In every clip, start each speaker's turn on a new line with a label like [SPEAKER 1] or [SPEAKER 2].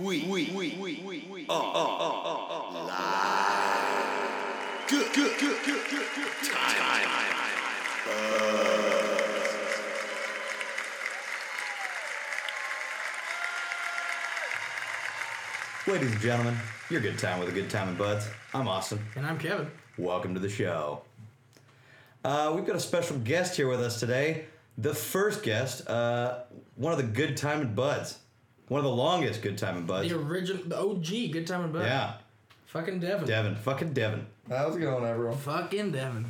[SPEAKER 1] we, we, we, we, we, uh, uh, uh, uh, uh, live. Good, good, good, good, good, good. Time. time. Buzz.
[SPEAKER 2] Ladies and gentlemen, your good time with a good time and buds. I'm Austin.
[SPEAKER 3] And I'm Kevin.
[SPEAKER 2] Welcome to the show. Uh, we've got a special guest here with us today. The first guest, uh, one of the good time and buds, one of the longest good time and buds.
[SPEAKER 3] The original, the OG, good time and bud.
[SPEAKER 2] Yeah,
[SPEAKER 3] Fucking Devin.
[SPEAKER 2] Devin, fucking Devin.
[SPEAKER 4] How's it going, everyone?
[SPEAKER 3] Fucking Devin.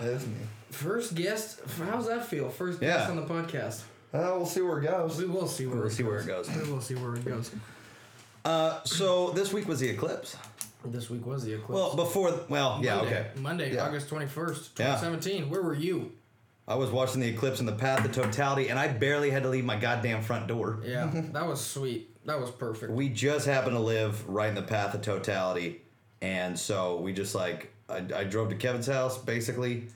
[SPEAKER 4] That's me.
[SPEAKER 3] First guest. How's that feel? First
[SPEAKER 2] Yeah.
[SPEAKER 3] guest on the podcast.
[SPEAKER 4] Uh, we'll see where it goes.
[SPEAKER 3] We will see where
[SPEAKER 2] We'll
[SPEAKER 3] it
[SPEAKER 2] see where it
[SPEAKER 3] goes.
[SPEAKER 2] goes.
[SPEAKER 3] We will see where it goes.
[SPEAKER 2] Uh, so this week was the eclipse.
[SPEAKER 3] This week was the eclipse.
[SPEAKER 2] Well, before, well, yeah,
[SPEAKER 3] Monday,
[SPEAKER 2] okay.
[SPEAKER 3] Monday,
[SPEAKER 4] Yeah.
[SPEAKER 3] August twenty first,
[SPEAKER 2] Yeah.
[SPEAKER 3] twenty seventeen. Where were you?
[SPEAKER 2] I was watching the eclipse in the path of totality, and I barely had to leave my goddamn front door.
[SPEAKER 3] Yeah, that was sweet. That was perfect.
[SPEAKER 2] we just happen to live right in the path of totality and so we just like i, I drove to kevin's house basically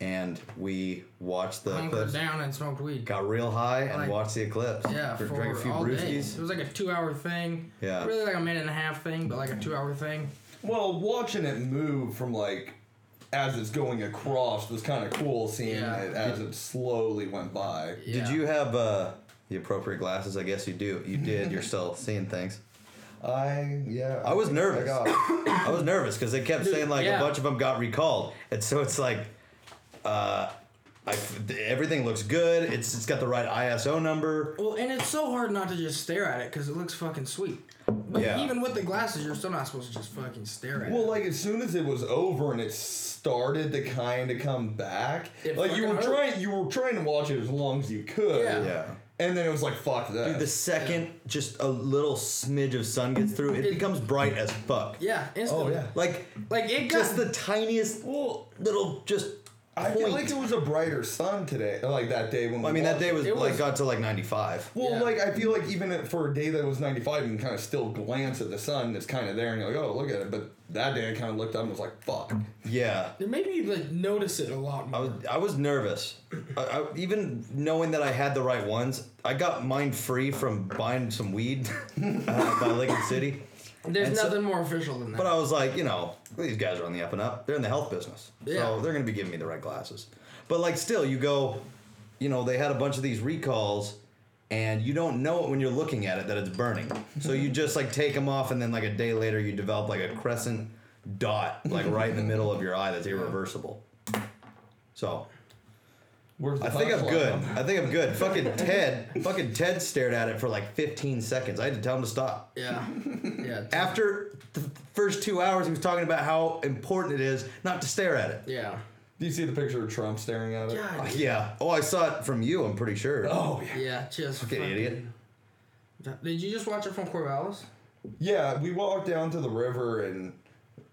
[SPEAKER 2] and we watched the
[SPEAKER 3] Hunkered
[SPEAKER 2] eclipse
[SPEAKER 3] down and smoked weed.
[SPEAKER 2] got real high and
[SPEAKER 3] Like-
[SPEAKER 2] watched the eclipse
[SPEAKER 3] Yeah,
[SPEAKER 2] Dr-
[SPEAKER 3] for
[SPEAKER 2] drank a few
[SPEAKER 3] all day.
[SPEAKER 2] brewskis
[SPEAKER 3] It was like a two-hour thing.
[SPEAKER 2] Yeah.
[SPEAKER 3] really like a minute and a half thing, but like a two-hour thing.
[SPEAKER 4] Well, watching it move from like as it's going across was kind of cool seeing
[SPEAKER 3] Yeah.
[SPEAKER 4] it as it slowly went by.
[SPEAKER 2] did
[SPEAKER 3] Yeah.
[SPEAKER 2] you have uh, the appropriate glasses i guess you do you did you're still seeing things
[SPEAKER 4] I yeah.
[SPEAKER 2] I was nervous.
[SPEAKER 4] I got
[SPEAKER 2] i was nervous because they kept saying like
[SPEAKER 3] yeah.
[SPEAKER 2] a bunch of them got recalled and so it's like uh, I f everything looks good it's, it's got the right iso number
[SPEAKER 3] Well, and it's so hard not to just stare at it because it looks fucking sweet. But
[SPEAKER 2] Yeah.
[SPEAKER 3] even with the glasses, you're still not supposed to just fucking stare at
[SPEAKER 4] well,
[SPEAKER 3] it.
[SPEAKER 4] like as soon as it was over and it started to kind of come back,
[SPEAKER 3] It
[SPEAKER 4] like you
[SPEAKER 3] fucking
[SPEAKER 4] were
[SPEAKER 3] hurt.
[SPEAKER 4] trying, you were trying to watch it as long as you could.
[SPEAKER 3] Yeah.
[SPEAKER 2] yeah
[SPEAKER 4] And then it was like, fuck that.
[SPEAKER 2] The second just a little smidge of sun gets through, it,
[SPEAKER 3] It-
[SPEAKER 2] becomes bright as fuck.
[SPEAKER 3] Yeah, instantly.
[SPEAKER 4] Oh,
[SPEAKER 2] oh,
[SPEAKER 4] yeah.
[SPEAKER 2] Like,
[SPEAKER 3] Like it got.
[SPEAKER 2] just the tiniest little just
[SPEAKER 4] I
[SPEAKER 2] point.
[SPEAKER 4] feel like it was a brighter sun today, like that day when.
[SPEAKER 2] I mean, that day was,
[SPEAKER 3] It
[SPEAKER 2] like
[SPEAKER 3] was-
[SPEAKER 2] got to like 95.
[SPEAKER 4] Well,
[SPEAKER 3] Yeah.
[SPEAKER 4] like I feel like even at- for a day that was 95, you can kind of still glance at the sun. It's kind of there, and you're like, oh, look at it. But that day, I kind of looked up and was like, fuck.
[SPEAKER 2] Yeah.
[SPEAKER 3] maybe you like notice it a lot
[SPEAKER 2] I
[SPEAKER 3] more.
[SPEAKER 2] was, I was nervous. I, I, even knowing that I had the right ones, I got mine free from buying some weed uh, by Lincoln City. Oh,
[SPEAKER 3] There's
[SPEAKER 2] and so-
[SPEAKER 3] nothing more official than that.
[SPEAKER 2] But uh, I was like, you know, these guys are on the up and up. They're in the health business.
[SPEAKER 3] Yeah.
[SPEAKER 2] So they're going to be giving me the right glasses. But like, still, you go, you know, they had a bunch of these recalls and you don't know it when you're looking at it that it's burning. So you just like take them off and then like a day later you develop like a crescent dot like right in the middle of your eye that's irreversible. So
[SPEAKER 4] Where's the
[SPEAKER 2] I think I'm
[SPEAKER 4] punchline?
[SPEAKER 2] good. I think I'm good. fucking Ted, fucking Ted stared at it for like 15 seconds. I had to tell him to stop
[SPEAKER 3] yeah, yeah, t-
[SPEAKER 2] after the first two hours, he was talking about how important it is not to stare at it.
[SPEAKER 3] yeah,
[SPEAKER 4] Do you see the picture of Trump staring at it?
[SPEAKER 3] God,
[SPEAKER 2] Yeah. Oh, I saw it from you. I'm pretty sure.
[SPEAKER 4] Oh yeah.
[SPEAKER 3] yeah. Just
[SPEAKER 2] Fucking idiot.
[SPEAKER 3] Did you just watch it from Corvallis?
[SPEAKER 4] Yeah, we walked down to the river and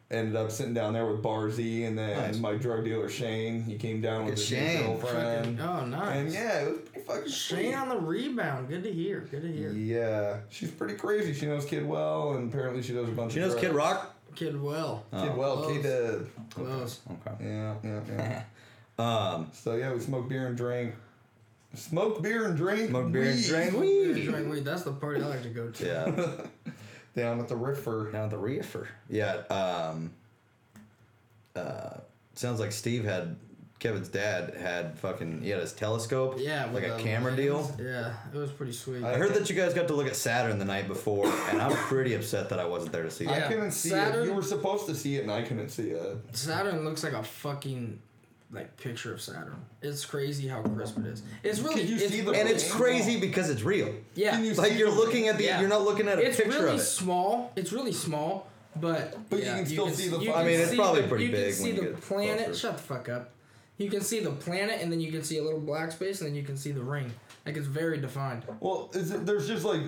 [SPEAKER 4] ended up sitting down there with Barzy, and then
[SPEAKER 2] Nice.
[SPEAKER 4] my drug dealer Shane. He came down with
[SPEAKER 2] Good
[SPEAKER 4] his
[SPEAKER 2] Shane.
[SPEAKER 4] new girlfriend.
[SPEAKER 3] Oh, nice.
[SPEAKER 4] And yeah, it was pretty fucking
[SPEAKER 3] Shane
[SPEAKER 4] sweet.
[SPEAKER 3] on the rebound. Good to hear. Good to hear.
[SPEAKER 4] Yeah, she's pretty crazy. She knows Kid well, and apparently she knows a bunch
[SPEAKER 2] She
[SPEAKER 4] of
[SPEAKER 2] knows Kid
[SPEAKER 4] drugs.
[SPEAKER 2] Rock.
[SPEAKER 3] Kid well.
[SPEAKER 4] Kid well,
[SPEAKER 3] Close.
[SPEAKER 4] Kid. Uh,
[SPEAKER 3] Close.
[SPEAKER 2] Okay.
[SPEAKER 4] Yeah, yeah, yeah. um, so yeah, we smoked beer and drink. Smoked beer and drink.
[SPEAKER 2] Smoked beer and
[SPEAKER 4] weed
[SPEAKER 2] drank
[SPEAKER 3] Beer,
[SPEAKER 2] weed.
[SPEAKER 3] drink, weed. That's the party I like to go to.
[SPEAKER 2] Yeah.
[SPEAKER 4] Down at the river.
[SPEAKER 2] Down at the reefer. Yeah. Um. Uh. Sounds like Steve had Kevin's dad had fucking he had his telescope.
[SPEAKER 3] Yeah, with
[SPEAKER 2] Like a
[SPEAKER 3] the
[SPEAKER 2] camera
[SPEAKER 3] lens.
[SPEAKER 2] deal.
[SPEAKER 3] Yeah, it was pretty sweet.
[SPEAKER 2] I heard that you guys got to look at Saturn the night before, and I'm pretty upset that I wasn't there to see
[SPEAKER 4] I
[SPEAKER 2] that.
[SPEAKER 3] Yeah.
[SPEAKER 4] couldn't see it.
[SPEAKER 3] Saturn-
[SPEAKER 4] You were supposed to see it, and I couldn't see it.
[SPEAKER 3] Saturn looks like a fucking like picture of Saturn. It's crazy how crisp it is. It's really
[SPEAKER 4] Can you
[SPEAKER 3] it's
[SPEAKER 4] see the-
[SPEAKER 2] And it's crazy because it's real.
[SPEAKER 3] Yeah.
[SPEAKER 4] Can you
[SPEAKER 2] Like
[SPEAKER 4] see
[SPEAKER 2] you're
[SPEAKER 4] the-
[SPEAKER 2] looking at the,
[SPEAKER 3] Yeah.
[SPEAKER 2] you're not looking at a
[SPEAKER 3] it's
[SPEAKER 2] picture
[SPEAKER 3] really
[SPEAKER 2] of it.
[SPEAKER 3] small. It's really small, but
[SPEAKER 4] But you
[SPEAKER 3] yeah,
[SPEAKER 4] can still see the-
[SPEAKER 3] you
[SPEAKER 4] I
[SPEAKER 3] can
[SPEAKER 4] mean, it's
[SPEAKER 3] see
[SPEAKER 2] probably
[SPEAKER 3] the-
[SPEAKER 2] pretty
[SPEAKER 3] you
[SPEAKER 2] big
[SPEAKER 3] can see
[SPEAKER 2] when you
[SPEAKER 3] the
[SPEAKER 2] get
[SPEAKER 3] planet.
[SPEAKER 2] closer.
[SPEAKER 3] Shut the fuck up. You can see the planet, and then you can see a little black space, and then you can see the ring. Like it's very defined.
[SPEAKER 4] Well, is it, there's just like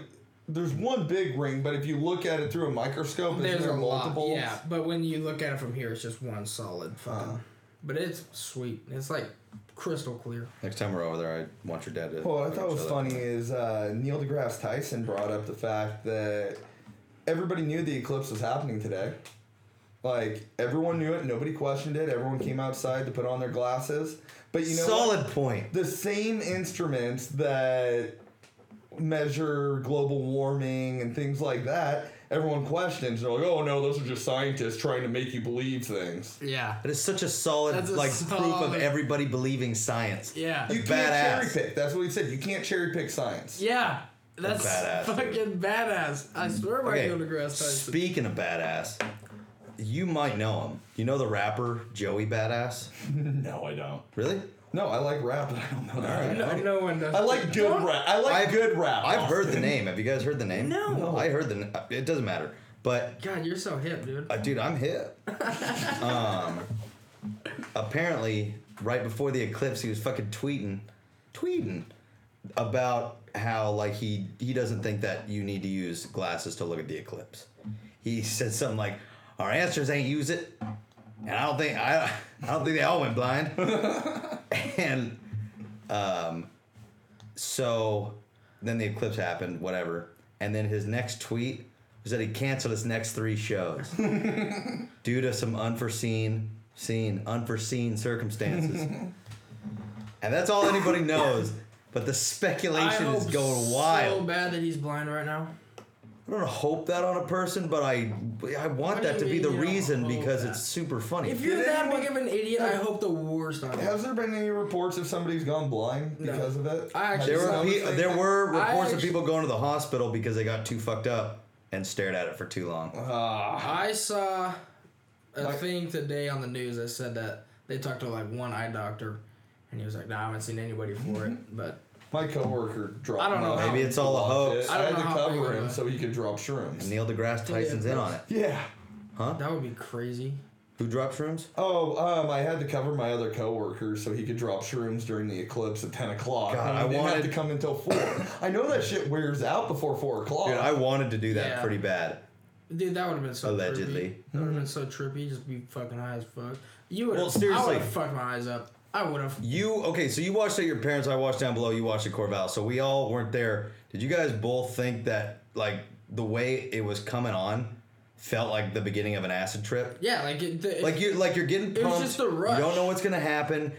[SPEAKER 4] there's one big ring, but if you look at it through a microscope,
[SPEAKER 3] There's
[SPEAKER 4] there
[SPEAKER 3] a
[SPEAKER 4] multiple?
[SPEAKER 3] lot, yeah. But when you look at it from here, it's just one solid fucking. But it's sweet. It's like crystal clear.
[SPEAKER 2] Next time we're over there, I want your dad to.
[SPEAKER 4] Well, what Oh, I thought was funny is uh, Neil deGrasse Tyson brought up the fact that everybody knew the eclipse was happening today. Like everyone knew it, nobody questioned it. Everyone came outside to put on their glasses. But you know, what?
[SPEAKER 2] Solid point.
[SPEAKER 4] the same instruments that measure global warming and things like that, everyone questions. They're like, "Oh no, those are just scientists trying to make you believe things."
[SPEAKER 3] Yeah.
[SPEAKER 2] That is such a solid
[SPEAKER 3] That's a
[SPEAKER 2] like proof of
[SPEAKER 3] solid-
[SPEAKER 2] everybody believing science.
[SPEAKER 3] Yeah.
[SPEAKER 4] You
[SPEAKER 2] Badass.
[SPEAKER 4] can't cherry pick. That's what he said. You can't cherry pick science.
[SPEAKER 3] Yeah. That's
[SPEAKER 2] That's badass,
[SPEAKER 3] fucking badass. I swear by
[SPEAKER 2] Okay.
[SPEAKER 3] Neil deGrasse Tyson.
[SPEAKER 2] Speaking of badass, you might know him. You know the rapper Joey Badass?
[SPEAKER 4] No, I don't.
[SPEAKER 2] Really?
[SPEAKER 4] No, I like rap, but I don't know. that.
[SPEAKER 3] no, no one does.
[SPEAKER 4] I like good rap. I like
[SPEAKER 2] I've-
[SPEAKER 4] good rap.
[SPEAKER 2] I've heard the name. Have you guys heard the name?
[SPEAKER 3] No. No.
[SPEAKER 2] I heard the. n- uh, It doesn't matter. But
[SPEAKER 3] God, you're so hip, dude.
[SPEAKER 2] uh, dude, I'm hip. um, apparently, right before the eclipse, he was fucking tweeting, tweeting about how like he he doesn't think that you need to use glasses to look at the eclipse. He said something like, "Our ancestors ain't use it, and I don't think I I don't think they all went blind." and um, so then the eclipse happened, whatever. And then his next tweet was that he canceled his next three shows due to some unforeseen, seen unforeseen circumstances. and that's all anybody knows. But the
[SPEAKER 3] I
[SPEAKER 2] speculation
[SPEAKER 3] hope
[SPEAKER 2] is going
[SPEAKER 3] so
[SPEAKER 2] wild.
[SPEAKER 3] bad that he's blind right now.
[SPEAKER 2] I don't hope that on a person, but I I want
[SPEAKER 3] What
[SPEAKER 2] that to
[SPEAKER 3] do you
[SPEAKER 2] be the
[SPEAKER 3] mean you don't
[SPEAKER 2] reason
[SPEAKER 3] hope
[SPEAKER 2] because
[SPEAKER 3] that?
[SPEAKER 2] it's super funny.
[SPEAKER 3] If you're
[SPEAKER 4] Did
[SPEAKER 3] that big of
[SPEAKER 4] anyone-
[SPEAKER 3] an idiot, I hope the war's not.
[SPEAKER 4] Has there been any reports of somebody's gone blind because of it?
[SPEAKER 3] I actually
[SPEAKER 2] There were
[SPEAKER 3] Sounds
[SPEAKER 2] pe- there were
[SPEAKER 3] I
[SPEAKER 2] reports of
[SPEAKER 3] actu-
[SPEAKER 2] people going to the hospital because they got too fucked up and stared at it for too long.
[SPEAKER 4] Ah,
[SPEAKER 3] I saw a
[SPEAKER 4] Like-
[SPEAKER 3] thing today on the news that said that they talked to like one eye doctor, and he was like, "No, I haven't seen anybody for it." But
[SPEAKER 4] my coworker dropped.
[SPEAKER 3] I don't know
[SPEAKER 4] my-
[SPEAKER 3] how-
[SPEAKER 2] Maybe it's all a hoax.
[SPEAKER 4] I,
[SPEAKER 3] I don't
[SPEAKER 4] had to
[SPEAKER 3] know how
[SPEAKER 4] cover
[SPEAKER 3] big of
[SPEAKER 4] him
[SPEAKER 3] a-
[SPEAKER 4] so he could drop shrooms.
[SPEAKER 2] Neil deGrasse Tyson's in on it.
[SPEAKER 4] Yeah.
[SPEAKER 3] that would be crazy.
[SPEAKER 2] Who dropped shrooms?
[SPEAKER 4] Oh, um, I had to cover my other coworker so he could drop shrooms during the eclipse at ten o'clock.
[SPEAKER 2] God,
[SPEAKER 4] and he
[SPEAKER 2] I
[SPEAKER 4] didn't
[SPEAKER 2] wanted-
[SPEAKER 4] have to come until four. I know that shit wears out before four o'clock.
[SPEAKER 2] Dude, Oh, I wanted to do that
[SPEAKER 3] Yeah.
[SPEAKER 2] pretty bad.
[SPEAKER 3] Dude, that would have been so
[SPEAKER 2] Allegedly.
[SPEAKER 3] Trippy. That would have been so trippy. Just be fucking high as fuck. You would.
[SPEAKER 2] Well,
[SPEAKER 3] Well, seriously, I
[SPEAKER 2] seriously.
[SPEAKER 3] would have fucked my eyes up. I would have.
[SPEAKER 2] You okay? So you watched at your parents. I watched down below. You watched at Corval. So we all weren't there. Did you guys both think that like the way it was coming on felt like the beginning of an acid trip?
[SPEAKER 3] Yeah, like it, the,
[SPEAKER 2] Like you like you're getting pumped.
[SPEAKER 3] was just the rush.
[SPEAKER 2] You don't know what's gonna happen.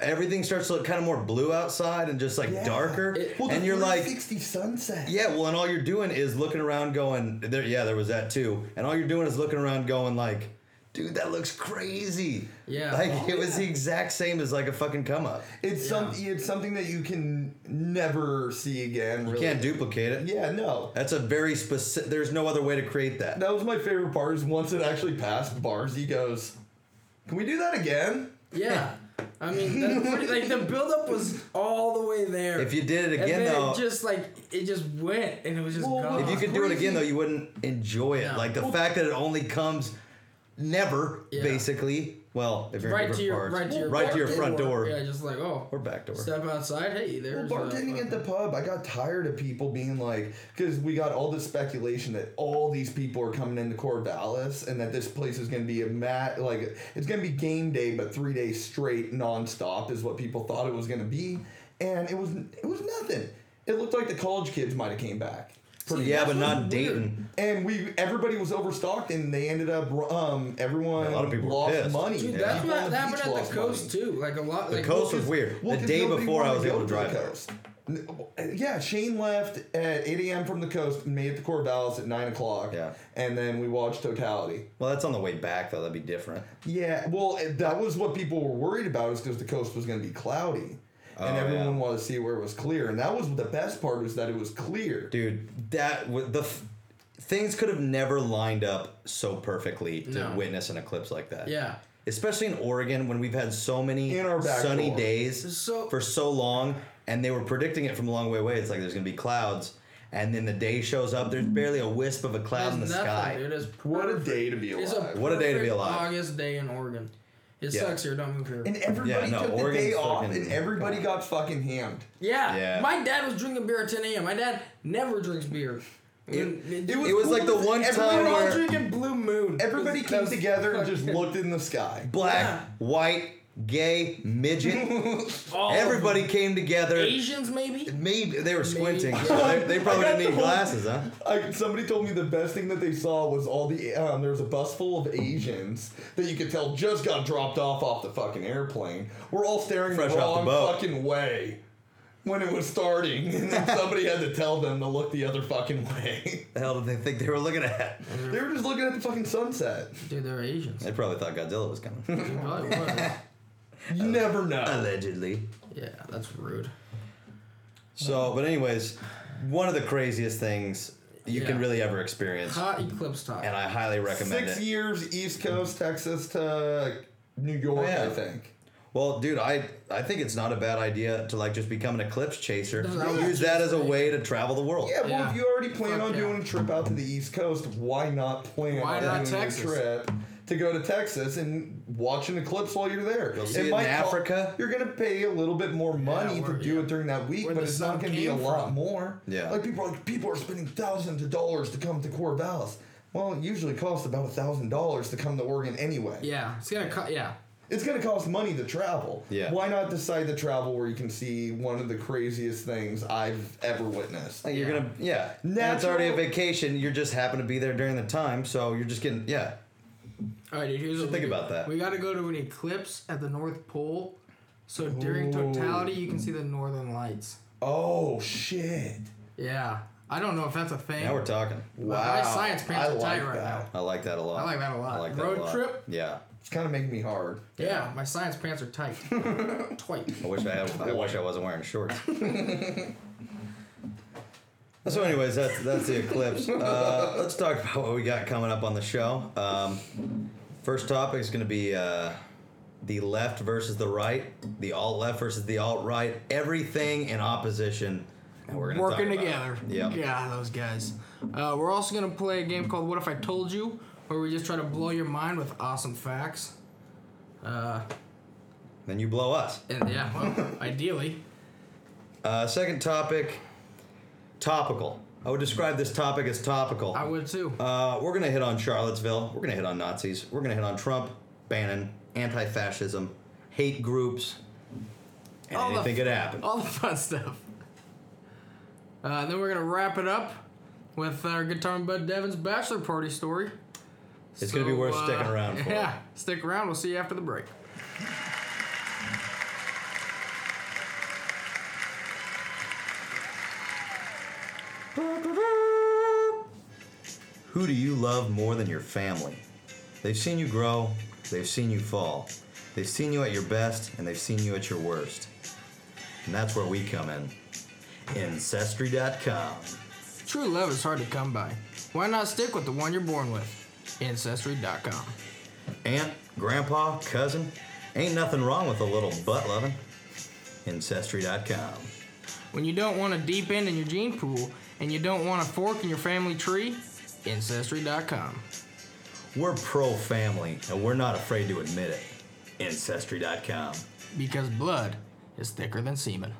[SPEAKER 2] Everything starts to look kind of more blue outside and just like
[SPEAKER 4] Yeah.
[SPEAKER 2] darker.
[SPEAKER 3] It-
[SPEAKER 4] Well, the
[SPEAKER 2] and you're like,
[SPEAKER 4] 360 sunset.
[SPEAKER 2] Yeah, well, and all you're doing is looking around, going, "There, yeah, there was that too." And all you're doing is looking around, going, "Like, dude, that looks crazy."
[SPEAKER 3] Yeah.
[SPEAKER 2] like
[SPEAKER 3] Oh,
[SPEAKER 2] it was the exact same as like a fucking come up.
[SPEAKER 4] It's some. It's something that you can never see again. Really.
[SPEAKER 2] Can't duplicate it.
[SPEAKER 4] Yeah. No.
[SPEAKER 2] That's a very specific. There's no other way to create that.
[SPEAKER 4] That was my favorite part. Is once it actually passed, Barzy goes, "Can we do that again?"
[SPEAKER 3] Yeah. I mean, that's pretty, like the buildup was all the way there.
[SPEAKER 2] If you did it
[SPEAKER 3] and
[SPEAKER 2] again,
[SPEAKER 3] then
[SPEAKER 2] though,
[SPEAKER 3] it just like it just went and it was just
[SPEAKER 4] Well,
[SPEAKER 3] gone.
[SPEAKER 2] if you could do it again, though, you wouldn't enjoy it.
[SPEAKER 3] Oh, No.
[SPEAKER 2] Like the fact that it only comes never,
[SPEAKER 3] Yeah.
[SPEAKER 2] basically. Well, if you're in
[SPEAKER 3] right to
[SPEAKER 2] different
[SPEAKER 3] your
[SPEAKER 2] parts,
[SPEAKER 3] right to your
[SPEAKER 2] front door
[SPEAKER 3] Yeah, just like oh,
[SPEAKER 2] or back door.
[SPEAKER 3] step outside. Hey,
[SPEAKER 4] Well,
[SPEAKER 3] there's a-
[SPEAKER 4] bartending at the pub, I got tired of people being like, because we got all this speculation that all these people are coming into Corvallis and that this place is going to be a mat, like it's going to be game day, but three days straight, nonstop is what people thought it was going to be, and it was it was nothing. It looked like the college kids might have came back.
[SPEAKER 3] See,
[SPEAKER 2] yeah,
[SPEAKER 3] that's
[SPEAKER 2] but
[SPEAKER 3] what's
[SPEAKER 2] not
[SPEAKER 3] weird.
[SPEAKER 2] Dayton.
[SPEAKER 4] And we, everybody was overstocked, and they ended up. Um, everyone
[SPEAKER 2] A lot of people were
[SPEAKER 4] lost
[SPEAKER 2] pissed.
[SPEAKER 4] money.
[SPEAKER 3] Dude,
[SPEAKER 4] People
[SPEAKER 3] that's
[SPEAKER 4] on
[SPEAKER 3] what
[SPEAKER 4] the
[SPEAKER 3] that happened
[SPEAKER 4] beach
[SPEAKER 3] at
[SPEAKER 4] lost
[SPEAKER 3] the coast
[SPEAKER 4] money.
[SPEAKER 3] too. Like a lot.
[SPEAKER 2] The
[SPEAKER 3] like,
[SPEAKER 2] coast was
[SPEAKER 4] Because-
[SPEAKER 2] weird.
[SPEAKER 4] well,
[SPEAKER 2] the
[SPEAKER 4] 'cause
[SPEAKER 2] day
[SPEAKER 4] nobody
[SPEAKER 2] before, I
[SPEAKER 4] wanted
[SPEAKER 2] was
[SPEAKER 4] to go
[SPEAKER 2] able to
[SPEAKER 4] the
[SPEAKER 2] drive. there.
[SPEAKER 4] coast. N- Yeah, Shane left at 8 a.m. from the coast and made it to Corvallis at 9 o'clock.
[SPEAKER 2] Yeah.
[SPEAKER 4] And then we watched Totality.
[SPEAKER 2] Well, that's on the way back though. That'd be different.
[SPEAKER 4] Yeah, well, it- that was what people were worried about is because the coast was going to be cloudy.
[SPEAKER 2] Oh,
[SPEAKER 4] and everyone
[SPEAKER 2] yeah.
[SPEAKER 4] wanted to see where it was clear. And that was the best part was that it was clear.
[SPEAKER 2] Dude, that wa- the f- things could have never lined up so perfectly to
[SPEAKER 3] No.
[SPEAKER 2] witness an eclipse like that.
[SPEAKER 3] yeah.
[SPEAKER 2] Especially in Oregon when we've had so many
[SPEAKER 4] In our back
[SPEAKER 2] sunny
[SPEAKER 4] door.
[SPEAKER 2] days
[SPEAKER 3] So-
[SPEAKER 2] for so long and they were predicting it from a long way away. It's like there's going to be clouds and then the day shows up there's barely a wisp of a cloud
[SPEAKER 3] There's
[SPEAKER 2] in the
[SPEAKER 3] nothing,
[SPEAKER 2] sky.
[SPEAKER 3] Dude, it's
[SPEAKER 4] What a
[SPEAKER 3] perfect.
[SPEAKER 4] day to be
[SPEAKER 3] It's a
[SPEAKER 4] alive.
[SPEAKER 2] What a day to be
[SPEAKER 3] perfect
[SPEAKER 2] alive.
[SPEAKER 3] August day in Oregon. It
[SPEAKER 2] Yeah.
[SPEAKER 3] sucks here. Don't move here.
[SPEAKER 4] and
[SPEAKER 2] Yeah,
[SPEAKER 4] everybody
[SPEAKER 2] no,
[SPEAKER 4] took the
[SPEAKER 2] Oregon's
[SPEAKER 4] day off
[SPEAKER 2] fucking-
[SPEAKER 4] and everybody got fucking hammed.
[SPEAKER 3] yeah.
[SPEAKER 2] Yeah.
[SPEAKER 3] My dad was drinking beer at 10 a.m. My dad never drinks beer. It,
[SPEAKER 2] It was like the
[SPEAKER 4] cool.
[SPEAKER 2] one
[SPEAKER 4] Everybody
[SPEAKER 2] time
[SPEAKER 3] We're all
[SPEAKER 2] where
[SPEAKER 3] drinking Blue Moon.
[SPEAKER 4] Everybody
[SPEAKER 3] That
[SPEAKER 4] came
[SPEAKER 3] was
[SPEAKER 4] together and just
[SPEAKER 3] fucking-
[SPEAKER 4] looked in the sky.
[SPEAKER 2] black,
[SPEAKER 3] Yeah.
[SPEAKER 2] white, gay, midget,
[SPEAKER 3] all of
[SPEAKER 2] everybody came together.
[SPEAKER 3] them. Asians maybe.
[SPEAKER 2] Maybe they were squinting. so they, they probably
[SPEAKER 4] I
[SPEAKER 2] didn't
[SPEAKER 4] got
[SPEAKER 2] need
[SPEAKER 4] the whole-
[SPEAKER 2] glasses, huh?
[SPEAKER 4] I, somebody told me the best thing that they saw was all the um, there was a bus full of Asians that you could tell just got dropped off off the fucking airplane. We're all staring
[SPEAKER 2] Fresh
[SPEAKER 4] the
[SPEAKER 2] off the
[SPEAKER 4] wrong
[SPEAKER 2] boat.
[SPEAKER 4] fucking way. when it was starting, and then somebody had to tell them to look the other fucking way.
[SPEAKER 2] The hell did they think they were looking at?
[SPEAKER 4] they were just looking at the fucking sunset.
[SPEAKER 3] Dude, they're Asians.
[SPEAKER 2] They probably thought Godzilla was coming.
[SPEAKER 3] They probably was.
[SPEAKER 2] Uh,
[SPEAKER 4] You never know.
[SPEAKER 2] Allegedly.
[SPEAKER 3] Yeah, that's rude.
[SPEAKER 2] So, but anyways, one of the craziest things you can
[SPEAKER 3] Yeah.
[SPEAKER 2] really ever experience,
[SPEAKER 3] Hot eclipse talk.
[SPEAKER 2] and I highly recommend
[SPEAKER 4] Six
[SPEAKER 2] it.
[SPEAKER 4] years East Coast, Texas to New York,
[SPEAKER 2] Oh, Yeah.
[SPEAKER 4] I think.
[SPEAKER 2] Well, dude, I I think it's not a bad idea to like just become an eclipse chaser.
[SPEAKER 3] No, no,
[SPEAKER 2] Use that as a way to travel the world.
[SPEAKER 4] Yeah, well,
[SPEAKER 3] Yeah.
[SPEAKER 4] if you already plan
[SPEAKER 3] Fuck
[SPEAKER 4] on
[SPEAKER 3] yeah.
[SPEAKER 4] doing a trip out to the East Coast, why not plan
[SPEAKER 3] Why
[SPEAKER 4] on
[SPEAKER 3] not
[SPEAKER 4] doing
[SPEAKER 3] Texas?
[SPEAKER 4] a trip to go to Texas and watch an eclipse while you're there?
[SPEAKER 2] see it in
[SPEAKER 4] co-
[SPEAKER 2] Africa.
[SPEAKER 4] you're gonna pay a little bit more money to
[SPEAKER 3] where-
[SPEAKER 4] do
[SPEAKER 3] yeah.
[SPEAKER 4] it during that week,
[SPEAKER 3] Where
[SPEAKER 4] but
[SPEAKER 3] the
[SPEAKER 4] it's not
[SPEAKER 3] sun
[SPEAKER 4] gonna be a
[SPEAKER 3] came
[SPEAKER 4] lot
[SPEAKER 3] from.
[SPEAKER 4] more.
[SPEAKER 2] Yeah.
[SPEAKER 4] like people are, people are spending thousands of dollars to come to Corvallis. Well, it usually costs about a thousand dollars to come to Oregon anyway.
[SPEAKER 3] yeah, it's gonna cut. Yeah,
[SPEAKER 4] It's gonna cost money to travel.
[SPEAKER 2] Yeah.
[SPEAKER 4] Why not decide to travel where you can see one of the craziest things I've ever witnessed?
[SPEAKER 2] Like you're
[SPEAKER 3] Yeah.
[SPEAKER 2] gonna yeah. That's it's
[SPEAKER 4] Natural-
[SPEAKER 2] already a vacation. You just happen to be there during the time, so you're just getting yeah.
[SPEAKER 3] All right, dude. Here's what we
[SPEAKER 2] think
[SPEAKER 3] do.
[SPEAKER 2] about that.
[SPEAKER 3] We got to go to an eclipse at the North Pole, so during totality you can see the northern lights.
[SPEAKER 4] Oh shit.
[SPEAKER 3] Yeah, I don't know if that's a thing.
[SPEAKER 2] Now we're talking.
[SPEAKER 3] My science pants are tight right now.
[SPEAKER 2] I like that a lot.
[SPEAKER 3] I like that a lot.
[SPEAKER 2] I like that
[SPEAKER 3] Road
[SPEAKER 2] a lot.
[SPEAKER 3] trip?
[SPEAKER 2] Yeah.
[SPEAKER 4] It's kind of making me hard.
[SPEAKER 3] Yeah, my science pants are tight. tight.
[SPEAKER 2] I wish I had, I wish I wasn't wearing shorts. so, anyways, that's that's the eclipse. Uh, let's talk about what we got coming up on the show. Um, first topic is going to be uh, the left versus the right, the alt left versus the alt right, everything in opposition. And we're gonna talk
[SPEAKER 3] Working
[SPEAKER 2] about it.
[SPEAKER 3] together.
[SPEAKER 2] Yep.
[SPEAKER 3] Yeah, those guys. Uh, we're also gonna play a game called What If I Told You, where we just try to blow your mind with awesome facts. Uh,
[SPEAKER 2] Then you blow us.
[SPEAKER 3] and yeah, well, ideally.
[SPEAKER 2] Uh, second topic, topical. I would describe this topic as topical.
[SPEAKER 3] I would too.
[SPEAKER 2] Uh, we're gonna hit on Charlottesville. We're gonna hit on Nazis. We're gonna hit on Trump, Bannon, anti-fascism, hate groups, and
[SPEAKER 3] All the-
[SPEAKER 2] anything could happen.
[SPEAKER 3] all the fun stuff. Uh, and then we're gonna wrap it up with our guitar and Bud Devin's bachelor party story. uh,
[SPEAKER 2] It's gonna be worth sticking around for.
[SPEAKER 3] Yeah, stick around. We'll see you after the break.
[SPEAKER 2] Who do you love more than your family? They've seen you grow. They've seen you fall. They've seen you at your best, and they've seen you at your worst. And that's where we come in. Ancestry.com.
[SPEAKER 3] True love is hard to come by. Why not stick with the one you're born with? Ancestry.com.
[SPEAKER 2] Aunt, grandpa, cousin, ain't nothing wrong with a little butt loving. Ancestry.com.
[SPEAKER 3] When you don't want a deep end in your gene pool and you don't want a fork in your family tree, Ancestry.com.
[SPEAKER 2] We're pro family and we're not afraid to admit it. Ancestry.com.
[SPEAKER 3] Because blood is thicker than semen.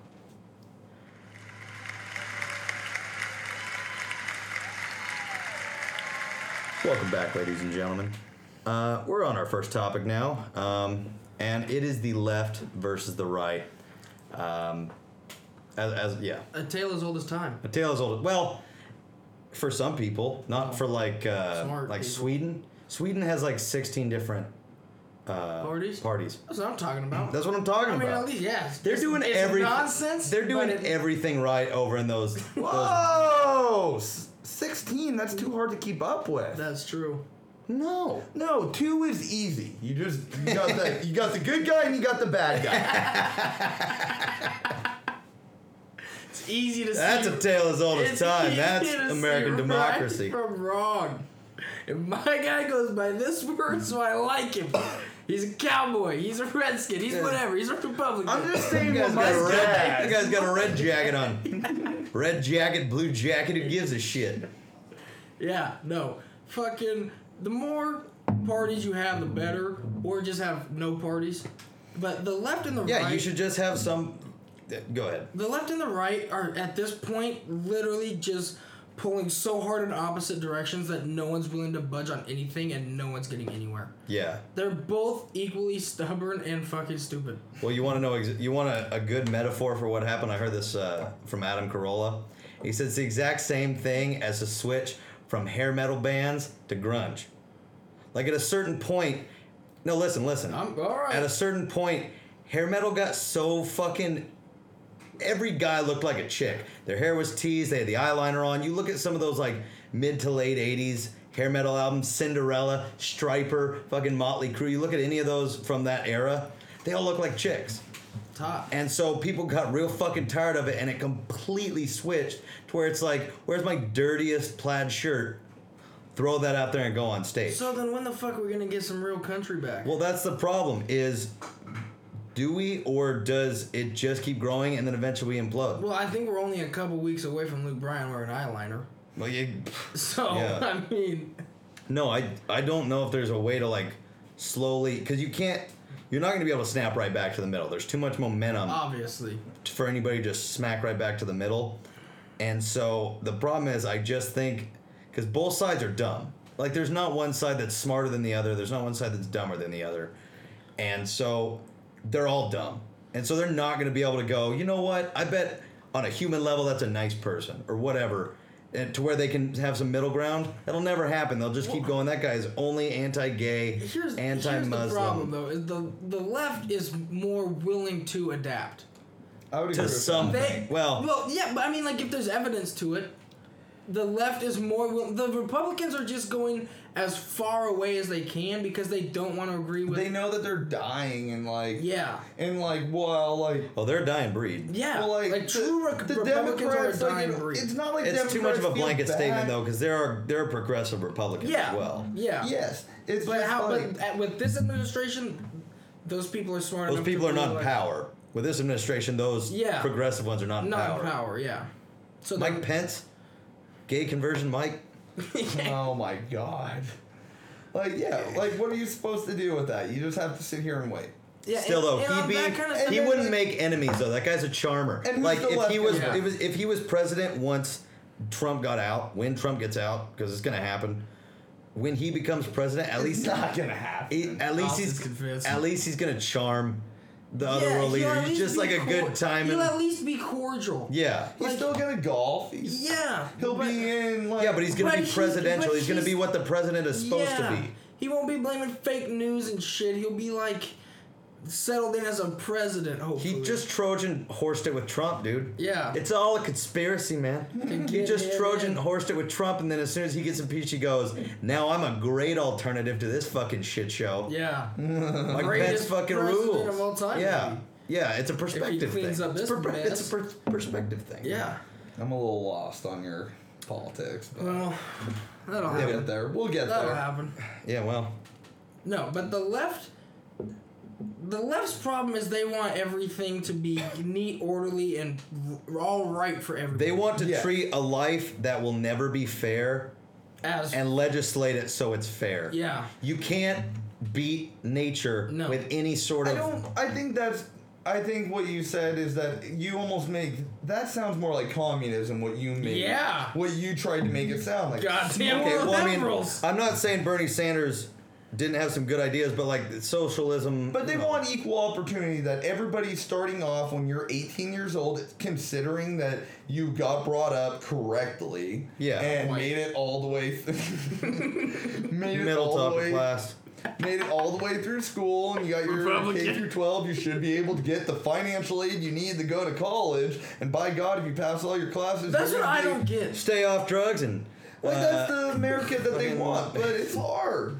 [SPEAKER 2] Welcome back, ladies and gentlemen. Uh, we're on our first topic now, um, and it is the left versus the right. Um, as, as yeah,
[SPEAKER 3] A tale as old as time.
[SPEAKER 2] a tale as old. Well, for some people, not for like uh,
[SPEAKER 3] Smart
[SPEAKER 2] like
[SPEAKER 3] people.
[SPEAKER 2] Sweden. Sweden has like sixteen different Uh,
[SPEAKER 3] Parties?
[SPEAKER 2] parties.
[SPEAKER 3] That's what I'm talking about.
[SPEAKER 2] That's what I'm talking
[SPEAKER 3] I mean,
[SPEAKER 2] about.
[SPEAKER 3] at least, yeah.
[SPEAKER 2] they're doing
[SPEAKER 3] it's
[SPEAKER 2] everything.
[SPEAKER 3] nonsense.
[SPEAKER 2] They're doing
[SPEAKER 3] but it-
[SPEAKER 2] everything right over in those. those Oh,
[SPEAKER 4] Whoa! S- 16, that's too hard to keep up with.
[SPEAKER 3] That's true.
[SPEAKER 2] no.
[SPEAKER 4] No, two is easy. You just you got the you got the good guy and you got the bad guy.
[SPEAKER 3] It's easy to
[SPEAKER 2] That's
[SPEAKER 3] see.
[SPEAKER 2] a tale as old as
[SPEAKER 3] it's
[SPEAKER 2] time.
[SPEAKER 3] easy
[SPEAKER 2] That's
[SPEAKER 3] to see
[SPEAKER 2] American
[SPEAKER 3] right
[SPEAKER 2] democracy.
[SPEAKER 3] from wrong. And my guy goes by this word, so I like him. He's a cowboy. He's a redskin. He's whatever. He's a Republican.
[SPEAKER 4] I'm just saying
[SPEAKER 2] You guys,
[SPEAKER 4] what my
[SPEAKER 2] got a red,
[SPEAKER 4] dad.
[SPEAKER 2] you guys got a red jacket on. Red jacket, blue jacket, who gives a shit?
[SPEAKER 3] yeah, no. Fucking, the more parties you have, the better. Or just have no parties. But the left and the
[SPEAKER 2] Yeah,
[SPEAKER 3] right.
[SPEAKER 2] you should just have some. Go ahead.
[SPEAKER 3] The left and the right are at this point literally just pulling so hard in opposite directions that no one's willing to budge on anything and no one's getting anywhere.
[SPEAKER 2] Yeah.
[SPEAKER 3] They're both equally stubborn and fucking stupid.
[SPEAKER 2] Well, you want to know, ex- you want a, a good metaphor for what happened? I heard this uh, from Adam Carolla. He said it's the exact same thing as a switch from hair metal bands to grunge. Like at a certain point, no, listen, listen.
[SPEAKER 3] I'm all right.
[SPEAKER 2] At a certain point, hair metal got so fucking every guy looked like a chick. Their hair was teased. They had the eyeliner on. You look at some of those like mid to late '80s hair metal albums: Cinderella, Striper, fucking Motley Crue. You look at any of those from that era, they all look like chicks.
[SPEAKER 3] Top.
[SPEAKER 2] And so people got real fucking tired of it, and it completely switched to where it's like, where's my dirtiest plaid shirt? Throw that out there and go on stage.
[SPEAKER 3] So then, when the fuck are we gonna get some real country back?
[SPEAKER 2] Well, that's the problem is do we or does it just keep growing and then eventually we implode?
[SPEAKER 3] Well, I think we're only a couple weeks away from Luke Bryan wearing eyeliner.
[SPEAKER 2] Well, you-
[SPEAKER 3] So
[SPEAKER 2] Yeah.
[SPEAKER 3] I mean,
[SPEAKER 2] no, I I don't know if there's a way to like slowly cuz you can't you're not going to be able to snap right back to the middle. There's too much momentum
[SPEAKER 3] obviously,
[SPEAKER 2] for anybody to just smack right back to the middle. And so the problem is I just think cuz both sides are dumb. Like there's not one side that's smarter than the other. There's not one side that's dumber than the other. And so they're all dumb. And so they're not going to be able to go, you know what? I bet on a human level that's a nice person or whatever. And to where they can have some middle ground, that'll never happen. They'll just keep going. That guy is only anti-gay,
[SPEAKER 3] here's here's the problem
[SPEAKER 2] anti-Muslim
[SPEAKER 3] though: is the the left is more willing to adapt.
[SPEAKER 4] I would agree.
[SPEAKER 2] to
[SPEAKER 4] with
[SPEAKER 2] some.
[SPEAKER 4] that.
[SPEAKER 3] They
[SPEAKER 2] well,
[SPEAKER 3] well, yeah, but I mean, like if there's evidence to it, the left is more. Will- the Republicans are just going as far away as they can because they don't want to agree with.
[SPEAKER 4] They know that they're dying and like
[SPEAKER 3] yeah,
[SPEAKER 4] and like well like
[SPEAKER 2] oh, they're a dying breed.
[SPEAKER 3] yeah.
[SPEAKER 4] well like,
[SPEAKER 3] like,
[SPEAKER 4] the-
[SPEAKER 3] true Re-
[SPEAKER 4] the
[SPEAKER 3] Republicans are a
[SPEAKER 4] Democrats, like,
[SPEAKER 3] dying
[SPEAKER 4] it-
[SPEAKER 3] breed.
[SPEAKER 4] It's not like
[SPEAKER 2] It's too much of a
[SPEAKER 4] Democrats feel
[SPEAKER 2] blanket statement
[SPEAKER 4] bad.
[SPEAKER 2] though, because there are there are progressive Republicans
[SPEAKER 3] yeah.
[SPEAKER 2] as well.
[SPEAKER 3] Yeah.
[SPEAKER 4] Yes, it's
[SPEAKER 3] But
[SPEAKER 4] just
[SPEAKER 3] how?
[SPEAKER 4] like,
[SPEAKER 3] But at, with this administration, those people are smart.
[SPEAKER 2] Those
[SPEAKER 3] enough to
[SPEAKER 2] people are
[SPEAKER 3] be
[SPEAKER 2] not in
[SPEAKER 3] like-
[SPEAKER 2] power. With this administration, those
[SPEAKER 3] Yeah.
[SPEAKER 2] progressive ones are not in
[SPEAKER 3] Not
[SPEAKER 2] power.
[SPEAKER 3] in power. Yeah. So
[SPEAKER 2] Mike
[SPEAKER 3] the-
[SPEAKER 2] Pence, gay conversion Mike.
[SPEAKER 4] oh my god. Like yeah, like what are you supposed to do with that? You just have to sit here and wait.
[SPEAKER 3] yeah,
[SPEAKER 2] Still though,
[SPEAKER 3] and- and
[SPEAKER 2] he'd
[SPEAKER 3] on
[SPEAKER 2] be
[SPEAKER 3] that kind of
[SPEAKER 2] he
[SPEAKER 3] thing-
[SPEAKER 2] wouldn't make enemies though. That guy's a charmer.
[SPEAKER 4] And who's
[SPEAKER 2] like
[SPEAKER 4] the
[SPEAKER 2] if
[SPEAKER 4] left
[SPEAKER 2] he was,
[SPEAKER 3] guy?
[SPEAKER 2] it was if he was president once Trump got out, when Trump gets out, because it's gonna happen. When he becomes president, at
[SPEAKER 4] It's
[SPEAKER 2] least
[SPEAKER 4] not gonna happen.
[SPEAKER 2] He- at least
[SPEAKER 3] Austin's
[SPEAKER 2] he's
[SPEAKER 3] convinced.
[SPEAKER 2] at least he's gonna charm the other
[SPEAKER 3] Yeah,
[SPEAKER 2] world
[SPEAKER 3] he'll
[SPEAKER 2] leader.
[SPEAKER 3] at
[SPEAKER 2] He's
[SPEAKER 3] least
[SPEAKER 2] just
[SPEAKER 3] be
[SPEAKER 2] like a good
[SPEAKER 3] cor-
[SPEAKER 2] time
[SPEAKER 3] He'll at
[SPEAKER 2] and
[SPEAKER 3] least be cordial.
[SPEAKER 2] yeah.
[SPEAKER 4] he's still gonna golf. He's,
[SPEAKER 3] Yeah.
[SPEAKER 4] he'll
[SPEAKER 3] but-
[SPEAKER 4] be in like
[SPEAKER 2] Yeah, but he's gonna
[SPEAKER 3] But
[SPEAKER 2] be
[SPEAKER 3] he-
[SPEAKER 2] presidential.
[SPEAKER 3] but
[SPEAKER 2] he's gonna be
[SPEAKER 3] he's-
[SPEAKER 2] what the president is supposed to be.
[SPEAKER 3] He won't be blaming fake news and shit. He'll be like settled in as a president. Hopefully,
[SPEAKER 2] He just Trojan horsed it with Trump, dude.
[SPEAKER 3] Yeah.
[SPEAKER 2] It's all a conspiracy, man. He
[SPEAKER 3] get
[SPEAKER 2] just
[SPEAKER 3] him
[SPEAKER 2] Trojan
[SPEAKER 3] in.
[SPEAKER 2] horsed it with Trump, and then as soon as he gets impeached, he goes, Now I'm a great alternative to this fucking shit show.
[SPEAKER 3] yeah.
[SPEAKER 2] Mm. Mike Pence
[SPEAKER 3] Greatest
[SPEAKER 2] fucking
[SPEAKER 3] president
[SPEAKER 2] rules.
[SPEAKER 3] of all time,
[SPEAKER 2] yeah.
[SPEAKER 3] maybe.
[SPEAKER 2] Yeah, it's a perspective
[SPEAKER 3] cleans
[SPEAKER 2] thing.
[SPEAKER 3] up
[SPEAKER 2] it's,
[SPEAKER 3] this
[SPEAKER 2] it's
[SPEAKER 3] mess.
[SPEAKER 2] a per- perspective thing.
[SPEAKER 3] yeah.
[SPEAKER 4] I'm a little lost on your politics, but
[SPEAKER 3] Well, that'll
[SPEAKER 4] we'll
[SPEAKER 3] happen.
[SPEAKER 4] get there. We'll get
[SPEAKER 3] Uh, That'll
[SPEAKER 4] there.
[SPEAKER 3] happen.
[SPEAKER 2] Yeah, well.
[SPEAKER 3] No, but the left. The left's problem is they want everything to be neat, orderly, and r- all right for everybody.
[SPEAKER 2] They want to
[SPEAKER 4] Yeah.
[SPEAKER 2] treat a life that will never be fair
[SPEAKER 3] as
[SPEAKER 2] and legislate it so it's fair.
[SPEAKER 3] yeah.
[SPEAKER 2] You can't beat nature
[SPEAKER 3] No.
[SPEAKER 2] with any sort
[SPEAKER 4] I
[SPEAKER 2] of
[SPEAKER 4] don't. I think that's. I think what you said is that you almost make that sounds more like communism. What you made.
[SPEAKER 3] Yeah.
[SPEAKER 4] What you tried to make it sound like.
[SPEAKER 3] Goddamn
[SPEAKER 2] Okay, well, I mean,
[SPEAKER 3] liberals.
[SPEAKER 2] I'm not saying Bernie Sanders didn't have some good ideas, but like socialism.
[SPEAKER 4] But they want equal opportunity that everybody starting off when you're 18 years old, considering that you got brought up correctly.
[SPEAKER 2] Yeah.
[SPEAKER 4] And
[SPEAKER 3] Right.
[SPEAKER 4] made it all the way. Th- made it
[SPEAKER 2] middle
[SPEAKER 4] all
[SPEAKER 2] to
[SPEAKER 4] the
[SPEAKER 2] upper
[SPEAKER 4] way.
[SPEAKER 2] class.
[SPEAKER 4] Made it all the way through school, and you got your K
[SPEAKER 3] Republican.
[SPEAKER 4] through 12. You should be able to get the financial aid you need to go to college. And by God, if you pass all your classes,
[SPEAKER 3] That's
[SPEAKER 4] you're
[SPEAKER 3] what
[SPEAKER 4] gonna
[SPEAKER 3] I
[SPEAKER 4] be-
[SPEAKER 3] don't get.
[SPEAKER 2] Stay off drugs and.
[SPEAKER 4] Like that's
[SPEAKER 2] uh,
[SPEAKER 4] the America that they
[SPEAKER 2] fucking-
[SPEAKER 4] want, but it's hard.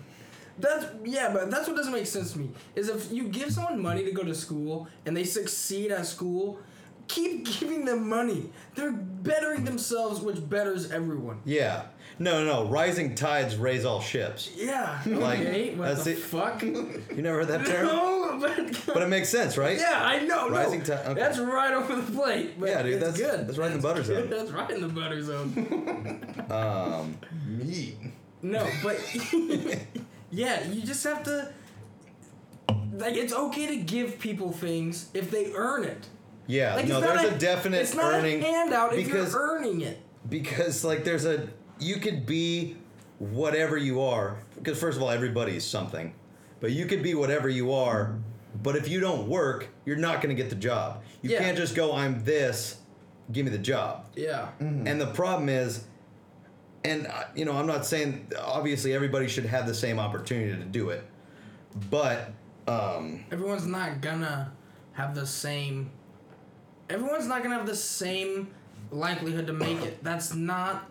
[SPEAKER 3] That's yeah, but that's what doesn't make sense to me. Is if you give someone money to go to school and they succeed at school, keep giving them money. They're bettering themselves, which betters everyone.
[SPEAKER 2] yeah. No, no, no. Rising tides raise all ships.
[SPEAKER 3] Yeah.
[SPEAKER 2] Like,
[SPEAKER 3] okay. What
[SPEAKER 2] that's
[SPEAKER 3] the
[SPEAKER 2] it.
[SPEAKER 3] fuck?
[SPEAKER 2] You never heard that term?
[SPEAKER 3] no, but,
[SPEAKER 2] But it makes sense, right?
[SPEAKER 3] yeah, I know.
[SPEAKER 2] Rising
[SPEAKER 3] no,
[SPEAKER 2] ti- okay.
[SPEAKER 3] That's right over the plate. But
[SPEAKER 2] Yeah, dude.
[SPEAKER 3] it's
[SPEAKER 2] That's
[SPEAKER 3] good.
[SPEAKER 2] That's right in the butter zone.
[SPEAKER 3] good. That's right in the butter zone.
[SPEAKER 2] Um,
[SPEAKER 4] Meat.
[SPEAKER 3] no, but yeah, you just have to. Like, it's okay to give people things if they earn it.
[SPEAKER 2] yeah.
[SPEAKER 3] Like,
[SPEAKER 2] no,
[SPEAKER 3] it's not
[SPEAKER 2] there's a, definite
[SPEAKER 3] it's not
[SPEAKER 2] earning
[SPEAKER 3] a handout if
[SPEAKER 2] because
[SPEAKER 3] you're earning it.
[SPEAKER 2] because like there's a you could be whatever you are because first of all everybody is something but you could be whatever you are but if you don't work you're not going to get the job you
[SPEAKER 3] Yeah.
[SPEAKER 2] can't just go i'm this give me the job
[SPEAKER 3] Yeah.
[SPEAKER 2] and the problem is and uh, you know i'm not saying obviously everybody should have the same opportunity to do it but um
[SPEAKER 3] Everyone's not gonna have the same. Everyone's not gonna have the same likelihood to make it. That's not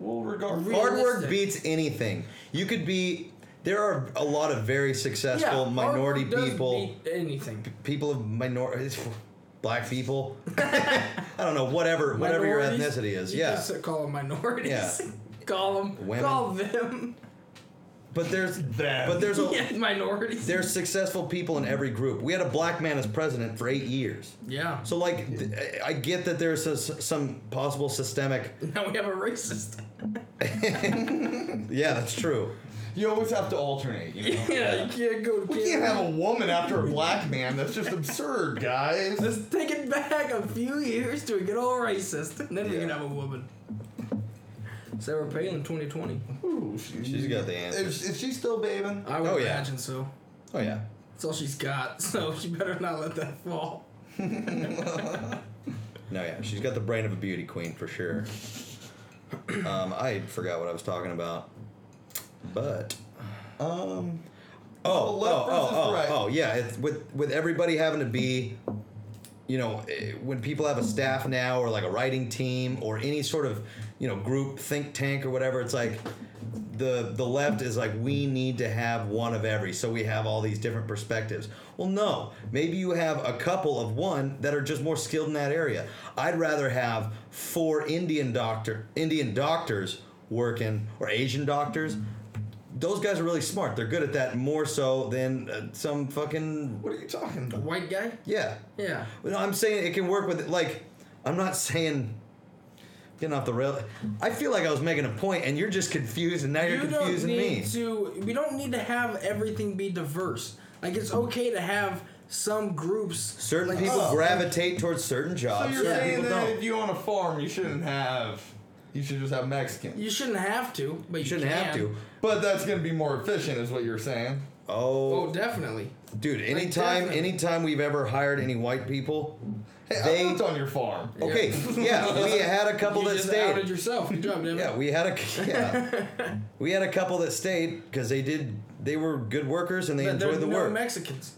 [SPEAKER 4] Well, regardless.
[SPEAKER 3] Re-
[SPEAKER 2] Hard work
[SPEAKER 3] Realistic.
[SPEAKER 2] beats anything. You could be. There are a lot of very
[SPEAKER 3] yeah,
[SPEAKER 2] successful
[SPEAKER 3] hard
[SPEAKER 2] minority
[SPEAKER 3] work does
[SPEAKER 2] people.
[SPEAKER 3] beat anything.
[SPEAKER 2] people of minorities, black people. I don't know, whatever, whatever your
[SPEAKER 3] Minorities,
[SPEAKER 2] ethnicity is.
[SPEAKER 3] you
[SPEAKER 2] Yeah,
[SPEAKER 3] just call them minorities.
[SPEAKER 2] Yeah.
[SPEAKER 3] call them.
[SPEAKER 2] Women.
[SPEAKER 3] Call them.
[SPEAKER 2] but there's
[SPEAKER 4] Them.
[SPEAKER 2] but there's a,
[SPEAKER 3] yeah, minorities.
[SPEAKER 2] there's successful people in every group. We had a black man as president for eight years.
[SPEAKER 3] yeah.
[SPEAKER 2] So like, th- I- I get that there's a, some possible systemic.
[SPEAKER 3] now we have a
[SPEAKER 2] Oh,
[SPEAKER 3] racist.
[SPEAKER 2] Yeah, that's true.
[SPEAKER 4] You always have to alternate, you know?
[SPEAKER 3] yeah, you can't go.
[SPEAKER 4] We can't have a woman after a black man. That's just absurd, guys.
[SPEAKER 3] Let's take it back a few years till we get all racist, and then we can
[SPEAKER 4] Yeah.
[SPEAKER 3] have a woman. Sarah Palin, 2020.
[SPEAKER 4] Ooh, she-
[SPEAKER 2] She's got the answers.
[SPEAKER 4] Is, is she still babing?
[SPEAKER 3] I would
[SPEAKER 2] Oh, yeah.
[SPEAKER 3] imagine so.
[SPEAKER 2] Oh yeah.
[SPEAKER 3] That's all she's got, so she better not let that fall.
[SPEAKER 2] No, yeah, she's got the brain of a beauty queen for sure. Um, I forgot what I was talking about, but
[SPEAKER 4] Um,
[SPEAKER 2] Oh,
[SPEAKER 4] left
[SPEAKER 2] oh,
[SPEAKER 4] versus
[SPEAKER 2] oh, oh,
[SPEAKER 4] right.
[SPEAKER 2] oh, yeah. It's with with everybody having to be, you know, eh, when people have a staff now or like a writing team or any sort of, you know, group think tank or whatever, it's like the the left is like we need to have one of every, so we have all these different perspectives. Well, no, maybe you have a couple of one that are just more skilled in that area. I'd rather have four Indian doctor Indian doctors working or Asian doctors those guys are really smart. They're good at that more so than uh, some fucking
[SPEAKER 4] what are you talking about?
[SPEAKER 3] White guy?
[SPEAKER 2] yeah.
[SPEAKER 3] Yeah.
[SPEAKER 2] No, I'm saying it can work with like I'm not saying getting off the rail. I feel like I was making a point and you're just confused and now you're
[SPEAKER 3] you don't
[SPEAKER 2] confusing
[SPEAKER 3] need
[SPEAKER 2] me.
[SPEAKER 3] to. We don't need to have everything be diverse. Like it's okay to have some groups.
[SPEAKER 2] Certain
[SPEAKER 3] like,
[SPEAKER 2] people
[SPEAKER 4] oh.
[SPEAKER 2] gravitate towards certain
[SPEAKER 4] So
[SPEAKER 2] jobs.
[SPEAKER 4] you're
[SPEAKER 2] certain
[SPEAKER 4] saying
[SPEAKER 2] people
[SPEAKER 4] that
[SPEAKER 2] don't.
[SPEAKER 4] if you own a farm, you shouldn't have, you should just have Mexicans.
[SPEAKER 3] You shouldn't have to, but you,
[SPEAKER 2] You shouldn't have
[SPEAKER 3] can.
[SPEAKER 2] to.
[SPEAKER 4] But that's gonna be more efficient, is what you're saying.
[SPEAKER 3] Oh,
[SPEAKER 2] Oh,
[SPEAKER 3] definitely.
[SPEAKER 2] dude, anytime
[SPEAKER 3] definitely.
[SPEAKER 2] anytime we've ever hired any white people,
[SPEAKER 4] Hey,
[SPEAKER 2] They-
[SPEAKER 4] I worked on your farm. Oh,
[SPEAKER 2] okay, yeah, we had a couple
[SPEAKER 3] you
[SPEAKER 2] that
[SPEAKER 3] just
[SPEAKER 2] stayed.
[SPEAKER 3] outed yourself. Good job, Devin.
[SPEAKER 2] Yeah, we had a yeah, we had a couple that stayed because they did they were good workers and they
[SPEAKER 3] But they're
[SPEAKER 2] enjoyed the
[SPEAKER 3] no
[SPEAKER 2] work.
[SPEAKER 3] Mexicans.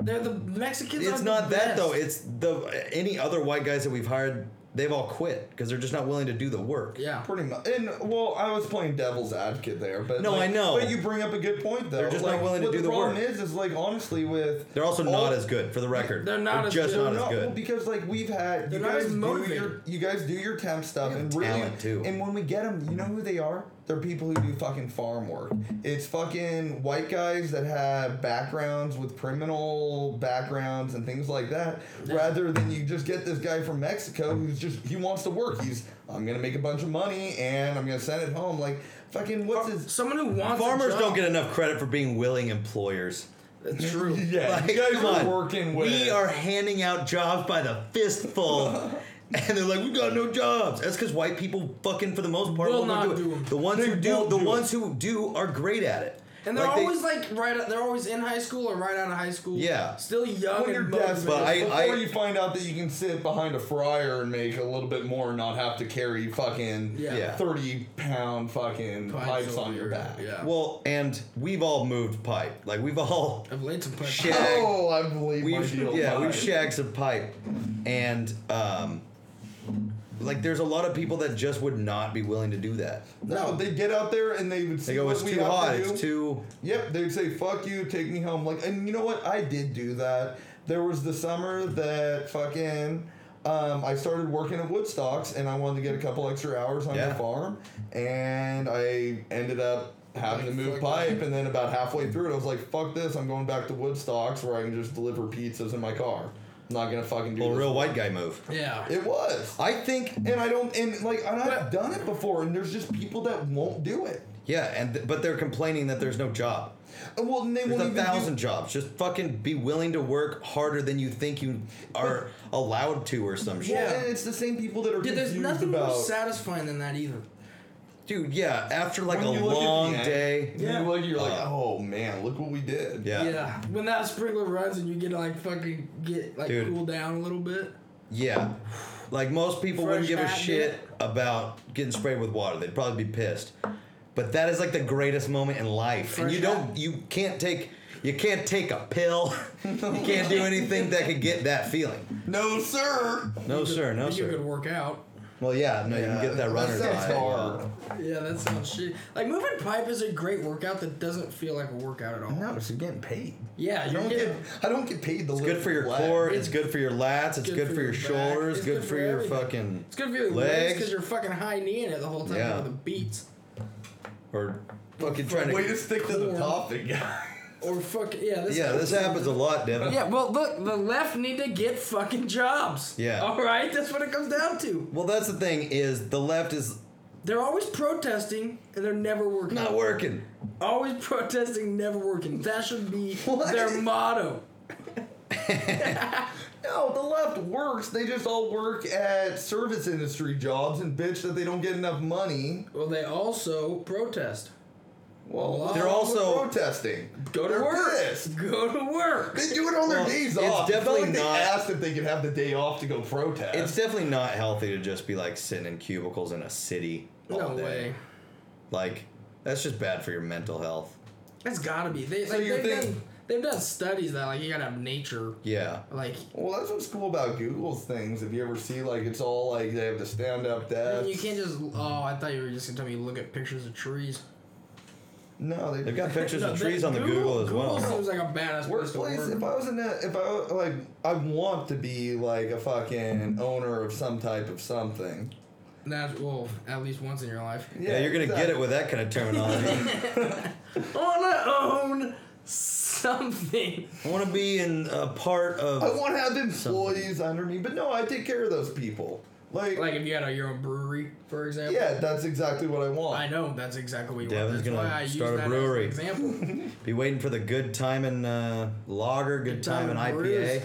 [SPEAKER 3] They're the Mexicans.
[SPEAKER 2] it's
[SPEAKER 3] are
[SPEAKER 2] not
[SPEAKER 3] the
[SPEAKER 2] that
[SPEAKER 3] best.
[SPEAKER 2] though. It's the any other white guys that we've hired, they've all quit because they're just not willing to do the work.
[SPEAKER 3] yeah.
[SPEAKER 4] Pretty much. And well, I was playing devil's advocate there, but
[SPEAKER 2] No,
[SPEAKER 4] like-
[SPEAKER 2] I know.
[SPEAKER 4] But you bring up a good point though.
[SPEAKER 2] They're just
[SPEAKER 4] like,
[SPEAKER 2] not willing to
[SPEAKER 4] what
[SPEAKER 2] do
[SPEAKER 4] the
[SPEAKER 2] the
[SPEAKER 4] problem
[SPEAKER 2] work.
[SPEAKER 4] is, is like honestly with
[SPEAKER 2] They're also
[SPEAKER 4] all-
[SPEAKER 2] not as good, for the record.
[SPEAKER 3] They're not as
[SPEAKER 2] just
[SPEAKER 3] good.
[SPEAKER 2] not
[SPEAKER 3] They're
[SPEAKER 2] as
[SPEAKER 4] No, well,
[SPEAKER 2] good.
[SPEAKER 4] because like we've had
[SPEAKER 3] They're
[SPEAKER 4] you
[SPEAKER 3] not
[SPEAKER 4] guys
[SPEAKER 3] as
[SPEAKER 4] do
[SPEAKER 3] motivated.
[SPEAKER 4] your you guys do your temp stuff
[SPEAKER 2] Yeah,
[SPEAKER 4] and really
[SPEAKER 2] talent, too.
[SPEAKER 4] and when we get them, you know who they are? They're people who do fucking farm work. It's fucking white guys that have backgrounds with criminal backgrounds and things like that, rather than you just get this guy from Mexico who's just he wants to work. He's I'm gonna make a bunch of money and I'm gonna send it home. Like fucking
[SPEAKER 3] Oh,
[SPEAKER 4] what's his
[SPEAKER 3] Someone who wants a
[SPEAKER 2] Farmers
[SPEAKER 3] job.
[SPEAKER 2] don't get enough credit for being willing employers.
[SPEAKER 3] That's true.
[SPEAKER 4] yeah,
[SPEAKER 2] Like,
[SPEAKER 4] you guys
[SPEAKER 2] come
[SPEAKER 4] are
[SPEAKER 2] on.
[SPEAKER 4] working with
[SPEAKER 2] We are handing out jobs by the fistful. And they're like, we got no jobs. That's because white people, fucking for the most part,
[SPEAKER 3] Will
[SPEAKER 2] won't
[SPEAKER 3] not
[SPEAKER 2] do it.
[SPEAKER 3] do 'em.
[SPEAKER 2] The ones who
[SPEAKER 4] They
[SPEAKER 2] do,
[SPEAKER 4] won't
[SPEAKER 2] the
[SPEAKER 4] do it.
[SPEAKER 2] ones who do, are great at it.
[SPEAKER 3] And they're
[SPEAKER 2] Like, they-
[SPEAKER 3] always like right. They're always in high school or right out of high school.
[SPEAKER 2] Yeah.
[SPEAKER 3] Still young
[SPEAKER 4] when you're
[SPEAKER 3] and
[SPEAKER 4] desperate,
[SPEAKER 2] But
[SPEAKER 3] motivated.
[SPEAKER 2] I-
[SPEAKER 4] before
[SPEAKER 2] I-
[SPEAKER 4] you find out that you can sit behind a fryer and make a little bit more and not have to carry fucking
[SPEAKER 3] Yeah.
[SPEAKER 2] Yeah.
[SPEAKER 4] 30 pound fucking
[SPEAKER 3] Pipes
[SPEAKER 4] pipes
[SPEAKER 3] over
[SPEAKER 4] on your back.
[SPEAKER 3] Yeah.
[SPEAKER 2] Well, and we've all moved pipe. Like we've all
[SPEAKER 3] I've laid some pipe.
[SPEAKER 2] Shit.
[SPEAKER 4] Oh, I believe my
[SPEAKER 2] we've
[SPEAKER 4] deal.
[SPEAKER 2] yeah we've
[SPEAKER 4] Mike.
[SPEAKER 2] shagged some pipe, and um, like there's a lot of people that just would not be willing to do that.
[SPEAKER 4] No, they get out there and they would see
[SPEAKER 2] They go,
[SPEAKER 4] what
[SPEAKER 2] it's
[SPEAKER 4] we
[SPEAKER 2] too
[SPEAKER 4] have to
[SPEAKER 2] hot.
[SPEAKER 4] do."
[SPEAKER 2] It's too.
[SPEAKER 4] Yep, they'd say "fuck you," take me home. Like, and you know what? I did do that. There was the summer that fucking um, I started working at Woodstocks, and I wanted to get a couple extra hours on
[SPEAKER 2] Yeah.
[SPEAKER 4] the farm, and I ended up having to move
[SPEAKER 3] Fuck
[SPEAKER 4] pipe. And then about halfway through it, I was like, "Fuck this! I'm going back to Woodstocks where I can just deliver pizzas in my car. I'm not gonna fucking do
[SPEAKER 2] Well,
[SPEAKER 4] this."
[SPEAKER 2] real white guy move.
[SPEAKER 3] Yeah.
[SPEAKER 4] It was.
[SPEAKER 2] I think
[SPEAKER 4] And Oh, I don't, and like, and I've
[SPEAKER 3] But-
[SPEAKER 4] done it before, and there's just people that won't do it.
[SPEAKER 2] yeah, and th- but they're complaining that there's no job.
[SPEAKER 4] And well, and they
[SPEAKER 2] There's
[SPEAKER 4] won't
[SPEAKER 2] a
[SPEAKER 4] even do-
[SPEAKER 2] thousand jobs. Just fucking be willing to work harder than you think you are allowed to, or some shit.
[SPEAKER 3] Yeah.
[SPEAKER 4] Well, and it's the same people that are
[SPEAKER 3] Dude, there's
[SPEAKER 4] confused
[SPEAKER 3] nothing
[SPEAKER 4] about
[SPEAKER 3] more satisfying than that either.
[SPEAKER 2] Dude, yeah. After like
[SPEAKER 4] When
[SPEAKER 2] a
[SPEAKER 4] you look at the
[SPEAKER 2] long
[SPEAKER 4] end,
[SPEAKER 2] day.
[SPEAKER 3] Yeah.
[SPEAKER 4] You look, you're like,
[SPEAKER 2] Uh,
[SPEAKER 4] oh man, look what we did.
[SPEAKER 2] Yeah.
[SPEAKER 3] Yeah. When that sprinkler runs and you get to like fucking get like
[SPEAKER 2] Dude.
[SPEAKER 3] cool down a little bit.
[SPEAKER 2] Yeah. Like most people wouldn't
[SPEAKER 3] Fresh
[SPEAKER 2] give a
[SPEAKER 3] hat,
[SPEAKER 2] shit about getting sprayed with water. They'd probably be pissed. But that is like the greatest moment in life. and
[SPEAKER 3] Fresh
[SPEAKER 2] you don't
[SPEAKER 3] hat.
[SPEAKER 2] you can't take You can't take a pill. you can't do anything that could get that feeling.
[SPEAKER 4] No, sir.
[SPEAKER 2] No sir, no
[SPEAKER 3] you could
[SPEAKER 2] sir.
[SPEAKER 3] work out.
[SPEAKER 2] Well, yeah, no, you can get that runner's
[SPEAKER 4] That sounds
[SPEAKER 2] high.
[SPEAKER 4] hard.
[SPEAKER 3] Yeah, that sounds shit. Like moving pipe is a great workout that doesn't feel like a workout at all.
[SPEAKER 4] No, so you're getting paid.
[SPEAKER 3] Yeah,
[SPEAKER 4] I
[SPEAKER 3] you're
[SPEAKER 4] don't
[SPEAKER 3] getting-
[SPEAKER 4] get. I don't get paid. The
[SPEAKER 2] It's good for your core. It's good for your lats. It's good for your
[SPEAKER 3] back,
[SPEAKER 2] shoulders.
[SPEAKER 3] it's
[SPEAKER 2] Good for your
[SPEAKER 3] everything.
[SPEAKER 2] fucking
[SPEAKER 3] It's good for your legs
[SPEAKER 2] legs.
[SPEAKER 3] because you're fucking high kneeing it the whole time
[SPEAKER 2] Yeah.
[SPEAKER 3] with the beats.
[SPEAKER 2] or fucking trying
[SPEAKER 4] Way
[SPEAKER 2] to.
[SPEAKER 4] to stick to the
[SPEAKER 3] Core.
[SPEAKER 4] topic, guy.
[SPEAKER 3] Or fuck yeah, this
[SPEAKER 2] Yeah, this happens a lot, Devin.
[SPEAKER 3] Yeah, well, look, the left need to get fucking jobs.
[SPEAKER 2] Yeah.
[SPEAKER 3] All right, that's what it comes down to.
[SPEAKER 2] Well, that's the thing is the left is
[SPEAKER 3] They're always protesting and they're never working.
[SPEAKER 2] not working.
[SPEAKER 3] Always protesting, never working. That should be
[SPEAKER 4] What?
[SPEAKER 3] their motto.
[SPEAKER 4] No, the left works. They just all work at service industry jobs and bitch that they don't get enough money.
[SPEAKER 3] Well, they also protest.
[SPEAKER 4] Well,
[SPEAKER 3] They're
[SPEAKER 4] we're
[SPEAKER 2] also-
[SPEAKER 4] protesting.
[SPEAKER 3] Go to
[SPEAKER 4] They're
[SPEAKER 3] work.
[SPEAKER 4] pissed.
[SPEAKER 3] Go to work.
[SPEAKER 4] They do it
[SPEAKER 2] Well,
[SPEAKER 4] on their days
[SPEAKER 2] it's
[SPEAKER 4] off.
[SPEAKER 2] definitely
[SPEAKER 4] it's not
[SPEAKER 2] not-
[SPEAKER 4] like they asked if they could have the day off to go protest.
[SPEAKER 2] It's definitely not healthy to just be like sitting in cubicles in a city. all
[SPEAKER 3] No
[SPEAKER 2] day.
[SPEAKER 3] way.
[SPEAKER 2] Like that's just bad for your mental health.
[SPEAKER 3] That's gotta be. They,
[SPEAKER 4] So
[SPEAKER 3] like,
[SPEAKER 4] you're
[SPEAKER 3] they've,
[SPEAKER 4] thinking-
[SPEAKER 3] done, they've done studies that like you gotta have nature.
[SPEAKER 2] Yeah.
[SPEAKER 3] Like
[SPEAKER 4] well, that's what's cool about Google's things. If you ever see, like, it's all like they have the stand up desk.
[SPEAKER 3] you can't just. Oh, I thought you were just gonna tell me you look at pictures of trees.
[SPEAKER 4] No, they,
[SPEAKER 2] They've got pictures
[SPEAKER 3] No,
[SPEAKER 2] of
[SPEAKER 3] they-
[SPEAKER 2] trees on the Google, as well.
[SPEAKER 3] Google seems like a badass place to
[SPEAKER 4] workplace. If
[SPEAKER 3] work.
[SPEAKER 4] I was in a, if I wa- like, I want to be like a fucking owner of some type of something.
[SPEAKER 3] That's well, at least once in your life.
[SPEAKER 2] yeah, you're gonna get it with that kind of terminology.
[SPEAKER 3] I wanna own something.
[SPEAKER 2] I want to be in a part
[SPEAKER 4] I
[SPEAKER 2] of.
[SPEAKER 4] want to have employees under me, but no, I take care of those people. Like,
[SPEAKER 3] Like if you had a, your own brewery, for example.
[SPEAKER 4] yeah, that's exactly what I want.
[SPEAKER 3] I know that's exactly what you
[SPEAKER 2] Devin's
[SPEAKER 3] want. That's
[SPEAKER 2] gonna
[SPEAKER 3] why I
[SPEAKER 2] start a
[SPEAKER 3] use that
[SPEAKER 2] brewery.
[SPEAKER 3] as an example.
[SPEAKER 2] Be waiting for the good time and uh, lager, good,
[SPEAKER 3] Good
[SPEAKER 2] time, and
[SPEAKER 3] time and
[SPEAKER 2] IPA,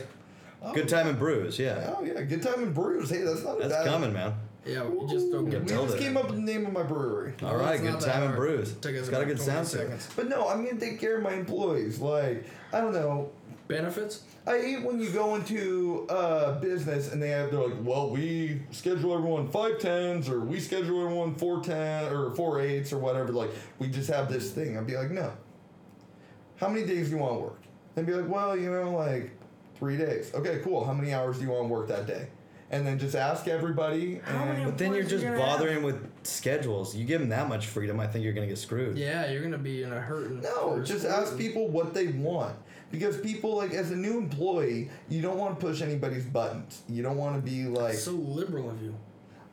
[SPEAKER 3] brews.
[SPEAKER 2] good time and brews. Yeah,
[SPEAKER 4] Oh yeah, good time and brews. Hey, that's not a
[SPEAKER 2] that's
[SPEAKER 4] bad.
[SPEAKER 2] coming, man.
[SPEAKER 3] yeah, we just don't
[SPEAKER 4] We
[SPEAKER 3] get.
[SPEAKER 2] Nailed
[SPEAKER 4] just
[SPEAKER 2] it.
[SPEAKER 4] came up with the name of my brewery.
[SPEAKER 2] All
[SPEAKER 3] Well,
[SPEAKER 2] right,
[SPEAKER 3] it's
[SPEAKER 2] good
[SPEAKER 3] not that
[SPEAKER 2] time and
[SPEAKER 3] hard.
[SPEAKER 2] brews.
[SPEAKER 3] Took us
[SPEAKER 2] It's got a good
[SPEAKER 3] about 20
[SPEAKER 2] sound to it.
[SPEAKER 3] seconds.
[SPEAKER 4] But no, I'm gonna take care of my employees. Like, I don't know.
[SPEAKER 3] Benefits?
[SPEAKER 4] I hate when you go into uh, business and they have they're like, well, we schedule everyone five tens or we schedule everyone four ten or four eights or whatever. Like, we just have this thing. I'd be like, no. How many days do you want to work? They'd be like, well, you know, like three days. Okay, cool. How many hours do you want to work that day? And then just ask everybody.
[SPEAKER 3] How
[SPEAKER 4] and-
[SPEAKER 3] many
[SPEAKER 2] But then you're
[SPEAKER 3] employees
[SPEAKER 2] just
[SPEAKER 3] you gonna have?
[SPEAKER 2] bothering with schedules. You give them that much freedom, I think you're gonna get screwed.
[SPEAKER 3] Yeah, you're gonna be in a hurting.
[SPEAKER 4] No,
[SPEAKER 3] for
[SPEAKER 4] just
[SPEAKER 3] school.
[SPEAKER 4] ask people what they want. Because people, like, as a new employee, you don't want to push anybody's buttons. You don't want to be like,
[SPEAKER 3] So liberal of you.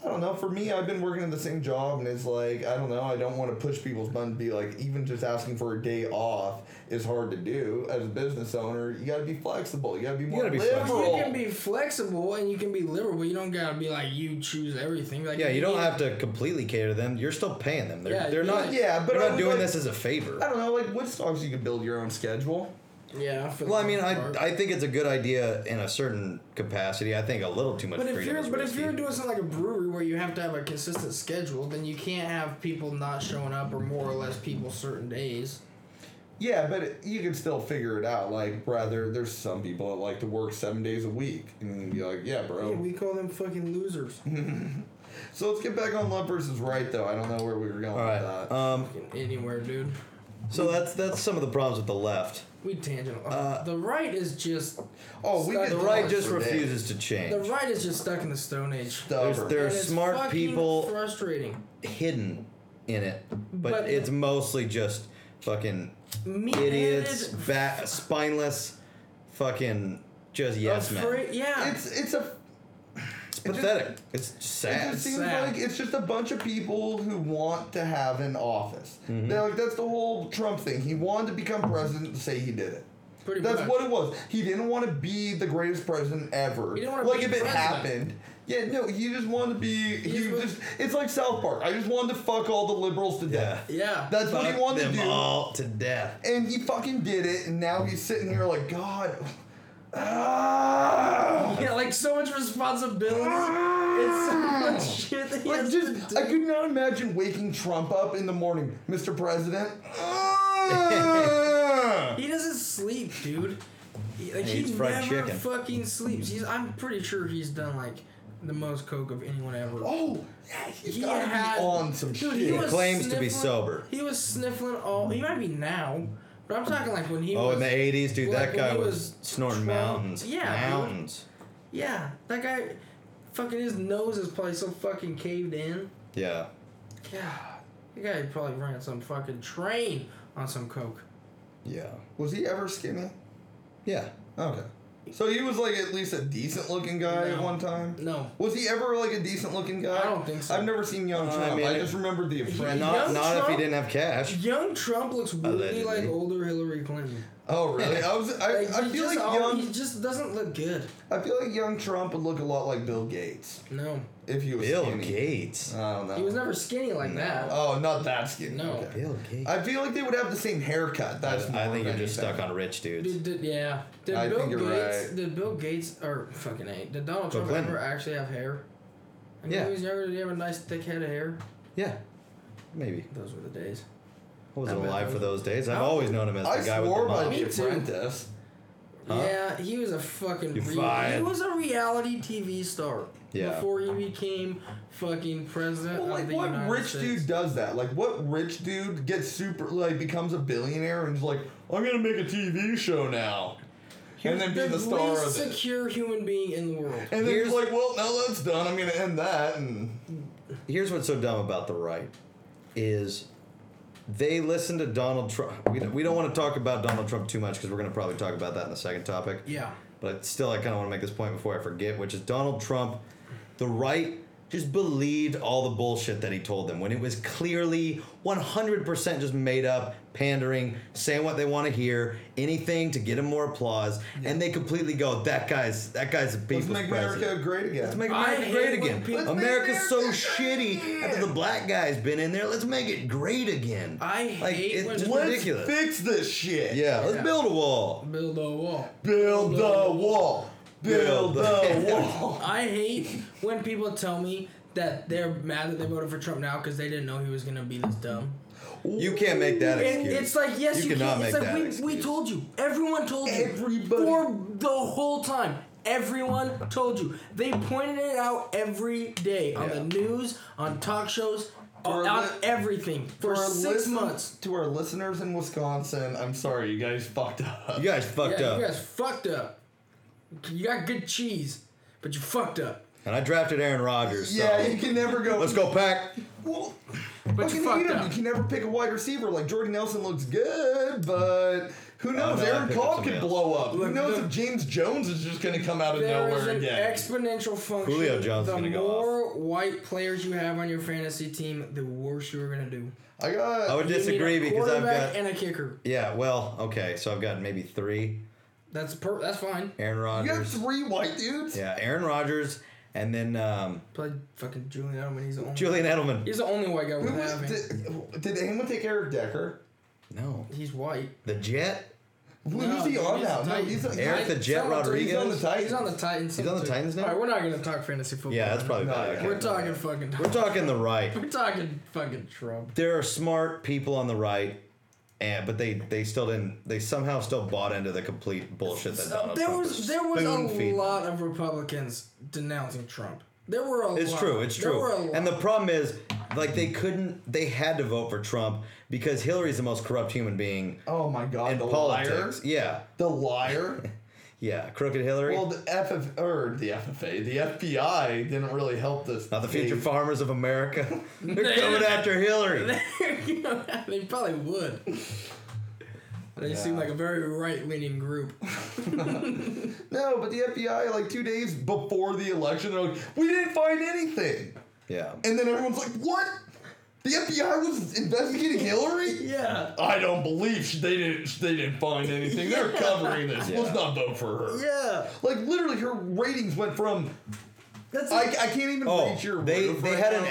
[SPEAKER 4] I don't know. For me, I've been working at the same job, and it's like, I don't know. I don't want to push people's buttons. Be like, even just asking for a day off is hard to do as a business owner. You got to be flexible. You got to be more
[SPEAKER 2] gotta be flexible.
[SPEAKER 4] liberal.
[SPEAKER 3] You can be flexible and you can be liberal, but you don't gotta be like you choose everything. Like
[SPEAKER 2] Yeah,
[SPEAKER 3] if
[SPEAKER 2] you don't
[SPEAKER 3] need-
[SPEAKER 2] have to completely cater to them. You're still paying them. They're,
[SPEAKER 3] Yeah,
[SPEAKER 2] they're
[SPEAKER 3] yeah.
[SPEAKER 2] not.
[SPEAKER 4] Yeah, but
[SPEAKER 2] they're
[SPEAKER 4] I
[SPEAKER 2] not
[SPEAKER 4] would
[SPEAKER 2] doing
[SPEAKER 4] like-
[SPEAKER 2] this as a
[SPEAKER 4] I
[SPEAKER 2] favor.
[SPEAKER 4] don't know. Like Woodstocks, you could build your own schedule.
[SPEAKER 3] Yeah. For the
[SPEAKER 2] Well, I mean,
[SPEAKER 3] most
[SPEAKER 2] I,
[SPEAKER 3] part.
[SPEAKER 2] I think it's a good idea in a certain capacity. I think a little too much
[SPEAKER 3] But if
[SPEAKER 2] freedom.
[SPEAKER 3] you're
[SPEAKER 2] is
[SPEAKER 3] but if
[SPEAKER 2] risky.
[SPEAKER 3] you're doing something like a brewery where you have to have a consistent schedule, then you can't have people not showing up or more or less people certain days.
[SPEAKER 4] Yeah, but it- you can still figure it out. Like, brother, there's some people that like to work seven days a week, and you'd be like, yeah, bro.
[SPEAKER 3] We call them fucking losers.
[SPEAKER 4] So let's get back on left versus right, though. I don't know where we were going
[SPEAKER 2] all right,
[SPEAKER 4] with that.
[SPEAKER 3] Uh,
[SPEAKER 2] um,
[SPEAKER 3] Anywhere, dude.
[SPEAKER 2] so that's that's some of the problems with the left.
[SPEAKER 3] We tangent.
[SPEAKER 2] Uh,
[SPEAKER 3] the right is just
[SPEAKER 4] oh, we
[SPEAKER 3] so
[SPEAKER 4] could
[SPEAKER 3] the
[SPEAKER 2] The
[SPEAKER 4] talk
[SPEAKER 2] right
[SPEAKER 4] for
[SPEAKER 2] just
[SPEAKER 4] days.
[SPEAKER 2] refuses to change.
[SPEAKER 3] the right is just stuck in the stone age.
[SPEAKER 4] Stubborn.
[SPEAKER 2] there- They're
[SPEAKER 3] And it's
[SPEAKER 2] smart
[SPEAKER 3] fucking
[SPEAKER 2] people.
[SPEAKER 3] Frustrating.
[SPEAKER 2] hidden in it, but,
[SPEAKER 3] But-
[SPEAKER 2] it's mostly just fucking idiots,
[SPEAKER 3] Meatheaded
[SPEAKER 2] ba- spineless, fucking just yes men.
[SPEAKER 3] Afraid, yeah.
[SPEAKER 4] it's it's a
[SPEAKER 2] It's pathetic. It's just
[SPEAKER 4] it
[SPEAKER 2] sad.
[SPEAKER 4] just seems
[SPEAKER 3] sad.
[SPEAKER 4] like it's just a bunch of people who want to have an office.
[SPEAKER 2] Mm-hmm.
[SPEAKER 4] They're like that's the whole Trump thing. He wanted to become president to say he did it.
[SPEAKER 3] Pretty
[SPEAKER 4] that's
[SPEAKER 3] much.
[SPEAKER 4] what it was. He didn't want to be the greatest president ever.
[SPEAKER 3] He didn't wanna
[SPEAKER 4] like
[SPEAKER 3] be
[SPEAKER 4] if it
[SPEAKER 3] president.
[SPEAKER 4] happened. Yeah, no, he just wanted to be. He,
[SPEAKER 3] just
[SPEAKER 4] was
[SPEAKER 3] was-
[SPEAKER 4] just. It's like South Park. I just wanted to fuck all the liberals to death.
[SPEAKER 3] yeah.
[SPEAKER 4] That's what
[SPEAKER 2] Fuck
[SPEAKER 4] he wanted
[SPEAKER 2] them
[SPEAKER 4] to do.
[SPEAKER 2] all to death.
[SPEAKER 4] and he fucking did it, and now he's sitting here like, God, ah,
[SPEAKER 3] yeah, like so much responsibility. it's so much shit that he
[SPEAKER 4] like
[SPEAKER 3] has
[SPEAKER 4] just,
[SPEAKER 3] to
[SPEAKER 4] I
[SPEAKER 3] do.
[SPEAKER 4] could not imagine waking Trump up in the morning, Mr. President. Oh, Ah."
[SPEAKER 3] He doesn't sleep, dude. He, like,
[SPEAKER 2] He
[SPEAKER 3] he
[SPEAKER 2] eats fried
[SPEAKER 3] never
[SPEAKER 2] chicken.
[SPEAKER 3] fucking sleeps. He's, I'm pretty sure he's done like the most coke of anyone ever.
[SPEAKER 4] oh, yeah, he's
[SPEAKER 3] He
[SPEAKER 4] gotta
[SPEAKER 3] had-
[SPEAKER 4] be on some
[SPEAKER 3] dude,
[SPEAKER 4] shit.
[SPEAKER 3] he was
[SPEAKER 2] claims to be
[SPEAKER 3] sniffling-
[SPEAKER 2] sober.
[SPEAKER 3] He was sniffling all. He might be now, But I'm talking like when he
[SPEAKER 2] Oh,
[SPEAKER 3] was.
[SPEAKER 2] in the '80s, dude,
[SPEAKER 3] Like,
[SPEAKER 2] that
[SPEAKER 3] when
[SPEAKER 2] guy
[SPEAKER 3] he
[SPEAKER 2] was,
[SPEAKER 3] was
[SPEAKER 2] snorting
[SPEAKER 3] 12
[SPEAKER 2] mountains.
[SPEAKER 3] yeah, dude.
[SPEAKER 2] mountains.
[SPEAKER 3] yeah, that guy, fucking his nose is probably so fucking caved in.
[SPEAKER 2] Yeah,
[SPEAKER 3] God, that guy probably ran some fucking train on some coke.
[SPEAKER 2] yeah,
[SPEAKER 4] Was he ever skinny?
[SPEAKER 2] yeah.
[SPEAKER 4] Okay. So he was like at least a decent looking guy at
[SPEAKER 3] No.
[SPEAKER 4] one time.
[SPEAKER 3] No.
[SPEAKER 4] Was he ever like a decent looking guy?
[SPEAKER 3] I don't think so.
[SPEAKER 4] I've never seen young
[SPEAKER 2] Uh, I
[SPEAKER 4] Trump. I,
[SPEAKER 2] mean,
[SPEAKER 4] just remembered the friend.
[SPEAKER 2] Not,
[SPEAKER 3] Young
[SPEAKER 2] not if he
[SPEAKER 3] Trump?
[SPEAKER 2] didn't have cash.
[SPEAKER 3] Young Trump looks weirdly
[SPEAKER 2] Allegedly.
[SPEAKER 3] like older Hillary Clinton.
[SPEAKER 4] Oh really? I was. I,
[SPEAKER 3] Like,
[SPEAKER 4] I
[SPEAKER 3] he
[SPEAKER 4] feel
[SPEAKER 3] just
[SPEAKER 4] like
[SPEAKER 3] al-
[SPEAKER 4] young.
[SPEAKER 3] He just doesn't look good.
[SPEAKER 4] I feel like young Trump would look a lot like Bill Gates
[SPEAKER 3] No.
[SPEAKER 4] if he was
[SPEAKER 2] Bill
[SPEAKER 4] skinny.
[SPEAKER 2] Gates.
[SPEAKER 3] Uh,
[SPEAKER 4] I don't know.
[SPEAKER 3] He was never skinny like that.
[SPEAKER 4] Oh, not that skinny.
[SPEAKER 3] No.
[SPEAKER 4] Okay.
[SPEAKER 2] Bill Gates.
[SPEAKER 4] I feel like they would have the same haircut.
[SPEAKER 2] I,
[SPEAKER 4] That's. more
[SPEAKER 2] I think
[SPEAKER 4] of
[SPEAKER 2] you're just
[SPEAKER 4] anything.
[SPEAKER 2] stuck on rich dudes.
[SPEAKER 3] Did, did, yeah. Did
[SPEAKER 4] I
[SPEAKER 3] Bill
[SPEAKER 4] think you're
[SPEAKER 3] Gates?
[SPEAKER 4] right.
[SPEAKER 3] Did Bill Gates or fucking ain't? Did Donald
[SPEAKER 2] Bill
[SPEAKER 3] Trump
[SPEAKER 2] Clinton.
[SPEAKER 3] ever actually have hair? I mean,
[SPEAKER 2] Yeah.
[SPEAKER 3] When he was younger, did he have a nice thick head of hair?
[SPEAKER 2] Yeah, maybe.
[SPEAKER 3] Those were the days.
[SPEAKER 2] I wasn't
[SPEAKER 3] I bet
[SPEAKER 2] alive
[SPEAKER 3] I
[SPEAKER 2] for
[SPEAKER 3] was-
[SPEAKER 2] those days. I've
[SPEAKER 3] I-
[SPEAKER 2] always known him as the
[SPEAKER 4] I
[SPEAKER 2] guy with the
[SPEAKER 4] swore by
[SPEAKER 2] mullet.
[SPEAKER 4] The
[SPEAKER 3] Me too.
[SPEAKER 4] Apprentice.
[SPEAKER 2] Huh?
[SPEAKER 3] Yeah, he was a fucking.
[SPEAKER 2] You're
[SPEAKER 3] Re-
[SPEAKER 2] fired.
[SPEAKER 3] he was a reality TV star.
[SPEAKER 2] Yeah.
[SPEAKER 3] Before he became fucking president
[SPEAKER 4] Well,
[SPEAKER 3] of
[SPEAKER 4] like
[SPEAKER 3] the
[SPEAKER 4] what
[SPEAKER 3] United
[SPEAKER 4] rich
[SPEAKER 3] States.
[SPEAKER 4] dude does that? Like what rich dude gets super like becomes a billionaire and is like, I'm gonna make a TV show now, and then be the star
[SPEAKER 3] least
[SPEAKER 4] of it.
[SPEAKER 3] secure human being in the world.
[SPEAKER 4] And then he's
[SPEAKER 2] Here's-
[SPEAKER 4] like, well, now that's done. I'm gonna end that. And
[SPEAKER 2] Here's what's so dumb about the right is they listen to Donald Trump. We don't, we don't want to talk about Donald Trump too much because we're going to probably talk about that in the second topic.
[SPEAKER 3] Yeah.
[SPEAKER 2] But still, I kind of want to make this point before I forget, which is Donald Trump, the right just believed all the bullshit that he told them when it was clearly 100% just made up, pandering, saying what they want to hear, anything to get him more applause, and they completely go, "That guy's that guy's a
[SPEAKER 4] let's
[SPEAKER 2] people's
[SPEAKER 4] make
[SPEAKER 2] president."
[SPEAKER 4] America great again.
[SPEAKER 2] Let's make
[SPEAKER 3] I
[SPEAKER 2] America
[SPEAKER 3] hate
[SPEAKER 2] great
[SPEAKER 3] when
[SPEAKER 2] again.
[SPEAKER 3] people- Let's
[SPEAKER 4] make
[SPEAKER 2] America's so
[SPEAKER 4] America great
[SPEAKER 2] shitty
[SPEAKER 4] again.
[SPEAKER 2] after the black guy's been in there. Let's make it great again.
[SPEAKER 3] I
[SPEAKER 2] Like,
[SPEAKER 3] hate
[SPEAKER 2] it's
[SPEAKER 3] when
[SPEAKER 2] just
[SPEAKER 3] people
[SPEAKER 4] Let's
[SPEAKER 2] ridiculous.
[SPEAKER 4] fix this shit.
[SPEAKER 2] yeah, let's
[SPEAKER 3] Yeah.
[SPEAKER 2] build a wall.
[SPEAKER 3] build a wall.
[SPEAKER 4] Build the wall. Build the wall.
[SPEAKER 3] I hate when people tell me that they're mad that they voted for Trump now because they didn't know he was gonna be this dumb.
[SPEAKER 2] You can't make that
[SPEAKER 3] And
[SPEAKER 2] excuse.
[SPEAKER 3] it's like, yes,
[SPEAKER 2] You
[SPEAKER 3] you,
[SPEAKER 2] cannot
[SPEAKER 3] can. It's
[SPEAKER 2] make
[SPEAKER 3] like
[SPEAKER 2] that
[SPEAKER 3] we, we
[SPEAKER 2] excuse.
[SPEAKER 3] told you. Everyone told you.
[SPEAKER 4] Everybody-
[SPEAKER 3] for the whole time. Everyone told you. They pointed it out every day on
[SPEAKER 2] Yeah.
[SPEAKER 3] the news, on talk shows,
[SPEAKER 4] For
[SPEAKER 3] on,
[SPEAKER 4] a
[SPEAKER 3] on
[SPEAKER 4] li-
[SPEAKER 3] everything for,
[SPEAKER 4] our
[SPEAKER 3] six
[SPEAKER 4] listen-
[SPEAKER 3] months.
[SPEAKER 4] To our listeners in Wisconsin, I'm sorry, you guys fucked up.
[SPEAKER 2] you guys fucked
[SPEAKER 3] Yeah,
[SPEAKER 2] up.
[SPEAKER 3] you guys fucked up. You got good cheese, but you fucked up.
[SPEAKER 2] and I drafted Aaron Rodgers. So
[SPEAKER 4] Yeah, you can never go.
[SPEAKER 2] let's go pack.
[SPEAKER 4] Well,
[SPEAKER 3] But
[SPEAKER 4] fucking
[SPEAKER 3] you fucked
[SPEAKER 4] eat 'em.
[SPEAKER 3] up.
[SPEAKER 4] You can never pick a wide receiver. Like Jordy Nelson looks good, but who knows?
[SPEAKER 2] no, I'd
[SPEAKER 4] Aaron
[SPEAKER 2] pick up
[SPEAKER 4] Cobb
[SPEAKER 2] somebody
[SPEAKER 4] could
[SPEAKER 2] else.
[SPEAKER 4] blow up. who
[SPEAKER 3] Look,
[SPEAKER 4] knows
[SPEAKER 3] look.
[SPEAKER 4] if James Jones is just gonna come out of
[SPEAKER 3] There is
[SPEAKER 4] nowhere
[SPEAKER 3] an
[SPEAKER 4] again?
[SPEAKER 3] exponential function.
[SPEAKER 2] Julio Jones is
[SPEAKER 3] the
[SPEAKER 2] gonna go off.
[SPEAKER 3] more white players you have on your fantasy team, the worse you're gonna do.
[SPEAKER 4] I got.
[SPEAKER 2] I would
[SPEAKER 3] You need
[SPEAKER 2] disagree
[SPEAKER 3] a
[SPEAKER 2] because I've
[SPEAKER 3] quarterback
[SPEAKER 2] got
[SPEAKER 3] and a kicker.
[SPEAKER 2] yeah. Well, okay, so I've got maybe three
[SPEAKER 3] That's per- that's fine.
[SPEAKER 2] Aaron
[SPEAKER 4] you got
[SPEAKER 2] Rodgers.
[SPEAKER 4] three white dudes.
[SPEAKER 2] Yeah, Aaron Rodgers, and then um,
[SPEAKER 3] Played fucking Julian Edelman. He's the only.
[SPEAKER 2] Julian Edelman.
[SPEAKER 3] He's the only white guy we
[SPEAKER 4] Who was,
[SPEAKER 3] have. and
[SPEAKER 4] did, did anyone take Eric Decker?
[SPEAKER 2] No,
[SPEAKER 3] He's white.
[SPEAKER 2] the Jet.
[SPEAKER 4] Who-
[SPEAKER 3] No,
[SPEAKER 4] who's he on
[SPEAKER 3] he's
[SPEAKER 4] now? No,
[SPEAKER 3] tight.
[SPEAKER 4] he's a,
[SPEAKER 2] Eric the
[SPEAKER 3] He's
[SPEAKER 2] Jet
[SPEAKER 3] on the-
[SPEAKER 2] Rodriguez.
[SPEAKER 4] he's on the Titans.
[SPEAKER 3] He's on the Titans.
[SPEAKER 2] He's on the
[SPEAKER 3] too.
[SPEAKER 2] Titans now?
[SPEAKER 3] All right, we're not gonna talk fantasy football.
[SPEAKER 2] Yeah, that's probably
[SPEAKER 4] No,
[SPEAKER 2] bad.
[SPEAKER 4] yeah.
[SPEAKER 2] Okay.
[SPEAKER 3] We're talking fucking.
[SPEAKER 2] We're talking the right.
[SPEAKER 3] We're talking fucking Trump.
[SPEAKER 2] There are smart people on the right, and but they they still didn't. They somehow still bought into the complete bullshit that Donald
[SPEAKER 3] there
[SPEAKER 2] Trump
[SPEAKER 3] was there was
[SPEAKER 2] spoon-feeding
[SPEAKER 3] a
[SPEAKER 2] them.
[SPEAKER 3] lot of Republicans denouncing Trump. There were a
[SPEAKER 2] It's
[SPEAKER 3] lot.
[SPEAKER 2] true. It's
[SPEAKER 3] There were a
[SPEAKER 2] true.
[SPEAKER 3] lot.
[SPEAKER 2] And the problem is, like, they couldn't. They had to vote for Trump because Hillary's the most corrupt human being
[SPEAKER 4] Oh my god,
[SPEAKER 2] in
[SPEAKER 4] the
[SPEAKER 2] politics.
[SPEAKER 4] liar.
[SPEAKER 2] Yeah,
[SPEAKER 4] The liar.
[SPEAKER 2] yeah. Crooked Hillary.
[SPEAKER 4] well, the FF or the FFA, the FBI didn't really help this.
[SPEAKER 2] not the future
[SPEAKER 4] case.
[SPEAKER 2] farmers of America. They're coming after Hillary.
[SPEAKER 3] You know, they probably would. They seem like a very right leaning group.
[SPEAKER 4] No, but the FBI, like two days before the election, they're like, we didn't find anything.
[SPEAKER 2] Yeah.
[SPEAKER 4] And then everyone's like, what? The FBI was investigating Hillary?
[SPEAKER 3] Yeah.
[SPEAKER 4] I don't believe she, they didn't. They didn't find anything. They're covering this.
[SPEAKER 2] Yeah.
[SPEAKER 4] Let's not vote for her.
[SPEAKER 3] Yeah.
[SPEAKER 4] Like literally, her ratings went from
[SPEAKER 3] That's
[SPEAKER 4] I, I can't even
[SPEAKER 2] Oh,
[SPEAKER 4] reach your.
[SPEAKER 2] they
[SPEAKER 4] roof
[SPEAKER 2] they
[SPEAKER 4] right
[SPEAKER 2] had an
[SPEAKER 4] now.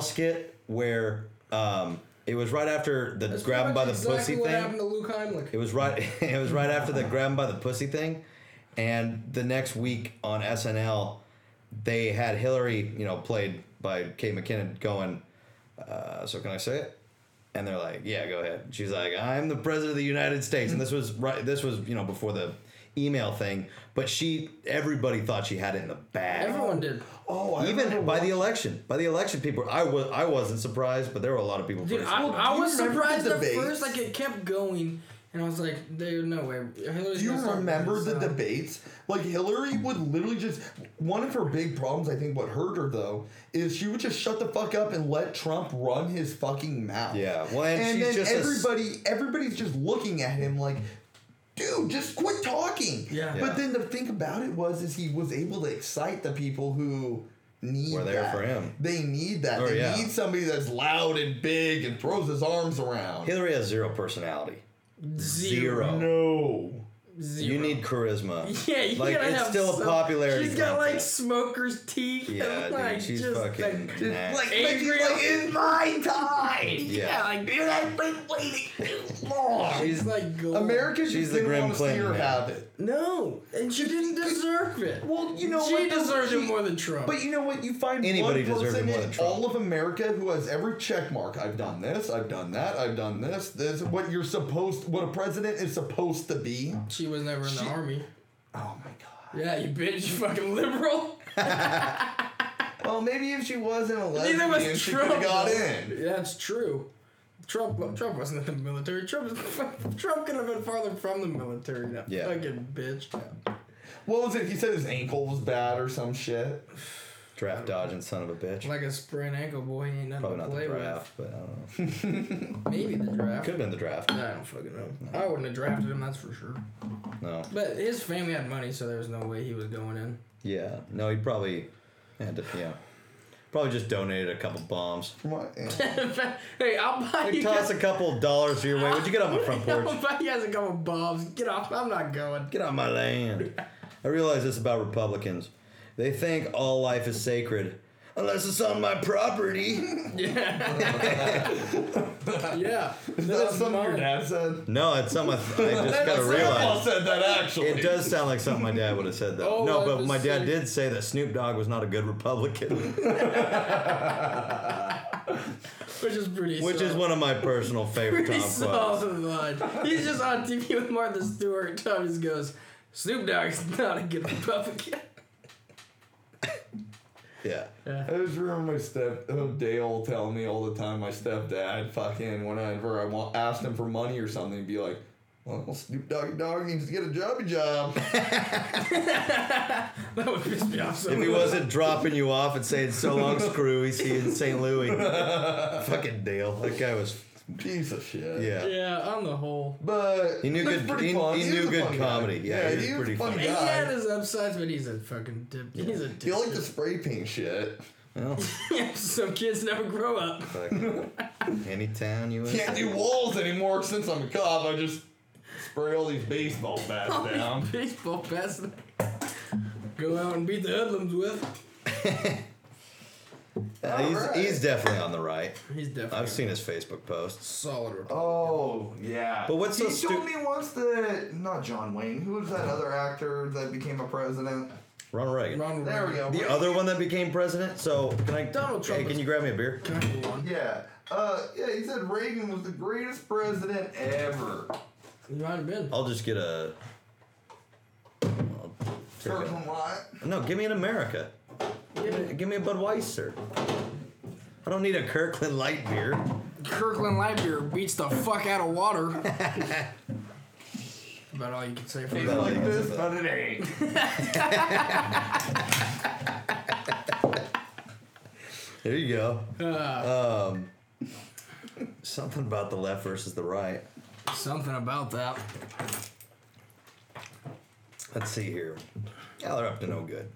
[SPEAKER 2] SNL skit where um it was right after the grab 'em by the
[SPEAKER 3] exactly
[SPEAKER 2] pussy
[SPEAKER 3] what
[SPEAKER 2] thing.
[SPEAKER 3] happened to Luke Heimlich.
[SPEAKER 2] It was right. It was right after the grab 'em by the pussy thing, and the next week on SNL, they had Hillary, you know, played by Kate McKinnon, going. Uh, so can I say it? And they're like, "Yeah, go ahead." She's like, "I'm the president of the United States," and this was right. This was you know before the email thing, but she, everybody thought she had it in the bag.
[SPEAKER 3] Everyone did.
[SPEAKER 4] Oh, I remember
[SPEAKER 2] Even by the
[SPEAKER 4] watching-
[SPEAKER 2] election, by the election, people. I was I wasn't surprised, but there were a lot of people.
[SPEAKER 3] Dude,
[SPEAKER 2] pretty
[SPEAKER 3] I,
[SPEAKER 2] surprised.
[SPEAKER 3] I was
[SPEAKER 4] remember the
[SPEAKER 3] surprised at
[SPEAKER 4] debates?
[SPEAKER 3] first, like it kept going. And I was like, there's no way. Hillary's
[SPEAKER 4] Do you
[SPEAKER 3] gonna start
[SPEAKER 4] remember
[SPEAKER 3] running
[SPEAKER 4] the
[SPEAKER 3] this out.
[SPEAKER 4] debates? Like Hillary would literally just one of her big problems. I think what hurt her though is she would just shut the fuck up and let Trump run his fucking mouth.
[SPEAKER 2] Yeah, well, and she's
[SPEAKER 4] then
[SPEAKER 2] just a s-
[SPEAKER 4] everybody, everybody's just looking at him like. Dude, just quit talking.
[SPEAKER 3] Yeah.
[SPEAKER 2] Yeah.
[SPEAKER 4] But then the thing about it was, is he was able to excite the people who need
[SPEAKER 2] Were there
[SPEAKER 4] that.
[SPEAKER 2] for him.
[SPEAKER 4] They need that.
[SPEAKER 2] Oh,
[SPEAKER 4] they
[SPEAKER 2] yeah.
[SPEAKER 4] need somebody that's loud and big and throws his arms around.
[SPEAKER 2] Hillary has zero personality.
[SPEAKER 3] Zero.
[SPEAKER 2] Zero.
[SPEAKER 4] no.
[SPEAKER 2] You need charisma.
[SPEAKER 3] Yeah, you
[SPEAKER 2] like
[SPEAKER 3] gotta
[SPEAKER 2] it's
[SPEAKER 3] have
[SPEAKER 2] still
[SPEAKER 3] some-
[SPEAKER 2] a popularity.
[SPEAKER 3] She's got like
[SPEAKER 2] contest.
[SPEAKER 3] smoker's teeth.
[SPEAKER 2] yeah,
[SPEAKER 3] and,
[SPEAKER 2] dude,
[SPEAKER 3] like,
[SPEAKER 2] she's
[SPEAKER 3] just,
[SPEAKER 2] fucking
[SPEAKER 3] Like,
[SPEAKER 2] nah.
[SPEAKER 4] Like,
[SPEAKER 3] Angry
[SPEAKER 4] like it's my time.
[SPEAKER 2] Yeah.
[SPEAKER 3] yeah, like dude, I've been waiting too long. She's like gold.
[SPEAKER 4] Americans
[SPEAKER 2] She's
[SPEAKER 4] just
[SPEAKER 2] the
[SPEAKER 4] didn't
[SPEAKER 2] Grim
[SPEAKER 4] want to see
[SPEAKER 2] Clinton
[SPEAKER 4] her
[SPEAKER 2] now.
[SPEAKER 4] have it.
[SPEAKER 3] No, and she didn't deserve it.
[SPEAKER 4] Well, you know
[SPEAKER 3] she
[SPEAKER 4] what? though?
[SPEAKER 3] deserved it
[SPEAKER 4] She-
[SPEAKER 3] more than Trump.
[SPEAKER 4] But you know what? You find
[SPEAKER 2] Anybody
[SPEAKER 4] one
[SPEAKER 2] deserved it
[SPEAKER 4] person
[SPEAKER 2] more
[SPEAKER 4] in
[SPEAKER 2] than Trump.
[SPEAKER 4] all of America who has every check mark. I've done this. I've done that. I've done this. This what you're supposed. What a president is supposed to be.
[SPEAKER 3] she was never in the
[SPEAKER 4] She-
[SPEAKER 3] army.
[SPEAKER 4] Oh my god.
[SPEAKER 3] Yeah, you bitch, you fucking liberal.
[SPEAKER 4] Well, maybe if she wasn't a
[SPEAKER 3] Neither
[SPEAKER 4] lesbian,
[SPEAKER 3] was
[SPEAKER 4] she
[SPEAKER 3] Trump.
[SPEAKER 4] could have got
[SPEAKER 3] though.
[SPEAKER 4] in.
[SPEAKER 3] Yeah, that's true. Trump, Trump wasn't in the military. Trump, Trump could have been farther from the military. That
[SPEAKER 2] Yeah.
[SPEAKER 3] fucking bitch.
[SPEAKER 4] What was it? He said his ankle was bad or some shit.
[SPEAKER 2] draft dodging son of a bitch.
[SPEAKER 3] Like a sprained ankle, boy, he ain't
[SPEAKER 2] Probably
[SPEAKER 3] nothing to
[SPEAKER 2] not the
[SPEAKER 3] play
[SPEAKER 2] draft, but I don't know.
[SPEAKER 3] with. Maybe the draft.
[SPEAKER 2] Could have been the draft.
[SPEAKER 3] I don't fucking know. I wouldn't have drafted him, that's for sure.
[SPEAKER 2] No.
[SPEAKER 3] But his family had money, so there was no way he was going in.
[SPEAKER 2] Yeah. No, he probably had to, yeah. Probably just donated a couple bombs.
[SPEAKER 4] What?
[SPEAKER 3] hey, I'll buy you.
[SPEAKER 2] Toss
[SPEAKER 3] guys-
[SPEAKER 2] a couple dollars your way. Would you get off my front porch?
[SPEAKER 3] I'll buy you guys a couple bombs. Get off. I'm not going.
[SPEAKER 2] Get on my land. I realize this about Republicans. They think all life is sacred unless it's on my property.
[SPEAKER 3] Yeah. yeah.
[SPEAKER 4] Is that something your dad said?
[SPEAKER 2] No, it's something I, I just gotta
[SPEAKER 4] Grandpa
[SPEAKER 2] realize.
[SPEAKER 4] said that actually.
[SPEAKER 2] It does sound like something my dad would have said, though.
[SPEAKER 3] Oh,
[SPEAKER 2] no,
[SPEAKER 3] life
[SPEAKER 2] but
[SPEAKER 3] is
[SPEAKER 2] my dad
[SPEAKER 3] sacred.
[SPEAKER 2] did say that Snoop Dogg was not a good Republican,
[SPEAKER 3] Which is pretty
[SPEAKER 2] which is
[SPEAKER 3] soft.
[SPEAKER 2] one of my personal favorite
[SPEAKER 3] Pretty
[SPEAKER 2] Tom quotes.
[SPEAKER 3] soft line. He's just on TV with Martha Stewart. Tom just goes, Snoop Dogg's not a good Republican.
[SPEAKER 2] Yeah.
[SPEAKER 3] Yeah.
[SPEAKER 4] I just remember my step oh, Dale telling me all the time my stepdad fucking whenever I want, asked him for money or something, he'd be like, "Well, Snoop Doggy Dog needs to get a jobby job."
[SPEAKER 3] That would piss me off so
[SPEAKER 2] If he
[SPEAKER 3] much.
[SPEAKER 2] wasn't dropping you off and saying so long, screw, he's he in St. Louis. Fucking Dale. That guy was,
[SPEAKER 4] Piece of shit.
[SPEAKER 2] yeah.
[SPEAKER 3] Yeah, on the whole.
[SPEAKER 4] But
[SPEAKER 2] He knew
[SPEAKER 4] that's
[SPEAKER 2] good-
[SPEAKER 4] pretty
[SPEAKER 2] he-
[SPEAKER 4] fun.
[SPEAKER 2] he
[SPEAKER 4] was
[SPEAKER 2] knew
[SPEAKER 4] a
[SPEAKER 2] good
[SPEAKER 4] fun guy.
[SPEAKER 2] comedy. Yeah, he was
[SPEAKER 4] he was
[SPEAKER 2] pretty
[SPEAKER 4] a fun
[SPEAKER 2] funny.
[SPEAKER 3] He had
[SPEAKER 4] guy.
[SPEAKER 3] his upsides, but he's a fucking dip. He's a
[SPEAKER 4] He
[SPEAKER 3] dip.
[SPEAKER 4] liked the spray paint shit.
[SPEAKER 2] Well,
[SPEAKER 3] Some kids never grow up.
[SPEAKER 2] fucking any town you in.
[SPEAKER 4] Can't do walls anymore since I'm a cop. I just spray all these baseball
[SPEAKER 3] Oh
[SPEAKER 4] bats down.
[SPEAKER 3] Baseball bats. Go out and beat the hoodlums with.
[SPEAKER 2] Uh, he's,
[SPEAKER 4] Alright.
[SPEAKER 2] he's definitely on the right.
[SPEAKER 3] He's definitely
[SPEAKER 2] I've seen his Facebook posts.
[SPEAKER 3] solid. Republican.
[SPEAKER 4] Oh yeah.
[SPEAKER 2] But what's
[SPEAKER 4] he
[SPEAKER 2] so stu-
[SPEAKER 4] told me once that not John Wayne. Who was that other actor that became a president?
[SPEAKER 2] Ronald Reagan.
[SPEAKER 3] Ronald
[SPEAKER 4] There we
[SPEAKER 3] Reagan.
[SPEAKER 4] go.
[SPEAKER 2] The other one that became president. So can I?
[SPEAKER 3] Donald Trump
[SPEAKER 2] Hey, can
[SPEAKER 3] is-
[SPEAKER 2] you grab me a beer?
[SPEAKER 3] Can I go on?
[SPEAKER 4] Yeah. Uh, yeah. He said Reagan was the greatest president ever.
[SPEAKER 3] You might have been.
[SPEAKER 2] I'll just get a. I'll take a-
[SPEAKER 4] Certain lot.
[SPEAKER 2] No, give me an America. Give me, give me a Budweiser. I don't need a Kirkland light beer.
[SPEAKER 3] Kirkland Light Beer beats the fuck out of water. About all you can say for
[SPEAKER 2] About
[SPEAKER 3] that.
[SPEAKER 2] all you
[SPEAKER 4] Like
[SPEAKER 2] can
[SPEAKER 4] this,
[SPEAKER 2] say.
[SPEAKER 4] but it ain't.
[SPEAKER 2] There you go.
[SPEAKER 3] Uh,
[SPEAKER 2] Um, something about the left versus the right.
[SPEAKER 3] something about that.
[SPEAKER 2] Let's see here. Yeah, they're up to no good.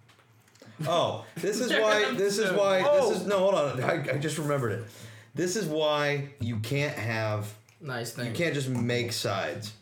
[SPEAKER 2] Oh, this is why. This is why. This is no. Hold on. I, I just remembered it. This is why you can't have.
[SPEAKER 3] Nice thing.
[SPEAKER 2] You can't just make sides.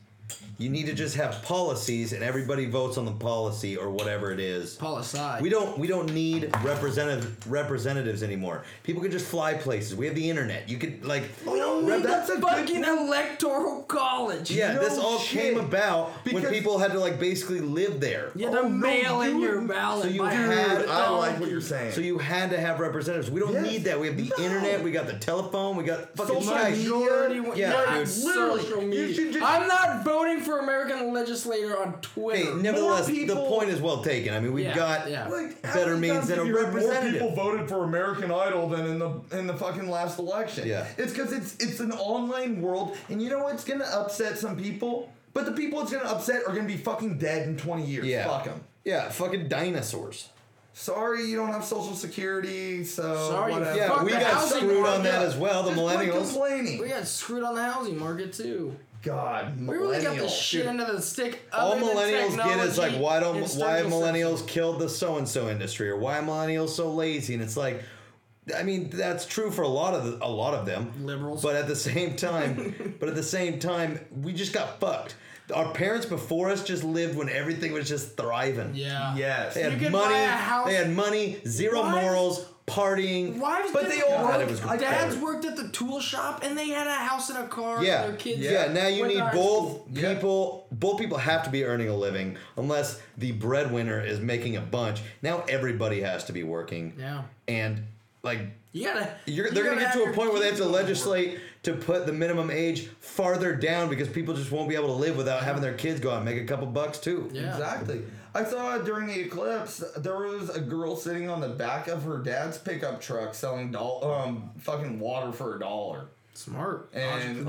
[SPEAKER 2] You need to just have policies, and everybody votes on the policy or whatever it is.
[SPEAKER 3] Paul aside.
[SPEAKER 2] We don't we don't need representative representatives anymore. People can just fly places. We have the internet. You could like rep-
[SPEAKER 3] that's a fucking electoral college.
[SPEAKER 2] yeah. this
[SPEAKER 4] no
[SPEAKER 2] all
[SPEAKER 4] shit.
[SPEAKER 2] came about when
[SPEAKER 4] Because-
[SPEAKER 2] people had to like basically live there.
[SPEAKER 3] You had to
[SPEAKER 4] Oh, no,
[SPEAKER 3] mail in
[SPEAKER 4] dude.
[SPEAKER 3] your ballot.
[SPEAKER 2] So you
[SPEAKER 3] by
[SPEAKER 2] had-
[SPEAKER 3] hand.
[SPEAKER 4] I like what you're saying.
[SPEAKER 2] So you had to have representatives. We don't
[SPEAKER 4] Yes.
[SPEAKER 2] need that. We have the
[SPEAKER 4] No.
[SPEAKER 2] internet. We got the telephone. We got fucking
[SPEAKER 4] Social
[SPEAKER 2] guys.
[SPEAKER 4] media.
[SPEAKER 3] Majority
[SPEAKER 2] Yeah,
[SPEAKER 3] yeah,
[SPEAKER 2] dude.
[SPEAKER 3] social
[SPEAKER 4] Literally, you
[SPEAKER 3] media.
[SPEAKER 4] should just-
[SPEAKER 3] I'm not voting for American legislator on Twitter.
[SPEAKER 2] Hey, nevertheless,
[SPEAKER 4] More
[SPEAKER 2] the
[SPEAKER 4] people-
[SPEAKER 2] point is well taken. I mean, we've
[SPEAKER 3] Yeah,
[SPEAKER 2] got
[SPEAKER 3] yeah.
[SPEAKER 4] Like, how
[SPEAKER 2] better
[SPEAKER 4] many
[SPEAKER 2] means
[SPEAKER 4] times
[SPEAKER 2] than a
[SPEAKER 4] have you heard More
[SPEAKER 2] representative.
[SPEAKER 4] people voted for American Idol than in the in the fucking last election.
[SPEAKER 2] Yeah.
[SPEAKER 4] it's because it's it's an online world, and you know what's gonna upset some people, but the people it's gonna upset are gonna be fucking dead in twenty years.
[SPEAKER 2] Yeah.
[SPEAKER 4] Fuck them.
[SPEAKER 2] Yeah, fucking dinosaurs.
[SPEAKER 4] Sorry, you don't have social security, so
[SPEAKER 3] Sorry, you
[SPEAKER 4] whatever.
[SPEAKER 2] Yeah,
[SPEAKER 3] Fuck
[SPEAKER 2] we
[SPEAKER 3] the
[SPEAKER 2] got
[SPEAKER 3] housing
[SPEAKER 2] screwed on
[SPEAKER 3] market.
[SPEAKER 2] that as well. The
[SPEAKER 4] Just quit
[SPEAKER 2] millennials.
[SPEAKER 4] complaining.
[SPEAKER 3] we got screwed on the housing market too.
[SPEAKER 4] God,
[SPEAKER 3] We really got the
[SPEAKER 4] millennials.
[SPEAKER 3] shit end of the stick.
[SPEAKER 2] All
[SPEAKER 3] other than
[SPEAKER 2] millennials get is like,
[SPEAKER 3] technology
[SPEAKER 2] why don't
[SPEAKER 3] and
[SPEAKER 2] why have
[SPEAKER 3] sturgill
[SPEAKER 2] millennials killed the so and so industry or why are millennials so lazy? And it's like, I mean, that's true for a lot of the, a lot of them.
[SPEAKER 3] Liberals.
[SPEAKER 2] But at the same time, but at the same time, we just got fucked. Our parents before us just lived when everything was just thriving.
[SPEAKER 3] Yeah.
[SPEAKER 4] Yes.
[SPEAKER 2] They had
[SPEAKER 3] could buy
[SPEAKER 2] money.
[SPEAKER 3] a house-
[SPEAKER 2] They had money. Zero
[SPEAKER 3] Wives-
[SPEAKER 2] morals. Partying.
[SPEAKER 3] Wives
[SPEAKER 2] but
[SPEAKER 3] did
[SPEAKER 2] they
[SPEAKER 3] it.
[SPEAKER 2] all thought it was
[SPEAKER 4] I-
[SPEAKER 2] better.
[SPEAKER 3] Dads worked at the tool shop and they had a house and a car.
[SPEAKER 2] Yeah,
[SPEAKER 3] And their kids.
[SPEAKER 2] yeah. Now you
[SPEAKER 3] went to
[SPEAKER 2] need
[SPEAKER 3] high
[SPEAKER 2] both
[SPEAKER 3] school.
[SPEAKER 4] Yeah.
[SPEAKER 2] people. Both people have to be earning a living, unless the breadwinner is making a bunch. Now everybody has to be working.
[SPEAKER 3] Yeah.
[SPEAKER 2] and like
[SPEAKER 3] You gotta.
[SPEAKER 2] you're,
[SPEAKER 3] you
[SPEAKER 2] they're
[SPEAKER 3] gotta
[SPEAKER 2] gonna get
[SPEAKER 3] have
[SPEAKER 2] to a
[SPEAKER 3] your
[SPEAKER 2] point where they have
[SPEAKER 3] kids
[SPEAKER 2] to
[SPEAKER 3] go work.
[SPEAKER 2] legislate to put the minimum age farther down because people just won't be able to live without having their kids go out and make a couple bucks too.
[SPEAKER 3] Yeah.
[SPEAKER 4] Exactly. I saw during the eclipse there was a girl sitting on the back of her dad's pickup truck selling doll um fucking water for a dollar.
[SPEAKER 3] Smart. Entrepreneur.
[SPEAKER 4] And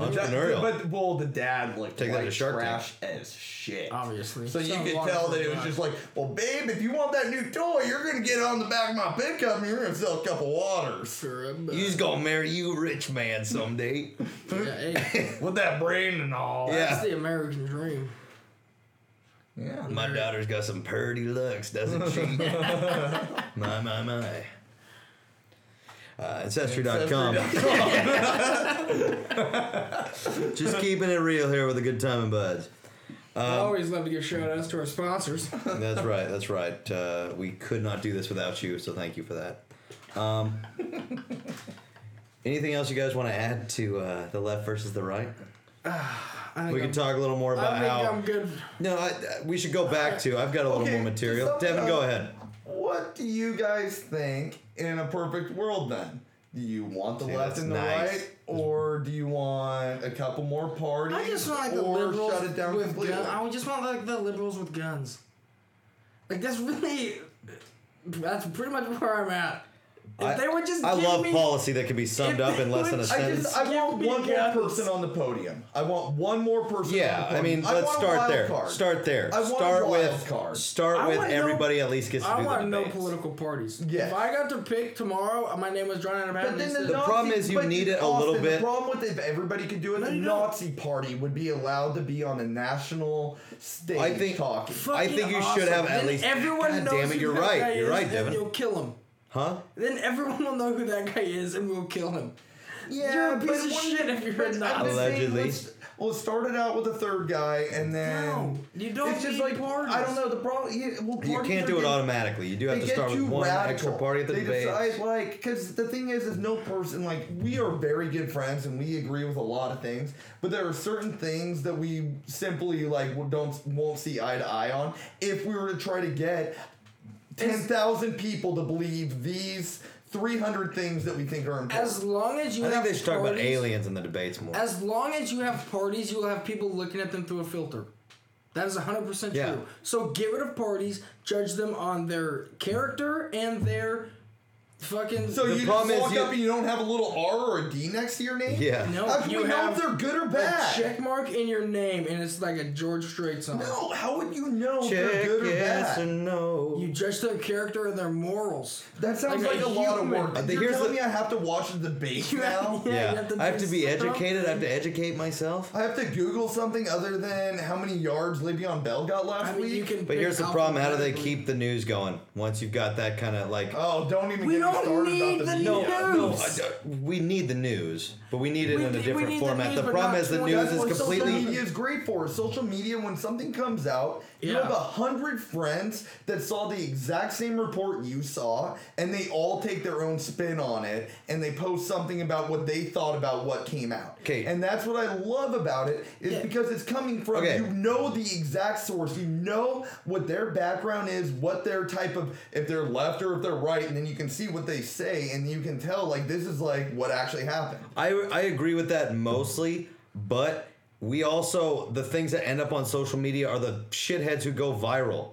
[SPEAKER 2] Entrepreneurial.
[SPEAKER 4] that- but well, the dad looked
[SPEAKER 2] Take that
[SPEAKER 4] like
[SPEAKER 2] to Shark Tank.
[SPEAKER 4] trash as shit.
[SPEAKER 3] Obviously.
[SPEAKER 4] So you
[SPEAKER 3] Selling
[SPEAKER 4] could
[SPEAKER 3] water
[SPEAKER 4] tell
[SPEAKER 3] for
[SPEAKER 4] that
[SPEAKER 3] a
[SPEAKER 4] it was
[SPEAKER 3] buck.
[SPEAKER 4] just like, well, babe, if you want that new toy, you're gonna get on the back of my pickup and you're gonna sell a couple waters.
[SPEAKER 3] For a buck.
[SPEAKER 2] You just gonna marry you rich man someday.
[SPEAKER 3] Yeah, hey,
[SPEAKER 4] With that brain and all.
[SPEAKER 3] that's
[SPEAKER 2] yeah.
[SPEAKER 3] the American dream.
[SPEAKER 4] Yeah.
[SPEAKER 2] My daughter's got some purty looks, doesn't she? my, my, my. Uh, ancestry.com. Just keeping it real here with a good time and buds.
[SPEAKER 3] I
[SPEAKER 2] Um,
[SPEAKER 3] always love to give shout outs to our sponsors.
[SPEAKER 2] That's right, that's right. Uh, we could not do this without you, so thank you for that. Um, anything else you guys want to add to uh, the left versus the right?
[SPEAKER 3] I think
[SPEAKER 2] We
[SPEAKER 3] I'm,
[SPEAKER 2] can talk a little more about
[SPEAKER 3] I think
[SPEAKER 2] how.
[SPEAKER 3] I'm good.
[SPEAKER 2] No, I, I- we should go back to. I've got a little
[SPEAKER 4] Okay,
[SPEAKER 2] more material.
[SPEAKER 4] so,
[SPEAKER 2] Devin, go
[SPEAKER 4] uh,
[SPEAKER 2] ahead.
[SPEAKER 4] What do you guys think in a perfect world then? Do you want the
[SPEAKER 2] See,
[SPEAKER 4] left
[SPEAKER 2] that's
[SPEAKER 4] and the
[SPEAKER 2] nice.
[SPEAKER 4] right, or do you want a couple more parties,
[SPEAKER 3] I just want like the
[SPEAKER 4] or
[SPEAKER 3] liberals
[SPEAKER 4] shut it down
[SPEAKER 3] with
[SPEAKER 4] completely?
[SPEAKER 3] guns. I would just want like the liberals with guns. Like that's really, that's pretty much where I'm at. If
[SPEAKER 2] I-
[SPEAKER 3] they would just
[SPEAKER 2] I
[SPEAKER 3] give
[SPEAKER 2] love
[SPEAKER 3] me,
[SPEAKER 2] policy that can be summed
[SPEAKER 3] If
[SPEAKER 2] up
[SPEAKER 3] they
[SPEAKER 2] in less than a
[SPEAKER 3] would-
[SPEAKER 4] I
[SPEAKER 2] sentence.
[SPEAKER 4] just I
[SPEAKER 3] Give
[SPEAKER 4] want
[SPEAKER 3] me
[SPEAKER 4] one more
[SPEAKER 3] guns.
[SPEAKER 4] person on the podium. I want one more person.
[SPEAKER 2] yeah,
[SPEAKER 4] on the
[SPEAKER 2] I
[SPEAKER 4] podium.
[SPEAKER 2] mean, let's
[SPEAKER 4] want a
[SPEAKER 2] start
[SPEAKER 4] wild
[SPEAKER 2] there.
[SPEAKER 4] Card.
[SPEAKER 2] Start there.
[SPEAKER 4] I want a
[SPEAKER 2] start
[SPEAKER 4] wild
[SPEAKER 2] with
[SPEAKER 4] card.
[SPEAKER 2] start
[SPEAKER 3] I
[SPEAKER 2] with
[SPEAKER 3] want no-
[SPEAKER 2] everybody at least gets to
[SPEAKER 3] I
[SPEAKER 2] do
[SPEAKER 3] want
[SPEAKER 2] the
[SPEAKER 3] no
[SPEAKER 2] debates.
[SPEAKER 3] political parties.
[SPEAKER 4] Yes.
[SPEAKER 3] If I got to pick tomorrow, uh, my name was drawn out of a hat.
[SPEAKER 4] But
[SPEAKER 3] and they
[SPEAKER 4] then the,
[SPEAKER 3] said,
[SPEAKER 4] Nazi-
[SPEAKER 2] problem is you
[SPEAKER 4] but
[SPEAKER 2] need it a
[SPEAKER 4] Austin,
[SPEAKER 2] little bit-
[SPEAKER 4] The problem with if everybody could do it, the
[SPEAKER 3] you don't.
[SPEAKER 4] Nazi party would be allowed to be on a national stage
[SPEAKER 2] I think-
[SPEAKER 4] talking.
[SPEAKER 2] I think
[SPEAKER 3] "Fucking
[SPEAKER 2] you should
[SPEAKER 3] awesome."
[SPEAKER 2] have at
[SPEAKER 3] Then
[SPEAKER 2] least-
[SPEAKER 3] Everyone
[SPEAKER 2] God
[SPEAKER 3] knows
[SPEAKER 2] damn it,
[SPEAKER 3] who
[SPEAKER 2] you're
[SPEAKER 3] that
[SPEAKER 2] right.
[SPEAKER 3] guy
[SPEAKER 2] You're
[SPEAKER 3] is,
[SPEAKER 2] right,
[SPEAKER 3] and
[SPEAKER 2] Devin.
[SPEAKER 3] You'll kill him.
[SPEAKER 2] Huh?
[SPEAKER 3] Then everyone will know who that guy is, and we'll kill him. You're a
[SPEAKER 4] but
[SPEAKER 3] piece of
[SPEAKER 4] one-
[SPEAKER 3] shit if you're a
[SPEAKER 4] but I'm
[SPEAKER 3] Nazi.
[SPEAKER 4] just saying,
[SPEAKER 2] Allegedly.
[SPEAKER 4] let's- Well, start it out with a third guy, and then
[SPEAKER 3] No, you don't
[SPEAKER 4] It's just
[SPEAKER 3] need
[SPEAKER 4] like
[SPEAKER 3] parties.
[SPEAKER 4] I don't know the problem. You, well,
[SPEAKER 2] You
[SPEAKER 4] parties
[SPEAKER 2] can't
[SPEAKER 4] are
[SPEAKER 2] do it
[SPEAKER 4] getting-
[SPEAKER 2] automatically. You do have
[SPEAKER 4] they
[SPEAKER 2] to
[SPEAKER 4] get
[SPEAKER 2] start with
[SPEAKER 4] too
[SPEAKER 2] one
[SPEAKER 4] radical.
[SPEAKER 2] extra party at the
[SPEAKER 4] they
[SPEAKER 2] debate.
[SPEAKER 4] decide like because the thing is, is no person like we are very good friends and we agree with a lot of things, but there are certain things that we simply like w- don't won't see eye to eye on. If we were to try to get ten thousand people to believe these three hundred things that we think are important,
[SPEAKER 3] As long as you
[SPEAKER 2] I
[SPEAKER 3] have
[SPEAKER 2] think they should talk about
[SPEAKER 3] parties-
[SPEAKER 2] aliens in the debates more.
[SPEAKER 3] As long as you have parties, you'll have people looking at them through a filter. That is 100% true.
[SPEAKER 2] Yeah.
[SPEAKER 3] So get rid of parties, judge them on their character and their fucking.
[SPEAKER 4] so
[SPEAKER 2] the
[SPEAKER 4] you
[SPEAKER 2] problem
[SPEAKER 4] just
[SPEAKER 2] is
[SPEAKER 4] walk
[SPEAKER 2] you-
[SPEAKER 4] up and you don't have a little R or a D next to your name.
[SPEAKER 2] Yeah.
[SPEAKER 3] No,
[SPEAKER 4] How can
[SPEAKER 3] you
[SPEAKER 4] we know
[SPEAKER 3] have
[SPEAKER 4] if they're good or
[SPEAKER 3] a
[SPEAKER 4] bad?
[SPEAKER 3] check mark in your name, and it's like a George Strait song.
[SPEAKER 4] No, how would you know if they're
[SPEAKER 2] Check
[SPEAKER 4] good or
[SPEAKER 2] yes
[SPEAKER 4] bad?
[SPEAKER 2] or no.
[SPEAKER 3] You judge their character and their morals.
[SPEAKER 4] That sounds
[SPEAKER 3] Like
[SPEAKER 4] like,
[SPEAKER 3] a
[SPEAKER 4] a, lot of
[SPEAKER 3] human.
[SPEAKER 4] work.
[SPEAKER 3] I
[SPEAKER 2] think
[SPEAKER 4] You're
[SPEAKER 2] Uh, here's
[SPEAKER 4] telling
[SPEAKER 2] the-
[SPEAKER 4] me I have to watch the debate now?
[SPEAKER 3] Yeah,
[SPEAKER 2] yeah,
[SPEAKER 3] you have to
[SPEAKER 2] I have to be
[SPEAKER 3] do stuff.
[SPEAKER 2] educated. I have to educate myself.
[SPEAKER 4] I have to Google something other than how many yards Le'Veon Bell got last
[SPEAKER 3] I mean,
[SPEAKER 4] week.
[SPEAKER 3] you can.
[SPEAKER 2] But
[SPEAKER 3] pick
[SPEAKER 2] here's the problem: how do they
[SPEAKER 3] alphabetically.
[SPEAKER 2] keep the news going once you've got that kind of like?
[SPEAKER 4] oh, don't even
[SPEAKER 3] We
[SPEAKER 4] get me
[SPEAKER 3] don't
[SPEAKER 4] started
[SPEAKER 3] need
[SPEAKER 4] about
[SPEAKER 3] the
[SPEAKER 4] the media.
[SPEAKER 3] news.
[SPEAKER 2] No, I don't- we need the news, but we need it
[SPEAKER 3] We
[SPEAKER 2] in
[SPEAKER 3] need-
[SPEAKER 2] a
[SPEAKER 3] we
[SPEAKER 2] different
[SPEAKER 3] need the
[SPEAKER 2] format.
[SPEAKER 3] news,
[SPEAKER 2] The,
[SPEAKER 3] but
[SPEAKER 2] problem
[SPEAKER 3] not
[SPEAKER 2] is the
[SPEAKER 3] too
[SPEAKER 2] news
[SPEAKER 3] much.
[SPEAKER 2] is
[SPEAKER 4] That's what social
[SPEAKER 2] completely.
[SPEAKER 4] media is great for. Social media, when something comes out, you
[SPEAKER 3] Yeah.
[SPEAKER 4] have a hundred friends that saw the exact same report you saw, and they all take their own spin on it, and they post something about what they thought about what came out.
[SPEAKER 2] 'Kay.
[SPEAKER 4] And that's what I love about it is
[SPEAKER 3] Yeah.
[SPEAKER 4] because it's coming from
[SPEAKER 2] Okay.
[SPEAKER 4] you know the exact source, you know what their background is, what their type of if they're left or if they're right, and then you can see what they say, and you can tell like this is like what actually happened.
[SPEAKER 2] I I agree with that mostly, but we also the things that end up on social media are the shitheads who go viral.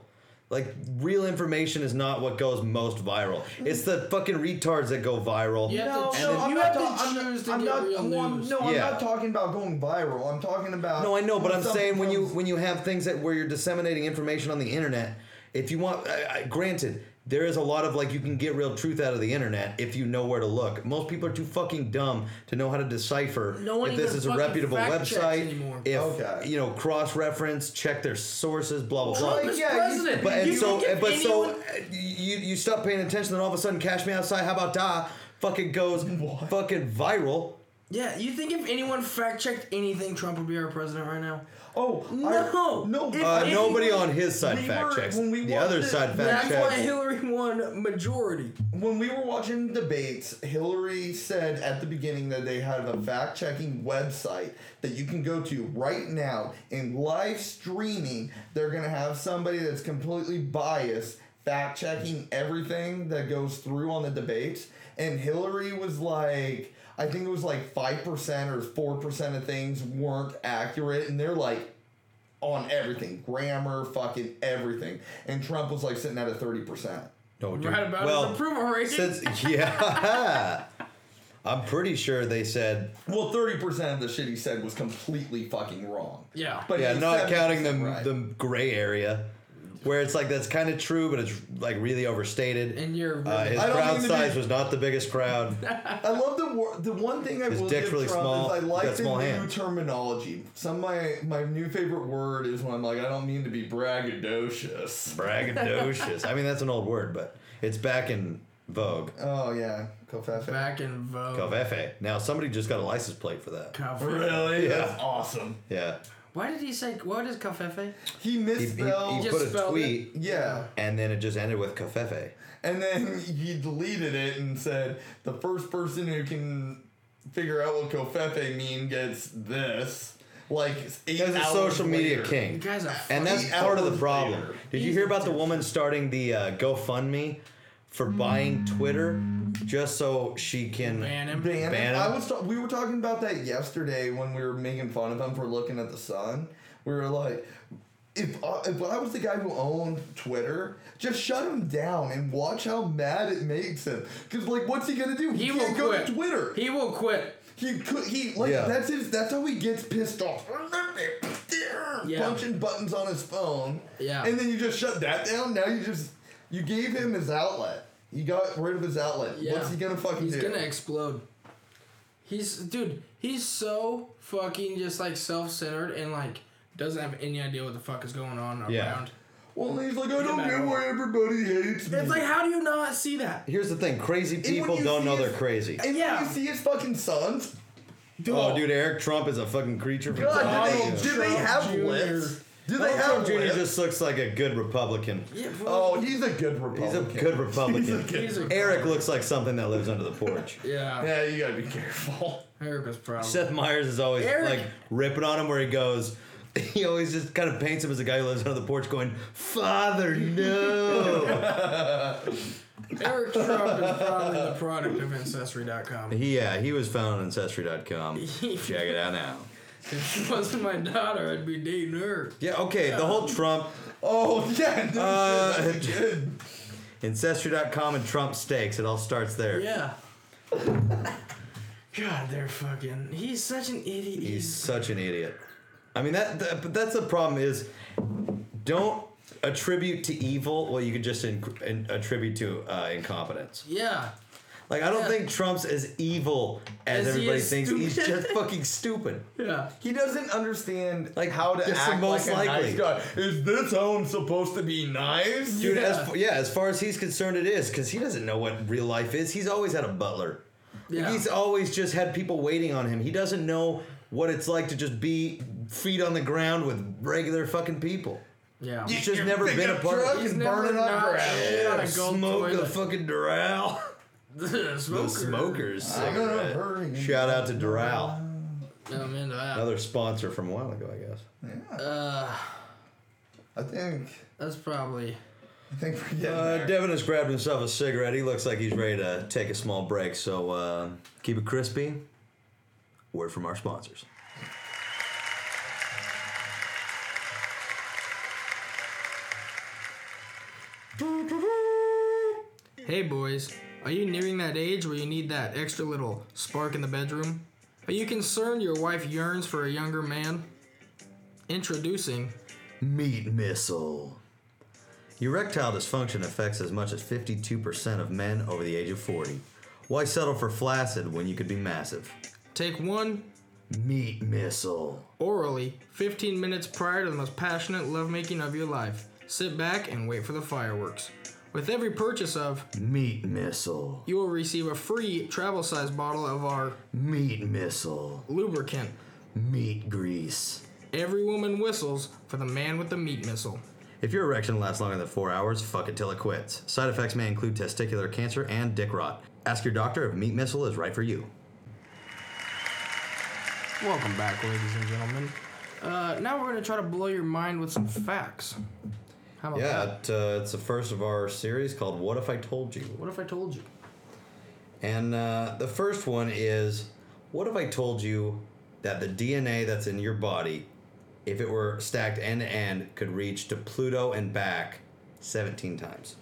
[SPEAKER 2] Like real information is not what goes most viral. It's the fucking retards that go viral.
[SPEAKER 3] Yeah.
[SPEAKER 4] No,
[SPEAKER 3] And
[SPEAKER 4] no,
[SPEAKER 3] then-
[SPEAKER 4] I'm
[SPEAKER 3] You
[SPEAKER 4] not.
[SPEAKER 3] have to
[SPEAKER 4] ta-
[SPEAKER 3] choose
[SPEAKER 4] I'm not-
[SPEAKER 3] to
[SPEAKER 4] I'm
[SPEAKER 3] get
[SPEAKER 4] not.
[SPEAKER 3] real
[SPEAKER 4] well, I'm-
[SPEAKER 3] news.
[SPEAKER 4] No, I'm
[SPEAKER 2] Yeah.
[SPEAKER 4] not talking about going viral. I'm talking about.
[SPEAKER 2] No, I know, but
[SPEAKER 4] when
[SPEAKER 2] I'm
[SPEAKER 4] something
[SPEAKER 2] saying when you
[SPEAKER 4] comes-
[SPEAKER 2] when you have things that where you're disseminating information on the internet, if you want, I, I, granted, there is a lot of like you can get real truth out of the internet if you know where to look. Most people are too fucking dumb to know how to decipher
[SPEAKER 3] No one
[SPEAKER 2] if this
[SPEAKER 3] even
[SPEAKER 2] is a
[SPEAKER 3] fucking
[SPEAKER 2] reputable
[SPEAKER 3] fact checks
[SPEAKER 2] website.
[SPEAKER 3] anymore.
[SPEAKER 2] If
[SPEAKER 4] Okay.
[SPEAKER 2] you know, cross reference, check their sources, blah blah
[SPEAKER 4] Well,
[SPEAKER 2] blah.
[SPEAKER 3] Trump is
[SPEAKER 4] yeah, you-
[SPEAKER 3] president.
[SPEAKER 2] But and
[SPEAKER 3] You
[SPEAKER 2] so,
[SPEAKER 3] can give
[SPEAKER 2] but so,
[SPEAKER 3] anyone-
[SPEAKER 2] uh, you you stop paying attention, then all of a sudden, "Cash Me Outside," how about da? Fucking goes fucking viral.
[SPEAKER 3] Yeah, you think if anyone fact checked anything, Trump would be our president right now?
[SPEAKER 4] Oh
[SPEAKER 3] No.
[SPEAKER 4] I, no.
[SPEAKER 3] If-
[SPEAKER 2] Uh,
[SPEAKER 3] if-
[SPEAKER 2] nobody on his side
[SPEAKER 4] we
[SPEAKER 2] fact
[SPEAKER 4] were-
[SPEAKER 2] checks.
[SPEAKER 4] when we
[SPEAKER 2] The
[SPEAKER 4] watched
[SPEAKER 2] other
[SPEAKER 4] it,
[SPEAKER 2] side fact
[SPEAKER 3] That's why
[SPEAKER 2] checks.
[SPEAKER 3] Hillary won majority.
[SPEAKER 4] when we were watching debates, Hillary said at the beginning that they have a fact checking website that you can go to right now in live streaming. They're going to have somebody that's completely biased fact checking everything that goes through on the debates. And Hillary was like, I think it was like 5% or 4% of things weren't accurate. And they're like, on everything, grammar, fucking everything. And Trump was like sitting at a 30%.
[SPEAKER 2] No, dude.
[SPEAKER 3] Right about his
[SPEAKER 2] well,
[SPEAKER 3] approval rating.
[SPEAKER 2] Since, yeah. I'm pretty sure they said,
[SPEAKER 4] Well, thirty percent of the shit he said was completely fucking wrong.
[SPEAKER 3] Yeah.
[SPEAKER 4] but
[SPEAKER 2] yeah,
[SPEAKER 4] he's
[SPEAKER 2] not
[SPEAKER 4] 70%
[SPEAKER 2] counting the,
[SPEAKER 4] right.
[SPEAKER 2] the gray area, where it's like that's kind of true, but it's like really overstated.
[SPEAKER 3] And you're
[SPEAKER 2] uh, his
[SPEAKER 4] I don't
[SPEAKER 2] crowd
[SPEAKER 4] mean to
[SPEAKER 2] size
[SPEAKER 4] be-
[SPEAKER 2] was not the biggest crowd.
[SPEAKER 4] I love the war- the one thing I
[SPEAKER 2] His
[SPEAKER 4] will
[SPEAKER 2] dick's
[SPEAKER 4] give
[SPEAKER 2] really
[SPEAKER 4] Trump
[SPEAKER 2] small,
[SPEAKER 4] is I
[SPEAKER 2] he's
[SPEAKER 4] like
[SPEAKER 2] got
[SPEAKER 4] the
[SPEAKER 2] small
[SPEAKER 4] new
[SPEAKER 2] hands.
[SPEAKER 4] terminology. Some of my my new favorite word is when I'm like I don't mean to be braggadocious.
[SPEAKER 2] Braggadocious. I mean, that's an old word, but it's back in vogue.
[SPEAKER 4] Oh yeah, Kofefe.
[SPEAKER 3] back in vogue.
[SPEAKER 2] Covfefe. Now, somebody just got a license plate for that.
[SPEAKER 3] Covfefe.
[SPEAKER 4] Really?
[SPEAKER 2] Yeah.
[SPEAKER 4] That's awesome.
[SPEAKER 2] Yeah.
[SPEAKER 3] Why did he say? What is Covfefe?
[SPEAKER 2] He,
[SPEAKER 4] He
[SPEAKER 2] he,
[SPEAKER 4] misspelled.
[SPEAKER 2] he
[SPEAKER 3] Just
[SPEAKER 2] put a
[SPEAKER 3] spelled
[SPEAKER 2] tweet,
[SPEAKER 4] yeah,
[SPEAKER 2] and then it just ended with Covfefe.
[SPEAKER 4] and then he deleted it and said the first person who can figure out what Kofefe mean gets this. Like eight
[SPEAKER 2] Because it's
[SPEAKER 4] hours
[SPEAKER 2] social media
[SPEAKER 4] later.
[SPEAKER 2] king.
[SPEAKER 3] You guys are.
[SPEAKER 2] And that's
[SPEAKER 4] Eight
[SPEAKER 2] part of the
[SPEAKER 4] hours
[SPEAKER 2] problem.
[SPEAKER 4] later.
[SPEAKER 2] Did you hear about the woman starting the uh, GoFundMe for buying Twitter just so she can
[SPEAKER 3] Man, and
[SPEAKER 4] Ban him.
[SPEAKER 2] Ban him.
[SPEAKER 4] I was. ta- we were talking about that yesterday when we were making fun of him for looking at the sun. We were like, if I, if I was the guy who owned Twitter, just shut him down and watch how mad it makes him. Because like, what's he gonna do?
[SPEAKER 3] he will
[SPEAKER 4] can't go
[SPEAKER 3] quit.
[SPEAKER 4] to Twitter. He,
[SPEAKER 3] He will quit.
[SPEAKER 4] could. He like
[SPEAKER 2] Yeah.
[SPEAKER 4] that's his. That's how he gets pissed off.
[SPEAKER 3] Yeah.
[SPEAKER 4] Punching buttons on his phone.
[SPEAKER 3] Yeah.
[SPEAKER 4] And then you just shut that down. Now you just you gave him his outlet. You got rid of his outlet.
[SPEAKER 3] Yeah.
[SPEAKER 4] What's he gonna fucking
[SPEAKER 3] He's
[SPEAKER 4] do?
[SPEAKER 3] gonna explode. He's dude. He's so fucking just like self-centered and like doesn't have any idea what the fuck is going on
[SPEAKER 2] Yeah.
[SPEAKER 3] around.
[SPEAKER 4] Well, he's like, I don't
[SPEAKER 3] matter
[SPEAKER 4] get why everybody hates me.
[SPEAKER 3] It's like, how do you not see that?
[SPEAKER 2] Here's the thing crazy
[SPEAKER 4] And when
[SPEAKER 2] people
[SPEAKER 4] you
[SPEAKER 2] don't
[SPEAKER 4] see
[SPEAKER 2] know they're
[SPEAKER 4] his-
[SPEAKER 2] crazy.
[SPEAKER 4] And
[SPEAKER 3] Yeah.
[SPEAKER 4] yeah. you see his fucking sons.
[SPEAKER 2] Oh, dude, Eric Trump is a fucking creature from
[SPEAKER 4] God, do
[SPEAKER 2] Donald
[SPEAKER 4] they, do they
[SPEAKER 3] Trump
[SPEAKER 4] have
[SPEAKER 3] Jr.
[SPEAKER 4] lips? Do they
[SPEAKER 2] Donald Trump
[SPEAKER 4] have
[SPEAKER 2] Jr.
[SPEAKER 4] lips?
[SPEAKER 2] just looks like a good Republican.
[SPEAKER 3] Yeah, bro.
[SPEAKER 4] Oh, he's a good
[SPEAKER 2] He's a
[SPEAKER 4] Republican.
[SPEAKER 2] good Republican.
[SPEAKER 3] He's a-
[SPEAKER 2] Eric looks like something that lives under the porch.
[SPEAKER 3] yeah.
[SPEAKER 4] Yeah, you gotta be careful.
[SPEAKER 3] Eric is proud.
[SPEAKER 2] Seth Meyers is always
[SPEAKER 3] Eric-
[SPEAKER 2] like ripping on him where he goes. He always just kind of paints him as a guy who lives under the porch, going, "Father, no."
[SPEAKER 3] Eric Trump is probably the product of Ancestry.com.
[SPEAKER 2] yeah, he was found on Ancestry.com. Check it out now.
[SPEAKER 3] If she wasn't my daughter, I'd be dating her.
[SPEAKER 2] Yeah, okay. The whole Trump
[SPEAKER 4] Oh, yeah, dude,
[SPEAKER 2] Uh,
[SPEAKER 4] shit, that's good.
[SPEAKER 2] Ancestry.com and Trump stakes. It all starts there.
[SPEAKER 3] Yeah. God, they're fucking. He's such an idiot.
[SPEAKER 2] He's such an idiot. I mean that, that but that's the problem is don't attribute to evil what you could just in, in, attribute to uh, incompetence.
[SPEAKER 3] yeah.
[SPEAKER 2] Like I don't
[SPEAKER 3] Yeah.
[SPEAKER 2] think Trump's as evil as,
[SPEAKER 3] As he
[SPEAKER 2] everybody
[SPEAKER 3] is
[SPEAKER 2] thinks. He's
[SPEAKER 3] stupid.
[SPEAKER 2] just fucking stupid.
[SPEAKER 3] Yeah.
[SPEAKER 4] He doesn't understand
[SPEAKER 2] Like,
[SPEAKER 4] like how to
[SPEAKER 2] that's the
[SPEAKER 4] act
[SPEAKER 2] most
[SPEAKER 4] like a
[SPEAKER 2] likely.
[SPEAKER 4] nice guy. Is this home supposed to be nice?
[SPEAKER 2] Dude, as
[SPEAKER 3] Yeah.
[SPEAKER 2] f- yeah, as far as he's concerned, it is because he doesn't know what real life is. He's always had a butler. Like,
[SPEAKER 3] Yeah.
[SPEAKER 2] He's always just had people waiting on him. He doesn't know what it's like to just be feet on the ground with regular fucking people.
[SPEAKER 3] Yeah.
[SPEAKER 2] He's just
[SPEAKER 4] Your
[SPEAKER 2] never
[SPEAKER 4] big
[SPEAKER 2] been a
[SPEAKER 4] up
[SPEAKER 2] part
[SPEAKER 4] truck
[SPEAKER 2] of
[SPEAKER 4] is
[SPEAKER 2] it.
[SPEAKER 3] He's
[SPEAKER 4] burn
[SPEAKER 3] never
[SPEAKER 4] it up
[SPEAKER 3] not
[SPEAKER 4] or
[SPEAKER 3] shit on a gold
[SPEAKER 2] Smoke a
[SPEAKER 3] toilet.
[SPEAKER 2] fucking Doral.
[SPEAKER 3] the smoker.
[SPEAKER 2] The smoker's
[SPEAKER 4] I'm gonna
[SPEAKER 2] cigarette.
[SPEAKER 4] burn
[SPEAKER 2] Shout out to Doral.
[SPEAKER 3] I'm into that.
[SPEAKER 2] Another sponsor from a while ago, I guess.
[SPEAKER 3] Uh,
[SPEAKER 4] I think.
[SPEAKER 3] that's probably.
[SPEAKER 4] I think we're getting
[SPEAKER 2] Uh,
[SPEAKER 4] there.
[SPEAKER 2] Devin has grabbed himself a cigarette. He looks like he's ready to take a small break. So uh, keep it crispy. Word from our sponsors.
[SPEAKER 3] Hey boys, are you nearing that age where you need that extra little spark in the bedroom? Are you concerned your wife yearns for a younger man? Introducing
[SPEAKER 2] Meat missile. Erectile dysfunction affects as much as 52% of men over the age of 40. Why settle for flaccid when you could be massive?
[SPEAKER 3] Take One
[SPEAKER 2] Meat missile.
[SPEAKER 3] orally 15 minutes prior to the most passionate lovemaking of your life. Sit back and wait for the fireworks. With every purchase of,
[SPEAKER 2] Meat missile.
[SPEAKER 3] you will receive a free travel size bottle of our
[SPEAKER 2] Meat missile.
[SPEAKER 3] lubricant.
[SPEAKER 2] Meat grease.
[SPEAKER 3] Every woman whistles for the man with the meat missile.
[SPEAKER 2] If your erection lasts longer than four hours, fuck it till it quits. Side effects may include testicular cancer and dick rot. Ask your doctor if meat missile is right for you.
[SPEAKER 3] Welcome back, ladies and gentlemen. Uh, now we're gonna try to blow your mind with some facts. How about
[SPEAKER 2] Yeah, it,
[SPEAKER 3] that?
[SPEAKER 2] uh, it's the first of our series called What If I Told You?
[SPEAKER 3] What if I told you?
[SPEAKER 2] And uh, the first one is What if I told you that the DNA that's in your body, if it were stacked end to end, could reach to Pluto and back 17 times?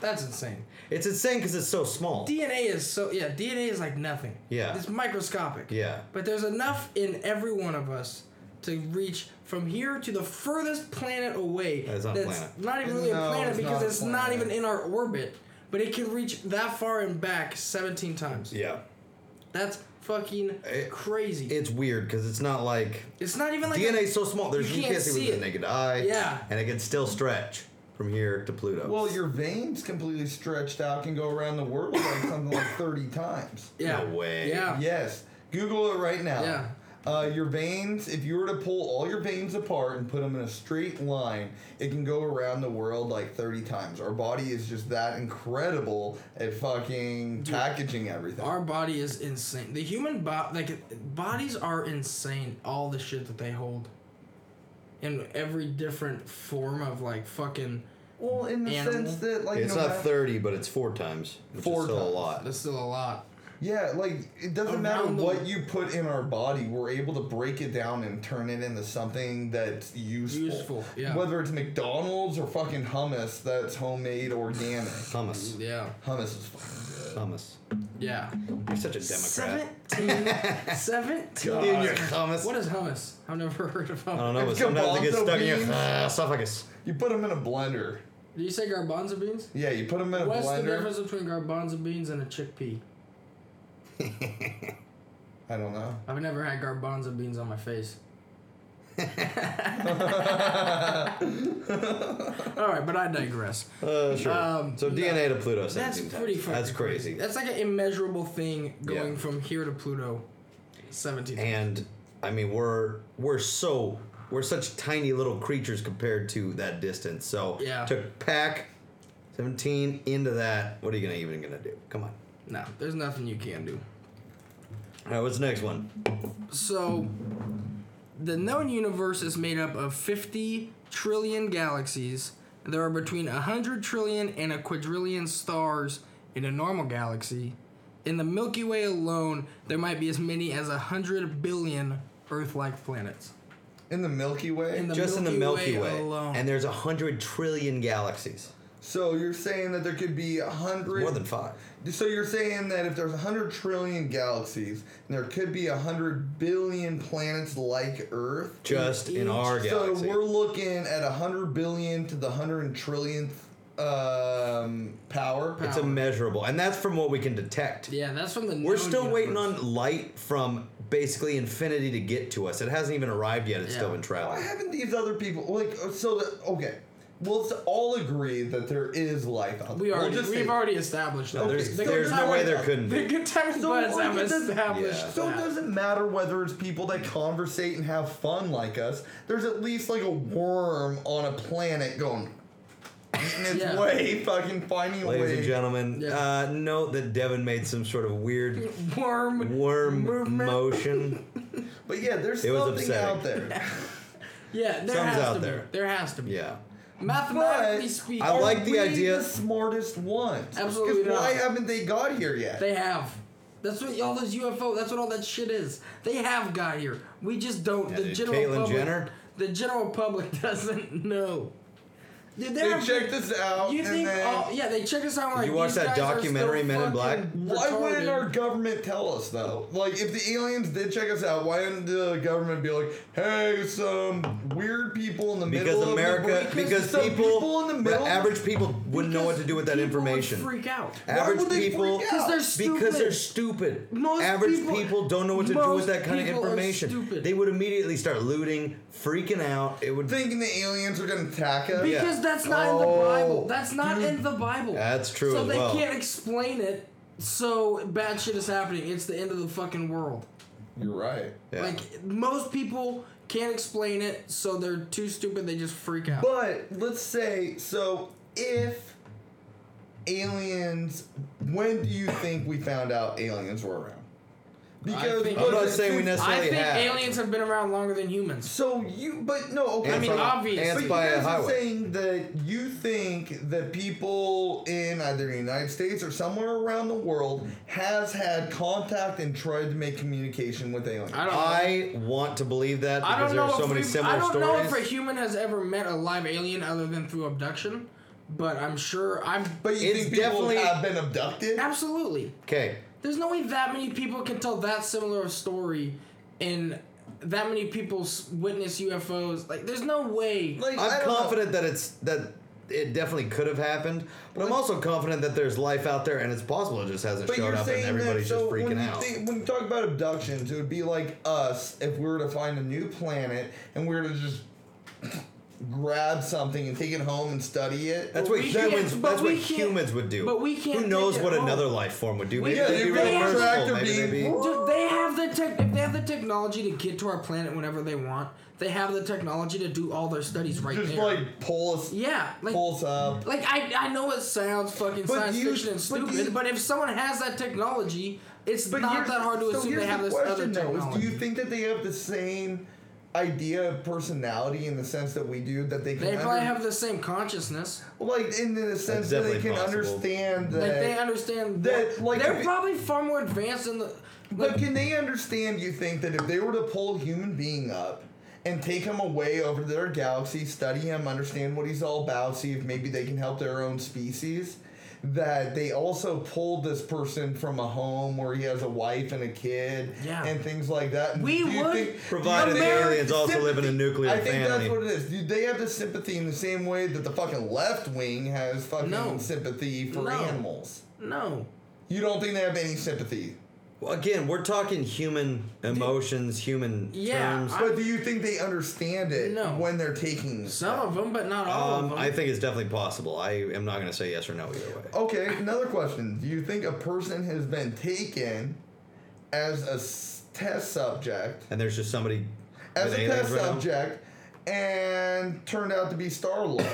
[SPEAKER 3] That's insane.
[SPEAKER 2] It's insane because it's so small.
[SPEAKER 3] DNA is so yeah. DNA is like nothing.
[SPEAKER 2] Yeah.
[SPEAKER 3] It's microscopic.
[SPEAKER 2] Yeah.
[SPEAKER 3] But there's enough in every one of us to reach from here to the furthest planet away.
[SPEAKER 2] That's not a planet.
[SPEAKER 3] not even really a
[SPEAKER 4] No,
[SPEAKER 3] planet
[SPEAKER 4] it's
[SPEAKER 3] because
[SPEAKER 4] not a
[SPEAKER 3] it's not
[SPEAKER 4] planet.
[SPEAKER 3] even in our orbit. But it can reach that far and back 17 times.
[SPEAKER 2] yeah.
[SPEAKER 3] That's fucking
[SPEAKER 2] It-
[SPEAKER 3] crazy.
[SPEAKER 2] It's weird because it's not like
[SPEAKER 3] it's not even like a-
[SPEAKER 2] DNA's so small. There's, you, can't see with
[SPEAKER 3] it.
[SPEAKER 2] the naked eye.
[SPEAKER 3] Yeah.
[SPEAKER 2] and it can still stretch from here to Pluto.
[SPEAKER 4] Well, your veins completely stretched out can go around the world like something like 30 times.
[SPEAKER 3] yeah.
[SPEAKER 2] No way.
[SPEAKER 3] Yeah.
[SPEAKER 4] Yes. Google it right now.
[SPEAKER 3] Yeah.
[SPEAKER 4] Uh, your veins, if you were to pull all your veins apart and put them in a straight line, it can go around the world like 30 times. Our body is just that incredible at fucking packaging everything.
[SPEAKER 3] Our body is insane. The human body, like bodies, are insane. All the shit that they hold, in every different form of like fucking.
[SPEAKER 4] well, in the
[SPEAKER 3] Animal.
[SPEAKER 4] sense that, like,
[SPEAKER 2] it's
[SPEAKER 4] no
[SPEAKER 2] not
[SPEAKER 4] matter-
[SPEAKER 2] thirty, but it's four times. Which
[SPEAKER 4] Four
[SPEAKER 2] is still
[SPEAKER 4] times.
[SPEAKER 2] a lot.
[SPEAKER 3] That's still a lot.
[SPEAKER 4] Yeah, like it doesn't
[SPEAKER 3] Around
[SPEAKER 4] matter
[SPEAKER 3] the-
[SPEAKER 4] what you put in our body, we're able to break it down and turn it into something that's useful.
[SPEAKER 3] Useful, yeah.
[SPEAKER 4] Whether it's McDonald's or fucking hummus that's homemade organic.
[SPEAKER 2] Thomas.
[SPEAKER 3] Yeah.
[SPEAKER 4] hummus is fucking
[SPEAKER 2] Thomas.
[SPEAKER 3] Yeah.
[SPEAKER 2] You're such a Democrat.
[SPEAKER 3] Seventeen. Seventeen.
[SPEAKER 2] God. In your Um, hummus.
[SPEAKER 3] What is hummus? I've never heard of hummus.
[SPEAKER 2] I don't know, but
[SPEAKER 4] It's
[SPEAKER 2] sometimes it gets
[SPEAKER 4] garbanzo
[SPEAKER 2] stuck in your
[SPEAKER 4] beans.
[SPEAKER 2] uh, esophagus.
[SPEAKER 4] You put them in a blender.
[SPEAKER 3] Did you say garbanzo beans?
[SPEAKER 4] Yeah, you put them in a
[SPEAKER 3] What's the
[SPEAKER 4] blender.
[SPEAKER 3] difference between garbanzo beans and a chickpea?
[SPEAKER 4] I don't know.
[SPEAKER 3] I've never had garbanzo beans on my face. All right, but I digress.
[SPEAKER 2] Uh, sure.
[SPEAKER 3] Um,
[SPEAKER 2] so DNA to Pluto. 17
[SPEAKER 3] That's
[SPEAKER 2] times.
[SPEAKER 3] pretty fucking
[SPEAKER 2] That's crazy.
[SPEAKER 3] That's like an immeasurable thing going
[SPEAKER 2] Yeah.
[SPEAKER 3] from here to Pluto. 17.
[SPEAKER 2] and I mean, we're we're so we're such tiny little creatures compared to that distance. So
[SPEAKER 3] Yeah.
[SPEAKER 2] to pack seventeen into that, what are you gonna even gonna do? Come on.
[SPEAKER 3] no, there's nothing you can do.
[SPEAKER 2] All right, what's the next one?
[SPEAKER 3] So, the known universe is made up of 50 trillion galaxies. There are between 100 trillion and a quadrillion stars in a normal galaxy. In the Milky Way alone, there might be as many as 100 billion Earth like planets.
[SPEAKER 4] In the Milky Way.
[SPEAKER 3] In the-
[SPEAKER 2] Just in the
[SPEAKER 3] Milky
[SPEAKER 2] Milky
[SPEAKER 3] Way
[SPEAKER 2] Way,
[SPEAKER 3] alone.
[SPEAKER 2] and there's a hundred trillion galaxies.
[SPEAKER 4] so you're saying that there could be a hundred.
[SPEAKER 2] More than five.
[SPEAKER 4] So you're saying that if there's a hundred trillion galaxies, and there could be a hundred billion planets like Earth.
[SPEAKER 2] Just in our
[SPEAKER 4] So
[SPEAKER 2] galaxy.
[SPEAKER 4] we're looking at a hundred billion to the hundred trillionth um, power.
[SPEAKER 2] it's immeasurable, and that's from what we can detect.
[SPEAKER 3] Yeah, that's from the.
[SPEAKER 2] We're
[SPEAKER 3] known
[SPEAKER 2] still waiting
[SPEAKER 3] universe.
[SPEAKER 2] on light from basically infinity to get to us. It hasn't even arrived yet. It's
[SPEAKER 3] Yeah.
[SPEAKER 2] still in
[SPEAKER 4] Why
[SPEAKER 2] travel.
[SPEAKER 4] haven't these other people like uh, so? That, okay, we'll s- all agree that there is life out there.
[SPEAKER 3] We
[SPEAKER 4] We'll
[SPEAKER 3] already,
[SPEAKER 4] just
[SPEAKER 3] we've
[SPEAKER 4] say-
[SPEAKER 3] already established that.
[SPEAKER 2] There's,
[SPEAKER 3] The
[SPEAKER 2] there's no
[SPEAKER 3] Kentucky-
[SPEAKER 2] way there couldn't
[SPEAKER 3] The
[SPEAKER 2] be.
[SPEAKER 3] Kentucky Buds
[SPEAKER 4] like,
[SPEAKER 3] have
[SPEAKER 4] it doesn't-
[SPEAKER 3] established.
[SPEAKER 2] Yeah.
[SPEAKER 4] So it
[SPEAKER 3] that.
[SPEAKER 4] doesn't matter whether it's people that conversate and have fun like us. There's at least like a worm on a planet going eating its
[SPEAKER 3] Yeah.
[SPEAKER 4] way, fucking finding a
[SPEAKER 2] Ladies
[SPEAKER 4] way.
[SPEAKER 2] and gentlemen,
[SPEAKER 3] Yeah.
[SPEAKER 2] uh, note that Devin made some sort of weird
[SPEAKER 3] worm
[SPEAKER 2] worm
[SPEAKER 3] movement.
[SPEAKER 2] motion.
[SPEAKER 4] But yeah, there's
[SPEAKER 2] It was
[SPEAKER 4] something
[SPEAKER 2] upsetting.
[SPEAKER 4] out there.
[SPEAKER 3] Yeah, there
[SPEAKER 2] Something's
[SPEAKER 3] has
[SPEAKER 2] out
[SPEAKER 3] to
[SPEAKER 2] there.
[SPEAKER 3] be. There has to be.
[SPEAKER 2] Yeah.
[SPEAKER 3] Mathematically
[SPEAKER 4] But-
[SPEAKER 3] speaking,
[SPEAKER 2] I like
[SPEAKER 4] Are
[SPEAKER 2] the
[SPEAKER 4] we
[SPEAKER 2] idea-
[SPEAKER 4] The smartest ones.
[SPEAKER 3] Absolutely
[SPEAKER 4] 'Cause Why
[SPEAKER 3] not.
[SPEAKER 4] haven't they got here yet?
[SPEAKER 3] they have. That's what all those UFO. That's what all that shit is. They have got here. We just don't.
[SPEAKER 2] Yeah,
[SPEAKER 3] the
[SPEAKER 2] dude,
[SPEAKER 3] general
[SPEAKER 2] Caitlyn
[SPEAKER 3] public.
[SPEAKER 2] Jenner?
[SPEAKER 3] The general public doesn't know. Dude,
[SPEAKER 4] They
[SPEAKER 3] they're-
[SPEAKER 4] checked us out.
[SPEAKER 3] You
[SPEAKER 4] and
[SPEAKER 3] think?
[SPEAKER 4] then-
[SPEAKER 3] oh, yeah, they checked us out. Like,
[SPEAKER 2] you watch
[SPEAKER 3] these
[SPEAKER 2] that
[SPEAKER 3] guys are
[SPEAKER 2] documentary,
[SPEAKER 3] still
[SPEAKER 2] Men in Black?
[SPEAKER 3] fucking
[SPEAKER 4] Why wouldn't
[SPEAKER 3] retarded.
[SPEAKER 4] our government tell us though? Like, if the aliens did check us out, why didn't the government be like, "Hey, some weird people in the
[SPEAKER 2] Because
[SPEAKER 4] middle
[SPEAKER 2] America,
[SPEAKER 4] of the
[SPEAKER 2] because
[SPEAKER 4] some
[SPEAKER 2] people,
[SPEAKER 4] in the middle,
[SPEAKER 2] average people wouldn't know what to do with that
[SPEAKER 3] People would
[SPEAKER 2] information.
[SPEAKER 3] Freak out.
[SPEAKER 2] Average
[SPEAKER 4] would they
[SPEAKER 2] people,
[SPEAKER 4] freak out?
[SPEAKER 3] 'Cause they're
[SPEAKER 2] because they're
[SPEAKER 3] stupid.
[SPEAKER 2] stupid.
[SPEAKER 3] Most
[SPEAKER 2] Average
[SPEAKER 3] people-
[SPEAKER 2] people, don't know what to do
[SPEAKER 3] most
[SPEAKER 2] with that kind of
[SPEAKER 3] people are
[SPEAKER 2] information.
[SPEAKER 3] stupid.
[SPEAKER 2] They would immediately start looting, freaking out. It would.
[SPEAKER 4] thinking the aliens are gonna attack us.
[SPEAKER 2] Yeah.
[SPEAKER 3] Because that's not in the
[SPEAKER 4] Oh,
[SPEAKER 3] Bible. That's not in the Bible.
[SPEAKER 2] That's true
[SPEAKER 3] So
[SPEAKER 2] as
[SPEAKER 3] they
[SPEAKER 2] well.
[SPEAKER 3] can't explain it. So bad shit is happening. It's the end of the fucking world.
[SPEAKER 4] You're right.
[SPEAKER 2] Yeah.
[SPEAKER 3] Like most people can't explain it, so they're too stupid. They just freak out.
[SPEAKER 4] But let's say so if aliens, when do you think we found out aliens were around? Because
[SPEAKER 3] think-
[SPEAKER 4] was
[SPEAKER 2] I'm not
[SPEAKER 4] it
[SPEAKER 2] saying we
[SPEAKER 4] since-
[SPEAKER 2] necessarily
[SPEAKER 3] I think
[SPEAKER 2] have.
[SPEAKER 3] aliens have been around longer than humans.
[SPEAKER 4] So you, but no, okay.
[SPEAKER 3] I mean,
[SPEAKER 4] so-
[SPEAKER 3] obviously.
[SPEAKER 2] Ants
[SPEAKER 4] But
[SPEAKER 2] by
[SPEAKER 4] you
[SPEAKER 2] a
[SPEAKER 4] guys are
[SPEAKER 2] highway.
[SPEAKER 4] saying that you think that people in either the United States or somewhere around the world has had contact and tried to make communication with aliens.
[SPEAKER 3] I don't. know.
[SPEAKER 2] I want to believe that
[SPEAKER 3] I
[SPEAKER 2] because
[SPEAKER 3] don't
[SPEAKER 2] there
[SPEAKER 3] know.
[SPEAKER 2] are so
[SPEAKER 3] if
[SPEAKER 2] many
[SPEAKER 3] we-
[SPEAKER 2] similar
[SPEAKER 3] I don't
[SPEAKER 2] stories.
[SPEAKER 3] know if a human has ever met a live alien other than through abduction, but I'm sure. I'm
[SPEAKER 4] but you
[SPEAKER 2] It's
[SPEAKER 4] think people
[SPEAKER 2] definitely-
[SPEAKER 4] have been abducted?
[SPEAKER 3] absolutely.
[SPEAKER 2] Okay,
[SPEAKER 3] There's no way that many people can tell that similar a story, and that many people s- witness UFOs. Like, there's no way.
[SPEAKER 4] Like, I
[SPEAKER 2] I'm
[SPEAKER 4] don't know.
[SPEAKER 2] confident that it's that it definitely could have happened, but I'm also confident that there's life out there and it's possible it just hasn't
[SPEAKER 4] But
[SPEAKER 2] shown
[SPEAKER 4] you're
[SPEAKER 2] up
[SPEAKER 4] saying
[SPEAKER 2] and everybody's
[SPEAKER 4] that, so
[SPEAKER 2] just freaking
[SPEAKER 4] when, you
[SPEAKER 2] out.
[SPEAKER 4] think- when you talk about abductions, it would be like us if we were to find a new planet and we were to just grab something and take it home and study it.
[SPEAKER 2] that's
[SPEAKER 3] But
[SPEAKER 2] what
[SPEAKER 3] we can't-
[SPEAKER 2] humans.
[SPEAKER 3] but
[SPEAKER 2] That's
[SPEAKER 3] we
[SPEAKER 2] what
[SPEAKER 3] can't-
[SPEAKER 2] humans would do.
[SPEAKER 3] but we can't
[SPEAKER 2] Who knows
[SPEAKER 3] take it
[SPEAKER 2] what
[SPEAKER 3] home.
[SPEAKER 2] another life form would do? Maybe
[SPEAKER 3] Yeah,
[SPEAKER 2] they'd be
[SPEAKER 3] you'd
[SPEAKER 2] really
[SPEAKER 3] be a
[SPEAKER 2] merciful.
[SPEAKER 4] tractor
[SPEAKER 2] Maybe they'd
[SPEAKER 4] being-
[SPEAKER 2] be.
[SPEAKER 3] Dude, they have the tech. They have the technology to get to our planet whenever they want. They have the technology to do all their studies right
[SPEAKER 4] just
[SPEAKER 3] there.
[SPEAKER 4] like pull us,
[SPEAKER 3] yeah, like
[SPEAKER 4] pull us up.
[SPEAKER 3] like I, I know it sounds fucking
[SPEAKER 4] But
[SPEAKER 3] science
[SPEAKER 4] you-
[SPEAKER 3] fiction and
[SPEAKER 4] but
[SPEAKER 3] stupid, but,
[SPEAKER 4] you-
[SPEAKER 3] if someone has that technology, it's not
[SPEAKER 4] here's-
[SPEAKER 3] that hard to
[SPEAKER 4] so
[SPEAKER 3] assume they
[SPEAKER 4] here's
[SPEAKER 3] have
[SPEAKER 4] the
[SPEAKER 3] this other
[SPEAKER 4] question, though, is
[SPEAKER 3] technology.
[SPEAKER 4] Do you think that they have the same idea of personality in the sense that we do? That they can
[SPEAKER 3] they probably
[SPEAKER 4] under-
[SPEAKER 3] have the same consciousness.
[SPEAKER 4] like in the sense that they
[SPEAKER 2] definitely
[SPEAKER 4] can
[SPEAKER 2] possible.
[SPEAKER 4] understand that.
[SPEAKER 3] Like they understand
[SPEAKER 4] that,
[SPEAKER 3] that.
[SPEAKER 4] like,
[SPEAKER 3] they're
[SPEAKER 4] if it-
[SPEAKER 3] probably far more advanced in the.
[SPEAKER 4] But
[SPEAKER 3] Like,
[SPEAKER 4] can they understand? You think that if they were to pull a human being up and take him away over to their galaxy, study him, understand what he's all about, see if maybe they can help their own species, that they also pulled this person from a home where he has a wife and a kid
[SPEAKER 3] Yeah.
[SPEAKER 4] and things like that.
[SPEAKER 3] We
[SPEAKER 4] Do you
[SPEAKER 3] would-
[SPEAKER 4] think- do you
[SPEAKER 2] Provided the
[SPEAKER 4] think they have
[SPEAKER 2] aliens also live in a
[SPEAKER 4] sympathy-
[SPEAKER 2] nuclear
[SPEAKER 4] I think
[SPEAKER 2] family.
[SPEAKER 4] that's what it is. Do they have the sympathy in the same way that the fucking left wing has fucking
[SPEAKER 3] No.
[SPEAKER 4] sympathy for
[SPEAKER 3] No.
[SPEAKER 4] animals?
[SPEAKER 3] no.
[SPEAKER 4] You don't think they have any sympathy?
[SPEAKER 2] Well, again, we're talking human emotions, human
[SPEAKER 3] Yeah,
[SPEAKER 2] terms.
[SPEAKER 3] I-
[SPEAKER 4] But do you think they understand it
[SPEAKER 3] No.
[SPEAKER 4] when they're taking this?
[SPEAKER 3] Some of them, but not all of
[SPEAKER 2] Um,
[SPEAKER 3] them.
[SPEAKER 2] I think it's definitely possible. I am not going to say yes or no either way.
[SPEAKER 4] Okay, another question. Do you think a person has been taken as a s- test subject,
[SPEAKER 2] And there's just somebody
[SPEAKER 4] as
[SPEAKER 2] with
[SPEAKER 4] a
[SPEAKER 2] aliens
[SPEAKER 4] test
[SPEAKER 2] right now?
[SPEAKER 4] subject, and turned out to be Star Lord?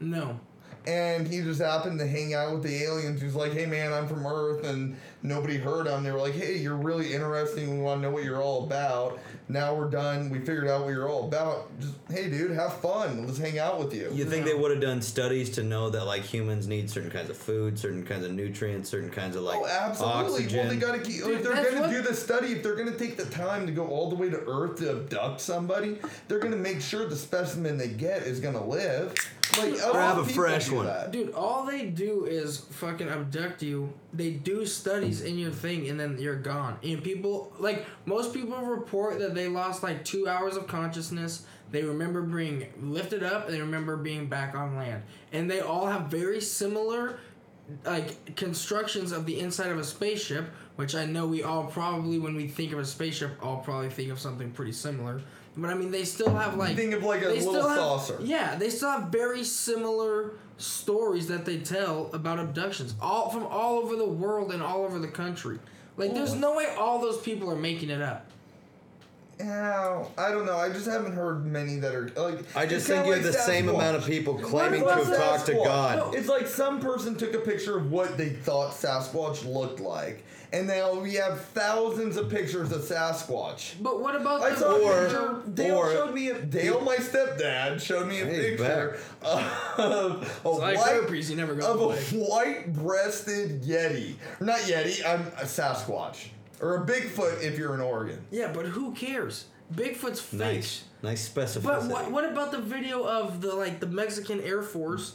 [SPEAKER 3] no.
[SPEAKER 4] and he just happened to hang out with the aliens. He's like, hey man, I'm from Earth, and nobody heard him. They were like, hey, you're really interesting. We want to know what you're all about. Now we're done. We figured out what you're all about. Just, hey dude, have fun. Let's hang out with you.
[SPEAKER 2] You think
[SPEAKER 3] No.
[SPEAKER 2] they would have done studies to know that like humans need certain kinds of food, certain kinds of nutrients, certain kinds of like
[SPEAKER 4] Oh, absolutely.
[SPEAKER 2] oxygen?
[SPEAKER 4] Well, they gotta keep.
[SPEAKER 3] Dude,
[SPEAKER 4] if they're
[SPEAKER 3] that's
[SPEAKER 4] gonna
[SPEAKER 3] what-
[SPEAKER 4] do the study, if they're gonna take the time to go all the way to Earth to abduct somebody, they're gonna make sure the specimen they get is gonna live. Like, other
[SPEAKER 2] Grab a
[SPEAKER 4] people
[SPEAKER 2] fresh
[SPEAKER 4] do
[SPEAKER 2] one.
[SPEAKER 4] that.
[SPEAKER 3] Dude, all they do is fucking abduct you. They do studies in your thing and then you're gone. And people, like, most people report that they lost like two hours of consciousness. They remember being lifted up and they remember being back on land. And they all have very similar, like, constructions of the inside of a spaceship, which I know we all probably, when we think of a spaceship, all probably think of something pretty similar. But I mean, they still have, like,
[SPEAKER 4] Think of like a
[SPEAKER 3] they
[SPEAKER 4] little
[SPEAKER 3] still have-
[SPEAKER 4] saucer.
[SPEAKER 3] yeah, they still have very similar stories that they tell about abductions, all from all over the world and all over the country. Like, there's no way all those people are making it up.
[SPEAKER 4] Ow. I don't know. I just haven't heard many that are like.
[SPEAKER 2] I
[SPEAKER 4] it's
[SPEAKER 2] just
[SPEAKER 4] kinda
[SPEAKER 2] think you
[SPEAKER 4] like
[SPEAKER 2] have the same
[SPEAKER 4] Sasquatch.
[SPEAKER 2] amount of people claiming to
[SPEAKER 4] What
[SPEAKER 2] have
[SPEAKER 4] about
[SPEAKER 2] talked to
[SPEAKER 4] Sasquatch?
[SPEAKER 2] God.
[SPEAKER 4] No, it's like some person took a picture of what they thought Sasquatch looked like, and now we have thousands of pictures of Sasquatch.
[SPEAKER 3] But what about
[SPEAKER 4] I
[SPEAKER 3] the
[SPEAKER 4] saw
[SPEAKER 2] Or-
[SPEAKER 4] a picture. Dale
[SPEAKER 2] or-
[SPEAKER 4] showed me a Dale, my stepdad, showed me a
[SPEAKER 2] Hey,
[SPEAKER 4] picture of a
[SPEAKER 3] like herpes,
[SPEAKER 4] white
[SPEAKER 3] you never go
[SPEAKER 4] of a
[SPEAKER 3] away.
[SPEAKER 4] white-breasted yeti. Not yeti. I'm a Sasquatch or a Bigfoot if you're in Oregon.
[SPEAKER 3] Yeah, but who cares? Bigfoot's fake.
[SPEAKER 2] Nice, nice specificity.
[SPEAKER 3] But what, what about the video of the like the Mexican Air Force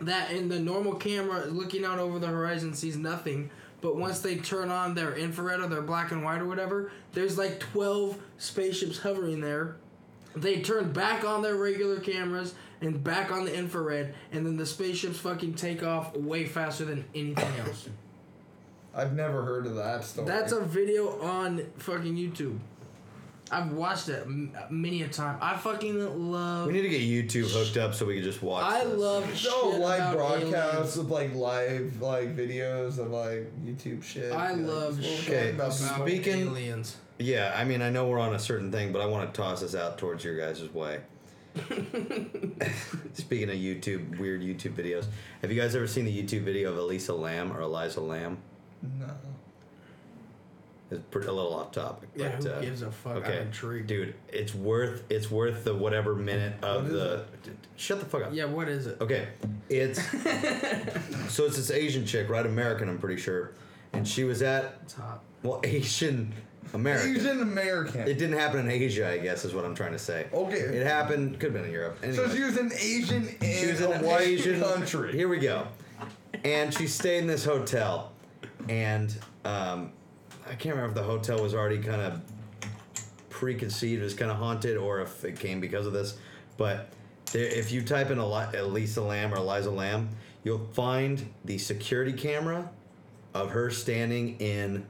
[SPEAKER 3] that in the normal camera looking out over the horizon sees nothing, but once they turn on their infrared or their black and white or whatever, there's like 12 spaceships hovering there. They turn back on their regular cameras and back on the infrared, and then the spaceships fucking take off way faster than anything else.
[SPEAKER 4] I've never heard of that story.
[SPEAKER 3] That's a video on fucking YouTube. I've watched it m- many a time. I fucking love.
[SPEAKER 2] we need to get YouTube hooked up so we can just watch.
[SPEAKER 3] I
[SPEAKER 2] this.
[SPEAKER 3] love
[SPEAKER 4] no
[SPEAKER 3] shit
[SPEAKER 4] live
[SPEAKER 3] about aliens.
[SPEAKER 4] broadcasts with like live like videos of like YouTube shit.
[SPEAKER 3] I
[SPEAKER 4] Like,
[SPEAKER 3] love
[SPEAKER 4] well,
[SPEAKER 3] shit
[SPEAKER 4] about
[SPEAKER 3] about
[SPEAKER 4] smoke.
[SPEAKER 2] speaking-
[SPEAKER 3] aliens.
[SPEAKER 2] Yeah, I mean, I know we're on a certain thing, but I want to toss this out towards your guys' way. Speaking of YouTube, weird YouTube videos, have you guys ever seen the YouTube video of Elisa Lamb or Eliza Lamb?
[SPEAKER 4] No.
[SPEAKER 2] It's pretty, a little off topic.
[SPEAKER 3] Yeah,
[SPEAKER 2] but,
[SPEAKER 3] who
[SPEAKER 2] uh,
[SPEAKER 3] gives a fuck?
[SPEAKER 2] Okay,
[SPEAKER 3] I'm intrigued.
[SPEAKER 2] dude, it's worth it's worth the whatever minute of
[SPEAKER 4] What is
[SPEAKER 2] the. d- d- Shut the fuck up.
[SPEAKER 3] Yeah, what is it?
[SPEAKER 2] Okay, it's so it's this Asian chick, right? American, I'm pretty sure, and she was at
[SPEAKER 3] Top.
[SPEAKER 2] well Asian American.
[SPEAKER 4] Asian American.
[SPEAKER 2] It didn't happen in Asia, I guess, is what I'm trying to say.
[SPEAKER 4] Okay.
[SPEAKER 2] It happened, could have been in Europe.
[SPEAKER 4] so
[SPEAKER 2] Anyway,
[SPEAKER 4] she was an Asian in
[SPEAKER 2] she was
[SPEAKER 4] a
[SPEAKER 2] in
[SPEAKER 4] white
[SPEAKER 2] Asian
[SPEAKER 4] country.
[SPEAKER 2] Here we go. And she stayed in this hotel. And um, I can't remember if the hotel was already kind of preconceived as kind of haunted or if it came because of this. But there, if you type in Eli- Elisa Lamb or Eliza Lamb, you'll find the security camera of her standing in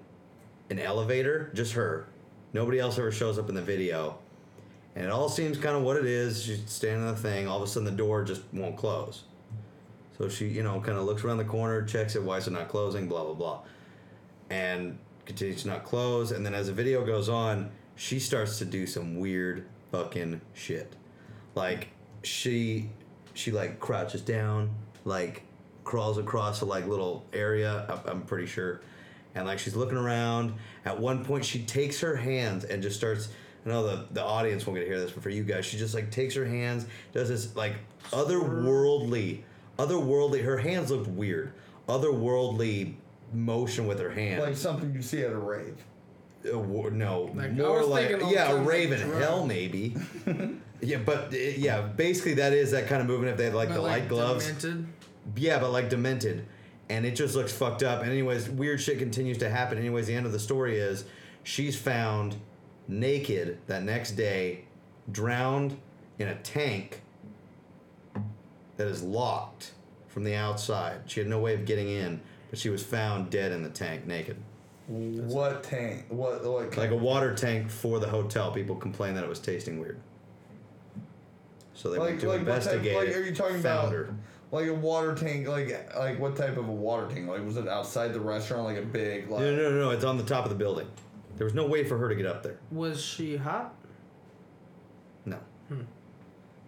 [SPEAKER 2] an elevator, just her. Nobody else ever shows up in the video. And it all seems kind of what it is. She's standing on the thing. All of a sudden, the door just won't close. So she, you know, kind of looks around the corner, checks it. Why is it not closing? Blah blah blah. And continues to not close. And then as the video goes on, she starts to do some weird fucking shit. Like she, she like crouches down, like crawls across a like little area. I- I'm pretty sure. And like she's looking around. At one point, she takes her hands and just starts. I know the, the audience won't get to hear this, but for you guys, she just like takes her hands, does this like otherworldly, otherworldly. Her hands looked weird, otherworldly motion with her hands.
[SPEAKER 4] Like something you see at a rave.
[SPEAKER 2] Uh, war, no,
[SPEAKER 3] Like, I
[SPEAKER 2] more
[SPEAKER 3] was
[SPEAKER 2] like
[SPEAKER 3] thinking all
[SPEAKER 2] yeah,
[SPEAKER 3] the
[SPEAKER 2] a
[SPEAKER 3] time
[SPEAKER 2] raven,
[SPEAKER 3] like
[SPEAKER 2] hell maybe. yeah, but uh, yeah, basically that is that kind of movement. If they had like the
[SPEAKER 3] But,
[SPEAKER 2] light gloves,
[SPEAKER 3] demented.
[SPEAKER 2] yeah, but like demented, and it just looks fucked up. And anyways, weird shit continues to happen. Anyways, the end of the story is she's found naked that next day, drowned in a tank that is locked from the outside. She had no way of getting in, but she was found dead in the tank, naked.
[SPEAKER 4] What tank? What like?
[SPEAKER 2] Like a water tank for the hotel. People complained that it was tasting weird. So they went
[SPEAKER 4] like,
[SPEAKER 2] to
[SPEAKER 4] like, what type,
[SPEAKER 2] investigate.
[SPEAKER 4] like
[SPEAKER 2] it,
[SPEAKER 4] are you talking
[SPEAKER 2] found
[SPEAKER 4] about
[SPEAKER 2] her.
[SPEAKER 4] like a water tank? Like like what type of a water tank? Like was it outside the restaurant? Like a big like.
[SPEAKER 2] No, no, no, no. It's on the top of the building. There was no way for her to get up there.
[SPEAKER 3] Was she hot?
[SPEAKER 2] No.
[SPEAKER 3] Hmm.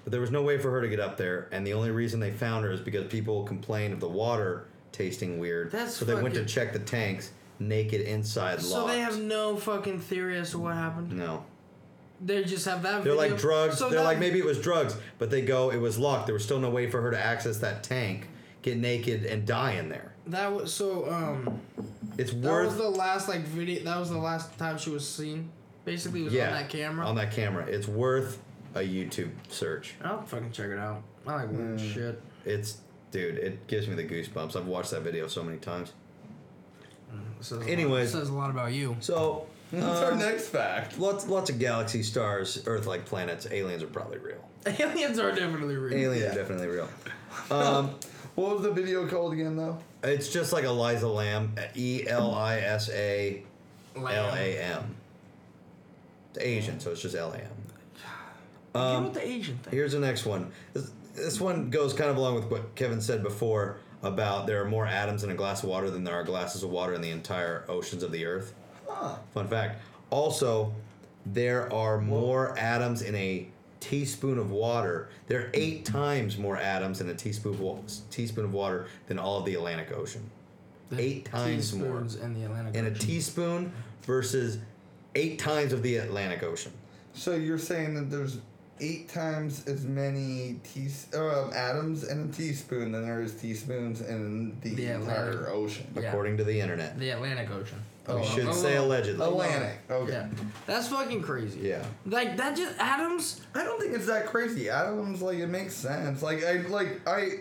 [SPEAKER 2] But there was no way for her to get up there, and the only reason they found her is because people complained of the water tasting weird.
[SPEAKER 3] That's
[SPEAKER 2] so they went to
[SPEAKER 3] fucking-
[SPEAKER 2] check the tanks, naked inside
[SPEAKER 3] So
[SPEAKER 2] locked.
[SPEAKER 3] they have no fucking theory as to what happened.
[SPEAKER 2] no.
[SPEAKER 3] They just have that.
[SPEAKER 2] They're
[SPEAKER 3] video.
[SPEAKER 2] like drugs.
[SPEAKER 3] So
[SPEAKER 2] They're
[SPEAKER 3] that-
[SPEAKER 2] like maybe it was drugs, but they go it was locked. There was still no way for her to access that tank, get naked, and die in there.
[SPEAKER 3] that was so. Um,
[SPEAKER 2] It's
[SPEAKER 3] that
[SPEAKER 2] worth
[SPEAKER 3] was the last like video. That was the last time she was seen. Basically, it was
[SPEAKER 2] yeah
[SPEAKER 3] on that camera.
[SPEAKER 2] on that camera. It's worth a YouTube search.
[SPEAKER 3] I'll fucking check it out. I like weird
[SPEAKER 2] Mm.
[SPEAKER 3] shit.
[SPEAKER 2] It's dude, it gives me the goosebumps. I've watched that video so many times.
[SPEAKER 3] Says a lot-
[SPEAKER 2] Anyways.
[SPEAKER 3] says a lot about you.
[SPEAKER 2] So
[SPEAKER 4] That's
[SPEAKER 2] um,
[SPEAKER 4] our next fact.
[SPEAKER 2] Lots, lots of galaxy stars, Earth-like planets. Aliens are probably real.
[SPEAKER 3] Aliens are definitely real.
[SPEAKER 2] Aliens
[SPEAKER 4] Yeah.
[SPEAKER 2] are definitely real. Um,
[SPEAKER 4] What was the video called again though?
[SPEAKER 2] it's just like Eliza Lamb, E L I S A
[SPEAKER 3] um,
[SPEAKER 2] L A M. It's Asian, so it's just L A M.
[SPEAKER 3] Um, you know the Asian thing.
[SPEAKER 2] Here's the next one. This, this one goes kind of along with what Kevin said before about there are more atoms in a glass of water than there are glasses of water in the entire oceans of the Earth.
[SPEAKER 4] Huh.
[SPEAKER 2] Fun fact. Also, there are more atoms in a teaspoon of water. There are eight times more atoms in a teaspoon of, wa- teaspoon of water than all of the Atlantic Ocean. eight times more.
[SPEAKER 3] Teaspoons in the Atlantic.
[SPEAKER 2] And a
[SPEAKER 3] Ocean.
[SPEAKER 2] teaspoon versus eight times of the Atlantic Ocean.
[SPEAKER 4] So you're saying that there's eight times as many teas- uh, atoms in a teaspoon than there is teaspoons in the
[SPEAKER 3] The Atlantic.
[SPEAKER 4] entire ocean.
[SPEAKER 3] Yeah.
[SPEAKER 2] according to the internet.
[SPEAKER 3] The Atlantic Ocean.
[SPEAKER 2] we
[SPEAKER 3] Oh,
[SPEAKER 2] should
[SPEAKER 3] oh,
[SPEAKER 2] say
[SPEAKER 3] oh,
[SPEAKER 2] allegedly.
[SPEAKER 4] Atlantic. Okay.
[SPEAKER 3] Yeah, that's fucking crazy.
[SPEAKER 2] Yeah.
[SPEAKER 5] Like that just Adams.
[SPEAKER 4] I don't think it's that crazy. Atoms, like it makes sense. Like I, like I,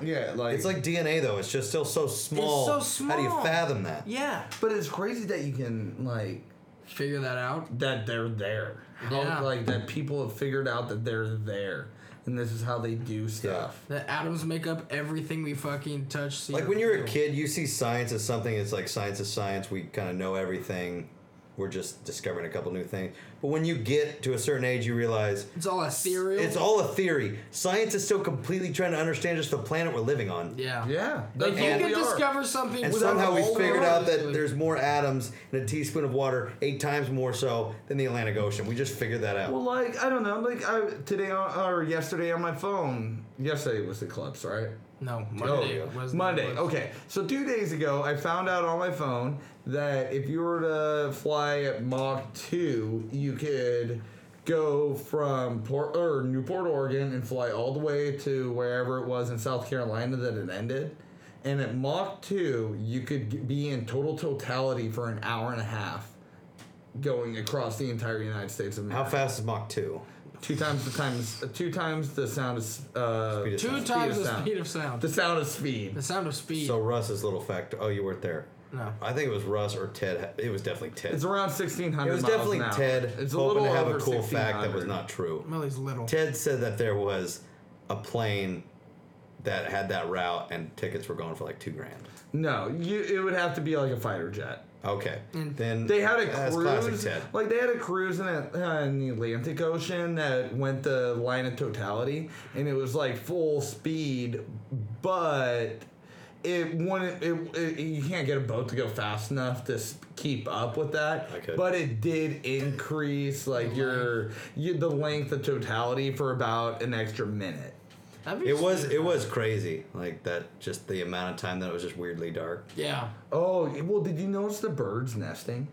[SPEAKER 4] yeah, like
[SPEAKER 2] It's like DNA though. It's just still so small.
[SPEAKER 5] so
[SPEAKER 2] How do you
[SPEAKER 5] small.
[SPEAKER 2] fathom that?
[SPEAKER 5] Yeah.
[SPEAKER 4] But it's crazy that you can like
[SPEAKER 3] Figure that out.
[SPEAKER 4] that they're there. How,
[SPEAKER 3] Yeah.
[SPEAKER 4] Like that people have figured out that they're there, and this is how they do stuff.
[SPEAKER 3] That atoms make up everything we fucking touch. See,
[SPEAKER 2] Like when you're a kid, you see science as something. It's like science is science. We kind of know everything. We're just discovering a couple new things. But when you get to a certain age, you realize
[SPEAKER 3] it's all ethereal.
[SPEAKER 2] it's all a theory. Science is still completely trying to understand just the planet we're living on.
[SPEAKER 3] Yeah.
[SPEAKER 4] Yeah,
[SPEAKER 3] Like
[SPEAKER 4] that's
[SPEAKER 3] you
[SPEAKER 4] all
[SPEAKER 3] can
[SPEAKER 4] we are.
[SPEAKER 3] discover something.
[SPEAKER 2] And
[SPEAKER 3] without
[SPEAKER 2] somehow we
[SPEAKER 3] all the
[SPEAKER 2] figured
[SPEAKER 3] world.
[SPEAKER 2] out that there's more atoms in a teaspoon of water, eight times more so than the Atlantic Ocean. We just figured that out.
[SPEAKER 4] Well, like I don't know, like I today on, or yesterday on my phone. Yesterday was the eclipse, right?
[SPEAKER 3] no Monday.
[SPEAKER 4] Oh,
[SPEAKER 3] was the-
[SPEAKER 4] Monday.
[SPEAKER 3] was-
[SPEAKER 4] Okay, so two days ago, I found out on my phone that if you were to fly at Mach two, you could go from Port or Newport, Oregon, and fly all the way to wherever it was in South Carolina that it ended. And at Mach two, you could g- be in total totality for an hour and a half, going across the entire United States of
[SPEAKER 2] How
[SPEAKER 4] America.
[SPEAKER 2] fast is Mach 2?
[SPEAKER 4] Two times the times, two times the sound is uh,
[SPEAKER 2] Speed of
[SPEAKER 3] Two
[SPEAKER 2] sound.
[SPEAKER 3] times
[SPEAKER 4] of
[SPEAKER 3] the
[SPEAKER 4] sound.
[SPEAKER 3] speed of sound.
[SPEAKER 4] the sound of speed.
[SPEAKER 3] The sound of speed.
[SPEAKER 2] So Russ's little factor. Oh, you weren't there.
[SPEAKER 3] No.
[SPEAKER 2] I think it was Russ or Ted. It was definitely Ted.
[SPEAKER 4] It's around 1600
[SPEAKER 2] It was
[SPEAKER 4] miles
[SPEAKER 2] definitely
[SPEAKER 4] an hour.
[SPEAKER 2] Ted
[SPEAKER 4] It's a
[SPEAKER 2] hoping
[SPEAKER 4] little
[SPEAKER 2] to have
[SPEAKER 4] over
[SPEAKER 2] a cool fact that was
[SPEAKER 4] 1600.
[SPEAKER 2] not true.
[SPEAKER 3] Millie's little.
[SPEAKER 2] Ted said that there was a plane that had that route and tickets were going for like two grand.
[SPEAKER 4] No, you, it would have to be like a fighter jet.
[SPEAKER 2] Okay, then
[SPEAKER 4] They had a
[SPEAKER 2] that's
[SPEAKER 4] cruise.
[SPEAKER 2] classic Ted.
[SPEAKER 4] Like they had a cruise in, it- uh, in the Atlantic Ocean that went the line of totality, and it was like full speed, but it wouldn't. It, it, you can't get a boat to go fast enough to s- keep up with that.
[SPEAKER 2] I could.
[SPEAKER 4] But it did increase like your, your the length of totality for about an extra minute.
[SPEAKER 3] That'd be
[SPEAKER 2] It was
[SPEAKER 3] sweet.
[SPEAKER 2] it was crazy. Like that, just the amount of time that it was just weirdly dark.
[SPEAKER 3] Yeah.
[SPEAKER 4] Oh well, did you notice the birds nesting?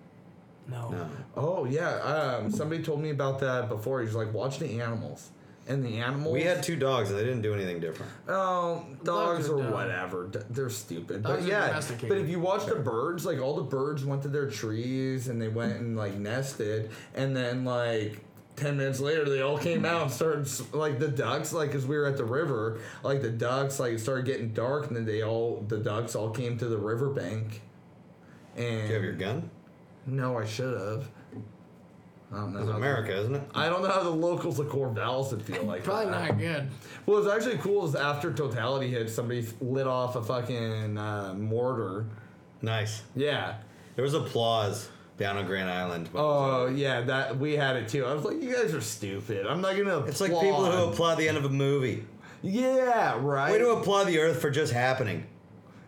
[SPEAKER 3] No.
[SPEAKER 2] No.
[SPEAKER 4] Oh yeah, um, somebody told me about that before. He's like, watch the animals, and the animals.
[SPEAKER 2] We had two dogs and they didn't do anything different.
[SPEAKER 4] oh dogs
[SPEAKER 3] are
[SPEAKER 4] or
[SPEAKER 3] dumb.
[SPEAKER 4] whatever. D- they're stupid,
[SPEAKER 3] Dogs
[SPEAKER 4] but
[SPEAKER 3] are
[SPEAKER 4] yeah.
[SPEAKER 3] domesticated.
[SPEAKER 4] But if you watch the birds, like all the birds went to their trees and they went and like nested, and then like. Ten minutes later, they all came out and started s- like the ducks, like as we were at the river, like the ducks, like it started getting dark, and then they all the ducks all came to the riverbank. And
[SPEAKER 2] Do you have your gun?
[SPEAKER 4] No, I should have. I don't know.
[SPEAKER 2] It's
[SPEAKER 4] how-
[SPEAKER 2] America, isn't it?
[SPEAKER 4] I don't know how the locals of Corvallis would feel like.
[SPEAKER 3] Probably
[SPEAKER 4] that.
[SPEAKER 2] Uh,
[SPEAKER 3] not good.
[SPEAKER 4] What was actually cool is after Totality hit, somebody lit off a fucking uh, mortar.
[SPEAKER 2] Nice.
[SPEAKER 4] Yeah.
[SPEAKER 2] There was applause down on Grand Island. when it was
[SPEAKER 4] Oh yeah, that we had it too. I was like, you guys are stupid. I'm not gonna.
[SPEAKER 2] It's like people who
[SPEAKER 4] applaud."
[SPEAKER 2] applaud the end of a movie.
[SPEAKER 4] Yeah. Right.
[SPEAKER 2] Way to applaud the Earth for just happening.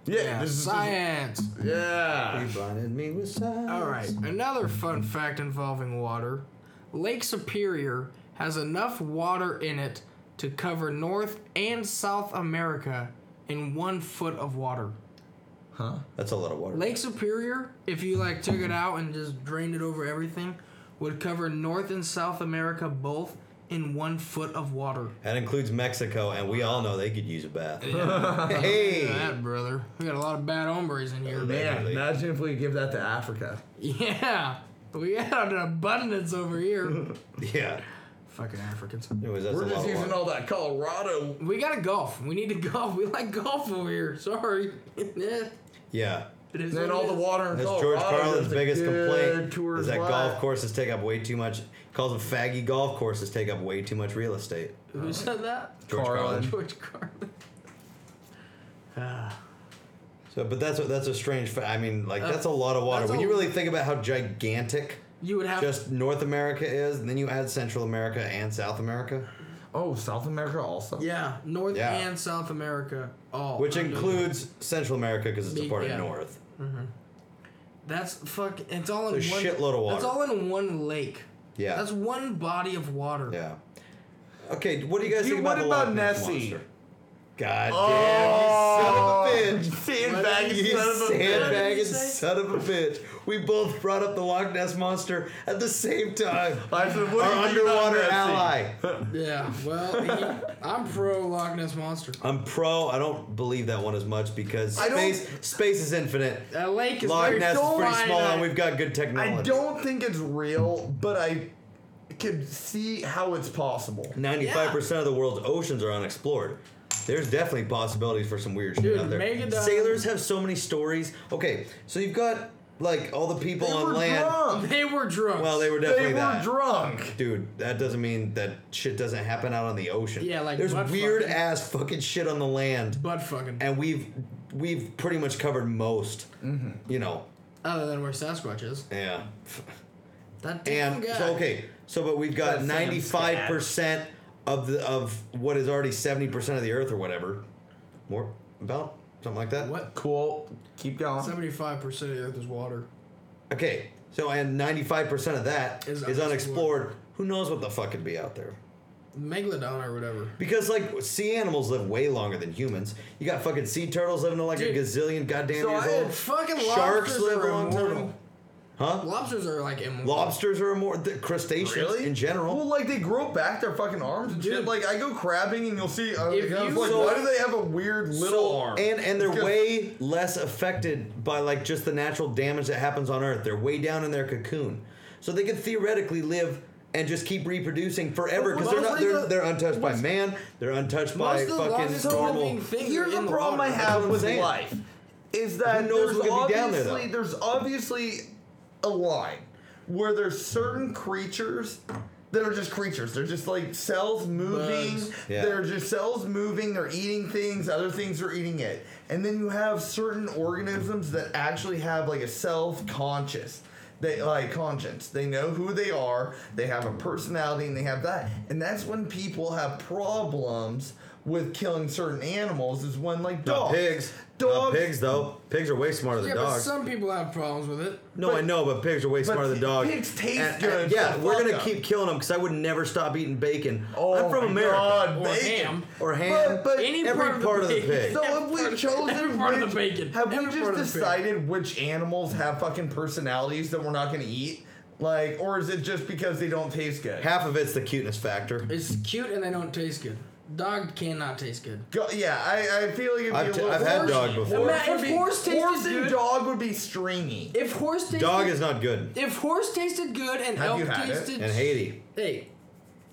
[SPEAKER 4] yeah.
[SPEAKER 3] Yeah.
[SPEAKER 4] This is.
[SPEAKER 3] Science.
[SPEAKER 4] yeah.
[SPEAKER 2] blinded me with science.
[SPEAKER 3] All right. Another fun fact involving water. Lake Superior has enough water in it to cover North and South America in one foot of water.
[SPEAKER 2] That's a lot of water.
[SPEAKER 3] Lake Superior, if you like took it out and just drained it over everything, would cover North and South America both in one foot of water.
[SPEAKER 2] That includes Mexico, and we all know they could use a bath. hey!
[SPEAKER 3] Look at that, brother. We got a lot of bad hombres in here.
[SPEAKER 4] Man, imagine if we could give that to Africa.
[SPEAKER 3] Yeah. We had an abundance over here.
[SPEAKER 2] Yeah.
[SPEAKER 3] Fucking Africans.
[SPEAKER 2] Anyways, that's
[SPEAKER 4] We're
[SPEAKER 2] a lot
[SPEAKER 4] just
[SPEAKER 2] of
[SPEAKER 4] using
[SPEAKER 2] water.
[SPEAKER 4] all that Colorado.
[SPEAKER 3] We gotta golf. We need to golf. We like golf over here. Sorry. Yeah.
[SPEAKER 2] yeah.
[SPEAKER 3] It is
[SPEAKER 4] And then
[SPEAKER 3] what
[SPEAKER 4] all
[SPEAKER 3] it
[SPEAKER 4] the
[SPEAKER 3] is.
[SPEAKER 4] water in
[SPEAKER 2] That's
[SPEAKER 4] Colorado.
[SPEAKER 2] George Carlin's
[SPEAKER 4] does a
[SPEAKER 2] biggest
[SPEAKER 4] good
[SPEAKER 2] complaint
[SPEAKER 4] tourist
[SPEAKER 2] is that
[SPEAKER 4] lot.
[SPEAKER 2] golf courses take up way too much. He calls them faggy golf courses take up way too much real estate.
[SPEAKER 3] Who said that?
[SPEAKER 2] George
[SPEAKER 4] Carlin.
[SPEAKER 2] Carlin.
[SPEAKER 3] George Carlin. Ah.
[SPEAKER 2] So, but that's a, that's a strange. Fa- I mean, like
[SPEAKER 3] Uh,
[SPEAKER 2] that's a lot of water.
[SPEAKER 3] that's
[SPEAKER 2] When
[SPEAKER 3] a-
[SPEAKER 2] you really think about how gigantic
[SPEAKER 3] You would have
[SPEAKER 2] just North America is, and then you add Central America and South America,
[SPEAKER 4] Oh, South America also.
[SPEAKER 3] Yeah, North
[SPEAKER 2] Yeah.
[SPEAKER 3] and South America all.
[SPEAKER 2] which
[SPEAKER 3] under-
[SPEAKER 2] includes Central America because it's a
[SPEAKER 3] Big-
[SPEAKER 2] part
[SPEAKER 3] yeah.
[SPEAKER 2] of North.
[SPEAKER 3] That's fuck. It's all in
[SPEAKER 2] There's
[SPEAKER 3] one.
[SPEAKER 2] shitload of
[SPEAKER 3] That's
[SPEAKER 2] water.
[SPEAKER 3] all in one lake.
[SPEAKER 2] Yeah.
[SPEAKER 3] That's one body of water.
[SPEAKER 2] Yeah. Okay, what do you guys
[SPEAKER 4] Dude,
[SPEAKER 2] think about
[SPEAKER 4] what
[SPEAKER 2] the
[SPEAKER 4] about
[SPEAKER 2] Loch Ness
[SPEAKER 4] Nessie? Oh!
[SPEAKER 2] monster? God damn, you son of a bitch.
[SPEAKER 4] Sandbag,
[SPEAKER 2] You
[SPEAKER 4] son of a bitch.
[SPEAKER 2] sandbagging
[SPEAKER 3] say?
[SPEAKER 2] son of a bitch. We both brought up the Loch Ness monster at the same time.
[SPEAKER 4] I said,
[SPEAKER 2] Our
[SPEAKER 4] what do you think about
[SPEAKER 2] underwater
[SPEAKER 4] Nessie?
[SPEAKER 2] ally. guy.
[SPEAKER 3] Yeah.
[SPEAKER 6] Well, he- I'm pro Loch Ness monster.
[SPEAKER 2] I'm pro. I don't believe that one as much because
[SPEAKER 4] I don't-
[SPEAKER 2] space space is infinite.
[SPEAKER 3] That lake is
[SPEAKER 2] Loch
[SPEAKER 3] very uh,
[SPEAKER 2] Ness is pretty
[SPEAKER 3] finite.
[SPEAKER 2] small, and we've got good technology.
[SPEAKER 4] I don't think it's real, but I could see how it's possible.
[SPEAKER 2] 95% of the world's oceans are unexplored. There's definitely possibilities for some weird shit
[SPEAKER 3] Dude,
[SPEAKER 2] out there.
[SPEAKER 3] Megadon-
[SPEAKER 2] Sailors have so many stories. Okay, so you've got like all the people
[SPEAKER 4] They
[SPEAKER 2] on
[SPEAKER 4] were
[SPEAKER 2] land.
[SPEAKER 4] drunk.
[SPEAKER 3] They were drunk.
[SPEAKER 2] Well, they were
[SPEAKER 4] They
[SPEAKER 2] definitely
[SPEAKER 4] were
[SPEAKER 2] that.
[SPEAKER 4] drunk.
[SPEAKER 2] Dude, that doesn't mean that shit doesn't happen out on the ocean.
[SPEAKER 3] Yeah, like
[SPEAKER 2] there's
[SPEAKER 3] butt
[SPEAKER 2] weird
[SPEAKER 3] fucking.
[SPEAKER 2] ass fucking shit on the land,
[SPEAKER 3] butt fucking.
[SPEAKER 2] and we've we've pretty much covered most.
[SPEAKER 4] Mm-hmm.
[SPEAKER 2] You know,
[SPEAKER 3] Other than where Sasquatch is.
[SPEAKER 2] yeah.
[SPEAKER 3] That damn
[SPEAKER 2] And
[SPEAKER 3] guy.
[SPEAKER 2] so okay, so but we've got
[SPEAKER 4] That
[SPEAKER 2] ninety
[SPEAKER 4] Sam's
[SPEAKER 2] five percent of the of what is already seventy percent of the Earth or whatever, more about something like that.
[SPEAKER 3] What?
[SPEAKER 4] Cool. Keep going.
[SPEAKER 3] Seventy-five percent of the Earth is water.
[SPEAKER 2] Okay, so and ninety five percent of that
[SPEAKER 3] Is
[SPEAKER 2] is,
[SPEAKER 3] unexplored.
[SPEAKER 2] unexplored. Who knows what the fuck could be out there?
[SPEAKER 3] Megalodon or whatever.
[SPEAKER 2] Because like sea animals live way longer than humans. You got fucking sea turtles living to like
[SPEAKER 3] Dude.
[SPEAKER 2] a gazillion goddamn
[SPEAKER 3] So
[SPEAKER 2] years
[SPEAKER 3] I had
[SPEAKER 2] old.
[SPEAKER 3] fucking
[SPEAKER 2] Sharks
[SPEAKER 3] lobsters
[SPEAKER 2] live
[SPEAKER 3] are
[SPEAKER 2] a long time.
[SPEAKER 3] immortal.
[SPEAKER 2] Huh?
[SPEAKER 3] Lobsters are like immortal.
[SPEAKER 2] Lobsters are more the crustaceans in general.
[SPEAKER 4] Well, like they grow back their fucking arms and shit.
[SPEAKER 3] Dude.
[SPEAKER 4] Like I go crabbing and you'll see. Uh,
[SPEAKER 3] If
[SPEAKER 4] like, I was
[SPEAKER 3] you-
[SPEAKER 4] like,
[SPEAKER 3] so-
[SPEAKER 4] why do they have a weird little
[SPEAKER 2] So-
[SPEAKER 4] arm?
[SPEAKER 2] And and they're
[SPEAKER 4] It's 'cause-
[SPEAKER 2] way less affected by like just the natural damage that happens on Earth. They're way down in their cocoon, so they could theoretically live and just keep reproducing forever because they're not
[SPEAKER 4] Mostly
[SPEAKER 2] they're,
[SPEAKER 4] the-
[SPEAKER 2] they're untouched by man. They're untouched by
[SPEAKER 3] Most of the
[SPEAKER 2] fucking
[SPEAKER 3] longest
[SPEAKER 2] normal.
[SPEAKER 3] living things are in
[SPEAKER 4] Here's the
[SPEAKER 3] the
[SPEAKER 4] problem I
[SPEAKER 3] water.
[SPEAKER 2] That's
[SPEAKER 4] have
[SPEAKER 2] what I'm
[SPEAKER 4] with
[SPEAKER 2] saying.
[SPEAKER 4] life is that
[SPEAKER 2] Who knows
[SPEAKER 4] there's
[SPEAKER 2] what could be down there,
[SPEAKER 4] obviously
[SPEAKER 2] though?
[SPEAKER 4] there's obviously a line where there's certain creatures that are just creatures. They're just like cells moving.
[SPEAKER 3] Bugs.
[SPEAKER 2] Yeah.
[SPEAKER 4] They're just cells moving. They're eating things. Other things are eating it. And then you have certain organisms that actually have like a self conscious. They like conscience. They know who they are. They have a personality and they have that. And that's when people have problems with killing certain animals. Is when like
[SPEAKER 2] Not
[SPEAKER 4] dogs,
[SPEAKER 2] pigs, Not
[SPEAKER 4] dogs,
[SPEAKER 2] pigs though. Pigs are way smarter than
[SPEAKER 3] Yeah, but
[SPEAKER 2] dogs.
[SPEAKER 3] some people have problems with it.
[SPEAKER 2] no, I know, but pigs are way smarter than
[SPEAKER 4] pi-
[SPEAKER 2] dogs.
[SPEAKER 4] pigs taste good,
[SPEAKER 2] yeah,
[SPEAKER 4] so
[SPEAKER 2] we're
[SPEAKER 4] fuck
[SPEAKER 2] gonna
[SPEAKER 4] 'em.
[SPEAKER 2] keep killing them because I would never stop eating bacon.
[SPEAKER 4] Oh
[SPEAKER 2] I'm from
[SPEAKER 4] my
[SPEAKER 2] America.
[SPEAKER 4] God,
[SPEAKER 3] Or
[SPEAKER 4] bacon.
[SPEAKER 3] ham.
[SPEAKER 2] Or ham.
[SPEAKER 4] But, but
[SPEAKER 3] Any
[SPEAKER 2] every
[SPEAKER 3] part of the
[SPEAKER 2] the
[SPEAKER 3] pig.
[SPEAKER 2] pig.
[SPEAKER 4] so have we chosen
[SPEAKER 3] Every part of the
[SPEAKER 4] which-
[SPEAKER 3] bacon.
[SPEAKER 4] Have
[SPEAKER 3] Every
[SPEAKER 4] we
[SPEAKER 3] part
[SPEAKER 4] just
[SPEAKER 3] of the pig.
[SPEAKER 4] decided which animals have fucking personalities that we're not gonna eat? Like, or is it just because they don't taste good?
[SPEAKER 2] Half of it's the cuteness factor.
[SPEAKER 3] It's cute and they don't taste good. Dog cannot taste good.
[SPEAKER 4] Go, yeah, I, I feel like if
[SPEAKER 2] I've
[SPEAKER 4] you
[SPEAKER 2] t-
[SPEAKER 4] look,
[SPEAKER 2] I've had
[SPEAKER 4] horse,
[SPEAKER 2] dog before.
[SPEAKER 3] Ima- if horse tasted
[SPEAKER 4] horse and
[SPEAKER 3] good,
[SPEAKER 4] dog would be stringy.
[SPEAKER 3] if horse tasted,
[SPEAKER 2] Dog is not good.
[SPEAKER 3] if horse tasted good and
[SPEAKER 4] Have you
[SPEAKER 3] elk
[SPEAKER 4] had it?
[SPEAKER 3] tasted,
[SPEAKER 2] And Haiti.
[SPEAKER 3] hey,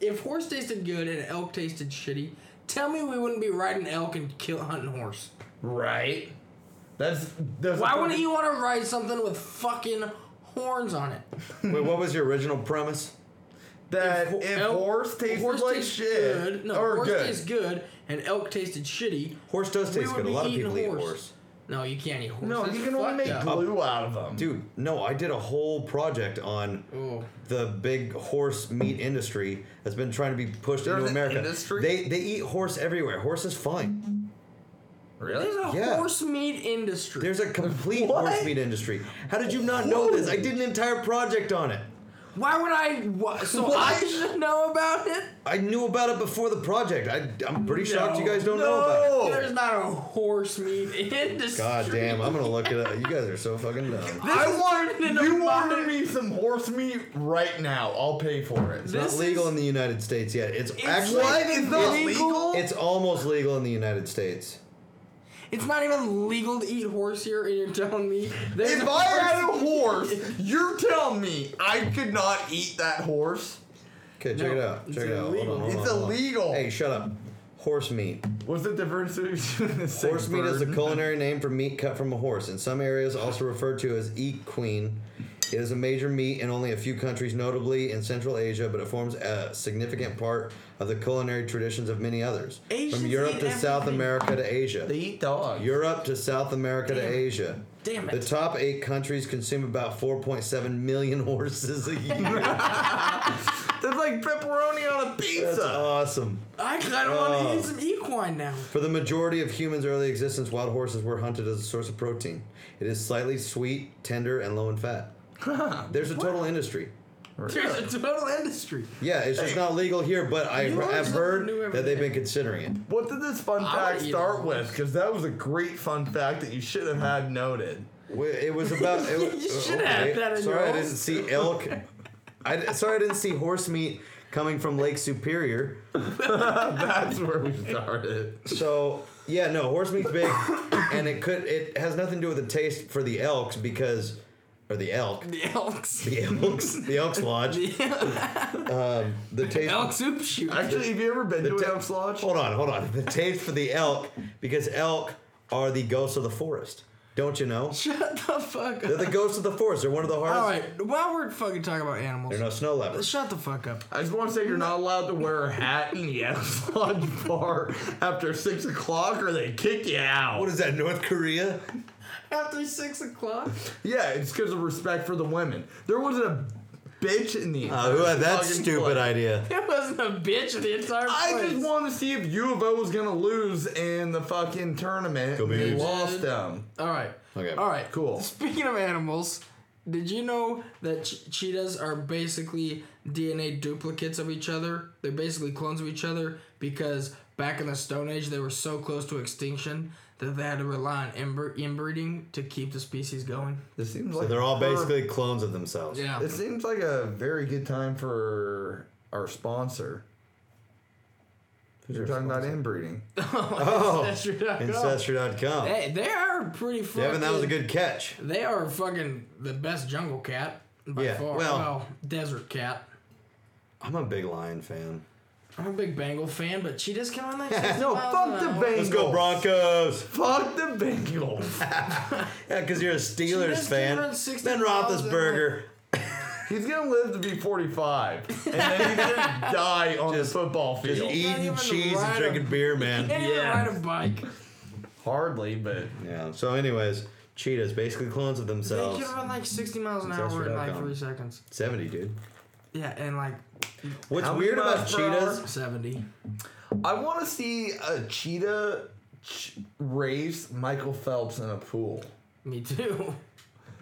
[SPEAKER 3] if horse tasted good and elk tasted shitty, tell me we wouldn't be riding elk and kill hunting horse.
[SPEAKER 4] Right. That's that's.
[SPEAKER 3] Why wouldn't you want to ride something with fucking horns on it?
[SPEAKER 2] Wait, what was your original premise?
[SPEAKER 4] That
[SPEAKER 3] ho-
[SPEAKER 4] if,
[SPEAKER 3] elk-
[SPEAKER 4] horse tasted
[SPEAKER 3] horse
[SPEAKER 4] like
[SPEAKER 3] tastes
[SPEAKER 4] shit,
[SPEAKER 3] good, no,
[SPEAKER 4] or
[SPEAKER 3] horse
[SPEAKER 4] good.
[SPEAKER 3] tastes good, and elk tasted shitty.
[SPEAKER 2] Horse does
[SPEAKER 3] we
[SPEAKER 2] taste good.
[SPEAKER 3] would
[SPEAKER 2] A
[SPEAKER 3] be
[SPEAKER 2] lot of
[SPEAKER 3] eating
[SPEAKER 2] people eat horse.
[SPEAKER 3] No, you can't eat horse.
[SPEAKER 4] no,
[SPEAKER 3] That's
[SPEAKER 4] you can only
[SPEAKER 3] fucked
[SPEAKER 4] make
[SPEAKER 3] up.
[SPEAKER 4] glue out of them.
[SPEAKER 2] Dude, no, I did a whole project on
[SPEAKER 3] Oh.
[SPEAKER 2] the big horse meat industry that's been trying to be pushed
[SPEAKER 4] There's
[SPEAKER 2] into
[SPEAKER 4] an
[SPEAKER 2] America.
[SPEAKER 4] industry?
[SPEAKER 2] They they eat horse everywhere. Horse is fine.
[SPEAKER 3] There's
[SPEAKER 4] really?
[SPEAKER 3] a
[SPEAKER 2] Yeah.
[SPEAKER 3] horse meat industry.
[SPEAKER 2] There's a complete
[SPEAKER 4] What?
[SPEAKER 2] horse meat industry. How did you not know this? I did an entire project on it.
[SPEAKER 3] Why would I? Wha- so I should know about it?
[SPEAKER 2] I knew about it before the project. I, I'm pretty shocked you
[SPEAKER 3] No.
[SPEAKER 2] guys don't know about it.
[SPEAKER 4] No.
[SPEAKER 3] There's not a horse meat industry.
[SPEAKER 2] God damn, I'm gonna look it up. You guys are so fucking dumb.
[SPEAKER 3] This
[SPEAKER 4] I
[SPEAKER 3] is
[SPEAKER 4] want
[SPEAKER 3] turning into
[SPEAKER 4] you
[SPEAKER 3] my-
[SPEAKER 4] order me some horse meat right now. I'll pay for it.
[SPEAKER 3] This
[SPEAKER 2] It's not legal
[SPEAKER 3] is-
[SPEAKER 2] in the United States yet. It's, actually
[SPEAKER 3] like
[SPEAKER 4] What? It's not legal?
[SPEAKER 2] It's almost legal in the United States.
[SPEAKER 3] It's not even legal to eat horse here, and you're telling me there's
[SPEAKER 4] If
[SPEAKER 3] a
[SPEAKER 4] I had a
[SPEAKER 3] horse-
[SPEAKER 4] horse, you're telling me I could not eat that horse?
[SPEAKER 2] Okay, check
[SPEAKER 3] No,
[SPEAKER 2] it out.
[SPEAKER 3] it's
[SPEAKER 2] Check it out. Hold on,
[SPEAKER 3] illegal.
[SPEAKER 2] hold on,
[SPEAKER 4] It's
[SPEAKER 2] hold on.
[SPEAKER 4] illegal.
[SPEAKER 2] Hey, shut up. Horse meat.
[SPEAKER 4] What's the difference between the same
[SPEAKER 2] Horse meat is the
[SPEAKER 4] bird?
[SPEAKER 2] culinary name for meat cut from a horse. In some areas, also referred to as equine. It is a major meat in only a few countries, notably in Central Asia, but it forms a significant part of the culinary traditions of many others.
[SPEAKER 3] Asians
[SPEAKER 2] from Europe to
[SPEAKER 3] eat
[SPEAKER 2] South
[SPEAKER 3] everything.
[SPEAKER 2] America to Asia.
[SPEAKER 4] They eat dog.
[SPEAKER 2] Europe to South America to
[SPEAKER 3] Damn.
[SPEAKER 2] Asia.
[SPEAKER 3] Damn
[SPEAKER 2] The
[SPEAKER 3] it.
[SPEAKER 2] top eight countries consume about 4.7 million horses a year.
[SPEAKER 4] That's like pepperoni on a
[SPEAKER 2] That's
[SPEAKER 4] pizza.
[SPEAKER 2] awesome.
[SPEAKER 3] I kind of want
[SPEAKER 2] Oh.
[SPEAKER 3] to eat some equine now.
[SPEAKER 2] For the majority of humans' early existence, wild horses were hunted as a source of protein. It is slightly sweet, tender, and low in fat. There's a total industry.
[SPEAKER 3] There's a total industry.
[SPEAKER 2] Yeah, it's just not legal here, but I
[SPEAKER 3] You learn
[SPEAKER 2] have
[SPEAKER 3] something new
[SPEAKER 2] heard
[SPEAKER 3] every
[SPEAKER 2] that they've
[SPEAKER 3] day.
[SPEAKER 2] been considering it.
[SPEAKER 4] What did this fun
[SPEAKER 3] I
[SPEAKER 4] fact
[SPEAKER 3] would eat a
[SPEAKER 4] start
[SPEAKER 3] horse.
[SPEAKER 4] with? Because that was a great fun fact that you should have had noted.
[SPEAKER 2] Well, It was about. It,
[SPEAKER 3] You should have that in
[SPEAKER 2] sorry,
[SPEAKER 3] your
[SPEAKER 2] I
[SPEAKER 3] own
[SPEAKER 2] didn't see elk. I, sorry, I didn't see horse meat coming from Lake Superior.
[SPEAKER 4] That's where we started.
[SPEAKER 2] So yeah, no, horse meat's big, and it could it has nothing to do with the taste for the elks because, or the elk,
[SPEAKER 3] The elks.
[SPEAKER 2] the elks, the elks lodge, um, the taste.
[SPEAKER 3] Elk soup shoot.
[SPEAKER 4] Actually, have you ever been to
[SPEAKER 2] the
[SPEAKER 4] an
[SPEAKER 2] ta-
[SPEAKER 4] elk's lodge?
[SPEAKER 2] Hold on, hold on. The taste for the elk because elk are the ghosts of the forest. Don't you know?
[SPEAKER 3] Shut the fuck
[SPEAKER 2] They're
[SPEAKER 3] up.
[SPEAKER 2] the ghosts of the forest. They're one of the hardest.
[SPEAKER 3] All right, while we're fucking talking about animals,
[SPEAKER 2] They're no snow leopards.
[SPEAKER 3] shut the fuck up.
[SPEAKER 4] I just want to say you're not allowed to wear a hat in the elk's lodge bar after six o'clock, or they kick you out.
[SPEAKER 2] What is that? North Korea?
[SPEAKER 3] After six o'clock,
[SPEAKER 4] Yeah, it's because of respect for the women. There wasn't a bitch in the.
[SPEAKER 2] Uh, who had that
[SPEAKER 4] fucking
[SPEAKER 2] stupid
[SPEAKER 4] place.
[SPEAKER 2] idea?
[SPEAKER 3] it wasn't a bitch the entire place.
[SPEAKER 4] I just wanted to see if U of O was gonna lose in the fucking tournament.
[SPEAKER 2] Go
[SPEAKER 4] They
[SPEAKER 2] Beavs.
[SPEAKER 4] lost them.
[SPEAKER 3] All right.
[SPEAKER 2] Okay.
[SPEAKER 3] All right.
[SPEAKER 4] Cool.
[SPEAKER 3] Speaking of animals, did you know that ch- cheetahs are basically DNA duplicates of each other? They're basically clones of each other because back in the Stone Age, they were so close to extinction that they had to rely on inbre- inbreeding to keep the species going.
[SPEAKER 4] This seems like
[SPEAKER 2] So they're all
[SPEAKER 4] for-
[SPEAKER 2] basically clones of themselves.
[SPEAKER 3] Yeah.
[SPEAKER 4] It seems like a very good time for our sponsor. You're talking about inbreeding.
[SPEAKER 2] Oh,
[SPEAKER 3] Ancestry.com.
[SPEAKER 2] Ancestry.com.
[SPEAKER 3] Hey, they are pretty fucking.
[SPEAKER 2] Devin, that was a good catch.
[SPEAKER 3] They are fucking the best jungle cat by
[SPEAKER 2] Yeah,
[SPEAKER 3] far.
[SPEAKER 2] well-
[SPEAKER 3] well, desert cat.
[SPEAKER 2] I'm a big lion fan.
[SPEAKER 3] I'm a big Bengal fan, but cheetahs can run that shit.
[SPEAKER 4] No, fuck the Bengals.
[SPEAKER 2] Let's go Broncos.
[SPEAKER 4] Fuck the Bengals.
[SPEAKER 2] Yeah, because you're a Steelers
[SPEAKER 3] Steelers
[SPEAKER 2] fan.
[SPEAKER 3] can run 60
[SPEAKER 2] Ben
[SPEAKER 3] miles an
[SPEAKER 2] Roethlisberger.
[SPEAKER 4] he's gonna live to be 45, and then he's gonna die on the
[SPEAKER 2] Just-
[SPEAKER 4] football
[SPEAKER 2] Just
[SPEAKER 4] field.
[SPEAKER 3] Not
[SPEAKER 2] eating
[SPEAKER 3] even
[SPEAKER 2] cheese and
[SPEAKER 3] ride a-
[SPEAKER 2] drinking beer, man.
[SPEAKER 3] Can't even
[SPEAKER 4] Yeah.
[SPEAKER 3] ride a bike.
[SPEAKER 4] Hardly, but
[SPEAKER 2] yeah. So, anyways, cheetahs basically clones of
[SPEAKER 3] They
[SPEAKER 2] themselves.
[SPEAKER 3] can run like 60 miles an
[SPEAKER 2] That's
[SPEAKER 3] hour in like
[SPEAKER 2] right.
[SPEAKER 3] three seconds.
[SPEAKER 2] Seventy, dude.
[SPEAKER 3] Yeah, and like
[SPEAKER 2] What's
[SPEAKER 4] How many
[SPEAKER 2] weird about
[SPEAKER 4] miles per hour?
[SPEAKER 2] cheetahs?
[SPEAKER 3] 70.
[SPEAKER 4] I want to see a cheetah ch- race Michael Phelps in a pool.
[SPEAKER 3] Me too.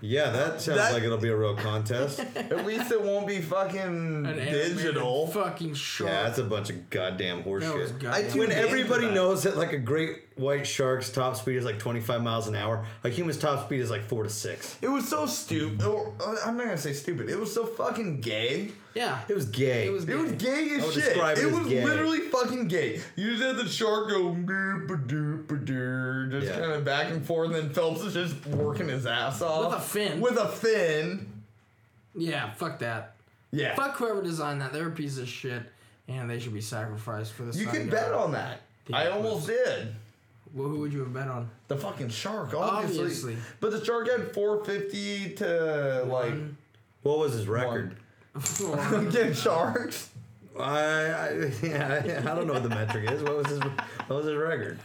[SPEAKER 2] Yeah, that sounds
[SPEAKER 4] That-
[SPEAKER 2] like it'll be a real contest.
[SPEAKER 4] At least it won't be fucking
[SPEAKER 3] An animated
[SPEAKER 4] digital.
[SPEAKER 3] Fucking shark.
[SPEAKER 2] yeah, that's a bunch of goddamn
[SPEAKER 3] that was
[SPEAKER 2] horseshit.
[SPEAKER 3] goddamn.
[SPEAKER 4] I tuned
[SPEAKER 2] When
[SPEAKER 4] into
[SPEAKER 2] everybody
[SPEAKER 4] that.
[SPEAKER 2] knows that like a great white shark's top speed is like 25 miles an hour, a human's top speed is like four to six.
[SPEAKER 4] It was so stupid. I'm not gonna say stupid. It was so fucking gay.
[SPEAKER 3] yeah.
[SPEAKER 2] It was gay.
[SPEAKER 3] It was-
[SPEAKER 4] It was
[SPEAKER 2] I
[SPEAKER 4] gay
[SPEAKER 2] would
[SPEAKER 4] as shit.
[SPEAKER 2] describe
[SPEAKER 4] It,
[SPEAKER 2] it as
[SPEAKER 4] was
[SPEAKER 2] gay.
[SPEAKER 4] literally fucking gay. You just had the shark go doop a doop a doo, just
[SPEAKER 2] Yeah.
[SPEAKER 4] kind of back and forth, and then Phelps is just working his ass off
[SPEAKER 3] a fin.
[SPEAKER 4] With a fin.
[SPEAKER 3] yeah, fuck that.
[SPEAKER 4] Yeah.
[SPEAKER 3] Fuck whoever designed that. They're a piece of shit. And they should be sacrificed for this.
[SPEAKER 4] You can bet on that. I almost did.
[SPEAKER 3] Well, who would you have bet on?
[SPEAKER 4] The fucking shark, obviously.
[SPEAKER 3] Obviously.
[SPEAKER 4] But the shark had 450 to like
[SPEAKER 2] What was his record?
[SPEAKER 4] again sharks.
[SPEAKER 2] I, I yeah, I- I don't know what the metric is. What was his What was his record?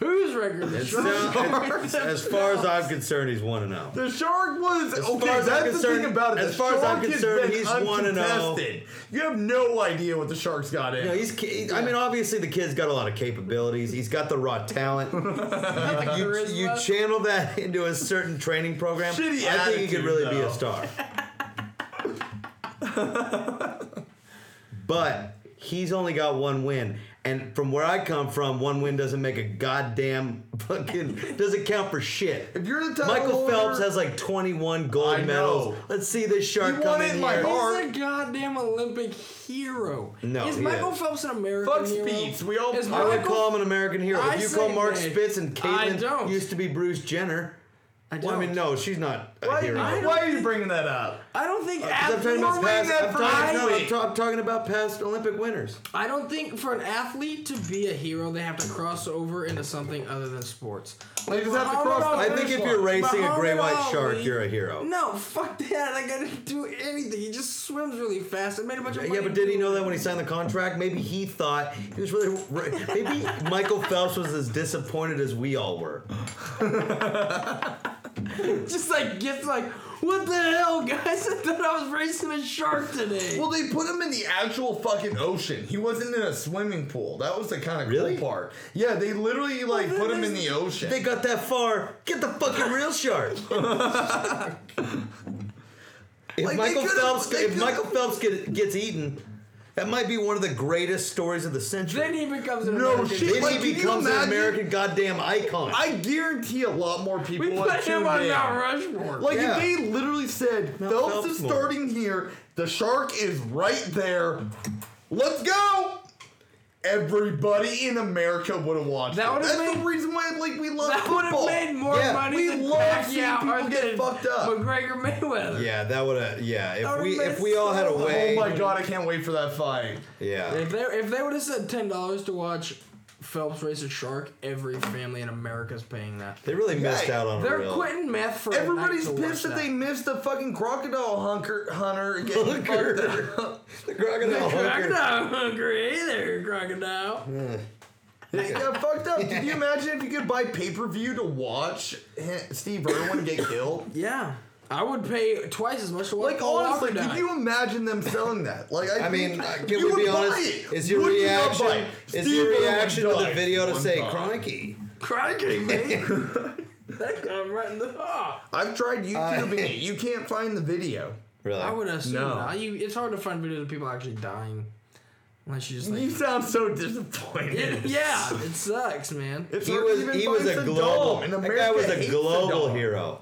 [SPEAKER 3] Whose record? The
[SPEAKER 2] It's
[SPEAKER 3] shark?
[SPEAKER 2] now- it's- as far as I'm concerned, he's one and oh. zero.
[SPEAKER 4] The shark was
[SPEAKER 2] As
[SPEAKER 4] okay.
[SPEAKER 2] far as I'm
[SPEAKER 4] that's the thing
[SPEAKER 2] concerned-
[SPEAKER 4] about it.
[SPEAKER 2] as
[SPEAKER 4] the
[SPEAKER 2] far as I'm
[SPEAKER 4] shark has
[SPEAKER 2] concerned,
[SPEAKER 4] been
[SPEAKER 2] he's one and oh.
[SPEAKER 4] uncontested. You have no idea what the sharks got in.
[SPEAKER 2] No, he's. ki- I mean, obviously the kid's got a lot of capabilities. He's got the raw talent. you, you
[SPEAKER 3] charisma.
[SPEAKER 2] channel that into a certain training program.
[SPEAKER 4] Shitty
[SPEAKER 2] I think he could
[SPEAKER 4] attitude,
[SPEAKER 2] really be
[SPEAKER 4] though.
[SPEAKER 2] a star. but he's only got one win, and from where I come from, one win doesn't make a goddamn fucking doesn't count for shit.
[SPEAKER 4] if you're the title
[SPEAKER 2] Michael
[SPEAKER 4] holder,
[SPEAKER 2] Phelps has like 21 gold
[SPEAKER 4] I
[SPEAKER 2] medals.
[SPEAKER 4] know.
[SPEAKER 2] Let's see this shark
[SPEAKER 4] He
[SPEAKER 2] come
[SPEAKER 4] won
[SPEAKER 2] in
[SPEAKER 4] it like
[SPEAKER 2] here.
[SPEAKER 4] hard.
[SPEAKER 3] He's a goddamn Olympic hero.
[SPEAKER 2] No,
[SPEAKER 3] is
[SPEAKER 2] he
[SPEAKER 3] Michael
[SPEAKER 2] is.
[SPEAKER 3] Phelps an American
[SPEAKER 4] Fuck
[SPEAKER 3] hero?
[SPEAKER 4] Speeds. We all-
[SPEAKER 3] is
[SPEAKER 4] I
[SPEAKER 2] I
[SPEAKER 3] Michael,
[SPEAKER 2] would call him an American hero.
[SPEAKER 3] I
[SPEAKER 2] if you call
[SPEAKER 3] say
[SPEAKER 2] Mark
[SPEAKER 3] nay.
[SPEAKER 2] Spitz and
[SPEAKER 3] I
[SPEAKER 2] Caitlyn
[SPEAKER 3] don't.
[SPEAKER 2] used to be Bruce Jenner.
[SPEAKER 3] I don't.
[SPEAKER 2] Well, I mean, no, she's not a
[SPEAKER 4] Why,
[SPEAKER 2] hero.
[SPEAKER 4] why
[SPEAKER 3] don't
[SPEAKER 4] are you bringing that up?
[SPEAKER 3] I don't think.
[SPEAKER 2] Because Uh, I'm talking
[SPEAKER 3] athlete,
[SPEAKER 2] about
[SPEAKER 4] Normally
[SPEAKER 2] past,
[SPEAKER 4] that
[SPEAKER 2] I'm
[SPEAKER 4] for
[SPEAKER 2] talking, no,
[SPEAKER 4] Iowa.
[SPEAKER 2] I'm ta- I'm talking about past Olympic winners.
[SPEAKER 3] I don't think for an athlete to be a hero, they have to cross over into something other than sports. Like,
[SPEAKER 4] just have to
[SPEAKER 3] Muhammad
[SPEAKER 4] cross-
[SPEAKER 3] Ali-
[SPEAKER 2] I think if you're racing a gray white
[SPEAKER 3] Muhammad
[SPEAKER 2] shark,
[SPEAKER 3] Ali-
[SPEAKER 2] you're a hero.
[SPEAKER 3] No, fuck that. Like, I didn't do anything. He just swims really fast. It made a bunch of money.
[SPEAKER 2] Yeah, but did he know that when he signed the contract? Maybe he thought he was really. Maybe Michael Phelps was as disappointed as we all were.
[SPEAKER 3] Just like gets like, what the hell, guys? I thought I was racing a shark today.
[SPEAKER 4] Well, they put him in the actual fucking ocean. He wasn't in a swimming pool. That was the kind of
[SPEAKER 2] Really?
[SPEAKER 4] cool part. Yeah, they literally like
[SPEAKER 3] then
[SPEAKER 4] put him
[SPEAKER 3] they-
[SPEAKER 4] in the ocean.
[SPEAKER 2] They got that far. Get the fucking real shark. if
[SPEAKER 4] Like, they
[SPEAKER 2] Michael
[SPEAKER 4] could've-
[SPEAKER 2] Phelps,
[SPEAKER 4] they
[SPEAKER 2] if
[SPEAKER 4] could've-
[SPEAKER 2] Michael Phelps get, gets eaten, that might be one of the greatest stories of the century.
[SPEAKER 3] then he becomes an
[SPEAKER 4] No
[SPEAKER 3] American.
[SPEAKER 4] shit.
[SPEAKER 2] Then
[SPEAKER 4] Like, can
[SPEAKER 2] he
[SPEAKER 4] you
[SPEAKER 2] becomes an
[SPEAKER 4] imagine?
[SPEAKER 2] American goddamn icon.
[SPEAKER 4] I guarantee a lot more people.
[SPEAKER 3] We
[SPEAKER 4] have
[SPEAKER 3] put him
[SPEAKER 4] tuned
[SPEAKER 3] on
[SPEAKER 4] in.
[SPEAKER 3] Mount Rushmore.
[SPEAKER 4] Like
[SPEAKER 2] Yeah.
[SPEAKER 4] if they literally said
[SPEAKER 2] No,
[SPEAKER 4] Phelps,
[SPEAKER 2] Phelps
[SPEAKER 4] is
[SPEAKER 2] more.
[SPEAKER 4] starting here, the shark is right there. Let's go! Everybody in America would have watched
[SPEAKER 3] That
[SPEAKER 4] it.
[SPEAKER 3] would've
[SPEAKER 4] That's
[SPEAKER 3] made-
[SPEAKER 4] the reason why like we love
[SPEAKER 3] That would have
[SPEAKER 4] football.
[SPEAKER 3] made more
[SPEAKER 2] Yeah,
[SPEAKER 3] money
[SPEAKER 4] we
[SPEAKER 3] than
[SPEAKER 4] love seeing
[SPEAKER 3] Pacquiao
[SPEAKER 4] people
[SPEAKER 3] or
[SPEAKER 4] get
[SPEAKER 3] than
[SPEAKER 4] fucked up.
[SPEAKER 3] McGregor Mayweather.
[SPEAKER 2] Yeah, that would have. Yeah,
[SPEAKER 7] would've
[SPEAKER 2] if we
[SPEAKER 7] been
[SPEAKER 2] if we all had a
[SPEAKER 7] so-
[SPEAKER 2] way.
[SPEAKER 4] Oh my god, I can't wait for that fight.
[SPEAKER 2] Yeah.
[SPEAKER 3] If they if they would have said ten dollars to watch Phelps race a shark, every family in America's paying that.
[SPEAKER 2] They really missed
[SPEAKER 4] Yeah,
[SPEAKER 2] out on a
[SPEAKER 3] They're
[SPEAKER 2] real.
[SPEAKER 3] quitting meth for. a night
[SPEAKER 4] Everybody's
[SPEAKER 3] to watch
[SPEAKER 4] pissed that they missed the fucking crocodile hunker hunter getting
[SPEAKER 2] Hunker.
[SPEAKER 4] fucked up.
[SPEAKER 2] The crocodile hunker.
[SPEAKER 3] Crocodile hungry either, crocodile.
[SPEAKER 4] They got fucked up. Can you imagine if you could buy pay per view to watch Steve Irwin get killed?
[SPEAKER 3] Yeah, I would pay twice as much to watch
[SPEAKER 4] Like
[SPEAKER 3] Paul
[SPEAKER 4] honestly,
[SPEAKER 3] Walker
[SPEAKER 4] could
[SPEAKER 3] die.
[SPEAKER 4] you imagine them selling that? Like I,
[SPEAKER 2] I mean,
[SPEAKER 4] think
[SPEAKER 2] uh, can
[SPEAKER 4] you
[SPEAKER 2] we be
[SPEAKER 4] would buy
[SPEAKER 2] honest?
[SPEAKER 4] it.
[SPEAKER 2] Is your
[SPEAKER 4] Would you not
[SPEAKER 2] reaction
[SPEAKER 4] buy it?
[SPEAKER 2] is
[SPEAKER 4] Steve
[SPEAKER 2] your
[SPEAKER 4] Irwin
[SPEAKER 2] reaction to the
[SPEAKER 4] died
[SPEAKER 2] video to
[SPEAKER 4] one
[SPEAKER 2] say
[SPEAKER 4] time.
[SPEAKER 2] crikey?
[SPEAKER 3] Crikey, man. that got right in the ah. heart.
[SPEAKER 4] I've
[SPEAKER 2] Uh,
[SPEAKER 4] tried YouTubing it. You can't find the video.
[SPEAKER 2] Really?
[SPEAKER 3] I would assume
[SPEAKER 4] No.
[SPEAKER 3] not. You, it's hard to find videos of people actually dying, unless you just
[SPEAKER 4] You
[SPEAKER 3] like.
[SPEAKER 4] sound so disappointed.
[SPEAKER 3] yeah, it sucks, man.
[SPEAKER 4] It's
[SPEAKER 2] he
[SPEAKER 4] hard to
[SPEAKER 2] was
[SPEAKER 4] even
[SPEAKER 2] he was
[SPEAKER 4] find
[SPEAKER 2] a
[SPEAKER 4] Saddam,
[SPEAKER 2] global.
[SPEAKER 4] and
[SPEAKER 2] That guy
[SPEAKER 4] America
[SPEAKER 2] was a
[SPEAKER 4] hates
[SPEAKER 2] global
[SPEAKER 4] Saddam.
[SPEAKER 2] hero.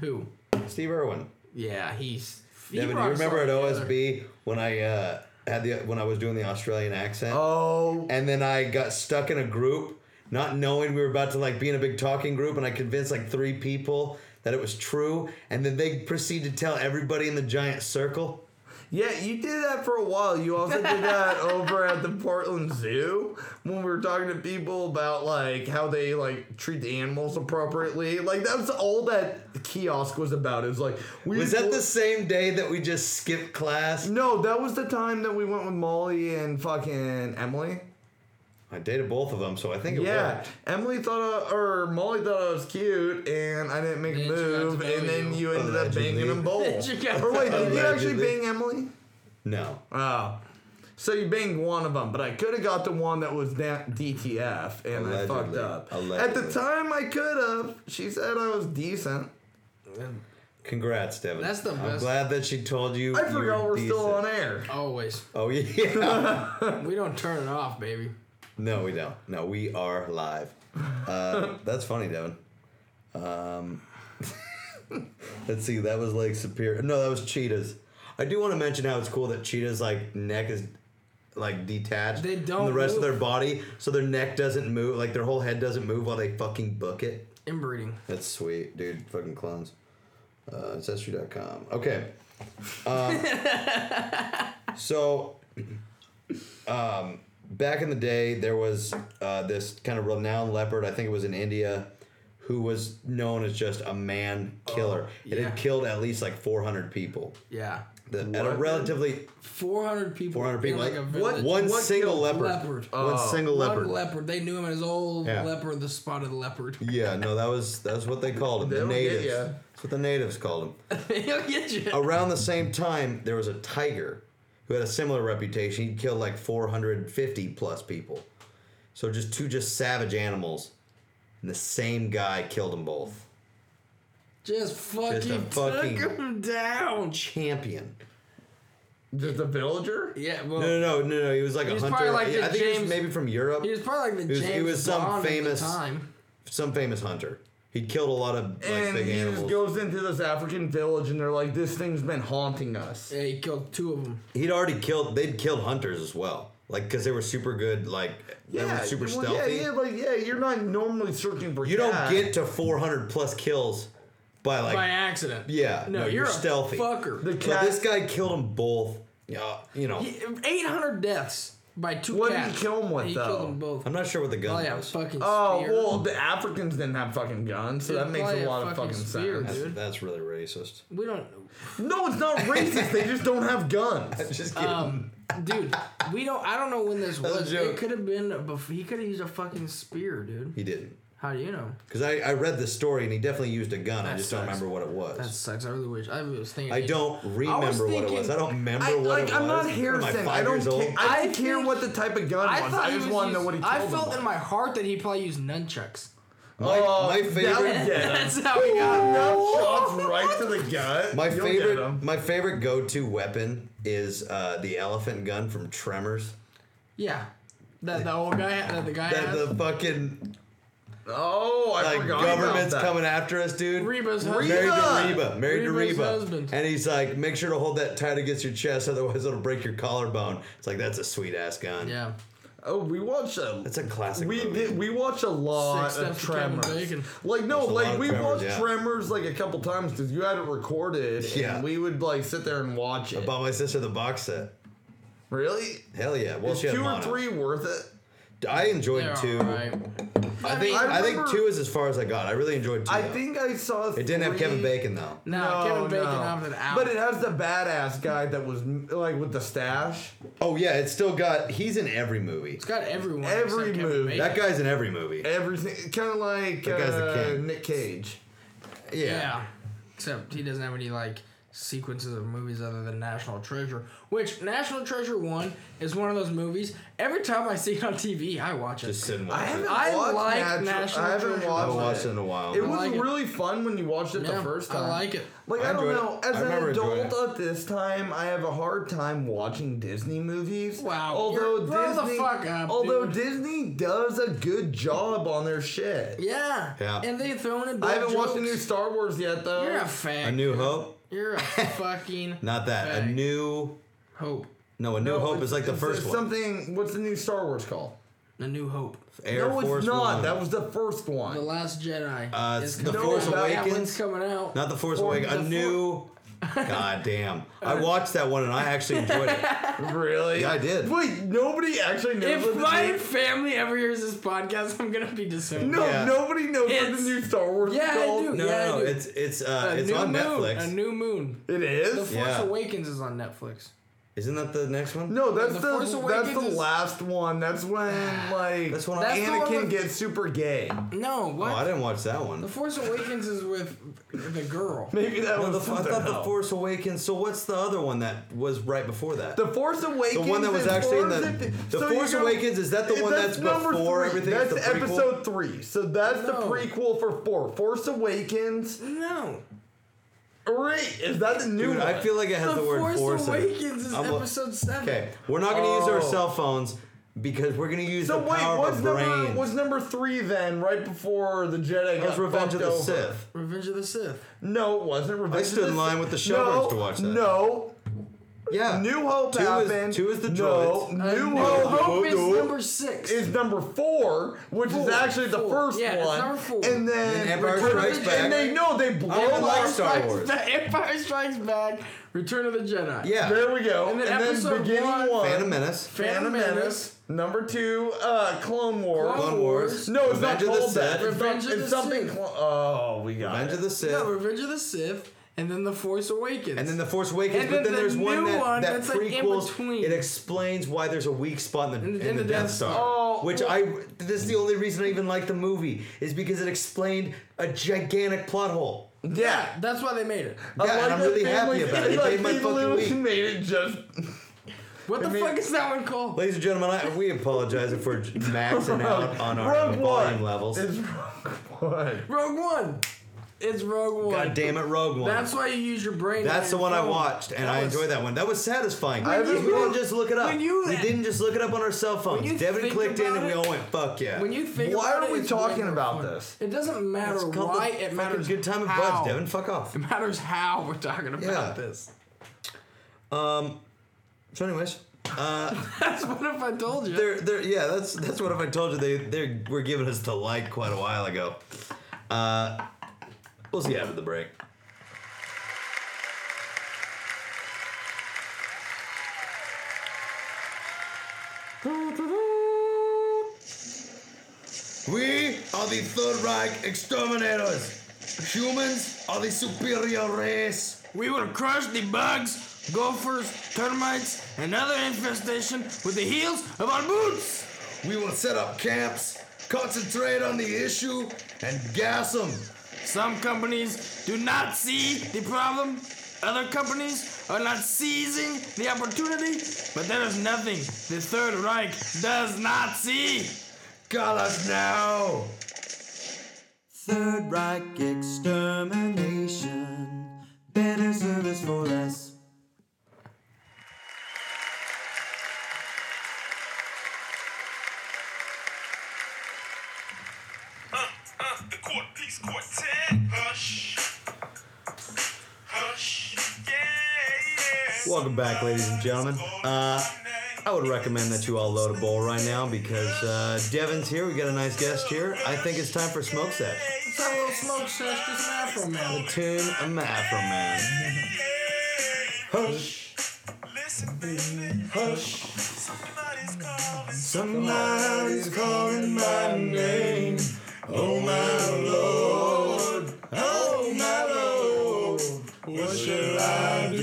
[SPEAKER 3] Who?
[SPEAKER 2] Steve Irwin.
[SPEAKER 3] Yeah, he's. he
[SPEAKER 2] Devin, do you
[SPEAKER 3] brought us
[SPEAKER 2] remember
[SPEAKER 3] all
[SPEAKER 2] at
[SPEAKER 3] together.
[SPEAKER 2] OSB when I uh, had the when I was doing the Australian accent?
[SPEAKER 4] Oh,
[SPEAKER 2] and then I got stuck in a group, not knowing we were about to like be in a big talking group, and I convinced like three people that it was true, and then they proceed to tell everybody in the giant circle.
[SPEAKER 4] yeah, you did that for a while. You also did that over at the Portland Zoo when we were talking to people about like how they like treat the animals appropriately. Like that's all that kiosk was about. It was like we
[SPEAKER 2] Was that the same day that we just skipped class?
[SPEAKER 4] No, that was the time that we went with Molly and fucking Emily.
[SPEAKER 2] I dated both of them, so I think it
[SPEAKER 4] Yeah,
[SPEAKER 2] worked.
[SPEAKER 4] Emily thought, I, or Molly thought I was cute, and I didn't make a
[SPEAKER 3] Then she got
[SPEAKER 4] move,
[SPEAKER 3] to know
[SPEAKER 4] and then
[SPEAKER 3] you.
[SPEAKER 4] you ended up banging
[SPEAKER 2] Allegedly.
[SPEAKER 4] them both.
[SPEAKER 3] She got
[SPEAKER 4] or wait, did you actually
[SPEAKER 2] Allegedly.
[SPEAKER 4] bang Emily?
[SPEAKER 2] No.
[SPEAKER 4] Oh. So you banged one of them, but I could have got the one that was da- DTF, and I fucked
[SPEAKER 2] Allegedly.
[SPEAKER 4] up. At
[SPEAKER 2] Allegedly.
[SPEAKER 4] the time, I could have. She said I was decent.
[SPEAKER 2] Congrats, Devin.
[SPEAKER 3] That's the
[SPEAKER 2] I'm
[SPEAKER 3] best.
[SPEAKER 2] glad that she told you.
[SPEAKER 4] I
[SPEAKER 2] you
[SPEAKER 4] forgot
[SPEAKER 2] were
[SPEAKER 4] we're still
[SPEAKER 2] decent.
[SPEAKER 4] on air.
[SPEAKER 3] Always.
[SPEAKER 2] Oh yeah.
[SPEAKER 3] We don't turn it off, baby.
[SPEAKER 2] no, we don't. No, we are live. Uh, that's funny, Devin. Um, let's see. That was like superior. No, that was cheetahs. I do want to mention how it's cool that cheetahs like neck is like detached.
[SPEAKER 3] They don't
[SPEAKER 2] From the rest
[SPEAKER 3] move.
[SPEAKER 2] of their body, so their neck doesn't move. Like their whole head doesn't move while they fucking book it.
[SPEAKER 3] Inbreeding.
[SPEAKER 2] That's sweet, dude. Fucking clones. Uh, ancestry.com. Okay. Um, so, um, back in the day, there was uh, this kind of renowned leopard. I think it was in India, who was known as just a man killer. It
[SPEAKER 3] Oh, yeah.
[SPEAKER 2] had killed at least like 400 people.
[SPEAKER 3] Yeah.
[SPEAKER 2] The, at a
[SPEAKER 4] What?
[SPEAKER 2] relatively
[SPEAKER 3] 400 people.
[SPEAKER 2] 400 people.
[SPEAKER 3] In like
[SPEAKER 2] Like,
[SPEAKER 3] a
[SPEAKER 2] what,
[SPEAKER 3] village.
[SPEAKER 2] one
[SPEAKER 4] what
[SPEAKER 2] single
[SPEAKER 4] killed
[SPEAKER 2] leopard.
[SPEAKER 3] leopard?
[SPEAKER 2] One
[SPEAKER 4] Oh.
[SPEAKER 2] single
[SPEAKER 3] One
[SPEAKER 2] leopard.
[SPEAKER 3] leopard. They knew him as old
[SPEAKER 2] Yeah.
[SPEAKER 3] leopard, the spotted leopard.
[SPEAKER 2] yeah, no, that was that's what they called him.
[SPEAKER 4] They
[SPEAKER 2] The
[SPEAKER 4] don't get
[SPEAKER 2] natives.
[SPEAKER 4] ya.
[SPEAKER 2] That's what the natives called him.
[SPEAKER 3] He'll get you.
[SPEAKER 2] around the same time, there was a tiger who had a similar reputation. He'd killed like 450 plus people. So just two just savage animals, and the same guy killed them both.
[SPEAKER 3] Just fucking,
[SPEAKER 2] fucking-
[SPEAKER 3] took him down.
[SPEAKER 2] Champion.
[SPEAKER 4] Just a villager?
[SPEAKER 3] Yeah, well,
[SPEAKER 2] No, no, no, no, no. He was like
[SPEAKER 3] He
[SPEAKER 2] a
[SPEAKER 3] was
[SPEAKER 2] hunter.
[SPEAKER 3] probably like
[SPEAKER 2] I
[SPEAKER 3] the
[SPEAKER 2] think he
[SPEAKER 3] James-
[SPEAKER 2] was maybe from Europe.
[SPEAKER 3] he was probably like the
[SPEAKER 2] He was- he
[SPEAKER 3] James
[SPEAKER 2] was some
[SPEAKER 3] Bond of the
[SPEAKER 2] famous-
[SPEAKER 3] time.
[SPEAKER 2] some famous hunter. He'd killed a lot of like
[SPEAKER 4] and
[SPEAKER 2] big
[SPEAKER 4] he
[SPEAKER 2] animals.
[SPEAKER 4] just goes into this African village, and they're like, "This thing's been haunting us."
[SPEAKER 3] Yeah, he killed two of them.
[SPEAKER 2] He'd already killed. They'd killed hunters as well. Like because they were super good. Like they were super
[SPEAKER 4] well,
[SPEAKER 2] stealthy.
[SPEAKER 4] Yeah, yeah, like yeah, you're not normally searching for.
[SPEAKER 2] You
[SPEAKER 4] cat.
[SPEAKER 2] don't get to 400 plus kills by like
[SPEAKER 3] By accident.
[SPEAKER 2] Yeah,
[SPEAKER 3] No,
[SPEAKER 2] no,
[SPEAKER 3] you're,
[SPEAKER 2] you're
[SPEAKER 3] a
[SPEAKER 2] stealthy.
[SPEAKER 3] fucker.
[SPEAKER 4] the
[SPEAKER 2] But
[SPEAKER 4] cat.
[SPEAKER 2] this guy killed them both. Yeah, you know.
[SPEAKER 3] 800 deaths by two
[SPEAKER 4] What did he
[SPEAKER 3] cats.
[SPEAKER 4] kill 'em with,
[SPEAKER 3] He
[SPEAKER 4] though?
[SPEAKER 3] killed them both.
[SPEAKER 2] I'm not sure what the gun
[SPEAKER 3] Probably a
[SPEAKER 2] was.
[SPEAKER 3] fucking
[SPEAKER 4] oh
[SPEAKER 3] spear.
[SPEAKER 4] well, the Africans didn't have fucking guns, so
[SPEAKER 3] Dude,
[SPEAKER 4] that makes
[SPEAKER 3] probably
[SPEAKER 4] a
[SPEAKER 3] a
[SPEAKER 4] lot of
[SPEAKER 3] fucking
[SPEAKER 4] fucking
[SPEAKER 3] spear,
[SPEAKER 4] sense.
[SPEAKER 2] that's,
[SPEAKER 3] dude.
[SPEAKER 2] that's really racist.
[SPEAKER 3] We don't,
[SPEAKER 4] No, it's not racist. they just don't have guns.
[SPEAKER 2] Just kidding.
[SPEAKER 4] Um,
[SPEAKER 3] dude. We don't. I don't know when this
[SPEAKER 2] was a
[SPEAKER 3] was. It
[SPEAKER 2] joke.
[SPEAKER 3] could have been. Bef- he could have used a fucking spear, dude.
[SPEAKER 2] he didn't.
[SPEAKER 3] How do you know?
[SPEAKER 2] Because I, I read the story and he definitely used a gun. I
[SPEAKER 3] That
[SPEAKER 2] just don't
[SPEAKER 3] sucks.
[SPEAKER 2] remember what it was.
[SPEAKER 3] That sucks. I really wish. I was thinking.
[SPEAKER 2] I don't remember what it
[SPEAKER 3] thinking-
[SPEAKER 2] was. I don't remember
[SPEAKER 4] I,
[SPEAKER 2] what
[SPEAKER 4] like,
[SPEAKER 2] it was.
[SPEAKER 4] I'm not
[SPEAKER 2] What am
[SPEAKER 4] Harrison.
[SPEAKER 2] I, five
[SPEAKER 4] I don't.
[SPEAKER 2] years old?
[SPEAKER 4] Ca- I
[SPEAKER 3] I
[SPEAKER 4] don't care
[SPEAKER 3] think-
[SPEAKER 4] what the type of gun
[SPEAKER 3] I
[SPEAKER 4] was.
[SPEAKER 3] thought
[SPEAKER 4] I
[SPEAKER 3] he
[SPEAKER 4] just
[SPEAKER 3] was.
[SPEAKER 4] want to know
[SPEAKER 3] using-
[SPEAKER 4] what he killed
[SPEAKER 3] I felt in
[SPEAKER 4] them with.
[SPEAKER 3] my heart that he probably used nunchucks.
[SPEAKER 2] my,
[SPEAKER 4] Oh,
[SPEAKER 2] my
[SPEAKER 4] That would
[SPEAKER 2] favorite.
[SPEAKER 4] get him.
[SPEAKER 3] That's how we got.
[SPEAKER 4] Enough shots right to the gut.
[SPEAKER 2] My
[SPEAKER 4] You'll get
[SPEAKER 2] favorite,
[SPEAKER 4] 'em.
[SPEAKER 2] my favorite go-to weapon is uh, the elephant gun from Tremors.
[SPEAKER 3] Yeah. That the old guy. That the guy.
[SPEAKER 2] That
[SPEAKER 3] has.
[SPEAKER 2] the fucking
[SPEAKER 4] Oh, I
[SPEAKER 2] like
[SPEAKER 4] forgot
[SPEAKER 2] government's
[SPEAKER 4] about that.
[SPEAKER 2] coming after us, dude.
[SPEAKER 3] Reba's
[SPEAKER 2] married
[SPEAKER 3] husband.
[SPEAKER 2] to Reba, married to
[SPEAKER 3] Reba's
[SPEAKER 2] Reba,
[SPEAKER 3] husband.
[SPEAKER 2] and he's like, make sure to hold that tight against your chest, otherwise it'll break your collarbone. It's like that's a sweet ass gun.
[SPEAKER 3] Yeah.
[SPEAKER 4] Oh, we watched a.
[SPEAKER 2] that's a classic.
[SPEAKER 4] we
[SPEAKER 2] movie.
[SPEAKER 4] did. We watch a lot
[SPEAKER 3] Six
[SPEAKER 4] of
[SPEAKER 3] Steps to Kevin
[SPEAKER 4] Tremors.
[SPEAKER 3] Bacon.
[SPEAKER 4] Like no,
[SPEAKER 2] Watched a lot
[SPEAKER 4] like
[SPEAKER 2] of
[SPEAKER 4] we
[SPEAKER 2] Tremors,
[SPEAKER 4] watched
[SPEAKER 2] yeah.
[SPEAKER 4] Tremors like a couple times because you had it recorded,
[SPEAKER 2] Yeah.
[SPEAKER 4] and we would like sit there and watch it.
[SPEAKER 2] bought my sister the box set.
[SPEAKER 4] really?
[SPEAKER 2] Hell yeah. Well,
[SPEAKER 4] Is
[SPEAKER 2] she had
[SPEAKER 4] two or
[SPEAKER 2] mono.
[SPEAKER 4] three worth it?
[SPEAKER 2] I enjoyed
[SPEAKER 3] They're
[SPEAKER 2] two.
[SPEAKER 3] alright.
[SPEAKER 2] I think
[SPEAKER 4] I
[SPEAKER 2] I, think
[SPEAKER 4] remember-
[SPEAKER 2] two is as far as I got. I really enjoyed two.
[SPEAKER 4] I
[SPEAKER 2] though.
[SPEAKER 4] think I saw.
[SPEAKER 2] it didn't have Kevin
[SPEAKER 4] three-
[SPEAKER 2] Bacon though.
[SPEAKER 3] No, Kevin Bacon opted out.
[SPEAKER 4] But it has the badass guy that was mm, like with the stash.
[SPEAKER 2] Oh yeah, it's still got. He's in every movie.
[SPEAKER 3] it's got everyone.
[SPEAKER 4] Every
[SPEAKER 3] except Kevin
[SPEAKER 4] movie.
[SPEAKER 3] Bacon.
[SPEAKER 2] That guy's in every movie.
[SPEAKER 4] Everything kind of like
[SPEAKER 2] That guy's the
[SPEAKER 4] uh,
[SPEAKER 2] king.
[SPEAKER 4] Nick Cage.
[SPEAKER 3] Yeah. Except he doesn't have any like sequences of movies other than National Treasure, which National Treasure One is one of those movies. Every time I see it on TV, I watch it.
[SPEAKER 2] Just sit and watch
[SPEAKER 4] I
[SPEAKER 2] it.
[SPEAKER 4] haven't
[SPEAKER 3] I
[SPEAKER 4] watched
[SPEAKER 3] like
[SPEAKER 4] Natu-
[SPEAKER 3] National
[SPEAKER 4] I
[SPEAKER 2] I
[SPEAKER 3] Treasure.
[SPEAKER 4] haven't watched,
[SPEAKER 2] haven't watched it in a while.
[SPEAKER 4] It was
[SPEAKER 3] like it.
[SPEAKER 4] really fun when you watched it
[SPEAKER 3] Yeah,
[SPEAKER 4] the first
[SPEAKER 3] I
[SPEAKER 4] time.
[SPEAKER 3] like it.
[SPEAKER 4] Like
[SPEAKER 2] I
[SPEAKER 4] I, don't
[SPEAKER 2] enjoyed
[SPEAKER 4] know.
[SPEAKER 2] it.
[SPEAKER 4] As
[SPEAKER 2] I
[SPEAKER 4] an
[SPEAKER 2] remember enjoying
[SPEAKER 4] adult at this time, I have a hard time watching Disney movies.
[SPEAKER 3] Wow,
[SPEAKER 4] Although
[SPEAKER 3] you're- grow the
[SPEAKER 4] Disney,
[SPEAKER 3] fuck up,
[SPEAKER 4] although
[SPEAKER 3] dude.
[SPEAKER 4] Disney does a good job on their shit.
[SPEAKER 3] Yeah.
[SPEAKER 2] Yeah.
[SPEAKER 3] And they throw in.
[SPEAKER 4] I haven't watched the new
[SPEAKER 3] jokes.
[SPEAKER 4] Star Wars yet, though.
[SPEAKER 3] You're a fag.
[SPEAKER 2] A New Hope.
[SPEAKER 3] You're a fucking.
[SPEAKER 2] Not that. A
[SPEAKER 3] fag.
[SPEAKER 2] new.
[SPEAKER 3] hope.
[SPEAKER 2] No, a new
[SPEAKER 4] No,
[SPEAKER 2] hope
[SPEAKER 4] it's-
[SPEAKER 2] is like the
[SPEAKER 4] it's-
[SPEAKER 2] first
[SPEAKER 4] it's
[SPEAKER 2] one.
[SPEAKER 4] Something. What's the new Star Wars called?
[SPEAKER 3] A new hope.
[SPEAKER 2] Air
[SPEAKER 4] no,
[SPEAKER 2] Force
[SPEAKER 4] it's not.
[SPEAKER 2] One.
[SPEAKER 4] That was the first
[SPEAKER 3] The
[SPEAKER 4] one.
[SPEAKER 3] Last Jedi.
[SPEAKER 2] Uh,
[SPEAKER 3] is
[SPEAKER 2] it's The
[SPEAKER 3] coming
[SPEAKER 2] Force
[SPEAKER 3] out. That
[SPEAKER 2] Awakens?
[SPEAKER 3] one's coming out.
[SPEAKER 2] Not the Force
[SPEAKER 4] Or
[SPEAKER 2] Awakens.
[SPEAKER 4] the
[SPEAKER 2] A
[SPEAKER 4] for-
[SPEAKER 2] new. God damn. I watched that one and I actually enjoyed it.
[SPEAKER 4] really?
[SPEAKER 2] Yeah, I did.
[SPEAKER 4] Wait, nobody actually knows. what
[SPEAKER 3] If
[SPEAKER 4] the
[SPEAKER 3] my
[SPEAKER 4] new-
[SPEAKER 3] family ever hears this podcast, I'm gonna be disowned.
[SPEAKER 4] no,
[SPEAKER 2] Yeah.
[SPEAKER 4] nobody knows what
[SPEAKER 3] It's-
[SPEAKER 4] the new Star Wars
[SPEAKER 3] Yeah,
[SPEAKER 4] is
[SPEAKER 3] I
[SPEAKER 4] called.
[SPEAKER 3] do.
[SPEAKER 2] No,
[SPEAKER 3] Yeah,
[SPEAKER 2] no,
[SPEAKER 3] dude.
[SPEAKER 2] it's it's uh,
[SPEAKER 3] A
[SPEAKER 2] it's
[SPEAKER 3] new
[SPEAKER 2] on
[SPEAKER 3] moon.
[SPEAKER 2] Netflix.
[SPEAKER 3] A new moon.
[SPEAKER 4] It
[SPEAKER 3] The
[SPEAKER 4] is.
[SPEAKER 3] Force
[SPEAKER 2] Yeah.
[SPEAKER 3] Awakens is on Netflix.
[SPEAKER 2] Isn't that the next one?
[SPEAKER 4] No, that's
[SPEAKER 3] The
[SPEAKER 4] the,
[SPEAKER 3] Force
[SPEAKER 4] that's the
[SPEAKER 3] Awakens is-
[SPEAKER 4] last one. That's when like
[SPEAKER 2] That's when I-
[SPEAKER 3] That's the one
[SPEAKER 4] Anakin
[SPEAKER 3] with-
[SPEAKER 4] gets super gay.
[SPEAKER 3] No,
[SPEAKER 2] Oh,
[SPEAKER 3] what?
[SPEAKER 2] I didn't watch that one.
[SPEAKER 3] the Force Awakens is with the girl.
[SPEAKER 4] Maybe that
[SPEAKER 2] No, the, I
[SPEAKER 4] was something
[SPEAKER 2] thought the
[SPEAKER 4] else.
[SPEAKER 2] Force Awakens. So what's the other one that was right before that?
[SPEAKER 4] The Force Awakens.
[SPEAKER 2] The one that was
[SPEAKER 4] is
[SPEAKER 2] actually in
[SPEAKER 4] Force
[SPEAKER 2] the-
[SPEAKER 4] Awakens-
[SPEAKER 2] the
[SPEAKER 4] you
[SPEAKER 2] Force Awakens, is that the one that's
[SPEAKER 4] number
[SPEAKER 2] before
[SPEAKER 4] three.
[SPEAKER 2] everything? It's
[SPEAKER 4] That's
[SPEAKER 2] the prequel?
[SPEAKER 4] episode three. So that's
[SPEAKER 3] No.
[SPEAKER 4] the prequel for four. Force Awakens.
[SPEAKER 3] No.
[SPEAKER 4] Right? Is that the new
[SPEAKER 2] Dude,
[SPEAKER 4] one?
[SPEAKER 2] I feel like it has
[SPEAKER 3] The
[SPEAKER 2] the, word
[SPEAKER 3] Force
[SPEAKER 2] Force in it.
[SPEAKER 3] Awakens is
[SPEAKER 2] I'm a-
[SPEAKER 3] episode seven.
[SPEAKER 2] Okay, we're not gonna use our
[SPEAKER 4] Oh.
[SPEAKER 2] cell phones because we're gonna use
[SPEAKER 4] So
[SPEAKER 2] the
[SPEAKER 4] wait,
[SPEAKER 2] power
[SPEAKER 4] what's
[SPEAKER 2] of our
[SPEAKER 4] number
[SPEAKER 2] brains.
[SPEAKER 4] what's number three then? Right before the Jedi
[SPEAKER 2] That was
[SPEAKER 4] got
[SPEAKER 2] Revenge of
[SPEAKER 4] fucked
[SPEAKER 2] the
[SPEAKER 4] over?
[SPEAKER 2] Sith.
[SPEAKER 3] Revenge of the Sith.
[SPEAKER 4] No, it wasn't. Revenge of
[SPEAKER 2] stood
[SPEAKER 4] the
[SPEAKER 2] in line
[SPEAKER 4] Sith.
[SPEAKER 2] with the
[SPEAKER 4] no,
[SPEAKER 2] showrunners to watch that.
[SPEAKER 4] No,
[SPEAKER 2] Yeah,
[SPEAKER 4] New Hope
[SPEAKER 2] Two is-
[SPEAKER 4] happened.
[SPEAKER 2] two is the
[SPEAKER 4] no,
[SPEAKER 2] droids.
[SPEAKER 4] New
[SPEAKER 3] Hope,
[SPEAKER 4] Hope,
[SPEAKER 3] is number six.
[SPEAKER 4] is number four, which is
[SPEAKER 3] Four,
[SPEAKER 4] actually the
[SPEAKER 3] four.
[SPEAKER 4] first
[SPEAKER 3] Yeah, it's
[SPEAKER 4] one.
[SPEAKER 3] number four.
[SPEAKER 4] And then
[SPEAKER 2] And Empire
[SPEAKER 4] Return of
[SPEAKER 2] Strikes
[SPEAKER 4] the-
[SPEAKER 2] Back.
[SPEAKER 4] And they no, they blow
[SPEAKER 2] even
[SPEAKER 4] up.
[SPEAKER 2] like Star
[SPEAKER 3] Strikes
[SPEAKER 2] Wars.
[SPEAKER 3] Back- Empire Strikes Back. Return of the Jedi.
[SPEAKER 2] yeah.
[SPEAKER 4] There we go.
[SPEAKER 3] And
[SPEAKER 4] And
[SPEAKER 3] then
[SPEAKER 4] then,
[SPEAKER 3] episode
[SPEAKER 4] beginning
[SPEAKER 3] one-
[SPEAKER 4] one,
[SPEAKER 2] Phantom Menace.
[SPEAKER 3] Phantom
[SPEAKER 4] Phantom
[SPEAKER 3] Menace.
[SPEAKER 4] Menace. Number two, uh, Clone Wars.
[SPEAKER 3] Clone
[SPEAKER 2] Clone Wars.
[SPEAKER 4] No, it's
[SPEAKER 2] Revenge
[SPEAKER 4] not
[SPEAKER 2] of the
[SPEAKER 4] called
[SPEAKER 2] Sith.
[SPEAKER 4] that. It's, not-
[SPEAKER 3] Revenge of
[SPEAKER 4] it's
[SPEAKER 3] the
[SPEAKER 4] something.
[SPEAKER 3] Sith.
[SPEAKER 4] Clo- oh, we got
[SPEAKER 2] Revenge
[SPEAKER 4] it.
[SPEAKER 2] of the Sith.
[SPEAKER 3] No, Revenge of the Sith, and then the Force Awakens.
[SPEAKER 2] And then the Force Awakens,
[SPEAKER 3] And
[SPEAKER 2] but
[SPEAKER 3] then
[SPEAKER 2] then
[SPEAKER 3] the
[SPEAKER 2] there's
[SPEAKER 3] new
[SPEAKER 2] one that,
[SPEAKER 3] one
[SPEAKER 2] that
[SPEAKER 3] that's, like, in
[SPEAKER 2] prequels.
[SPEAKER 3] between.
[SPEAKER 2] it explains why there's a weak spot in the, in, the, Death Star,
[SPEAKER 4] Star. Oh,
[SPEAKER 2] which I this is the only reason I even like the movie is because it explained a gigantic plot hole.
[SPEAKER 4] Yeah.
[SPEAKER 3] That's why they made it.
[SPEAKER 2] Yeah,
[SPEAKER 4] I
[SPEAKER 2] and
[SPEAKER 4] like
[SPEAKER 2] I'm
[SPEAKER 4] that
[SPEAKER 2] really
[SPEAKER 4] they
[SPEAKER 2] happy
[SPEAKER 4] like-
[SPEAKER 2] about it. It
[SPEAKER 4] like
[SPEAKER 2] made my
[SPEAKER 4] they
[SPEAKER 2] fucking
[SPEAKER 4] literally
[SPEAKER 2] week.
[SPEAKER 4] made it just.
[SPEAKER 3] What the
[SPEAKER 4] I mean-
[SPEAKER 3] fuck is that one called?
[SPEAKER 2] Ladies and gentlemen, I, we apologize if we're maxing out on our
[SPEAKER 4] Rogue
[SPEAKER 2] volume
[SPEAKER 4] One.
[SPEAKER 2] levels.
[SPEAKER 4] It's Rogue One.
[SPEAKER 3] Rogue One. It's Rogue One.
[SPEAKER 2] God damn it, Rogue One.
[SPEAKER 3] That's
[SPEAKER 2] That's,
[SPEAKER 3] why you use your brain. not
[SPEAKER 2] the
[SPEAKER 3] your
[SPEAKER 2] one I
[SPEAKER 3] phone.
[SPEAKER 2] watched, and I
[SPEAKER 3] was-
[SPEAKER 2] enjoyed that one. That was satisfying.
[SPEAKER 4] I haven't
[SPEAKER 2] we
[SPEAKER 4] watched-
[SPEAKER 2] didn't just look it up.
[SPEAKER 3] when you-
[SPEAKER 2] we didn't just look it up on our cell phones.
[SPEAKER 3] you
[SPEAKER 2] Devin
[SPEAKER 3] think
[SPEAKER 2] clicked in,
[SPEAKER 3] about
[SPEAKER 2] and we
[SPEAKER 3] it-
[SPEAKER 2] all went, "Fuck yeah."
[SPEAKER 3] When you think
[SPEAKER 4] Why
[SPEAKER 3] about
[SPEAKER 4] are
[SPEAKER 3] it,
[SPEAKER 4] we
[SPEAKER 3] it's
[SPEAKER 4] talking
[SPEAKER 3] way more
[SPEAKER 4] about
[SPEAKER 3] fun.
[SPEAKER 4] this?
[SPEAKER 3] It doesn't matter
[SPEAKER 2] It's called
[SPEAKER 3] why.
[SPEAKER 2] the
[SPEAKER 3] It
[SPEAKER 2] fucking
[SPEAKER 3] matters.
[SPEAKER 2] Good time with
[SPEAKER 3] how.
[SPEAKER 2] buds, Devin. Fuck off.
[SPEAKER 3] It matters how we're talking about
[SPEAKER 2] Yeah.
[SPEAKER 3] this.
[SPEAKER 2] So, anyways,
[SPEAKER 3] That's what if I told you.
[SPEAKER 2] they're they're yeah. That's that's what if I told you they they were giving us the light quite a while ago. Uh, we'll see after the break. We are the Third Reich exterminators. Humans are the superior race.
[SPEAKER 3] We will crush the bugs, gophers, termites, and other infestation with the heels of our boots.
[SPEAKER 2] We will set up camps, concentrate on the issue, and gas them.
[SPEAKER 3] Some companies do not see the problem. Other companies are not seizing the opportunity. But there is nothing the Third Reich does not see.
[SPEAKER 2] Call us now!
[SPEAKER 8] Third Reich extermination. Better service for less.
[SPEAKER 9] left the court peace quartet. Hush. Hush. Yeah, yeah.
[SPEAKER 2] Welcome back, ladies and gentlemen. Uh, I would recommend that you all load a bowl right now because uh, Devin's here. We got a nice guest here. I think it's time for Smoke Set.
[SPEAKER 3] It's not a little smoke sesh, just an afro
[SPEAKER 2] The
[SPEAKER 3] man.
[SPEAKER 2] tune of my Afro Man. Hush,
[SPEAKER 9] Listen, baby.
[SPEAKER 2] hush,
[SPEAKER 9] Somebody's calling.
[SPEAKER 2] somebody's calling my name. Oh, my Lord, oh, my Lord, what shall I do?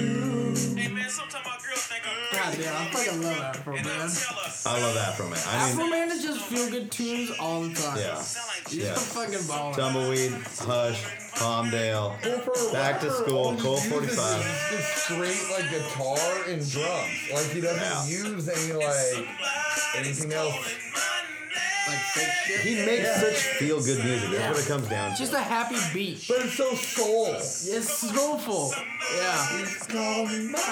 [SPEAKER 9] Hey, man, sometimes my girl think I'm
[SPEAKER 3] God
[SPEAKER 9] crazy.
[SPEAKER 3] damn, I fucking love afro
[SPEAKER 9] And I
[SPEAKER 3] man.
[SPEAKER 9] tell her,
[SPEAKER 2] I love Afro Man. I
[SPEAKER 3] Afro
[SPEAKER 2] mean,
[SPEAKER 3] man is just feel good tunes all the time.
[SPEAKER 2] yeah,
[SPEAKER 3] He's
[SPEAKER 2] yeah.
[SPEAKER 3] the fucking baller.
[SPEAKER 2] Tumbleweed, Hush, Palmdale, Back to School, Cole 45.
[SPEAKER 4] Just straight like guitar and drums. Like he doesn't use any like anything else.
[SPEAKER 3] Like fake shit.
[SPEAKER 2] He makes such feel good music. That's what it comes down to.
[SPEAKER 10] Just a happy beat.
[SPEAKER 4] But it's so soul.
[SPEAKER 10] It's soulful. Yeah.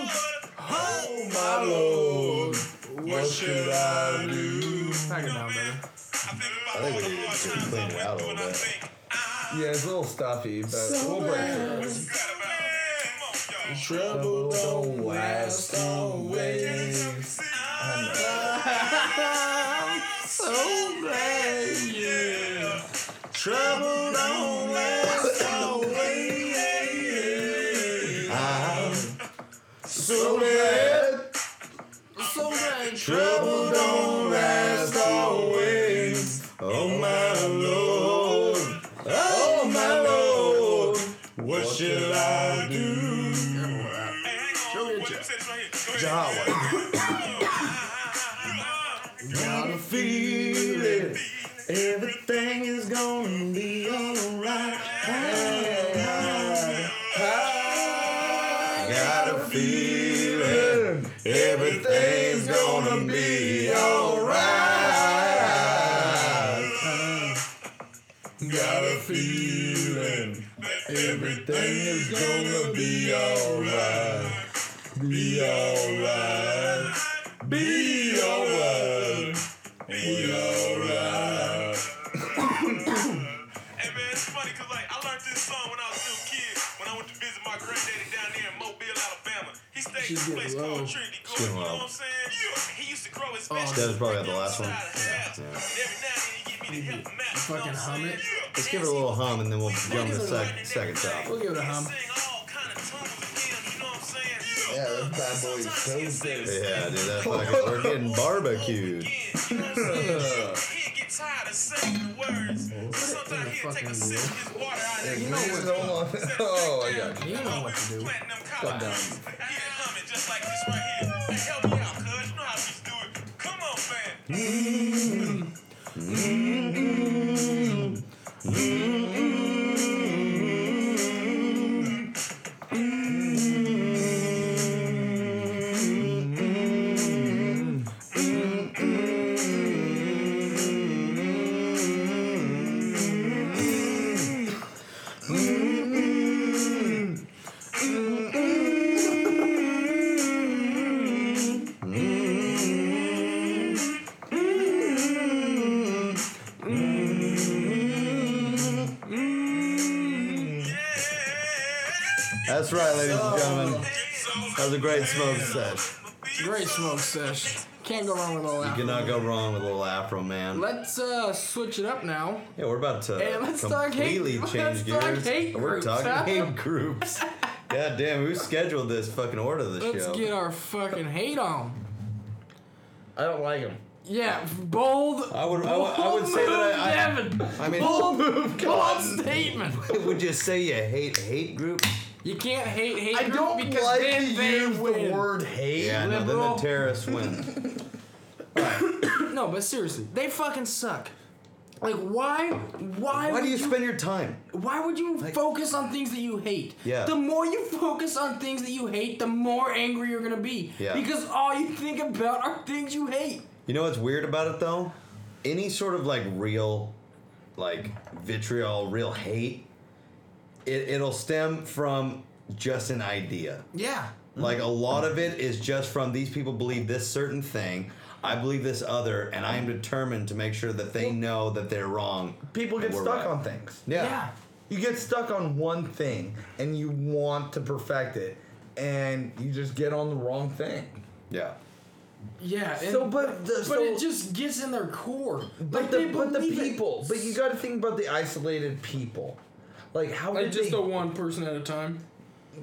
[SPEAKER 4] Oh my lord, what should I do?
[SPEAKER 10] Knock it down, brother.
[SPEAKER 9] I
[SPEAKER 2] think we need to clean it out a little bit.
[SPEAKER 4] Yeah, it's a little stuffy, but we'll break through it. Trouble don't last always.
[SPEAKER 10] So bad. So
[SPEAKER 2] Trouble don't last so bad.
[SPEAKER 10] bad.
[SPEAKER 2] Trouble don't last always. Oh my lord. Oh my lord. What should I do? Gotta feel it. Everything is gonna be alright. Gotta feel it. Everything's gonna be alright. Got a feeling everything is gonna be alright. Be alright. Be alright. Be alright.
[SPEAKER 9] Hey man, it's funny cause like I learned this song when I was a little kid when I went to visit my granddaddy down there in Mobile, Alabama. He stayed
[SPEAKER 3] She's
[SPEAKER 9] in a place
[SPEAKER 3] getting
[SPEAKER 9] called
[SPEAKER 3] low.
[SPEAKER 9] Trinity
[SPEAKER 2] getting low.
[SPEAKER 9] Gorge, you know what I'm saying? He used to grow his
[SPEAKER 2] That
[SPEAKER 9] vegetables.
[SPEAKER 2] was probably the last one.
[SPEAKER 9] Yeah, Every now and then he give me the help map. you know
[SPEAKER 3] fucking
[SPEAKER 9] what I'm
[SPEAKER 3] hum
[SPEAKER 9] saying?
[SPEAKER 3] it.
[SPEAKER 2] Let's give it a little hum and then we'll jump to the sec- second
[SPEAKER 9] We'll
[SPEAKER 2] song.
[SPEAKER 3] We'll give it a
[SPEAKER 9] He
[SPEAKER 3] hum.
[SPEAKER 9] sing all kind of tunes again, you know what I'm saying?
[SPEAKER 4] Yeah, that bad boy is so
[SPEAKER 9] Sometimes he'll
[SPEAKER 4] big.
[SPEAKER 9] sing
[SPEAKER 2] Yeah, dude, that's like we're getting barbecued.
[SPEAKER 9] again, you know what I'm saying? He'd get tired of saying the words.
[SPEAKER 4] Oh,
[SPEAKER 9] So sometimes he'd take a sip of his water out of
[SPEAKER 4] You
[SPEAKER 9] his
[SPEAKER 4] know
[SPEAKER 9] mouth.
[SPEAKER 4] what's going on? Oh, I got
[SPEAKER 10] You know what to do.
[SPEAKER 9] Come down. Just like this right here. Hey, help me out, cuz. You know how we used to do it. Come on,
[SPEAKER 4] Hmm.
[SPEAKER 9] man.
[SPEAKER 2] That's right, ladies and gentlemen. That was a great smoke sesh.
[SPEAKER 10] Great smoke sesh. Can't go wrong with all
[SPEAKER 2] You
[SPEAKER 10] that.
[SPEAKER 2] cannot go wrong with a little Afro man.
[SPEAKER 10] Let's uh switch it up now.
[SPEAKER 2] Yeah, we're about to
[SPEAKER 10] Hey, let's talk hate-
[SPEAKER 2] completely
[SPEAKER 10] let's
[SPEAKER 2] change
[SPEAKER 10] talk
[SPEAKER 2] gears.
[SPEAKER 10] hate
[SPEAKER 2] we're
[SPEAKER 10] groups,
[SPEAKER 2] talking
[SPEAKER 10] huh?
[SPEAKER 2] hate groups. God damn, who scheduled this fucking order of the
[SPEAKER 10] Let's
[SPEAKER 2] show?
[SPEAKER 10] get our fucking hate on.
[SPEAKER 2] I don't like him.
[SPEAKER 10] Yeah, bold.
[SPEAKER 2] I would- I would- I
[SPEAKER 10] bold
[SPEAKER 2] would say that
[SPEAKER 10] move,
[SPEAKER 2] I- I-
[SPEAKER 10] Devin.
[SPEAKER 2] I mean,
[SPEAKER 10] bold move, bold statement.
[SPEAKER 2] would you say you hate hate groups?
[SPEAKER 10] You can't hate hate
[SPEAKER 4] I
[SPEAKER 10] group
[SPEAKER 4] don't
[SPEAKER 10] because
[SPEAKER 4] like to
[SPEAKER 10] then they
[SPEAKER 4] use
[SPEAKER 10] win.
[SPEAKER 4] the word hate.
[SPEAKER 2] Yeah, no, then the
[SPEAKER 10] liberal.
[SPEAKER 2] terrorists win.
[SPEAKER 10] No, but seriously, they fucking suck. Like why? Why?
[SPEAKER 2] Why do
[SPEAKER 10] would
[SPEAKER 2] you spend your time?
[SPEAKER 10] Why would you
[SPEAKER 2] Like-
[SPEAKER 10] focus on things that you hate?
[SPEAKER 2] Yeah.
[SPEAKER 10] The more you focus on things that you hate, the more angry you're gonna be.
[SPEAKER 2] Yeah.
[SPEAKER 10] Because all you think about are things you hate.
[SPEAKER 2] You know what's weird about it though? Any sort of like real, like vitriol, real hate, it, it'll stem from just an idea.
[SPEAKER 10] Yeah.
[SPEAKER 2] Like a lot of it is just from these people believe this certain thing. I believe this other, and I am determined to make sure that they know that they're wrong.
[SPEAKER 4] People
[SPEAKER 2] and
[SPEAKER 4] get
[SPEAKER 2] we're
[SPEAKER 4] stuck
[SPEAKER 2] right.
[SPEAKER 4] on things.
[SPEAKER 2] Yeah.
[SPEAKER 10] Yeah.
[SPEAKER 4] You get stuck on one thing and you want to perfect it, and you just get on the wrong thing.
[SPEAKER 2] Yeah.
[SPEAKER 3] Yeah. And,
[SPEAKER 4] So, but the-
[SPEAKER 3] but
[SPEAKER 4] so-
[SPEAKER 3] it just gets in their core.
[SPEAKER 4] But
[SPEAKER 3] like
[SPEAKER 4] the,
[SPEAKER 3] they
[SPEAKER 4] but the
[SPEAKER 3] believe it.
[SPEAKER 4] people. But you got to think about the isolated people. Like how
[SPEAKER 3] Like
[SPEAKER 4] did
[SPEAKER 3] just
[SPEAKER 4] they?
[SPEAKER 3] a one person at a time.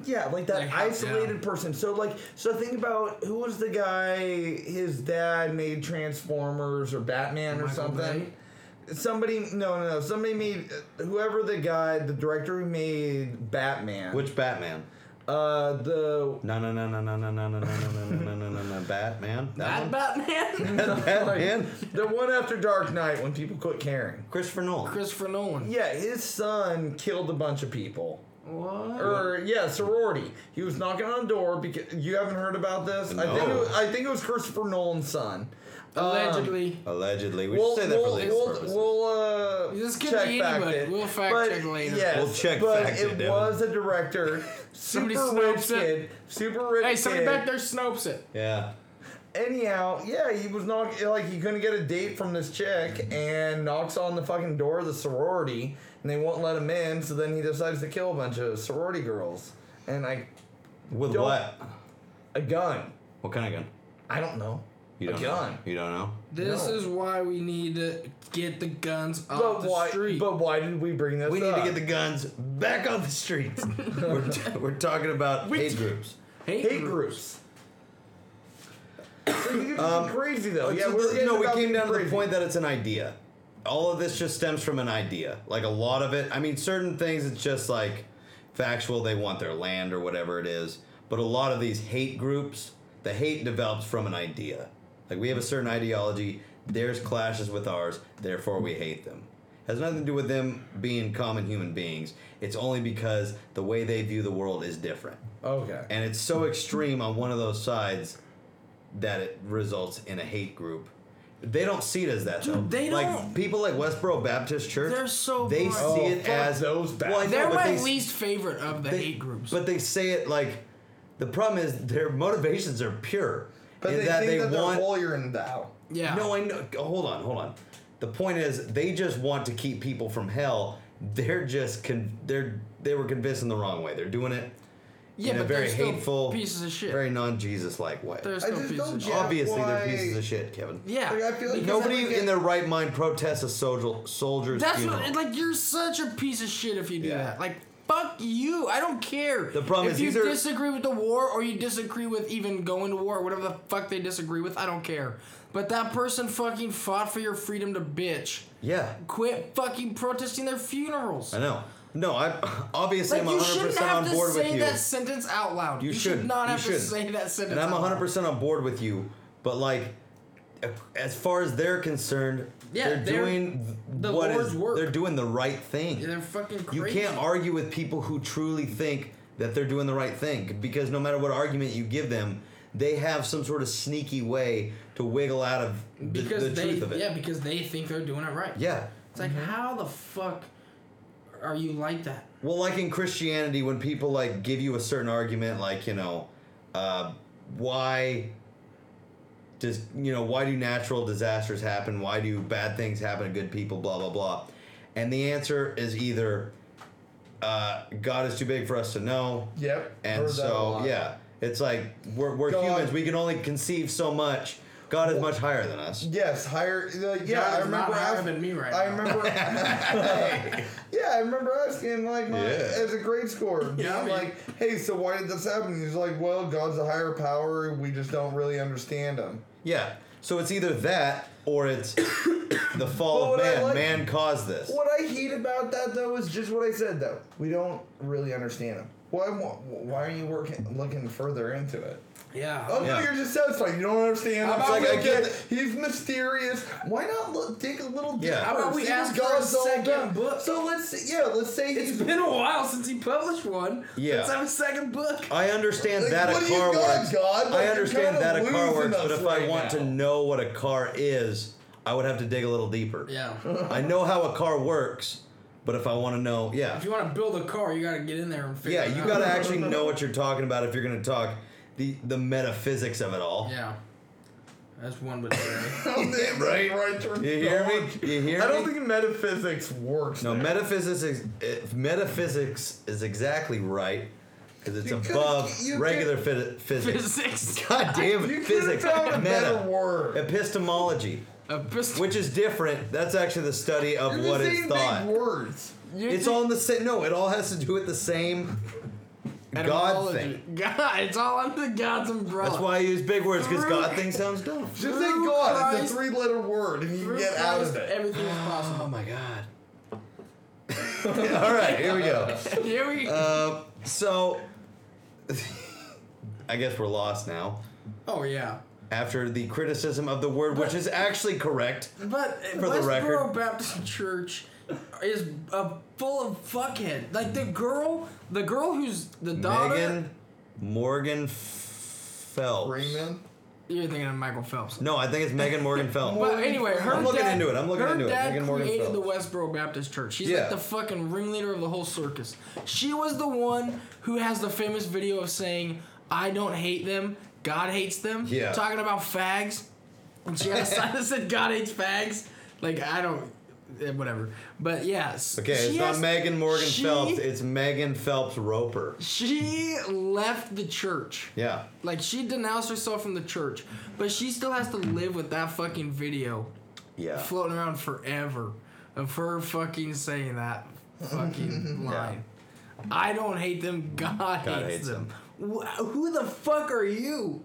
[SPEAKER 4] yeah, like that
[SPEAKER 10] Like, how-
[SPEAKER 4] isolated person. So like, so think about who was the guy? His dad made Transformers or Batman or
[SPEAKER 10] Michael
[SPEAKER 4] something. Somebody, no, no, no. Somebody made whoever the guy, the director who made Batman.
[SPEAKER 2] Which Batman?
[SPEAKER 4] uh, the
[SPEAKER 2] No, no, no, no, no, no, no, no, no, no, no, no, no, no, no, Batman. That one?
[SPEAKER 10] Batman.
[SPEAKER 2] Batman.
[SPEAKER 4] the one after Dark Knight when people quit caring.
[SPEAKER 2] Christopher Nolan.
[SPEAKER 10] Christopher Nolan.
[SPEAKER 4] Yeah, his son killed a bunch of people.
[SPEAKER 10] What?
[SPEAKER 4] Or yeah, sorority. He was knocking on a door because you haven't heard about this. I think it
[SPEAKER 2] No.
[SPEAKER 4] was, I think it was Christopher Nolan's son. Um,
[SPEAKER 10] Allegedly.
[SPEAKER 2] Allegedly, we
[SPEAKER 4] We'll,
[SPEAKER 2] should say that for
[SPEAKER 4] we'll,
[SPEAKER 2] legal
[SPEAKER 4] we'll,
[SPEAKER 2] purposes.
[SPEAKER 4] we'll, uh,
[SPEAKER 10] This could
[SPEAKER 4] check
[SPEAKER 10] be
[SPEAKER 4] fact
[SPEAKER 10] anybody.
[SPEAKER 4] it.
[SPEAKER 10] We'll fact
[SPEAKER 4] But,
[SPEAKER 10] check later.
[SPEAKER 4] Yes,
[SPEAKER 2] We'll check
[SPEAKER 4] but
[SPEAKER 2] fact it,
[SPEAKER 4] it
[SPEAKER 2] Devin.
[SPEAKER 4] was a director,
[SPEAKER 10] Somebody
[SPEAKER 4] super rich
[SPEAKER 10] snipes it.
[SPEAKER 4] kid, super rich
[SPEAKER 10] Hey, somebody
[SPEAKER 4] kid.
[SPEAKER 10] back there snopes it.
[SPEAKER 2] Yeah.
[SPEAKER 4] Anyhow, yeah, he was knock like he couldn't get a date from this chick, and knocks on the fucking door of the sorority, and they won't let him in. So then he decides to kill a bunch of sorority girls, and I
[SPEAKER 2] With
[SPEAKER 4] Don't-
[SPEAKER 2] what?
[SPEAKER 4] a gun.
[SPEAKER 2] What kind of gun?
[SPEAKER 4] I don't know.
[SPEAKER 2] You
[SPEAKER 4] a
[SPEAKER 2] don't
[SPEAKER 4] gun.
[SPEAKER 2] know. You don't know.
[SPEAKER 10] This
[SPEAKER 4] No.
[SPEAKER 10] is why we need to get the guns off
[SPEAKER 4] But
[SPEAKER 10] the
[SPEAKER 4] why?
[SPEAKER 10] street.
[SPEAKER 4] But why did we bring this?
[SPEAKER 2] We need
[SPEAKER 4] up?
[SPEAKER 2] to get the guns back on the streets. we're, we're talking about hate groups.
[SPEAKER 4] hate groups. so you um, crazy though. Yeah,
[SPEAKER 2] So
[SPEAKER 4] we're
[SPEAKER 2] the-
[SPEAKER 4] getting
[SPEAKER 2] no, we
[SPEAKER 4] about
[SPEAKER 2] came
[SPEAKER 4] being
[SPEAKER 2] down to the
[SPEAKER 4] crazy.
[SPEAKER 2] point that it's an idea. All of this just stems from an idea. Like a lot of it, I mean, certain things it's just like factual. They want their land or whatever it is. But a lot of these hate groups, the hate develops from an idea. Like we have a certain ideology. Theirs clashes with ours. Therefore, we hate them. Has nothing to do with them being common human beings. It's only because the way they view the world is different
[SPEAKER 4] Okay.
[SPEAKER 2] and it's so extreme on one of those sides that it results in a hate group. They don't see it as that though.
[SPEAKER 10] they
[SPEAKER 2] like
[SPEAKER 10] don't.
[SPEAKER 2] people like Westboro Baptist Church.
[SPEAKER 10] They're so
[SPEAKER 2] they
[SPEAKER 10] blind.
[SPEAKER 2] see
[SPEAKER 4] Oh,
[SPEAKER 2] it
[SPEAKER 4] fuck
[SPEAKER 2] as
[SPEAKER 4] those
[SPEAKER 2] Well, I know,
[SPEAKER 10] They're
[SPEAKER 2] but
[SPEAKER 10] my
[SPEAKER 2] they-
[SPEAKER 10] least favorite of the
[SPEAKER 2] they-
[SPEAKER 10] hate groups.
[SPEAKER 2] But they say it like the problem is their motivations are pure.
[SPEAKER 4] But
[SPEAKER 2] in
[SPEAKER 4] they
[SPEAKER 2] that
[SPEAKER 4] think
[SPEAKER 2] they
[SPEAKER 4] that
[SPEAKER 2] want
[SPEAKER 4] they're holier than thou.
[SPEAKER 10] yeah.
[SPEAKER 2] no, I know. oh, Hold on, hold on. The point is, they just want to keep people from hell. They're just con- they're they were convinced in the wrong way. They're doing it
[SPEAKER 10] yeah,
[SPEAKER 2] in
[SPEAKER 10] but
[SPEAKER 2] a very
[SPEAKER 10] they're still
[SPEAKER 2] hateful,
[SPEAKER 10] pieces of shit.
[SPEAKER 2] very non-Jesus like way.
[SPEAKER 10] they're
[SPEAKER 4] I
[SPEAKER 10] still
[SPEAKER 4] just
[SPEAKER 10] pieces
[SPEAKER 4] don't
[SPEAKER 10] of shit.
[SPEAKER 4] get-
[SPEAKER 2] Obviously,
[SPEAKER 4] why-
[SPEAKER 2] they're pieces of shit, Kevin.
[SPEAKER 10] Yeah.
[SPEAKER 4] Like, I feel like
[SPEAKER 10] Because
[SPEAKER 2] Nobody
[SPEAKER 4] Because I
[SPEAKER 2] in their right mind protests a soldier, soldier's
[SPEAKER 10] That's
[SPEAKER 2] funeral.
[SPEAKER 10] what, like, you're such a piece of shit if you do
[SPEAKER 2] Yeah.
[SPEAKER 10] that. Like, fuck you. I don't care.
[SPEAKER 2] The problem
[SPEAKER 10] if
[SPEAKER 2] is
[SPEAKER 10] you
[SPEAKER 2] these are-
[SPEAKER 10] disagree with the war or you disagree with even going to war or whatever the fuck they disagree with, I don't care. But that person fucking fought for your freedom to bitch.
[SPEAKER 2] yeah,
[SPEAKER 10] Quit fucking protesting their funerals.
[SPEAKER 2] I know. No, I obviously
[SPEAKER 10] Like,
[SPEAKER 2] I'm
[SPEAKER 10] you
[SPEAKER 2] 100
[SPEAKER 10] shouldn't
[SPEAKER 2] percent
[SPEAKER 10] have
[SPEAKER 2] on
[SPEAKER 10] to
[SPEAKER 2] board with
[SPEAKER 10] say
[SPEAKER 2] you,
[SPEAKER 10] that sentence out loud.
[SPEAKER 2] You
[SPEAKER 10] should
[SPEAKER 2] shouldn't.
[SPEAKER 10] not
[SPEAKER 2] You
[SPEAKER 10] have to
[SPEAKER 2] shouldn't.
[SPEAKER 10] say that sentence.
[SPEAKER 2] and I'm
[SPEAKER 10] out
[SPEAKER 2] 100
[SPEAKER 10] loud.
[SPEAKER 2] percent on board with you. But like, as far as they're concerned,
[SPEAKER 10] Yeah,
[SPEAKER 2] they're,
[SPEAKER 10] they're-
[SPEAKER 2] doing
[SPEAKER 10] the
[SPEAKER 2] what
[SPEAKER 10] Lord's
[SPEAKER 2] is-
[SPEAKER 10] work.
[SPEAKER 2] They're doing the right thing.
[SPEAKER 10] They're fucking
[SPEAKER 2] You
[SPEAKER 10] crazy.
[SPEAKER 2] can't argue with people who truly think that they're doing the right thing because no matter what argument you give them, they have some sort of sneaky way to wiggle out of the,
[SPEAKER 10] because
[SPEAKER 2] the
[SPEAKER 10] they
[SPEAKER 2] truth of it.
[SPEAKER 10] yeah because they think they're doing it right.
[SPEAKER 2] Yeah.
[SPEAKER 10] It's like how the fuck are you like that?
[SPEAKER 2] Well, like in Christianity, when people like give you a certain argument, like you know, uh, why does you know why do natural disasters happen? Why do bad things happen to good people? Blah blah blah. And the answer is either uh, God is too big for us to know.
[SPEAKER 4] Yep,
[SPEAKER 2] And
[SPEAKER 4] heard that a
[SPEAKER 2] so
[SPEAKER 4] lot.
[SPEAKER 2] yeah, it's like we're, we're
[SPEAKER 4] God-
[SPEAKER 2] humans. We can only conceive so much. God is much higher than us.
[SPEAKER 4] Yes, higher. Uh, yeah,
[SPEAKER 10] God
[SPEAKER 4] I
[SPEAKER 10] is
[SPEAKER 4] remember.
[SPEAKER 10] not higher
[SPEAKER 4] ask-
[SPEAKER 10] than me right
[SPEAKER 4] I
[SPEAKER 10] now.
[SPEAKER 4] remember. yeah, I remember asking like my,
[SPEAKER 2] Yeah.
[SPEAKER 4] as a grade scorer, being
[SPEAKER 10] I mean-
[SPEAKER 4] like, "Hey, so why did this happen?" He's like, "Well, God's a higher power. We just don't really understand him."
[SPEAKER 2] Yeah. So it's either that or it's the
[SPEAKER 4] But
[SPEAKER 2] fall of
[SPEAKER 4] what I
[SPEAKER 2] man.
[SPEAKER 4] like-
[SPEAKER 2] man caused this.
[SPEAKER 4] What I hate about that though is just what I said though. We don't really understand him. Why? Why are you working looking further into it?
[SPEAKER 10] Yeah.
[SPEAKER 4] Oh no,
[SPEAKER 2] Yeah.
[SPEAKER 4] you're just satisfied. You don't understand. him.
[SPEAKER 10] How about
[SPEAKER 4] It's like,
[SPEAKER 2] we
[SPEAKER 4] I
[SPEAKER 2] get
[SPEAKER 4] get He's mysterious. Why not look, dig a little deeper?
[SPEAKER 2] Yeah. How
[SPEAKER 10] about we
[SPEAKER 4] see what
[SPEAKER 10] ask for a
[SPEAKER 4] God's all
[SPEAKER 10] second
[SPEAKER 4] about?
[SPEAKER 10] book?
[SPEAKER 4] So let's see, yeah, let's say
[SPEAKER 3] It's
[SPEAKER 4] he's
[SPEAKER 3] been a while since he published one.
[SPEAKER 2] Yeah.
[SPEAKER 3] Let's have a second book.
[SPEAKER 2] I understand
[SPEAKER 4] Like,
[SPEAKER 2] that
[SPEAKER 4] what
[SPEAKER 2] a
[SPEAKER 4] do you
[SPEAKER 2] car
[SPEAKER 4] got,
[SPEAKER 2] works.
[SPEAKER 4] God? Like,
[SPEAKER 2] I
[SPEAKER 4] you're
[SPEAKER 2] understand
[SPEAKER 4] kinda
[SPEAKER 2] that a car
[SPEAKER 4] losing
[SPEAKER 2] works, but
[SPEAKER 4] us
[SPEAKER 2] if I
[SPEAKER 4] right
[SPEAKER 2] want to
[SPEAKER 4] now.
[SPEAKER 2] know what a car is, I would have to dig a little deeper.
[SPEAKER 10] Yeah.
[SPEAKER 2] I know how a car works, but if I want to know, yeah,
[SPEAKER 10] If you want to build a car, you got to get in there and figure
[SPEAKER 2] yeah,
[SPEAKER 10] it out.
[SPEAKER 2] you got to actually know what you're talking about if you're going to talk the the metaphysics of it all.
[SPEAKER 10] Yeah.
[SPEAKER 3] as one would say.
[SPEAKER 4] Damn
[SPEAKER 2] right.
[SPEAKER 4] right turn.
[SPEAKER 2] You hear me? You hear
[SPEAKER 4] I don't
[SPEAKER 2] me?
[SPEAKER 4] think metaphysics works.
[SPEAKER 2] No,
[SPEAKER 4] there.
[SPEAKER 2] metaphysics is, eh, metaphysics is exactly right because it's
[SPEAKER 4] You could've-
[SPEAKER 2] above
[SPEAKER 4] you could-
[SPEAKER 2] regular phy- physics.
[SPEAKER 10] Physics.
[SPEAKER 2] God damn it,
[SPEAKER 4] You could have
[SPEAKER 2] physics.
[SPEAKER 4] found a better
[SPEAKER 2] Meta.
[SPEAKER 4] word.
[SPEAKER 2] Epistemology,
[SPEAKER 10] Epist-
[SPEAKER 2] which is different. That's actually the study of
[SPEAKER 4] You're
[SPEAKER 2] what
[SPEAKER 4] just
[SPEAKER 2] is
[SPEAKER 4] saying
[SPEAKER 2] thought.
[SPEAKER 4] big words.
[SPEAKER 10] you
[SPEAKER 2] It's
[SPEAKER 10] think
[SPEAKER 2] all in the same. No, it all has to do with the same God
[SPEAKER 10] etymology.
[SPEAKER 2] thing.
[SPEAKER 10] God, it's all under God's umbrella.
[SPEAKER 2] That's why I use big words because
[SPEAKER 10] Through-
[SPEAKER 2] God thing sounds dumb.
[SPEAKER 4] Just say
[SPEAKER 10] Through
[SPEAKER 4] God. it's
[SPEAKER 10] Christ-
[SPEAKER 4] a three-letter word, and you
[SPEAKER 3] Through
[SPEAKER 4] get out of
[SPEAKER 3] Christ,
[SPEAKER 4] it.
[SPEAKER 3] Everything is possible.
[SPEAKER 2] Oh my God. all right, here we go.
[SPEAKER 10] Here we
[SPEAKER 2] Uh, so, I guess we're lost now.
[SPEAKER 3] Oh yeah.
[SPEAKER 2] after the criticism of the word, which is actually correct.
[SPEAKER 3] But
[SPEAKER 2] the
[SPEAKER 3] Westboro
[SPEAKER 2] record.
[SPEAKER 3] Baptist Church is uh, full of fuckhead. Like the girl, the girl who's the daughter.
[SPEAKER 2] Megan Morgan Phelps.
[SPEAKER 4] Raymond.
[SPEAKER 10] you're thinking of Michael Phelps.
[SPEAKER 2] No, I think it's Megan Morgan Phelps.
[SPEAKER 10] But anyway, her
[SPEAKER 2] I'm looking
[SPEAKER 10] dad,
[SPEAKER 2] into it. I'm looking
[SPEAKER 10] her
[SPEAKER 2] into it.
[SPEAKER 10] dad
[SPEAKER 2] Megan Morgan
[SPEAKER 10] created the
[SPEAKER 2] Phelps.
[SPEAKER 10] Westboro Baptist Church. She's
[SPEAKER 2] Yeah.
[SPEAKER 10] like the fucking ringleader of the whole circus. She was the one who has the famous video of saying, "I don't hate them, God hates them."
[SPEAKER 2] Yeah.
[SPEAKER 10] Talking about fags, and she had a sign that said, "God hates fags." Like I don't, eh, whatever. But yeah. s-
[SPEAKER 2] Okay, it's
[SPEAKER 10] she
[SPEAKER 2] not
[SPEAKER 10] has-
[SPEAKER 2] Megan Morgan
[SPEAKER 10] she-
[SPEAKER 2] Phelps. It's Megan Phelps Roper.
[SPEAKER 10] She left the church.
[SPEAKER 2] Yeah.
[SPEAKER 10] Like she denounced herself from the church, but she still has to live with that fucking video
[SPEAKER 2] Yeah.
[SPEAKER 10] floating around forever of her fucking saying that fucking line. I don't hate them. God, hates,
[SPEAKER 2] hates
[SPEAKER 10] them. Wh- who the fuck are you?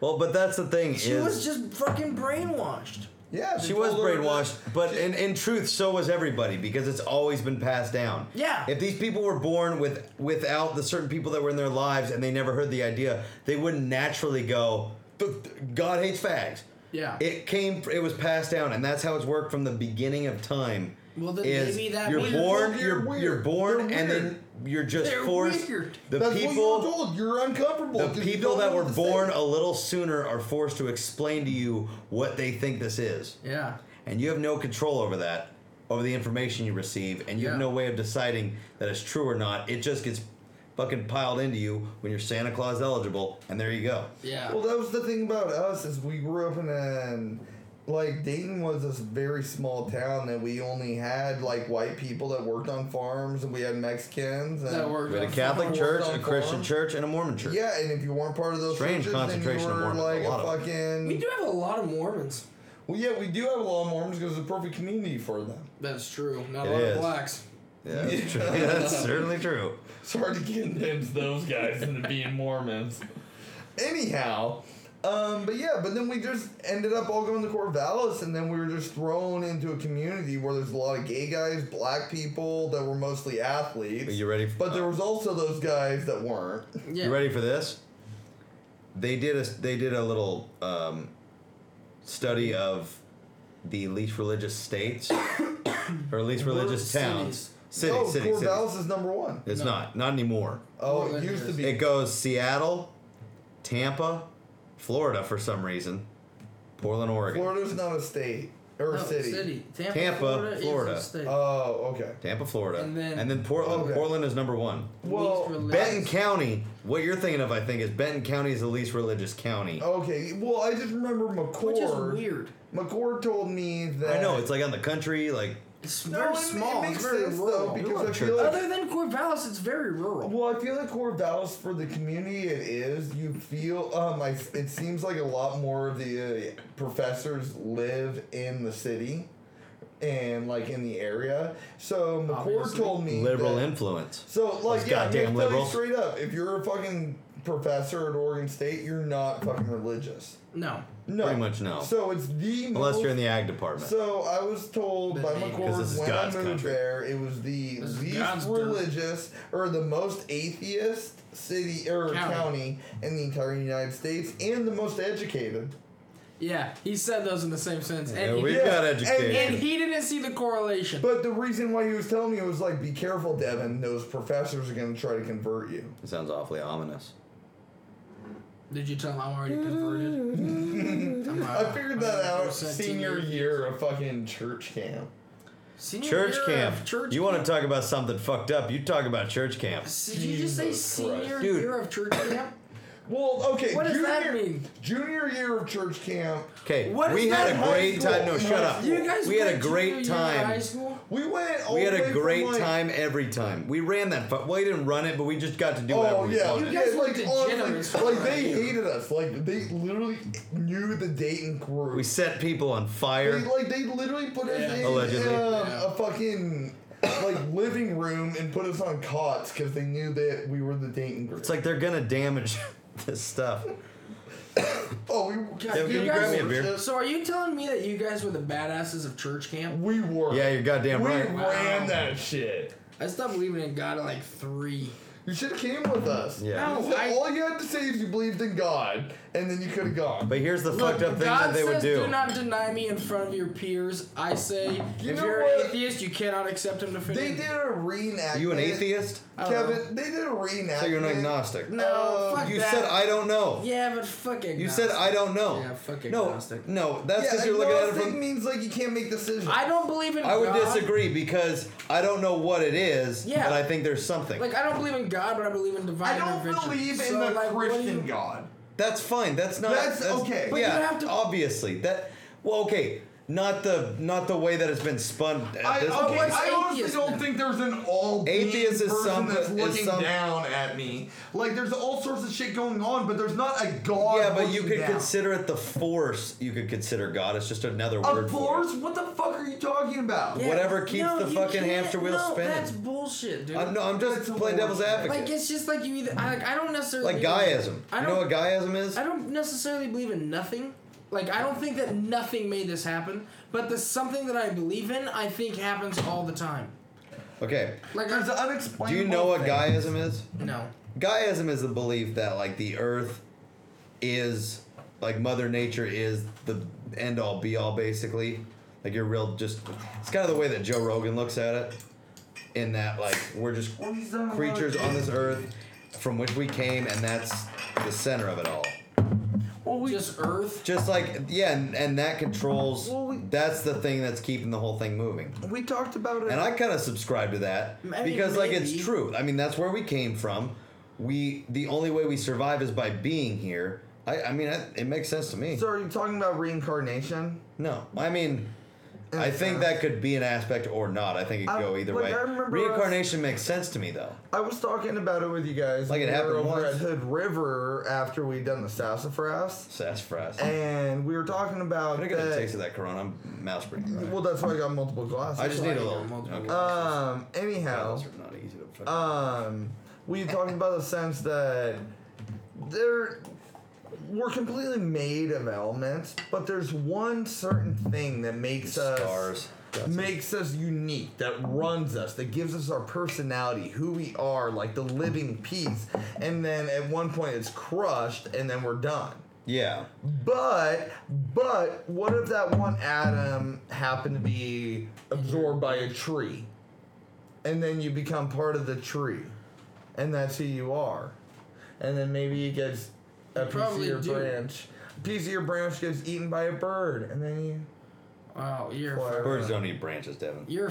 [SPEAKER 2] Well, but that's the thing
[SPEAKER 3] She
[SPEAKER 2] is
[SPEAKER 3] was just fucking brainwashed.
[SPEAKER 4] Yeah, they
[SPEAKER 2] she was
[SPEAKER 4] told her to-
[SPEAKER 2] brainwashed, but in, in truth, so was everybody because it's always been passed down.
[SPEAKER 3] Yeah.
[SPEAKER 2] If these people were born with without the certain people that were in their lives and they never heard the idea, they wouldn't naturally go. "Th- th- God hates fags.
[SPEAKER 10] Yeah.
[SPEAKER 2] It came. It was passed down, and that's how it's worked from the beginning of time.
[SPEAKER 10] Well, then
[SPEAKER 2] is
[SPEAKER 10] maybe that
[SPEAKER 2] you're
[SPEAKER 10] means
[SPEAKER 2] born,
[SPEAKER 4] they're
[SPEAKER 2] you're
[SPEAKER 4] weird.
[SPEAKER 2] you're born,
[SPEAKER 4] They're
[SPEAKER 2] and
[SPEAKER 4] weird.
[SPEAKER 2] then you're just
[SPEAKER 10] They're
[SPEAKER 2] forced.
[SPEAKER 10] weird.
[SPEAKER 2] The
[SPEAKER 4] That's what you
[SPEAKER 2] people
[SPEAKER 4] were told. You're uncomfortable.
[SPEAKER 2] the
[SPEAKER 4] 'cause you
[SPEAKER 2] people
[SPEAKER 4] don't
[SPEAKER 2] that
[SPEAKER 4] know
[SPEAKER 2] were
[SPEAKER 4] what to say.
[SPEAKER 2] born a little sooner are forced to explain to you what they think this is
[SPEAKER 10] Yeah.
[SPEAKER 2] and you have no control over that, over the information you receive, and you have
[SPEAKER 10] Yeah.
[SPEAKER 2] no way of deciding that it's true or not. It just gets fucking piled into you when you're Santa Claus eligible, and there you go.
[SPEAKER 10] Yeah.
[SPEAKER 4] Well, that was the thing about us is we grew up in a like Dayton was this very small town that we only had like white people that worked on farms and we had Mexicans and
[SPEAKER 10] that worked.
[SPEAKER 2] We had a
[SPEAKER 10] out.
[SPEAKER 2] Catholic
[SPEAKER 4] Farm
[SPEAKER 2] church,
[SPEAKER 4] worked
[SPEAKER 2] a
[SPEAKER 4] on
[SPEAKER 2] Christian
[SPEAKER 4] farm.
[SPEAKER 2] church, and a Mormon church.
[SPEAKER 4] Yeah, and if you weren't part of those
[SPEAKER 2] Strange
[SPEAKER 4] churches,
[SPEAKER 2] concentration of
[SPEAKER 4] then you were
[SPEAKER 2] Mormons,
[SPEAKER 4] like
[SPEAKER 2] a lot of them.
[SPEAKER 4] fucking.
[SPEAKER 3] We do have a lot of Mormons.
[SPEAKER 4] Well, yeah, we do have a lot of Mormons because it's a perfect community for them.
[SPEAKER 3] That's true. Not
[SPEAKER 2] It
[SPEAKER 3] a lot
[SPEAKER 2] is.
[SPEAKER 3] of blacks.
[SPEAKER 2] Yeah, that's, true. Yeah, that's certainly true.
[SPEAKER 4] It's hard to convince those guys into being Mormons. Anyhow, um, but yeah, but then we just ended up all going to Corvallis, and then we were just thrown into a community where there's a lot of gay guys, black people that were mostly athletes.
[SPEAKER 2] Are you ready for-
[SPEAKER 4] But there was also those guys that weren't.
[SPEAKER 10] Yeah.
[SPEAKER 2] You ready for this? They did a they did a little um, study of the least religious states or least religious towns. City,
[SPEAKER 4] no,
[SPEAKER 2] city, city.
[SPEAKER 4] Oh, Corvallis is number one.
[SPEAKER 2] It's not not anymore.
[SPEAKER 4] Oh,
[SPEAKER 3] Portland
[SPEAKER 4] it used to
[SPEAKER 3] is.
[SPEAKER 4] be.
[SPEAKER 2] It goes Seattle, Tampa, Florida for some reason, Portland, Oregon.
[SPEAKER 4] Florida's not a state or a
[SPEAKER 10] Oh,
[SPEAKER 3] No,
[SPEAKER 4] city.
[SPEAKER 3] Tampa,
[SPEAKER 2] Tampa,
[SPEAKER 3] is
[SPEAKER 2] Florida.
[SPEAKER 3] a state.
[SPEAKER 4] Oh, okay.
[SPEAKER 2] Tampa, Florida.
[SPEAKER 3] And then-
[SPEAKER 2] Portland.
[SPEAKER 4] Okay.
[SPEAKER 2] Portland is number one.
[SPEAKER 4] Well,
[SPEAKER 3] Least religious.
[SPEAKER 2] Benton County, what you're thinking of, I think, is Benton County is the least religious county.
[SPEAKER 4] Okay. Well, I just remember McCord.
[SPEAKER 10] Which is weird.
[SPEAKER 4] McCord told me that.
[SPEAKER 2] I know, it's like on the country, like,
[SPEAKER 3] It's
[SPEAKER 4] No,
[SPEAKER 3] very
[SPEAKER 4] it- it
[SPEAKER 3] small.
[SPEAKER 4] makes
[SPEAKER 3] it's very
[SPEAKER 4] sense,
[SPEAKER 3] rural.
[SPEAKER 4] though,
[SPEAKER 2] Rural
[SPEAKER 4] because I
[SPEAKER 2] church.
[SPEAKER 4] feel like
[SPEAKER 3] Other than Corvallis, it's very rural.
[SPEAKER 4] Well, I feel like Corvallis for the community it is. You feel um, I, it seems like a lot more of the uh, professors live in the city, and like in the area. So McCord
[SPEAKER 10] Obviously.
[SPEAKER 4] told me
[SPEAKER 2] liberal
[SPEAKER 4] that-
[SPEAKER 2] influence.
[SPEAKER 4] So like
[SPEAKER 2] Those
[SPEAKER 4] yeah, I'm
[SPEAKER 2] goddamn
[SPEAKER 4] gonna tell you
[SPEAKER 2] liberals.
[SPEAKER 4] straight up, if you're a fucking professor at Oregon State, you're not fucking religious.
[SPEAKER 10] No.
[SPEAKER 4] No,
[SPEAKER 2] Pretty much no.
[SPEAKER 4] So it's the
[SPEAKER 2] Unless
[SPEAKER 4] most
[SPEAKER 2] you're in the ag department.
[SPEAKER 4] so I was told by
[SPEAKER 10] But-
[SPEAKER 4] McCord
[SPEAKER 2] 'Cause this is
[SPEAKER 4] when
[SPEAKER 2] God's
[SPEAKER 4] I moved
[SPEAKER 2] country.
[SPEAKER 4] there, it was the
[SPEAKER 10] This is
[SPEAKER 4] least
[SPEAKER 10] God's dirt.
[SPEAKER 4] religious or the most atheist city or
[SPEAKER 10] County.
[SPEAKER 4] county. in the entire United States, and the most educated.
[SPEAKER 10] Yeah, he said those in the same sense.
[SPEAKER 2] Yeah,
[SPEAKER 10] And, he,
[SPEAKER 2] we've
[SPEAKER 4] yeah,
[SPEAKER 2] got
[SPEAKER 4] and-
[SPEAKER 10] and
[SPEAKER 2] education.
[SPEAKER 10] he didn't see the correlation.
[SPEAKER 4] But the reason why he was telling me was like, "Be careful, Devin. Those professors are going to try to convert you."
[SPEAKER 2] It sounds awfully ominous.
[SPEAKER 10] Did you tell him I'm already converted? I'm
[SPEAKER 4] I
[SPEAKER 10] a-
[SPEAKER 3] uh,
[SPEAKER 4] figured
[SPEAKER 10] I'm
[SPEAKER 4] that
[SPEAKER 10] a
[SPEAKER 4] out
[SPEAKER 10] 100%
[SPEAKER 4] senior
[SPEAKER 10] teenager.
[SPEAKER 4] year of fucking church camp.
[SPEAKER 10] Senior
[SPEAKER 2] Church
[SPEAKER 10] year
[SPEAKER 2] camp.
[SPEAKER 10] of Church
[SPEAKER 2] you want to talk about something fucked up? You talk about church camp.
[SPEAKER 10] Did you just say
[SPEAKER 4] Jesus Christ.
[SPEAKER 10] senior
[SPEAKER 2] Dude.
[SPEAKER 10] year of church camp?
[SPEAKER 4] Well, okay.
[SPEAKER 3] What does
[SPEAKER 4] junior,
[SPEAKER 3] that mean?
[SPEAKER 4] Junior year of church camp.
[SPEAKER 2] Okay,
[SPEAKER 3] What
[SPEAKER 2] we
[SPEAKER 3] is
[SPEAKER 2] had
[SPEAKER 3] that
[SPEAKER 2] a
[SPEAKER 3] high
[SPEAKER 2] great
[SPEAKER 4] school?
[SPEAKER 2] time. No, shut up.
[SPEAKER 3] You guys
[SPEAKER 2] we had a
[SPEAKER 3] went junior
[SPEAKER 2] great
[SPEAKER 3] year in High
[SPEAKER 2] time.
[SPEAKER 3] school?
[SPEAKER 4] We went. All
[SPEAKER 2] We had
[SPEAKER 4] the way
[SPEAKER 2] a
[SPEAKER 4] from,
[SPEAKER 2] great
[SPEAKER 4] like-
[SPEAKER 2] time every time. We ran that. Fu- well, he didn't run it, but we just got to do whatever
[SPEAKER 4] Oh
[SPEAKER 2] we
[SPEAKER 4] yeah,
[SPEAKER 2] wanted.
[SPEAKER 3] guys
[SPEAKER 4] Yeah,
[SPEAKER 3] were
[SPEAKER 4] like,
[SPEAKER 3] degenerates.
[SPEAKER 4] honestly, like they hated us. Like they literally knew the Dayton crew.
[SPEAKER 2] We set people on
[SPEAKER 4] They,
[SPEAKER 2] fire.
[SPEAKER 4] like they literally put us in
[SPEAKER 2] Allegedly.
[SPEAKER 4] um, a fucking like living room and put us on cots because they knew that we were the Dayton group.
[SPEAKER 2] It's like they're gonna damage this stuff.
[SPEAKER 4] oh, we
[SPEAKER 3] Yeah,
[SPEAKER 2] can you grab me a beer?
[SPEAKER 3] So are you telling me that you guys were the badasses of church camp?
[SPEAKER 4] We were.
[SPEAKER 2] Yeah, you're goddamn
[SPEAKER 4] we
[SPEAKER 2] right.
[SPEAKER 4] ran that shit.
[SPEAKER 3] I stopped believing in God at like three.
[SPEAKER 4] You should have came with us.
[SPEAKER 2] Yeah.
[SPEAKER 3] No,
[SPEAKER 4] So
[SPEAKER 3] I-
[SPEAKER 4] all you had to say is you believed in God, and then you could have gone.
[SPEAKER 2] But here's the
[SPEAKER 3] Look,
[SPEAKER 2] fucked up thing
[SPEAKER 3] God
[SPEAKER 2] that they would
[SPEAKER 3] says,
[SPEAKER 2] do.
[SPEAKER 3] not deny me in front of your peers. I say, if
[SPEAKER 4] know
[SPEAKER 3] you're an
[SPEAKER 4] what?
[SPEAKER 3] atheist, you cannot accept him to fit
[SPEAKER 4] they
[SPEAKER 3] in.
[SPEAKER 4] did a reenactment.
[SPEAKER 2] Are you an atheist?
[SPEAKER 3] Oh.
[SPEAKER 4] Kevin, they did a reenactment.
[SPEAKER 2] So you're an agnostic.
[SPEAKER 3] No,
[SPEAKER 4] Um,
[SPEAKER 3] fuck
[SPEAKER 2] You
[SPEAKER 3] that.
[SPEAKER 2] said I don't know.
[SPEAKER 3] Yeah, but fucking.
[SPEAKER 2] You said I don't know.
[SPEAKER 3] Yeah, fuck
[SPEAKER 2] no,
[SPEAKER 3] agnostic.
[SPEAKER 2] no, that's
[SPEAKER 4] Yeah,
[SPEAKER 2] because you're looking at it
[SPEAKER 4] agnostic
[SPEAKER 2] from.
[SPEAKER 4] means like you can't make decisions.
[SPEAKER 3] I don't believe in.
[SPEAKER 2] I would
[SPEAKER 3] God.
[SPEAKER 2] disagree because I don't know what it is,
[SPEAKER 3] Yeah.
[SPEAKER 2] but I think there's something.
[SPEAKER 3] Like I don't believe in God, but I believe in divine
[SPEAKER 4] I don't
[SPEAKER 3] intervention.
[SPEAKER 4] believe in
[SPEAKER 3] So,
[SPEAKER 4] the
[SPEAKER 3] like, what do
[SPEAKER 4] Christian
[SPEAKER 3] you-
[SPEAKER 4] God.
[SPEAKER 2] That's fine. That's not.
[SPEAKER 4] That's okay. But
[SPEAKER 3] you
[SPEAKER 2] yeah,
[SPEAKER 3] have to-
[SPEAKER 2] obviously that. Well, okay, not the not the way that it's been spun. At
[SPEAKER 4] I,
[SPEAKER 2] this
[SPEAKER 4] okay,
[SPEAKER 2] point.
[SPEAKER 3] what's
[SPEAKER 4] I honestly
[SPEAKER 3] atheist
[SPEAKER 4] don't
[SPEAKER 3] then?
[SPEAKER 4] think there's an all
[SPEAKER 2] Atheist
[SPEAKER 4] atheist
[SPEAKER 2] is
[SPEAKER 4] person
[SPEAKER 2] some-
[SPEAKER 4] that's
[SPEAKER 2] is
[SPEAKER 4] looking
[SPEAKER 2] some-
[SPEAKER 4] down at me. Like there's all sorts of shit going on, but there's not a god.
[SPEAKER 2] yeah, but you could
[SPEAKER 4] looking down.
[SPEAKER 2] consider it the force. You could consider God. It's just another
[SPEAKER 4] a
[SPEAKER 2] word for
[SPEAKER 4] force. What the fuck are you talking about?
[SPEAKER 3] Yeah,
[SPEAKER 2] Whatever keeps
[SPEAKER 3] no,
[SPEAKER 2] the
[SPEAKER 3] you
[SPEAKER 2] fucking
[SPEAKER 3] can't-
[SPEAKER 2] hamster wheel
[SPEAKER 3] no,
[SPEAKER 2] spinning.
[SPEAKER 3] That's bullshit, dude.
[SPEAKER 2] it. I'm, no, I'm just
[SPEAKER 4] It's a
[SPEAKER 2] playing devil's
[SPEAKER 4] force.
[SPEAKER 2] advocate.
[SPEAKER 3] like it's just like you either. I, like, I don't necessarily
[SPEAKER 2] Like,
[SPEAKER 3] believe in-
[SPEAKER 2] guyism.
[SPEAKER 3] I
[SPEAKER 2] You
[SPEAKER 3] don't.
[SPEAKER 2] know what guyism is?
[SPEAKER 3] I don't necessarily believe in nothing. Like I don't think that nothing made this happen, but the something that I believe in, I think happens all the time.
[SPEAKER 2] Okay.
[SPEAKER 3] Like
[SPEAKER 4] There's
[SPEAKER 3] I,
[SPEAKER 2] Do
[SPEAKER 4] unexplainable.
[SPEAKER 2] you know what
[SPEAKER 4] thing.
[SPEAKER 2] guyism is?
[SPEAKER 3] no.
[SPEAKER 2] Guyism is the belief that like the earth is like mother nature is the end all be all basically. Like you're real just it's kind of the way that Joe Rogan looks at it in that like we're just
[SPEAKER 4] Well, he's done a lot of
[SPEAKER 2] creatures on this earth from which we came and that's the center of it all.
[SPEAKER 3] just Earth.
[SPEAKER 2] Just like yeah, and, and that controls that's the thing that's keeping the whole thing moving.
[SPEAKER 4] We talked about it.
[SPEAKER 2] And I kind of subscribe to that
[SPEAKER 3] I mean,
[SPEAKER 2] because like it's
[SPEAKER 3] maybe.
[SPEAKER 2] true. I mean, that's where we came from. We the only way we survive is by being here. I, I mean, I, it makes sense to me.
[SPEAKER 4] so are you talking about reincarnation?
[SPEAKER 2] No, I mean, I think that could be an aspect or not. I think it could
[SPEAKER 4] I-
[SPEAKER 2] go either
[SPEAKER 4] like,
[SPEAKER 2] way.
[SPEAKER 4] I remember us-
[SPEAKER 2] Reincarnation makes sense to me though.
[SPEAKER 4] I was talking about it with you guys.
[SPEAKER 2] Like it
[SPEAKER 4] we were
[SPEAKER 2] happened
[SPEAKER 4] over
[SPEAKER 2] once.
[SPEAKER 4] at Hood River after we'd done the sassafras.
[SPEAKER 2] Sassafras. Can
[SPEAKER 4] and we were talking about
[SPEAKER 2] I get a
[SPEAKER 4] that-
[SPEAKER 2] taste of that Corona? I'm mouse breathing. right?
[SPEAKER 4] well that's why I got multiple glasses.
[SPEAKER 2] I just need a little.
[SPEAKER 3] multiple
[SPEAKER 2] okay.
[SPEAKER 4] um anyhow
[SPEAKER 2] Those are not easy to fucking-
[SPEAKER 4] um we talking about the sense that there we're completely made of elements, but there's one certain thing that makes
[SPEAKER 2] Stars.
[SPEAKER 4] us makes us unique, that runs us, that gives us our personality, who we are, like the living piece. And then at one point it's crushed and then we're done.
[SPEAKER 2] yeah.
[SPEAKER 4] But but what if that one atom happened to be absorbed by a tree? And then you become part of the tree. And that's who you are. And then maybe it gets a piece of
[SPEAKER 3] probably
[SPEAKER 4] your
[SPEAKER 3] do.
[SPEAKER 4] branch. A piece of your branch gets eaten by a bird and then you
[SPEAKER 3] Wow, you're
[SPEAKER 4] whatever.
[SPEAKER 2] Birds don't eat branches, Devin.
[SPEAKER 3] you're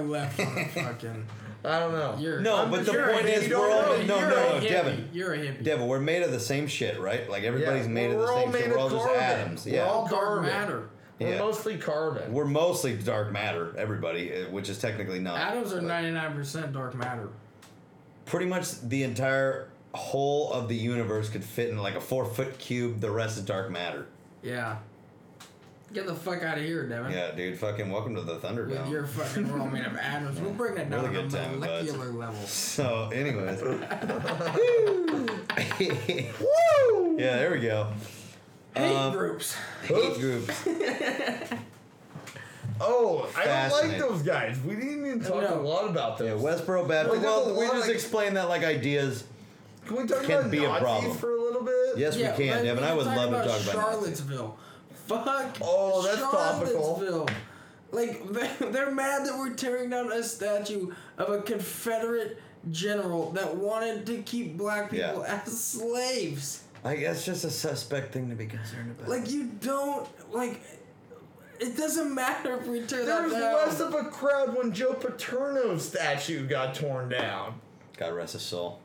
[SPEAKER 3] left on the fucking.
[SPEAKER 4] I don't know.
[SPEAKER 3] You're
[SPEAKER 2] No, but the
[SPEAKER 3] you're a
[SPEAKER 2] point
[SPEAKER 3] hippie.
[SPEAKER 2] is
[SPEAKER 3] You don't
[SPEAKER 2] we're all-
[SPEAKER 3] know.
[SPEAKER 2] no,
[SPEAKER 3] You're
[SPEAKER 2] no,
[SPEAKER 3] a
[SPEAKER 2] no,
[SPEAKER 3] hippie.
[SPEAKER 2] Devin.
[SPEAKER 3] You're a hippie.
[SPEAKER 2] Devin, we're made of the same shit, right? Like everybody's
[SPEAKER 4] Yeah,
[SPEAKER 2] made of
[SPEAKER 4] we're
[SPEAKER 2] the
[SPEAKER 4] all
[SPEAKER 2] same shit.
[SPEAKER 4] made
[SPEAKER 2] We're
[SPEAKER 4] of
[SPEAKER 2] all just
[SPEAKER 4] carbon.
[SPEAKER 2] atoms.
[SPEAKER 4] We're
[SPEAKER 2] yeah.
[SPEAKER 4] all
[SPEAKER 3] All dark
[SPEAKER 4] Carbon.
[SPEAKER 3] matter.
[SPEAKER 4] We're
[SPEAKER 2] Yeah.
[SPEAKER 4] mostly carbon.
[SPEAKER 2] We're mostly dark matter, everybody, uh, which is technically not.
[SPEAKER 3] Atoms are
[SPEAKER 2] but
[SPEAKER 3] ninety nine percent dark matter.
[SPEAKER 2] Pretty much the entire whole of the universe could fit in like a four foot cube. The rest is dark matter.
[SPEAKER 3] Yeah. Get the fuck out of here, Devin.
[SPEAKER 2] Yeah, dude. Fucking welcome to the
[SPEAKER 3] With
[SPEAKER 2] Thunderdome.
[SPEAKER 3] your fucking we're all made of atoms. We're bringing it down
[SPEAKER 2] Really good
[SPEAKER 3] to a
[SPEAKER 2] time, bud.
[SPEAKER 3] molecular level.
[SPEAKER 2] So, anyways. yeah, there we go. Uh,
[SPEAKER 3] Hate groups.
[SPEAKER 2] Hate groups.
[SPEAKER 4] oh, I don't like
[SPEAKER 2] Fascinating.
[SPEAKER 4] those guys. We didn't even talk
[SPEAKER 3] No.
[SPEAKER 4] a lot about
[SPEAKER 2] Yeah,
[SPEAKER 4] them.
[SPEAKER 2] Westboro Baptist.
[SPEAKER 4] Like, there's
[SPEAKER 2] Well,
[SPEAKER 4] a
[SPEAKER 2] we
[SPEAKER 4] lot
[SPEAKER 2] just
[SPEAKER 4] of-
[SPEAKER 2] explained that like ideas.
[SPEAKER 4] Can we talk
[SPEAKER 2] Can
[SPEAKER 4] about
[SPEAKER 2] be a
[SPEAKER 4] Nazis
[SPEAKER 2] problem.
[SPEAKER 4] for a little bit?
[SPEAKER 2] Yes,
[SPEAKER 3] Yeah,
[SPEAKER 2] we can,
[SPEAKER 3] but
[SPEAKER 2] Devin. I would
[SPEAKER 3] talk
[SPEAKER 2] love to talk about Nazis.
[SPEAKER 3] Charlottesville. Fuck.
[SPEAKER 4] Oh, that's topical.
[SPEAKER 3] Charlottesville. Like they- they're mad that we're tearing down a statue of a Confederate general that wanted to keep black
[SPEAKER 2] Yeah.
[SPEAKER 3] people as slaves.
[SPEAKER 2] I guess just a suspect thing to be concerned about.
[SPEAKER 3] Like you don't like. It doesn't matter if we tear
[SPEAKER 4] There
[SPEAKER 3] that
[SPEAKER 4] was
[SPEAKER 3] down.
[SPEAKER 4] less of a crowd when Joe Paterno's statue got torn down.
[SPEAKER 2] God rest his soul.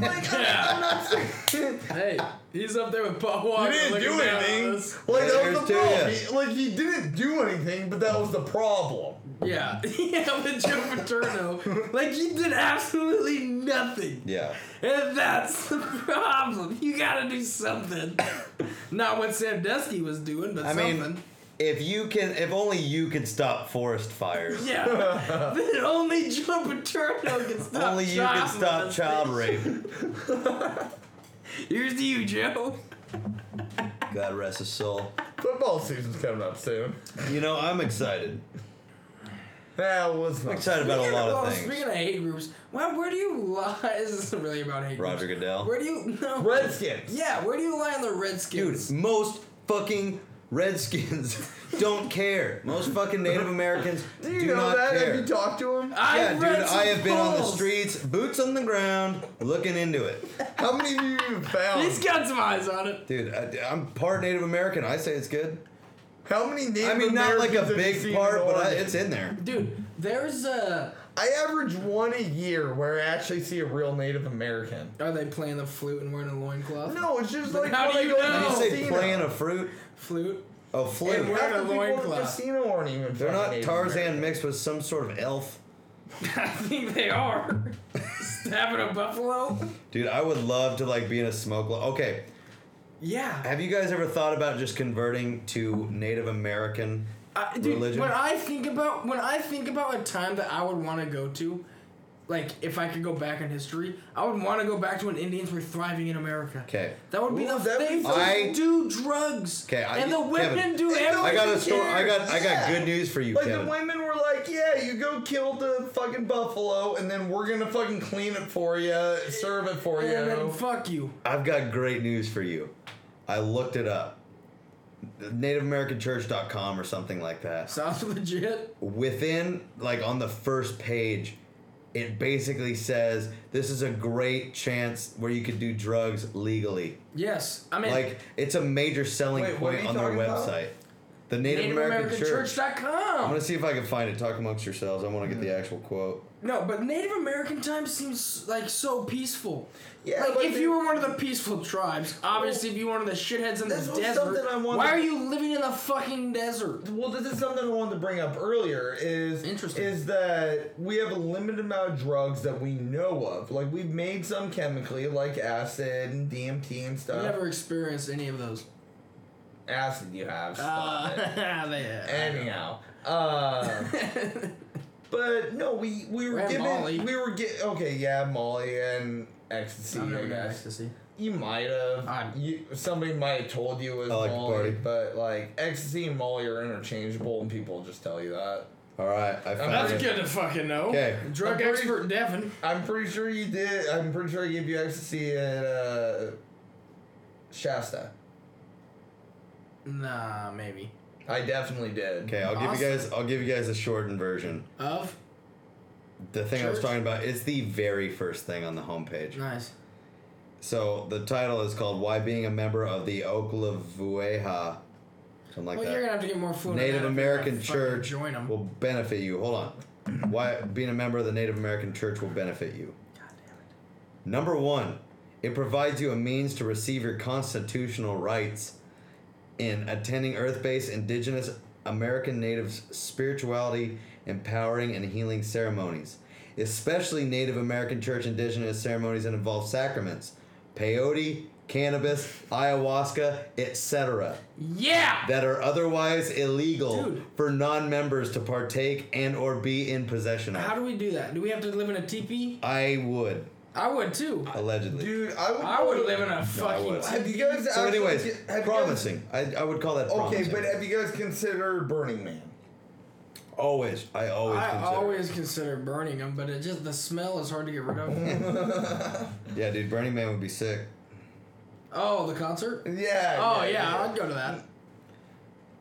[SPEAKER 4] like, I'm- I'm not saying.
[SPEAKER 10] Hey, he's up there with Paul Walker.
[SPEAKER 4] didn't
[SPEAKER 10] looking
[SPEAKER 4] do
[SPEAKER 10] down on
[SPEAKER 4] anything.
[SPEAKER 10] us.
[SPEAKER 4] Like that was
[SPEAKER 2] There's
[SPEAKER 4] the
[SPEAKER 2] two of
[SPEAKER 4] problem.
[SPEAKER 2] you.
[SPEAKER 4] He, like he didn't do anything, but that was the problem.
[SPEAKER 10] Yeah.
[SPEAKER 3] yeah, with Joe Paterno. like, he did absolutely nothing.
[SPEAKER 2] Yeah.
[SPEAKER 3] And that's the problem. You gotta do something. Not what Sam Desky was doing, but
[SPEAKER 2] I
[SPEAKER 3] something.
[SPEAKER 2] mean, if you can, if only you could stop forest fires.
[SPEAKER 3] yeah. then only Joe Paterno can stop
[SPEAKER 2] Only you can stop
[SPEAKER 3] child
[SPEAKER 2] child rape.
[SPEAKER 3] molestation. Here's to you, Joe.
[SPEAKER 2] God rest his soul.
[SPEAKER 4] Football season's coming up soon.
[SPEAKER 2] You know, I'm excited.
[SPEAKER 4] That was
[SPEAKER 2] I'm
[SPEAKER 4] not.
[SPEAKER 2] excited about a lot
[SPEAKER 3] Well,
[SPEAKER 2] of
[SPEAKER 3] Speaking
[SPEAKER 2] things.
[SPEAKER 3] of hate groups, wow, where do you lie? This isn't really about hate
[SPEAKER 2] Roger
[SPEAKER 3] groups.
[SPEAKER 2] Goodell.
[SPEAKER 3] Where do you no?
[SPEAKER 4] Redskins.
[SPEAKER 3] yeah, where do you lie on the
[SPEAKER 2] Dude,
[SPEAKER 3] Redskins?
[SPEAKER 2] most fucking Redskins don't care. Most fucking Native Americans
[SPEAKER 4] Do you
[SPEAKER 2] do
[SPEAKER 4] know
[SPEAKER 2] not
[SPEAKER 4] that?
[SPEAKER 2] care.
[SPEAKER 4] Have you talked to him?
[SPEAKER 3] I
[SPEAKER 2] yeah, dude,
[SPEAKER 3] read some
[SPEAKER 2] I have been on the
[SPEAKER 3] polls.
[SPEAKER 2] streets, boots on the ground, looking into it.
[SPEAKER 4] How many of you even
[SPEAKER 3] He's
[SPEAKER 4] found?
[SPEAKER 3] got some eyes on it.
[SPEAKER 2] Dude, I, am part Native American. I say it's good.
[SPEAKER 4] How many Native
[SPEAKER 2] I mean, not like a
[SPEAKER 4] Americans have you seen
[SPEAKER 2] big
[SPEAKER 4] in
[SPEAKER 2] part, but I,
[SPEAKER 4] Oregon?
[SPEAKER 2] it's in there.
[SPEAKER 3] Dude, there's a.
[SPEAKER 4] I average one a year where I actually see a real Native American.
[SPEAKER 3] Are they playing the flute and wearing a loincloth?
[SPEAKER 4] No, it's just
[SPEAKER 3] But
[SPEAKER 4] like
[SPEAKER 3] how
[SPEAKER 4] when
[SPEAKER 3] do
[SPEAKER 4] I
[SPEAKER 3] you
[SPEAKER 4] go to the
[SPEAKER 2] Did
[SPEAKER 3] know?
[SPEAKER 2] you say
[SPEAKER 4] casino.
[SPEAKER 2] playing a fruit?
[SPEAKER 3] Flute?
[SPEAKER 2] Oh, flute.
[SPEAKER 3] we're-
[SPEAKER 4] Half
[SPEAKER 3] Wearing a
[SPEAKER 4] the people in the
[SPEAKER 3] loincloth.
[SPEAKER 4] casino aren't even.
[SPEAKER 2] They're
[SPEAKER 4] fucking
[SPEAKER 2] not
[SPEAKER 4] Native
[SPEAKER 2] Tarzan
[SPEAKER 4] American.
[SPEAKER 2] mixed with some sort of elf.
[SPEAKER 3] I think they are. Stabbing a buffalo?
[SPEAKER 2] Dude, I would love to like be in a smoke. Lo- okay,
[SPEAKER 3] Yeah.
[SPEAKER 2] have you guys ever thought about just converting to Native American?
[SPEAKER 3] I, dude,
[SPEAKER 2] Religion.
[SPEAKER 3] when I think about when I think about a time that I would want to go to, like if I could go back in history, I would want to go back to when Indians were thriving in America.
[SPEAKER 2] Okay.
[SPEAKER 3] That would be the
[SPEAKER 4] Ooh, that would
[SPEAKER 3] they
[SPEAKER 4] be
[SPEAKER 3] would
[SPEAKER 2] I-
[SPEAKER 3] do drugs.
[SPEAKER 2] 'Kay, I-
[SPEAKER 3] and the women
[SPEAKER 2] Kevin,
[SPEAKER 3] do everything.
[SPEAKER 2] I got a story. I got I got
[SPEAKER 4] Yeah.
[SPEAKER 2] good news for you,
[SPEAKER 4] Like
[SPEAKER 2] Kevin.
[SPEAKER 4] the women were like, "Yeah, you go kill the fucking buffalo, and then we're gonna fucking clean it for you, serve it for
[SPEAKER 3] and then
[SPEAKER 4] you."
[SPEAKER 3] fuck you.
[SPEAKER 2] I've got great news for you. I looked it up. NativeAmericanChurch.com or something like that.
[SPEAKER 3] Sounds legit.
[SPEAKER 2] Within, like on the first page, it basically says this is a great chance where you could do drugs legally.
[SPEAKER 3] Yes, I mean
[SPEAKER 2] Like it's a major selling
[SPEAKER 4] Wait, what are
[SPEAKER 2] point
[SPEAKER 4] you
[SPEAKER 2] on their
[SPEAKER 4] talking about?
[SPEAKER 2] website. The Native, American, Church. I'm
[SPEAKER 3] NativeAmericanChurch.com.
[SPEAKER 2] gonna see if I can find it. Talk amongst yourselves. I want to get the actual quote.
[SPEAKER 3] No, but Native American time seems like so peaceful.
[SPEAKER 4] Yeah,
[SPEAKER 3] like
[SPEAKER 4] but
[SPEAKER 3] if
[SPEAKER 4] they-
[SPEAKER 3] you were one of the peaceful tribes, obviously, if you were one of the shitheads in the
[SPEAKER 4] This was
[SPEAKER 3] desert,
[SPEAKER 4] something I wanted-
[SPEAKER 3] why are you living in the fucking desert?
[SPEAKER 4] Well, this is something I wanted to bring up earlier. Is
[SPEAKER 3] Interesting.
[SPEAKER 4] Is that we have a limited amount of drugs that we know of. Like we've made some chemically, like acid and DMT and
[SPEAKER 3] I
[SPEAKER 4] stuff.
[SPEAKER 3] never experienced any of those.
[SPEAKER 4] Acid you have. Stop it.
[SPEAKER 3] Uh, they-
[SPEAKER 4] Anyhow, uh, but no, we we were
[SPEAKER 3] Or
[SPEAKER 4] given
[SPEAKER 3] Molly.
[SPEAKER 4] we were get okay, yeah, Molly and ecstasy.
[SPEAKER 3] I'm
[SPEAKER 4] I
[SPEAKER 3] never gonna
[SPEAKER 4] guess
[SPEAKER 3] ecstasy.
[SPEAKER 4] you might have
[SPEAKER 3] I'm-
[SPEAKER 4] you somebody might have told you it was
[SPEAKER 2] I like to
[SPEAKER 4] Molly,
[SPEAKER 2] party.
[SPEAKER 4] but like ecstasy and Molly are interchangeable, and people just tell you that.
[SPEAKER 2] All right, I found
[SPEAKER 4] That's
[SPEAKER 2] it.
[SPEAKER 10] That's good to fucking know.
[SPEAKER 2] Okay,
[SPEAKER 10] Drug
[SPEAKER 4] I'm pretty-
[SPEAKER 10] expert Devin.
[SPEAKER 4] I'm pretty sure you did. I'm pretty sure I gave you ecstasy at uh, Shasta.
[SPEAKER 3] Nah, maybe.
[SPEAKER 4] I definitely did.
[SPEAKER 2] okay. I'll give you guys. I'll give you guys a shortened version.
[SPEAKER 3] Of?
[SPEAKER 2] The thing I was
[SPEAKER 3] Church?
[SPEAKER 2] talking about is the very first thing on the homepage.
[SPEAKER 3] Nice.
[SPEAKER 2] So the title is called "Why Being a Member of the Oklavueha," something like
[SPEAKER 3] Well,
[SPEAKER 2] that.
[SPEAKER 3] you're gonna have to get more fluent.
[SPEAKER 2] Native
[SPEAKER 3] on that if you're
[SPEAKER 2] American
[SPEAKER 3] gonna fucking
[SPEAKER 2] Church
[SPEAKER 3] Join them.
[SPEAKER 2] will benefit you. Hold on. Why being a member of the Native American Church will benefit you. Number one, it provides you a means to receive your constitutional rights in attending earth based indigenous American natives' spirituality, empowering, and healing ceremonies, especially Native American church indigenous ceremonies that involve sacraments, peyote, cannabis, ayahuasca, etc
[SPEAKER 3] yeah.
[SPEAKER 2] that are otherwise illegal
[SPEAKER 3] Dude.
[SPEAKER 2] for non-members to partake and or be in possession of.
[SPEAKER 3] How do we do that? Do we have to live in a teepee?
[SPEAKER 2] I would
[SPEAKER 3] I would too.
[SPEAKER 2] allegedly.
[SPEAKER 4] Dude, I would.
[SPEAKER 3] I would live in a fucking.
[SPEAKER 2] wouldn't.
[SPEAKER 3] teepee.
[SPEAKER 4] Have you guys?
[SPEAKER 2] so,
[SPEAKER 4] actually-
[SPEAKER 2] anyways,
[SPEAKER 4] have you guys-
[SPEAKER 2] promising. I, I would call that
[SPEAKER 4] Okay,
[SPEAKER 2] promising.
[SPEAKER 4] but have you guys considered Burning Man?
[SPEAKER 2] always, I always,
[SPEAKER 3] I
[SPEAKER 2] consider.
[SPEAKER 3] always consider burning them, but it just the smell is hard to get rid of.
[SPEAKER 2] Yeah, dude, Burning Man would be sick.
[SPEAKER 3] oh, the concert?
[SPEAKER 4] Yeah.
[SPEAKER 3] Oh yeah, I'd go to that.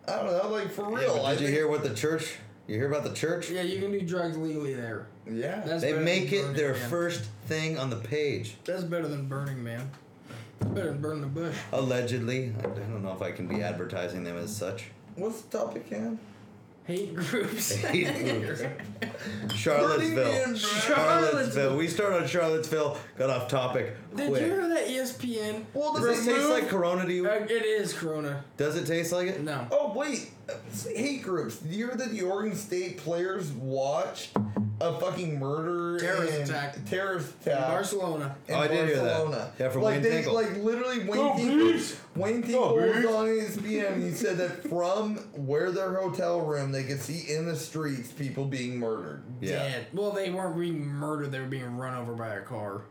[SPEAKER 4] I don't know, like for
[SPEAKER 2] Yeah,
[SPEAKER 4] real.
[SPEAKER 2] but
[SPEAKER 4] I
[SPEAKER 2] did you
[SPEAKER 4] think-
[SPEAKER 2] hear what the church? You hear about the church?
[SPEAKER 3] Yeah, you can do drugs legally there.
[SPEAKER 4] Yeah.
[SPEAKER 3] That's
[SPEAKER 2] They
[SPEAKER 3] better
[SPEAKER 2] make
[SPEAKER 3] than
[SPEAKER 2] it
[SPEAKER 3] Burning
[SPEAKER 2] their
[SPEAKER 3] Man.
[SPEAKER 2] first thing on the page.
[SPEAKER 3] That's better than burning, man. It's better than burning the bush.
[SPEAKER 2] Allegedly, I I don't know if I can be advertising them as such.
[SPEAKER 4] What's the topic, Cam?
[SPEAKER 3] Hate groups.
[SPEAKER 2] Charlottesville.
[SPEAKER 4] Burning Man,
[SPEAKER 2] Charlottesville. We started on Charlottesville, got off topic.
[SPEAKER 11] Did
[SPEAKER 2] quick.
[SPEAKER 11] you hear that
[SPEAKER 3] E
[SPEAKER 11] ESPN?
[SPEAKER 4] Well, does
[SPEAKER 2] Does
[SPEAKER 4] it
[SPEAKER 2] it taste
[SPEAKER 4] move?
[SPEAKER 2] like Corona to you?
[SPEAKER 11] Uh, it is Corona.
[SPEAKER 2] Does it taste like it?
[SPEAKER 11] No.
[SPEAKER 4] Oh wait, uh, hate groups. The year that the Oregon State players watched a fucking murder
[SPEAKER 3] Terrorist
[SPEAKER 4] and-
[SPEAKER 3] attack.
[SPEAKER 4] terrorist attack.
[SPEAKER 3] Barcelona.
[SPEAKER 4] in
[SPEAKER 2] Oh, I did hear that.
[SPEAKER 4] Barcelona.
[SPEAKER 2] Yeah, from
[SPEAKER 4] like
[SPEAKER 2] Wayne
[SPEAKER 4] they,
[SPEAKER 2] Tinkle.
[SPEAKER 4] Like literally, Wayne
[SPEAKER 11] Go
[SPEAKER 4] Tinkle.
[SPEAKER 11] Bees!
[SPEAKER 4] Wayne Tinkle was on E ESPN. and He said that from where their hotel room, they could see in the streets people being murdered.
[SPEAKER 2] Yeah.
[SPEAKER 3] Dead. Well, they weren't being murdered. They were being run over by a car.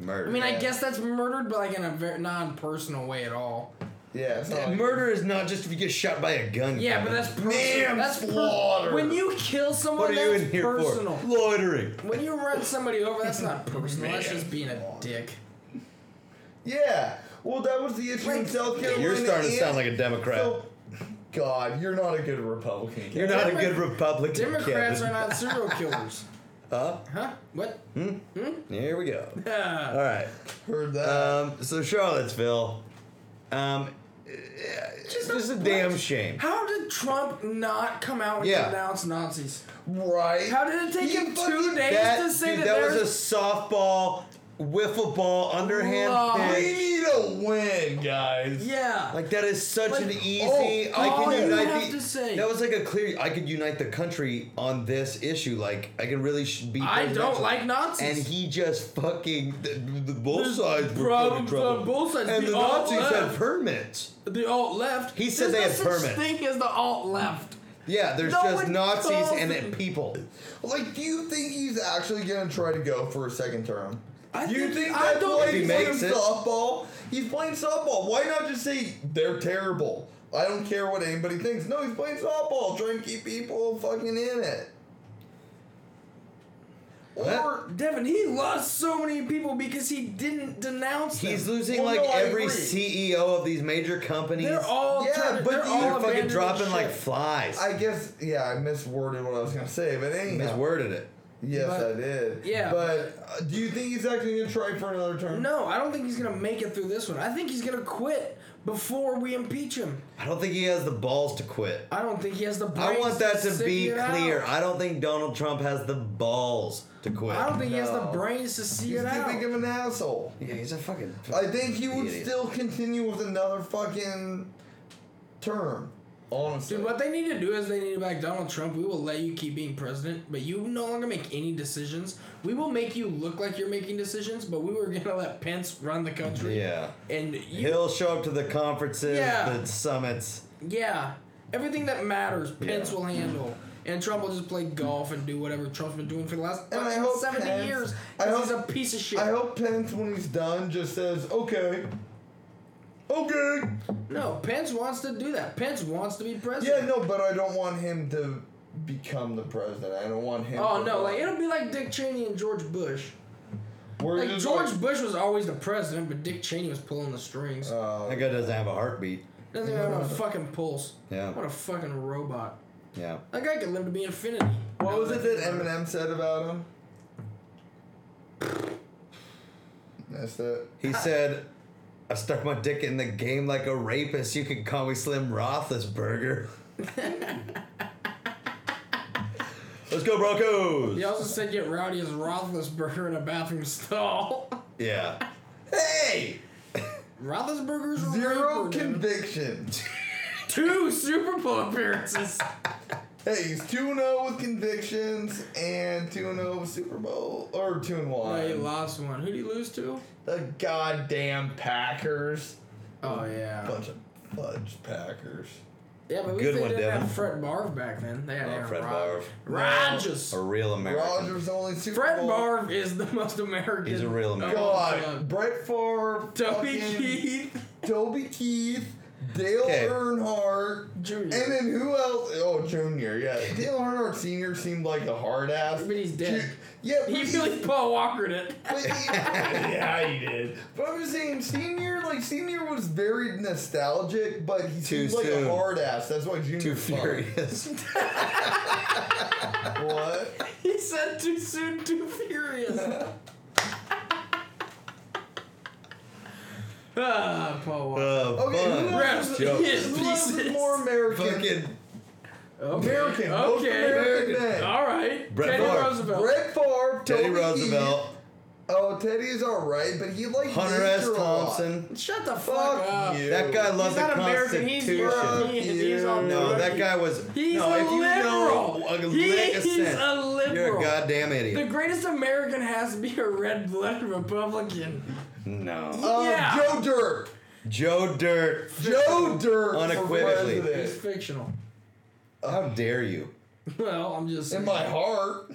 [SPEAKER 2] Murder.
[SPEAKER 3] I mean, I
[SPEAKER 4] Yeah.
[SPEAKER 3] guess that's murdered, but like in a very non-personal way at all.
[SPEAKER 4] Yeah, it's not like-
[SPEAKER 2] Murder is not just if you get shot by a gun.
[SPEAKER 3] Yeah, but
[SPEAKER 2] Kevin.
[SPEAKER 3] that's personal. that's per-
[SPEAKER 4] Manslaughter.
[SPEAKER 3] when you kill someone.
[SPEAKER 2] What are you
[SPEAKER 3] that's
[SPEAKER 2] in here
[SPEAKER 3] personal.
[SPEAKER 2] for? Loitering.
[SPEAKER 3] When you run somebody over, that's not personal. That's just being a dick.
[SPEAKER 4] Yeah. Well, that was the issue in South Carolina.
[SPEAKER 2] You're starting to
[SPEAKER 4] and-
[SPEAKER 2] sound like a Democrat.
[SPEAKER 4] So- God, you're not a good Republican. Kevin.
[SPEAKER 2] You're not
[SPEAKER 3] Demo-
[SPEAKER 2] a good Republican.
[SPEAKER 3] Democrats
[SPEAKER 2] Kevin.
[SPEAKER 3] are not serial killers.
[SPEAKER 2] Huh? Hmm?
[SPEAKER 3] Huh? What?
[SPEAKER 2] Here we go.
[SPEAKER 3] Yeah.
[SPEAKER 2] All right.
[SPEAKER 4] Heard that.
[SPEAKER 2] Um, so Charlottesville. Um, just, just a damn shame.
[SPEAKER 3] How did Trump not come out and
[SPEAKER 2] Yeah.
[SPEAKER 3] denounce Nazis?
[SPEAKER 4] right.
[SPEAKER 3] How did it take
[SPEAKER 4] You
[SPEAKER 3] him two
[SPEAKER 4] fucking-
[SPEAKER 3] days to say
[SPEAKER 2] dude,
[SPEAKER 3] that,
[SPEAKER 2] that was a
[SPEAKER 3] there's
[SPEAKER 2] softball, wiffle ball, underhand
[SPEAKER 3] Wow.
[SPEAKER 4] We
[SPEAKER 2] pitch.
[SPEAKER 4] need a win, guys.
[SPEAKER 3] yeah?
[SPEAKER 2] Like that is such an
[SPEAKER 3] Like,
[SPEAKER 2] easy.
[SPEAKER 4] oh,
[SPEAKER 2] I
[SPEAKER 3] all
[SPEAKER 2] can
[SPEAKER 3] you
[SPEAKER 2] unite
[SPEAKER 3] have
[SPEAKER 2] the-
[SPEAKER 3] to say.
[SPEAKER 2] That was like a clear. I could unite the country on this issue. Like I can really sh- be.
[SPEAKER 3] I don't
[SPEAKER 2] presidential.
[SPEAKER 3] like Nazis.
[SPEAKER 2] And he just fucking the, the both sides were
[SPEAKER 3] prob-
[SPEAKER 2] put in
[SPEAKER 3] the
[SPEAKER 2] trouble.
[SPEAKER 3] both sides,
[SPEAKER 2] and
[SPEAKER 3] the
[SPEAKER 2] the
[SPEAKER 3] all
[SPEAKER 2] Nazis had
[SPEAKER 3] left.
[SPEAKER 2] permits.
[SPEAKER 3] the alt left.
[SPEAKER 2] He said
[SPEAKER 3] There's
[SPEAKER 2] they
[SPEAKER 3] no
[SPEAKER 2] had
[SPEAKER 3] such
[SPEAKER 2] permits.
[SPEAKER 3] thing as the alt left.
[SPEAKER 2] Yeah, there's
[SPEAKER 3] No
[SPEAKER 2] just
[SPEAKER 3] one
[SPEAKER 2] Nazis
[SPEAKER 3] calls
[SPEAKER 2] and
[SPEAKER 3] them-
[SPEAKER 2] then people.
[SPEAKER 4] Like, do you think he's actually gonna try to go for a second term?
[SPEAKER 3] I
[SPEAKER 4] You think
[SPEAKER 3] I
[SPEAKER 4] that's
[SPEAKER 3] don't
[SPEAKER 4] why
[SPEAKER 2] think
[SPEAKER 4] he's
[SPEAKER 2] he
[SPEAKER 4] playing
[SPEAKER 2] makes it.
[SPEAKER 4] softball? He's playing softball. Why not just say they're terrible? I don't care what anybody thinks. No, he's playing softball, trying to keep people fucking in it. Or
[SPEAKER 3] Devin, he lost so many people because he didn't denounce them.
[SPEAKER 2] He's losing
[SPEAKER 4] Well,
[SPEAKER 2] like
[SPEAKER 4] no, I
[SPEAKER 2] every
[SPEAKER 4] agree.
[SPEAKER 2] CEO of these major companies.
[SPEAKER 3] They're all
[SPEAKER 4] Yeah,
[SPEAKER 3] turned-
[SPEAKER 4] but
[SPEAKER 3] they're
[SPEAKER 4] you-
[SPEAKER 3] all
[SPEAKER 4] They're
[SPEAKER 2] They're fucking
[SPEAKER 3] abandoning
[SPEAKER 2] dropping
[SPEAKER 3] ship.
[SPEAKER 2] like flies.
[SPEAKER 4] I guess yeah, I misworded what I was gonna say, but anyhow,
[SPEAKER 2] misworded it.
[SPEAKER 4] yes,
[SPEAKER 3] But-
[SPEAKER 4] I did.
[SPEAKER 3] yeah,
[SPEAKER 4] but uh, do you think he's actually gonna try for another term?
[SPEAKER 3] No, I don't think he's gonna make it through this one. I think he's gonna quit before we impeach him.
[SPEAKER 2] I don't think he has the balls to quit.
[SPEAKER 3] I don't think he has the. Brains
[SPEAKER 2] I want that to
[SPEAKER 3] sit
[SPEAKER 2] be
[SPEAKER 3] it out.
[SPEAKER 2] clear. I don't think Donald Trump has the balls to quit.
[SPEAKER 3] I don't think he has the
[SPEAKER 4] No.
[SPEAKER 3] brains to see
[SPEAKER 4] You
[SPEAKER 3] it
[SPEAKER 4] still
[SPEAKER 3] out.
[SPEAKER 4] think of an asshole.
[SPEAKER 2] yeah, he's a fucking.
[SPEAKER 4] I think he would
[SPEAKER 2] Idiot.
[SPEAKER 4] still continue with another fucking term. Honestly.
[SPEAKER 3] Dude, what they need to do is they need to be like Donald Trump. We will let you keep being president, but you no longer make any decisions. We will make you look like you're making decisions, but we were gonna let Pence run the country.
[SPEAKER 2] Yeah.
[SPEAKER 3] And you,
[SPEAKER 2] He'll show up to the conferences,
[SPEAKER 3] Yeah.
[SPEAKER 2] the summits.
[SPEAKER 3] yeah, everything that matters, Pence
[SPEAKER 2] Yeah.
[SPEAKER 3] will handle. And Trump will just play golf and do whatever Trump's been doing for the last
[SPEAKER 4] And I
[SPEAKER 3] fucking
[SPEAKER 4] hope
[SPEAKER 3] 70
[SPEAKER 4] Pence-
[SPEAKER 3] years.
[SPEAKER 4] I
[SPEAKER 3] 'cause he's a
[SPEAKER 4] hope-
[SPEAKER 3] piece of shit.
[SPEAKER 4] I hope Pence, when he's done, just says, okay. Okay.
[SPEAKER 3] No, Pence wants to do that. Pence wants to be president.
[SPEAKER 4] Yeah, no, but I don't want him to become the president. I don't want him.
[SPEAKER 3] Oh
[SPEAKER 4] to
[SPEAKER 3] no,
[SPEAKER 4] run.
[SPEAKER 3] like it'll be like Dick Cheney and George Bush.
[SPEAKER 4] We're
[SPEAKER 3] Like
[SPEAKER 4] just
[SPEAKER 3] George Bush was always the president, but Dick Cheney was pulling the strings.
[SPEAKER 4] uh,
[SPEAKER 2] That guy doesn't have a heartbeat.
[SPEAKER 3] Doesn't even have a fucking pulse.
[SPEAKER 2] Yeah.
[SPEAKER 3] What a fucking robot.
[SPEAKER 2] Yeah.
[SPEAKER 3] That guy could live to be infinity.
[SPEAKER 4] what was it that Eminem said about him? That's it.
[SPEAKER 2] He said, I stuck my dick in the game like a rapist. You can call me Slim Roethlisberger. Let's go, Broncos.
[SPEAKER 3] He also said get rowdy as Roethlisberger in a bathroom stall.
[SPEAKER 2] Yeah.
[SPEAKER 4] Hey!
[SPEAKER 3] Roethlisberger's a
[SPEAKER 4] Zero
[SPEAKER 3] raper, dude.
[SPEAKER 4] conviction.
[SPEAKER 3] two Super Bowl appearances.
[SPEAKER 4] Hey, he's 2 0 with convictions and 2 0 with Super Bowl. Or 2 and 1.
[SPEAKER 3] oh, he lost one. Who'd he lose to?
[SPEAKER 4] The goddamn Packers.
[SPEAKER 3] Oh yeah.
[SPEAKER 4] Bunch of fudge Packers.
[SPEAKER 3] Yeah, but at least
[SPEAKER 2] Good
[SPEAKER 3] they
[SPEAKER 2] one,
[SPEAKER 3] didn't
[SPEAKER 2] Devin.
[SPEAKER 3] have Fred Barv back then. They had
[SPEAKER 2] Oh,
[SPEAKER 3] Aaron
[SPEAKER 2] Fred
[SPEAKER 3] Rod-
[SPEAKER 2] Barv.
[SPEAKER 3] Rodgers.
[SPEAKER 2] A real American.
[SPEAKER 4] Rogers only Super
[SPEAKER 3] Fred
[SPEAKER 4] Bowl.
[SPEAKER 3] Barv is the most American. Oh,
[SPEAKER 2] He's a real American.
[SPEAKER 4] God. Brett Favre.
[SPEAKER 3] Toby
[SPEAKER 4] fucking
[SPEAKER 3] Keith.
[SPEAKER 4] Toby Keith. Dale
[SPEAKER 2] Okay.
[SPEAKER 4] Earnhardt.
[SPEAKER 3] Jr..
[SPEAKER 4] And then who else? Oh, Junior, yeah. Dale Earnhardt Sr. seemed like a hard ass.
[SPEAKER 3] But he's dead.
[SPEAKER 4] Ju- yeah, but
[SPEAKER 3] He
[SPEAKER 4] he's-
[SPEAKER 3] really Paul Walkered it.
[SPEAKER 4] But he- yeah, he did. But I'm just saying, senior, like senior was very nostalgic, but he
[SPEAKER 2] Too
[SPEAKER 4] seemed like
[SPEAKER 2] soon.
[SPEAKER 4] a hard ass. That's why junior.
[SPEAKER 2] Too
[SPEAKER 4] fucked.
[SPEAKER 2] furious.
[SPEAKER 4] What?
[SPEAKER 3] He said too soon, too furious. ah, Paul Walker.
[SPEAKER 2] Uh,
[SPEAKER 4] Okay, who
[SPEAKER 2] fun.
[SPEAKER 4] else,
[SPEAKER 3] Rest
[SPEAKER 4] is,
[SPEAKER 2] joke.
[SPEAKER 3] in
[SPEAKER 4] who else is
[SPEAKER 3] pieces.
[SPEAKER 4] more American?
[SPEAKER 2] Fucking
[SPEAKER 3] Okay.
[SPEAKER 4] American, most American
[SPEAKER 3] Okay.
[SPEAKER 4] men.
[SPEAKER 3] All right.
[SPEAKER 2] Brett
[SPEAKER 3] Teddy
[SPEAKER 2] Favre.
[SPEAKER 3] Roosevelt.
[SPEAKER 4] Brett Favre,
[SPEAKER 2] Teddy
[SPEAKER 4] Toby
[SPEAKER 2] Roosevelt,
[SPEAKER 4] Keith. Oh, Teddy's all right, but he like
[SPEAKER 2] Hunter
[SPEAKER 4] dates
[SPEAKER 2] S.
[SPEAKER 4] her a lot.
[SPEAKER 2] Thompson.
[SPEAKER 3] Shut the fuck,
[SPEAKER 4] Fuck
[SPEAKER 3] up.
[SPEAKER 4] you.
[SPEAKER 2] That guy loved
[SPEAKER 10] He's
[SPEAKER 2] the
[SPEAKER 10] not American.
[SPEAKER 2] Constitution.
[SPEAKER 10] He's European. He's
[SPEAKER 4] you.
[SPEAKER 10] a
[SPEAKER 2] No,
[SPEAKER 10] liberal.
[SPEAKER 2] that guy was.
[SPEAKER 3] He's
[SPEAKER 2] no,
[SPEAKER 3] a
[SPEAKER 2] if you
[SPEAKER 3] liberal.
[SPEAKER 2] know a lick of
[SPEAKER 3] He's
[SPEAKER 2] sense,
[SPEAKER 3] a liberal.
[SPEAKER 2] You're a goddamn
[SPEAKER 3] The
[SPEAKER 2] idiot.
[SPEAKER 3] greatest American has to be a red blooded Republican.
[SPEAKER 2] No.
[SPEAKER 4] Uh,
[SPEAKER 3] Yeah.
[SPEAKER 4] Joe Dirt.
[SPEAKER 2] Joe Dirt.
[SPEAKER 4] Joe Dirt. for
[SPEAKER 2] Unequivocally.
[SPEAKER 3] It's
[SPEAKER 4] president.
[SPEAKER 3] fictional.
[SPEAKER 2] How dare you?
[SPEAKER 3] Well, I'm just. Saying.
[SPEAKER 4] In my heart.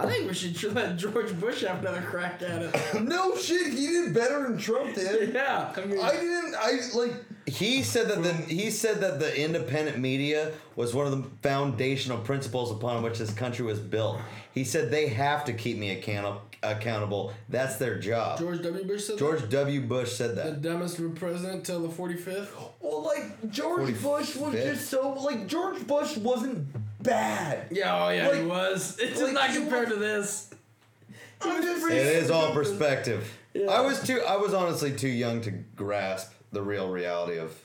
[SPEAKER 3] I think we should tr- let George Bush have another crack at it.
[SPEAKER 4] No shit, he did better than Trump did.
[SPEAKER 3] yeah. I mean,
[SPEAKER 4] I didn't. I like.
[SPEAKER 2] He said that the he said that the independent media was one of the foundational principles upon which this country was built. He said they have to keep me account- accountable. That's their job.
[SPEAKER 3] George W. Bush said
[SPEAKER 2] George W. Bush said
[SPEAKER 3] that.
[SPEAKER 2] that.
[SPEAKER 3] The dumbest president till the 45th.
[SPEAKER 4] Well, like George
[SPEAKER 2] 45th.
[SPEAKER 4] Bush was just so like George Bush wasn't bad.
[SPEAKER 3] Yeah, oh yeah, he
[SPEAKER 4] Like-
[SPEAKER 3] was. It's
[SPEAKER 4] like,
[SPEAKER 3] not
[SPEAKER 4] he
[SPEAKER 3] compared
[SPEAKER 4] was-
[SPEAKER 3] to this.
[SPEAKER 4] I'm just
[SPEAKER 2] It is all perspective. I was too. I was honestly too young to grasp the real reality of.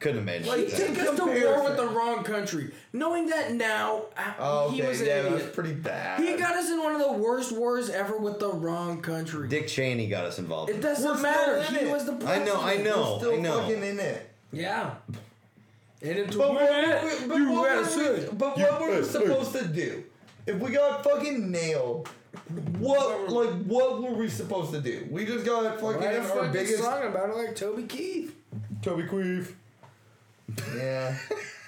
[SPEAKER 2] Couldn't have made
[SPEAKER 3] He
[SPEAKER 2] shit.
[SPEAKER 3] took
[SPEAKER 2] happen.
[SPEAKER 3] us to war with the wrong country. Knowing that now, I-
[SPEAKER 4] Oh, okay,
[SPEAKER 3] he was an
[SPEAKER 4] yeah, that was
[SPEAKER 3] idiot.
[SPEAKER 4] pretty bad.
[SPEAKER 3] he got us in one of the worst wars ever with the wrong country.
[SPEAKER 2] Dick Cheney got us involved.
[SPEAKER 3] it doesn't
[SPEAKER 4] We're still
[SPEAKER 3] matter.
[SPEAKER 4] in
[SPEAKER 3] He
[SPEAKER 4] it.
[SPEAKER 3] was the
[SPEAKER 2] I
[SPEAKER 3] president.
[SPEAKER 2] know. I know.
[SPEAKER 4] We're still
[SPEAKER 2] I know.
[SPEAKER 4] fucking in it.
[SPEAKER 3] Yeah. And it
[SPEAKER 4] But
[SPEAKER 3] took
[SPEAKER 4] what, but what were we,
[SPEAKER 3] USA.
[SPEAKER 4] but what were we supposed to do? If we got fucking nailed, what like what were we supposed to do? We just got fucking
[SPEAKER 3] Write a
[SPEAKER 4] our
[SPEAKER 3] fucking
[SPEAKER 4] biggest
[SPEAKER 3] song about it like Toby Keith.
[SPEAKER 4] Toby Queef. Yeah.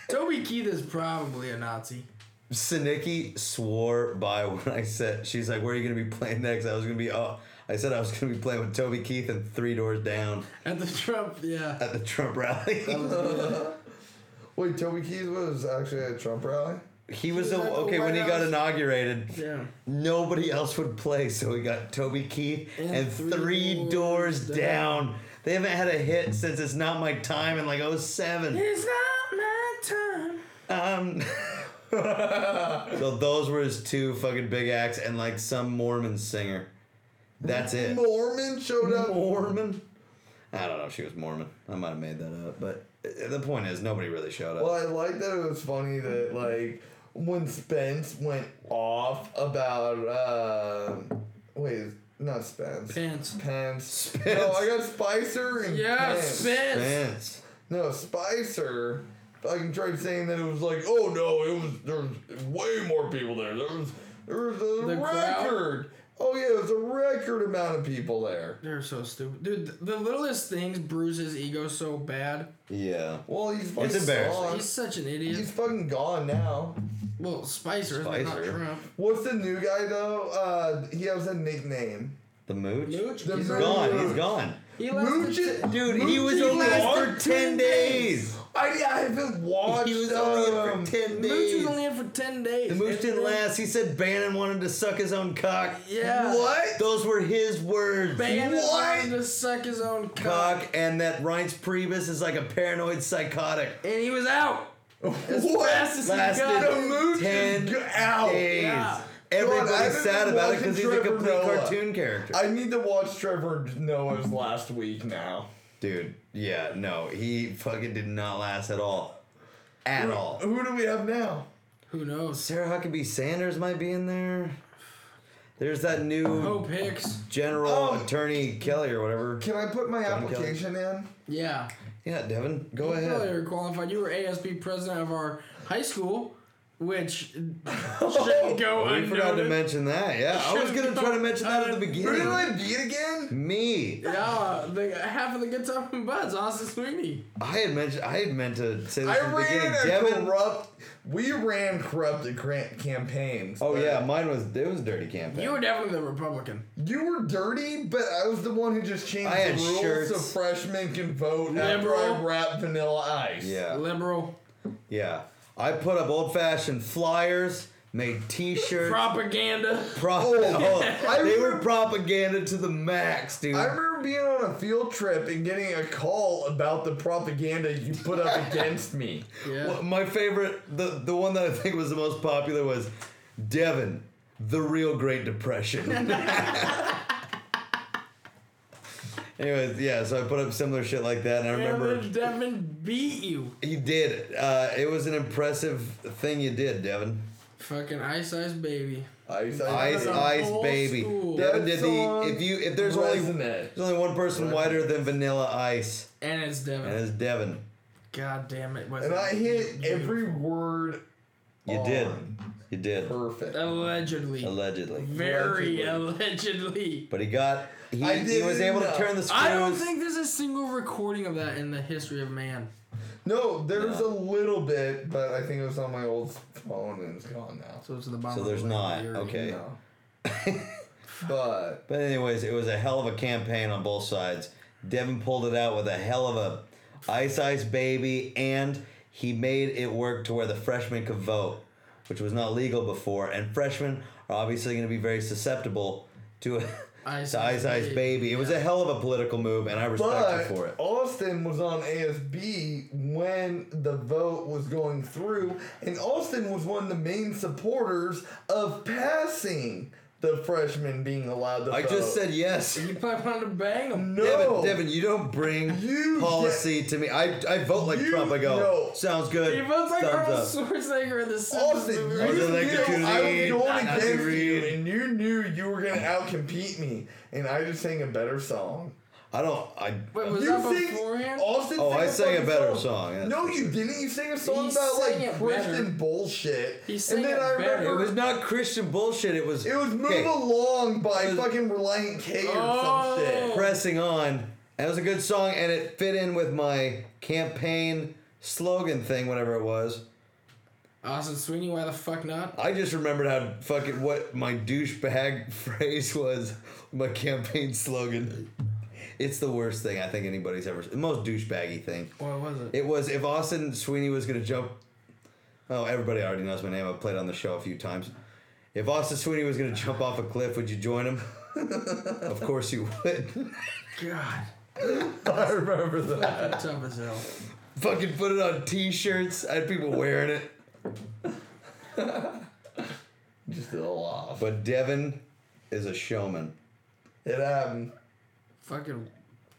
[SPEAKER 3] Toby Keith is probably a Nazi.
[SPEAKER 2] Sinicki swore by when I said she's like, "Where are you gonna be playing next?" I was gonna be oh, I said I was gonna be playing with Toby Keith and Three Doors Down
[SPEAKER 3] At the Trump, yeah.
[SPEAKER 2] at the Trump rally.
[SPEAKER 4] Wait, Toby Keith was actually at a Trump rally.
[SPEAKER 2] he was
[SPEAKER 3] at
[SPEAKER 2] a,
[SPEAKER 3] the
[SPEAKER 2] okay when he
[SPEAKER 3] White
[SPEAKER 2] got
[SPEAKER 3] House.
[SPEAKER 2] inaugurated.
[SPEAKER 3] Yeah.
[SPEAKER 2] Nobody else would play, so we got Toby Keith and,
[SPEAKER 3] Three
[SPEAKER 2] Three,
[SPEAKER 3] Doors
[SPEAKER 2] Doors, down. They haven't had a hit since "It's Not My Time" in like 07.
[SPEAKER 3] It's not my time.
[SPEAKER 2] Um, so those were his two fucking big acts, and like some Mormon singer. That's it.
[SPEAKER 4] Mormon showed up.
[SPEAKER 2] Mormon. I don't know if she was Mormon. I might have made that up, but uh, the point is nobody really showed up.
[SPEAKER 4] Well, I like that it was funny that like when Spence went off about uh, wait, not Spence.
[SPEAKER 3] Pants.
[SPEAKER 4] Pence. No, I got Spicer and
[SPEAKER 3] Yeah,
[SPEAKER 4] Pence.
[SPEAKER 3] Spence.
[SPEAKER 2] Fans.
[SPEAKER 4] No, Spicer fucking tried saying that it was like, oh no, it was there's way more people there. There was there was a
[SPEAKER 3] The crowd?
[SPEAKER 4] record. Oh yeah, it was a record amount of people there.
[SPEAKER 3] They're so stupid. Dude, th- the littlest things bruise his ego so bad.
[SPEAKER 2] Yeah.
[SPEAKER 4] Well, he's fucking
[SPEAKER 2] embarrassing.
[SPEAKER 4] gone.
[SPEAKER 3] He's such an idiot.
[SPEAKER 4] He's fucking gone now.
[SPEAKER 3] well, Spicer, isn't it? not
[SPEAKER 2] Spicer.
[SPEAKER 3] Trump.
[SPEAKER 4] What's the new guy though? Uh, he has a nickname.
[SPEAKER 2] The Mooch?
[SPEAKER 3] Mooch?
[SPEAKER 4] The
[SPEAKER 2] He's
[SPEAKER 4] Mooch.
[SPEAKER 2] gone. He's gone.
[SPEAKER 3] He
[SPEAKER 4] Mooch
[SPEAKER 3] lasted
[SPEAKER 4] is-
[SPEAKER 3] t-
[SPEAKER 2] Dude,
[SPEAKER 4] Mooch
[SPEAKER 2] he was
[SPEAKER 4] is
[SPEAKER 2] only
[SPEAKER 4] gone
[SPEAKER 2] in for 10 days.
[SPEAKER 4] I, I haven't watched.
[SPEAKER 2] He was only
[SPEAKER 4] um,
[SPEAKER 2] in for 10
[SPEAKER 3] Mooch was
[SPEAKER 2] days.
[SPEAKER 3] only in for 10 days.
[SPEAKER 2] The Mooch
[SPEAKER 3] And
[SPEAKER 2] didn't
[SPEAKER 3] then-
[SPEAKER 2] last. He said Bannon wanted to suck his own cock.
[SPEAKER 3] Yeah.
[SPEAKER 4] What?
[SPEAKER 2] Those were his words.
[SPEAKER 3] Bannon
[SPEAKER 4] What?
[SPEAKER 3] wanted to suck his own cock.
[SPEAKER 2] Cock and that Reince Priebus is like a paranoid psychotic.
[SPEAKER 3] And he was out. As
[SPEAKER 4] What?
[SPEAKER 3] fast as
[SPEAKER 2] Lasted
[SPEAKER 3] he got.
[SPEAKER 4] The Mooch is
[SPEAKER 2] 10
[SPEAKER 4] go- out.
[SPEAKER 2] days.
[SPEAKER 3] Oh, Yeah.
[SPEAKER 2] Everybody's
[SPEAKER 4] God, I've been
[SPEAKER 2] sad about it
[SPEAKER 4] watching
[SPEAKER 2] because he's a
[SPEAKER 4] Trevor
[SPEAKER 2] complete
[SPEAKER 4] Noah.
[SPEAKER 2] cartoon character.
[SPEAKER 4] I need to watch Trevor Noah's last week now.
[SPEAKER 2] Dude, yeah, no, he fucking did not last at all. At
[SPEAKER 3] Mm.
[SPEAKER 2] all.
[SPEAKER 4] Who do we have now?
[SPEAKER 3] Who knows?
[SPEAKER 2] Sarah Huckabee Sanders might be in there. There's that new
[SPEAKER 3] Hope Hicks.
[SPEAKER 2] general
[SPEAKER 4] Oh.
[SPEAKER 2] attorney Kelly or whatever.
[SPEAKER 4] Can I put my
[SPEAKER 2] John Kelly.
[SPEAKER 4] application in?
[SPEAKER 3] Yeah.
[SPEAKER 2] Yeah, Devin, go
[SPEAKER 3] Kelly
[SPEAKER 2] ahead.
[SPEAKER 3] are qualified. You were ASB president of our high school, which
[SPEAKER 4] Oh,
[SPEAKER 3] shouldn't go
[SPEAKER 2] We forgot to
[SPEAKER 3] unnoticed.
[SPEAKER 2] mention that. Yeah, I was gonna try to mention that at the
[SPEAKER 4] Who did
[SPEAKER 2] beginning.
[SPEAKER 4] I beat again?
[SPEAKER 2] Me,
[SPEAKER 3] Yeah, the, half of the good time from Buds, Austin Sweeney.
[SPEAKER 2] I had mentioned. I had meant to say this
[SPEAKER 4] I
[SPEAKER 2] at the beginning.
[SPEAKER 4] ran a
[SPEAKER 2] Devin.
[SPEAKER 4] corrupt. We ran corrupted grant campaigns.
[SPEAKER 2] Oh
[SPEAKER 4] but
[SPEAKER 2] yeah, mine was it was dirty campaign.
[SPEAKER 3] You were definitely the Republican.
[SPEAKER 4] you were dirty, but I was the one who just changed
[SPEAKER 2] I had
[SPEAKER 4] the rules so
[SPEAKER 2] shirts.
[SPEAKER 4] freshmen can vote after I
[SPEAKER 3] Liberal.
[SPEAKER 4] wrapped Vanilla Ice.
[SPEAKER 2] yeah.
[SPEAKER 3] Liberal.
[SPEAKER 2] Yeah. I put up old fashioned flyers, made t shirts.
[SPEAKER 3] Propaganda.
[SPEAKER 2] Pro-
[SPEAKER 4] Oh, I
[SPEAKER 2] they were
[SPEAKER 4] remember-
[SPEAKER 2] propaganda to the max, dude.
[SPEAKER 4] I remember being on a field trip and getting a call about the propaganda you put up against me.
[SPEAKER 3] Yeah.
[SPEAKER 2] Well, my favorite, the, the one that I think was the most popular was Devin, the real Great Depression. Anyways, yeah, so I put up similar shit like that, and I remember
[SPEAKER 3] Cameron Devin beat you.
[SPEAKER 2] you did. Uh, it was an impressive thing you did, Devin.
[SPEAKER 3] Fucking Ice Ice Baby.
[SPEAKER 4] Ice,
[SPEAKER 2] Ice,
[SPEAKER 3] That's
[SPEAKER 2] ice,
[SPEAKER 3] old
[SPEAKER 2] baby.
[SPEAKER 3] school.
[SPEAKER 2] Devin did
[SPEAKER 4] That's
[SPEAKER 2] the.
[SPEAKER 4] on
[SPEAKER 2] If you, if there's only,
[SPEAKER 4] resume.
[SPEAKER 2] there's only one person whiter than Vanilla Ice,
[SPEAKER 3] And it's Devin.
[SPEAKER 2] and it's Devin.
[SPEAKER 3] God damn it. Was
[SPEAKER 4] And
[SPEAKER 3] it
[SPEAKER 4] I hit every word.
[SPEAKER 2] You did.
[SPEAKER 4] on.
[SPEAKER 2] You did.
[SPEAKER 4] Perfect.
[SPEAKER 3] Allegedly.
[SPEAKER 2] Allegedly.
[SPEAKER 3] Very allegedly.
[SPEAKER 2] But he got. He,
[SPEAKER 4] I
[SPEAKER 2] he was
[SPEAKER 4] didn't
[SPEAKER 2] able to
[SPEAKER 4] know.
[SPEAKER 2] turn the screws.
[SPEAKER 3] I don't think there's a single recording of that in the history of man.
[SPEAKER 4] No, there's a little bit, but I think it was on my old phone and it's gone now.
[SPEAKER 3] So it's the bottom.
[SPEAKER 2] So
[SPEAKER 3] of
[SPEAKER 2] there's
[SPEAKER 3] the
[SPEAKER 2] not.
[SPEAKER 3] year.
[SPEAKER 2] Okay.
[SPEAKER 4] No. but
[SPEAKER 2] But anyways, it was a hell of a campaign on both sides. Devin pulled it out with a hell of a ice ice baby, and he made it work to where the freshmen could vote, which was not legal before. And freshmen are obviously going to be very susceptible to
[SPEAKER 3] Ice
[SPEAKER 2] to ice
[SPEAKER 3] Ice
[SPEAKER 2] ice
[SPEAKER 3] Baby,
[SPEAKER 2] baby. It was a hell of a political move, and I respect
[SPEAKER 4] But
[SPEAKER 2] him for it.
[SPEAKER 4] Austin was on ASB when the vote was going through, and Austin was one of the main supporters of passing the freshmen being allowed to
[SPEAKER 2] I
[SPEAKER 4] vote.
[SPEAKER 2] just said yes.
[SPEAKER 3] You probably wanted to bang him.
[SPEAKER 4] no.
[SPEAKER 2] Devin, Devin, you don't bring
[SPEAKER 4] You
[SPEAKER 2] policy to me. I, I vote like
[SPEAKER 4] You
[SPEAKER 2] Trump. I go,
[SPEAKER 4] know.
[SPEAKER 2] sounds good.
[SPEAKER 3] He votes like
[SPEAKER 2] Mm. thumbs
[SPEAKER 3] Arnold
[SPEAKER 2] up.
[SPEAKER 3] Schwarzenegger in the Simpsons
[SPEAKER 4] Austin, you
[SPEAKER 3] movie.
[SPEAKER 4] knew
[SPEAKER 2] I was elected to
[SPEAKER 4] I
[SPEAKER 2] lead,
[SPEAKER 4] was going
[SPEAKER 2] not to
[SPEAKER 4] against you,
[SPEAKER 2] read.
[SPEAKER 4] and you knew you were gonna outcompete me, and I just sang a better song.
[SPEAKER 2] I don't. I
[SPEAKER 3] Wait, was
[SPEAKER 4] you
[SPEAKER 3] that
[SPEAKER 4] sing-
[SPEAKER 3] beforehand?
[SPEAKER 4] Austin
[SPEAKER 2] Oh,
[SPEAKER 4] sang
[SPEAKER 2] I
[SPEAKER 4] a
[SPEAKER 2] sang a
[SPEAKER 4] fucking
[SPEAKER 2] better song, yeah.
[SPEAKER 4] No, you didn't. You sang a song
[SPEAKER 3] He
[SPEAKER 4] about
[SPEAKER 3] sang
[SPEAKER 4] like
[SPEAKER 3] it better.
[SPEAKER 4] Christian bullshit.
[SPEAKER 3] He sang
[SPEAKER 4] and then
[SPEAKER 3] it
[SPEAKER 4] I
[SPEAKER 3] better.
[SPEAKER 4] remember
[SPEAKER 2] It was not Christian bullshit. It was.
[SPEAKER 4] It was Move
[SPEAKER 2] okay,
[SPEAKER 4] Along by fucking Reliant K or
[SPEAKER 3] Oh.
[SPEAKER 4] some shit.
[SPEAKER 2] pressing on. That was a good song, and it fit in with my campaign slogan thing, whatever it was.
[SPEAKER 3] Austin Sweeney, why the fuck not?
[SPEAKER 2] I just remembered how fucking what my douchebag phrase was. My campaign slogan. It's the worst thing I think anybody's ever. The most douchebaggy thing.
[SPEAKER 3] What was it?
[SPEAKER 2] It was if Austin Sweeney was gonna jump. Oh, everybody already knows my name. I've played on the show a few times. If Austin Sweeney was gonna jump off a cliff, would you join him? of course you would.
[SPEAKER 3] God.
[SPEAKER 4] I remember that.
[SPEAKER 3] Tough as hell.
[SPEAKER 2] Fucking put it on T-shirts. I had people wearing it.
[SPEAKER 4] Just a little off.
[SPEAKER 2] But Devin is a showman.
[SPEAKER 4] It happened.
[SPEAKER 3] Fucking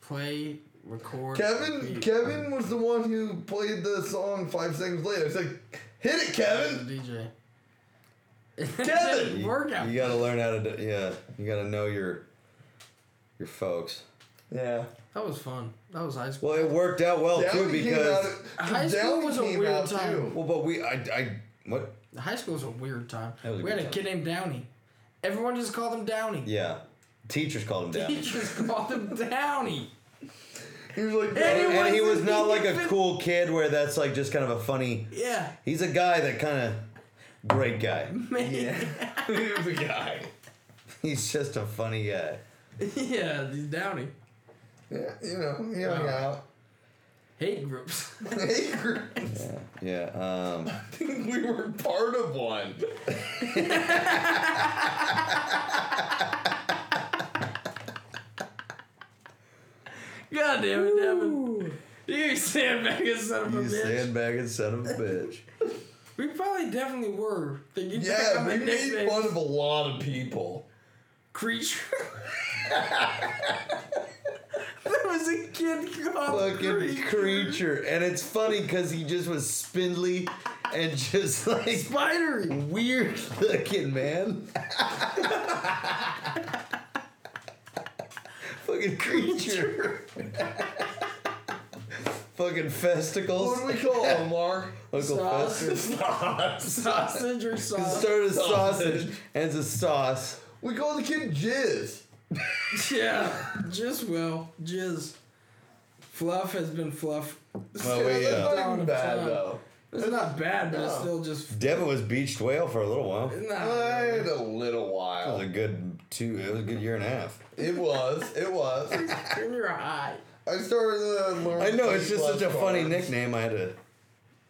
[SPEAKER 3] play, record.
[SPEAKER 4] Kevin
[SPEAKER 3] repeat.
[SPEAKER 4] Kevin was the one who played the song five seconds later. It's like, hit it,
[SPEAKER 3] The
[SPEAKER 4] Kevin!
[SPEAKER 3] DJ.
[SPEAKER 4] Kevin!
[SPEAKER 3] Workout.
[SPEAKER 2] You gotta learn how to. do- Yeah, you gotta know your your folks.
[SPEAKER 4] Yeah.
[SPEAKER 3] That was fun. That was high school.
[SPEAKER 2] Well, it worked out well too
[SPEAKER 4] Down
[SPEAKER 2] because.
[SPEAKER 3] High school was a weird time.
[SPEAKER 2] well, but we I I what
[SPEAKER 3] High school was a weird time.
[SPEAKER 2] That was a
[SPEAKER 3] we
[SPEAKER 2] good
[SPEAKER 3] had a
[SPEAKER 2] time.
[SPEAKER 3] kid named Downey. Everyone just called him Downey.
[SPEAKER 2] yeah. Teachers called him down.
[SPEAKER 3] Teachers called him Downey.
[SPEAKER 4] He was like,
[SPEAKER 3] Anyway.
[SPEAKER 2] And he was not like a
[SPEAKER 3] Even-
[SPEAKER 2] cool kid where that's like just kind of a funny.
[SPEAKER 3] Yeah.
[SPEAKER 2] He's a guy that kind of great guy.
[SPEAKER 3] Man. Yeah.
[SPEAKER 4] he was a guy.
[SPEAKER 2] He's just a funny guy.
[SPEAKER 3] he's Downey.
[SPEAKER 4] Yeah, you know, he
[SPEAKER 2] Oh.
[SPEAKER 4] hung out.
[SPEAKER 3] Hate groups.
[SPEAKER 4] Hey, I
[SPEAKER 2] Yeah. Um,
[SPEAKER 4] think we were part of one.
[SPEAKER 3] God damn it, Devin. You sandbag and son of a
[SPEAKER 2] you
[SPEAKER 3] bitch.
[SPEAKER 2] sandbag and son of a bitch.
[SPEAKER 3] We probably definitely were. Thinking back
[SPEAKER 4] Yeah,
[SPEAKER 3] on
[SPEAKER 4] we
[SPEAKER 3] the
[SPEAKER 4] made
[SPEAKER 3] nicknames.
[SPEAKER 4] fun of a lot of people.
[SPEAKER 3] Creature. there was a kid called
[SPEAKER 2] Fucking
[SPEAKER 3] Creature.
[SPEAKER 2] creature. And it's funny because he just was spindly and just like
[SPEAKER 3] Spidery.
[SPEAKER 2] weird looking, man. Fucking creature. Fucking
[SPEAKER 4] What do
[SPEAKER 2] festicles.
[SPEAKER 4] we call him, Mark?
[SPEAKER 2] Uncle
[SPEAKER 3] Sauce.
[SPEAKER 2] Fester.
[SPEAKER 3] Sausage or sauce.
[SPEAKER 2] started
[SPEAKER 4] Oh,
[SPEAKER 2] as sausage and it's a sauce.
[SPEAKER 4] We call the kid Jizz.
[SPEAKER 3] yeah. Just well. Jizz. Fluff has been fluff.
[SPEAKER 2] Well, we,
[SPEAKER 4] That's
[SPEAKER 2] uh,
[SPEAKER 4] not even bad, though.
[SPEAKER 3] It's not bad, but it's still just.
[SPEAKER 2] Devin was beached whale for a little while. It
[SPEAKER 3] Nah.
[SPEAKER 4] I had a little
[SPEAKER 2] was
[SPEAKER 4] while.
[SPEAKER 2] a good two. It was a good year and a half.
[SPEAKER 4] It was. It was.
[SPEAKER 3] When you're high.
[SPEAKER 4] I started uh, learning.
[SPEAKER 2] I know
[SPEAKER 4] to
[SPEAKER 2] it's
[SPEAKER 4] eat
[SPEAKER 2] just
[SPEAKER 4] less
[SPEAKER 2] such a funny
[SPEAKER 4] carbs.
[SPEAKER 2] nickname. I had to,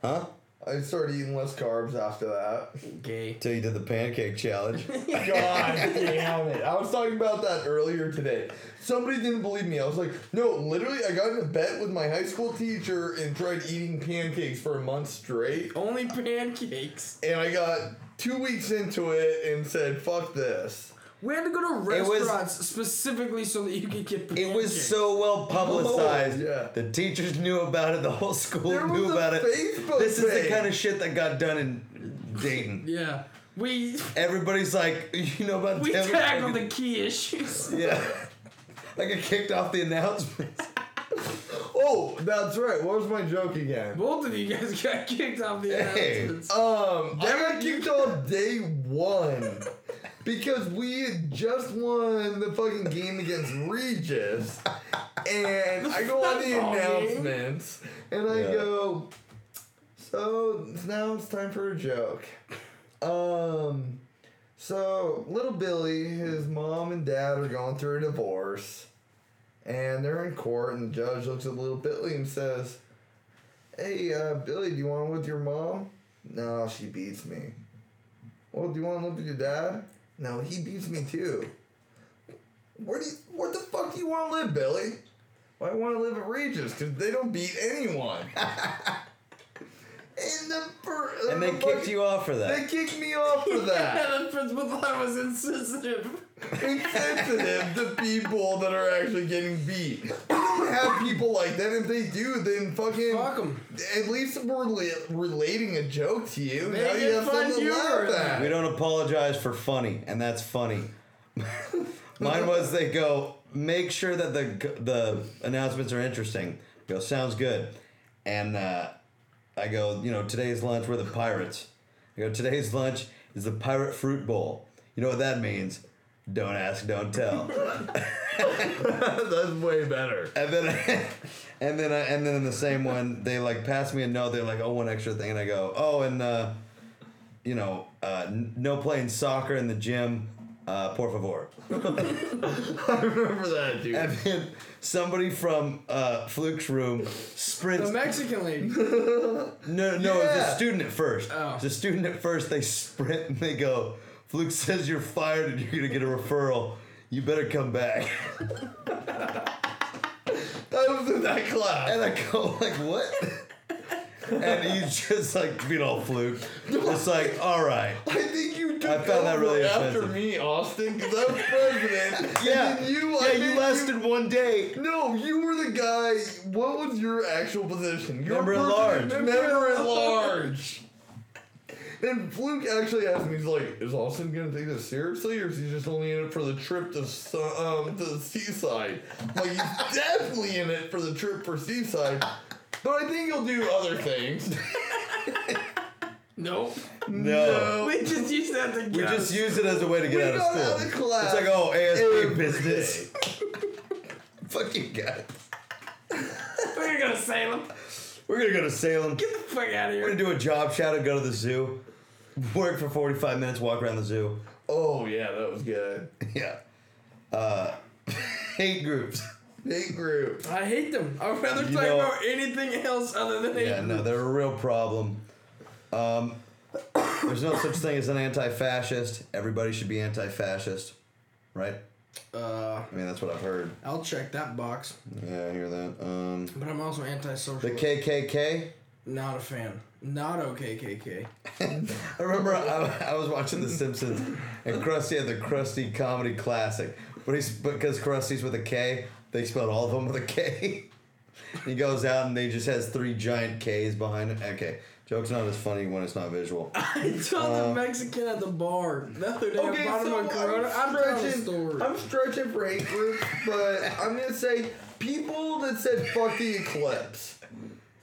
[SPEAKER 2] huh?
[SPEAKER 4] I started eating less carbs after that.
[SPEAKER 3] Gay.
[SPEAKER 2] Till you did the pancake challenge.
[SPEAKER 4] God damn it. I was talking about that earlier today. Somebody didn't believe me. I was like, no, literally, I got in a bet with my high school teacher and tried eating pancakes for a month straight.
[SPEAKER 3] Only pancakes.
[SPEAKER 4] And I got two weeks into it and said, fuck this.
[SPEAKER 3] We had to go to
[SPEAKER 2] It was-
[SPEAKER 3] restaurants specifically so that you could get
[SPEAKER 2] It was
[SPEAKER 3] pancakes.
[SPEAKER 2] so well publicized.
[SPEAKER 4] Oh, yeah.
[SPEAKER 2] The teachers knew about it. The whole school
[SPEAKER 4] There was
[SPEAKER 2] knew
[SPEAKER 4] a
[SPEAKER 2] about it.
[SPEAKER 4] Facebook
[SPEAKER 2] this is the
[SPEAKER 4] thing.
[SPEAKER 2] kind of shit that got done in Dayton.
[SPEAKER 3] Yeah. We
[SPEAKER 2] Everybody's like, you know about
[SPEAKER 3] we
[SPEAKER 2] Devin?"
[SPEAKER 3] tackled the key issues.
[SPEAKER 2] Yeah. Like it kicked off the announcements.
[SPEAKER 4] Oh, that's right. What was my joke again?
[SPEAKER 3] Both of you guys got kicked off the
[SPEAKER 2] Hey.
[SPEAKER 3] announcements.
[SPEAKER 4] Um, I got kicked off day one because we had just won the fucking game against Regis, and I go on the
[SPEAKER 3] Football game.
[SPEAKER 4] announcements, and I
[SPEAKER 2] Yeah.
[SPEAKER 4] go, so now it's time for a joke. Um, so little Billy, his mom and dad are going through a divorce, and they're in court, and the judge looks at little Billy and says. Hey, uh, Billy, do you want to live with your mom? No, she beats me. Well, do you want to live with your dad? No, he beats me too. Where do you, where the fuck do you want to live, Billy? Well, I want to live at Regis because they don't beat anyone. and the fir-
[SPEAKER 2] And they
[SPEAKER 4] the
[SPEAKER 2] kicked
[SPEAKER 4] fucking-
[SPEAKER 2] you off for
[SPEAKER 4] They
[SPEAKER 2] that.
[SPEAKER 4] kicked me off for that.
[SPEAKER 3] the principal thought it was insensitive.
[SPEAKER 4] Insensitive to people that are actually getting beat. We don't have people like that. If they do, then fucking
[SPEAKER 3] Fuck 'em.
[SPEAKER 4] At least we're rela- relating a joke to you.
[SPEAKER 3] Make
[SPEAKER 4] now
[SPEAKER 3] it
[SPEAKER 4] you have
[SPEAKER 3] fun
[SPEAKER 4] something to
[SPEAKER 3] humor.
[SPEAKER 4] laugh at.
[SPEAKER 2] We don't apologize for funny, and that's funny. Mine was they go make sure that the the announcements are interesting. I go sounds good, and uh, I go you know today's lunch we're the pirates. I go today's lunch is the pirate fruit bowl. You know what that means? Don't ask, don't tell.
[SPEAKER 4] That's way better.
[SPEAKER 2] And then, and then, I, and then in the same one, they like pass me a note. They're like, "Oh, one extra thing," and I go, "Oh, and uh, you know, uh, n- no playing soccer in the gym, uh, por favor."
[SPEAKER 4] I remember that, dude.
[SPEAKER 2] And then somebody from uh, Fluke's room sprints.
[SPEAKER 3] The Mexican lady.
[SPEAKER 2] no, no, it was
[SPEAKER 4] Yeah.
[SPEAKER 2] a student at first.
[SPEAKER 3] Oh.
[SPEAKER 2] It was a student at first. They sprint and they go, "Fluke says you're fired and you're gonna get a referral. You better come back."
[SPEAKER 4] That was in that class.
[SPEAKER 2] And I go like, what? and he's just like being all fluke. It's like, all right.
[SPEAKER 4] I think you took
[SPEAKER 2] I found that
[SPEAKER 4] over
[SPEAKER 2] really
[SPEAKER 4] after
[SPEAKER 2] offensive.
[SPEAKER 4] me, Austin, because I was president.
[SPEAKER 2] Yeah,
[SPEAKER 4] And then you, I
[SPEAKER 2] yeah.
[SPEAKER 4] made
[SPEAKER 2] You lasted one day.
[SPEAKER 4] No, you were the guy. What was your actual position? You were
[SPEAKER 2] Member at
[SPEAKER 4] president-
[SPEAKER 2] large.
[SPEAKER 4] Member at large. And Fluke actually asked me, he's like, is Austin going to take this seriously, or is he just only in it for the trip to, su- um, to the seaside? I'm like, he's definitely in it for the trip for seaside, but I think he'll do other things.
[SPEAKER 3] Nope.
[SPEAKER 2] No.
[SPEAKER 3] We just used that to
[SPEAKER 2] We
[SPEAKER 3] guess.
[SPEAKER 2] just use it as a way to get out
[SPEAKER 4] got out
[SPEAKER 2] of
[SPEAKER 4] of
[SPEAKER 2] school. it's
[SPEAKER 4] class
[SPEAKER 2] like, oh, ASP
[SPEAKER 4] every
[SPEAKER 2] business. Fucking god.
[SPEAKER 3] We're gonna Salem.
[SPEAKER 2] We're gonna go to Salem.
[SPEAKER 3] Get the fuck out of
[SPEAKER 2] We're
[SPEAKER 3] here.
[SPEAKER 2] gonna do a job shadow. Go to the zoo. Work for forty-five minutes. Walk around the zoo.
[SPEAKER 4] Oh, yeah, that was good.
[SPEAKER 2] Yeah. Uh, hate groups.
[SPEAKER 4] Big group.
[SPEAKER 3] I hate them. I'd rather
[SPEAKER 2] You
[SPEAKER 3] talk
[SPEAKER 2] know-
[SPEAKER 3] about anything else other than
[SPEAKER 2] Yeah,
[SPEAKER 3] hate.
[SPEAKER 2] no, they're a real problem. Um, there's no such thing as an anti-fascist. Everybody should be anti-fascist, right?
[SPEAKER 3] Uh,
[SPEAKER 2] I mean, that's what I've heard.
[SPEAKER 3] I'll check that box.
[SPEAKER 2] Yeah, I hear that. Um,
[SPEAKER 3] But I'm also antisocial.
[SPEAKER 2] the KKK.
[SPEAKER 3] Not a fan. Not OKKK.
[SPEAKER 2] I remember I, I was watching The Simpsons, and Krusty had the Krusty Comedy Classic, but he's because Krusty's with a K, they spelled all of them with a K. he goes out and they just has three giant K's behind it. Okay, joke's not as funny when it's not visual.
[SPEAKER 3] I told the Mexican at the bar the other day I
[SPEAKER 4] Okay,
[SPEAKER 3] bought
[SPEAKER 4] so
[SPEAKER 3] him a Corona. Uh, I'm, telling a story.
[SPEAKER 4] stretching. I'm stretching for hate groups, but I'm gonna say people that said "fuck the eclipse."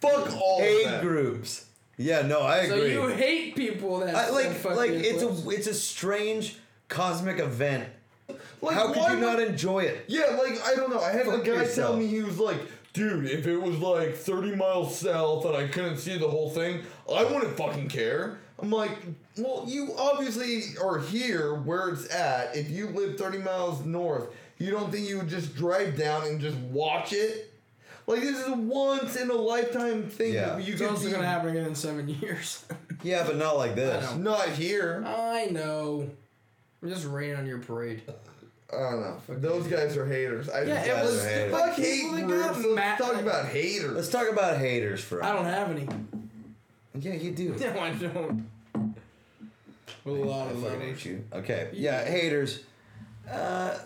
[SPEAKER 4] Fuck all of
[SPEAKER 2] Aid
[SPEAKER 4] them.
[SPEAKER 2] groups. Yeah, no, I
[SPEAKER 3] so
[SPEAKER 2] agree.
[SPEAKER 3] you hate people that
[SPEAKER 2] I,
[SPEAKER 3] said
[SPEAKER 2] like
[SPEAKER 3] fuck
[SPEAKER 2] like
[SPEAKER 3] the
[SPEAKER 2] it's
[SPEAKER 3] eclipse.
[SPEAKER 2] a it's a strange cosmic event.
[SPEAKER 4] Like,
[SPEAKER 2] How could
[SPEAKER 4] why
[SPEAKER 2] you not
[SPEAKER 4] would-
[SPEAKER 2] enjoy it?
[SPEAKER 4] yeah, like I don't know. I had a
[SPEAKER 2] Fuck
[SPEAKER 4] guy tell
[SPEAKER 2] yourself.
[SPEAKER 4] me he was like, "Dude, if it was like 30 miles south and I couldn't see the whole thing, I wouldn't fucking care." I'm like, "Well, you obviously are here where it's at. If you live 30 miles north, you don't think you would just drive down and just watch it?" Like this is a once in a lifetime thing
[SPEAKER 2] Yeah.
[SPEAKER 4] that you
[SPEAKER 3] It's
[SPEAKER 4] can
[SPEAKER 3] also
[SPEAKER 4] see.
[SPEAKER 3] gonna happen again in seven years.
[SPEAKER 2] Yeah, but not like this.
[SPEAKER 3] I
[SPEAKER 4] Not here.
[SPEAKER 3] I know. I'm just raining on your parade.
[SPEAKER 4] I don't know. Those guys are haters. I
[SPEAKER 3] Yeah, it
[SPEAKER 2] guys
[SPEAKER 3] was
[SPEAKER 2] are haters.
[SPEAKER 4] fuck hate
[SPEAKER 3] people that
[SPEAKER 4] groups.
[SPEAKER 3] got
[SPEAKER 4] Let's
[SPEAKER 3] mad-
[SPEAKER 4] talk about haters.
[SPEAKER 2] Let's talk about haters for. a
[SPEAKER 3] I don't have any.
[SPEAKER 2] Yeah, you do.
[SPEAKER 3] No, I don't. A lot
[SPEAKER 2] I
[SPEAKER 3] of
[SPEAKER 2] fucking
[SPEAKER 3] them.
[SPEAKER 2] hate you. Okay. Yeah, haters. uh,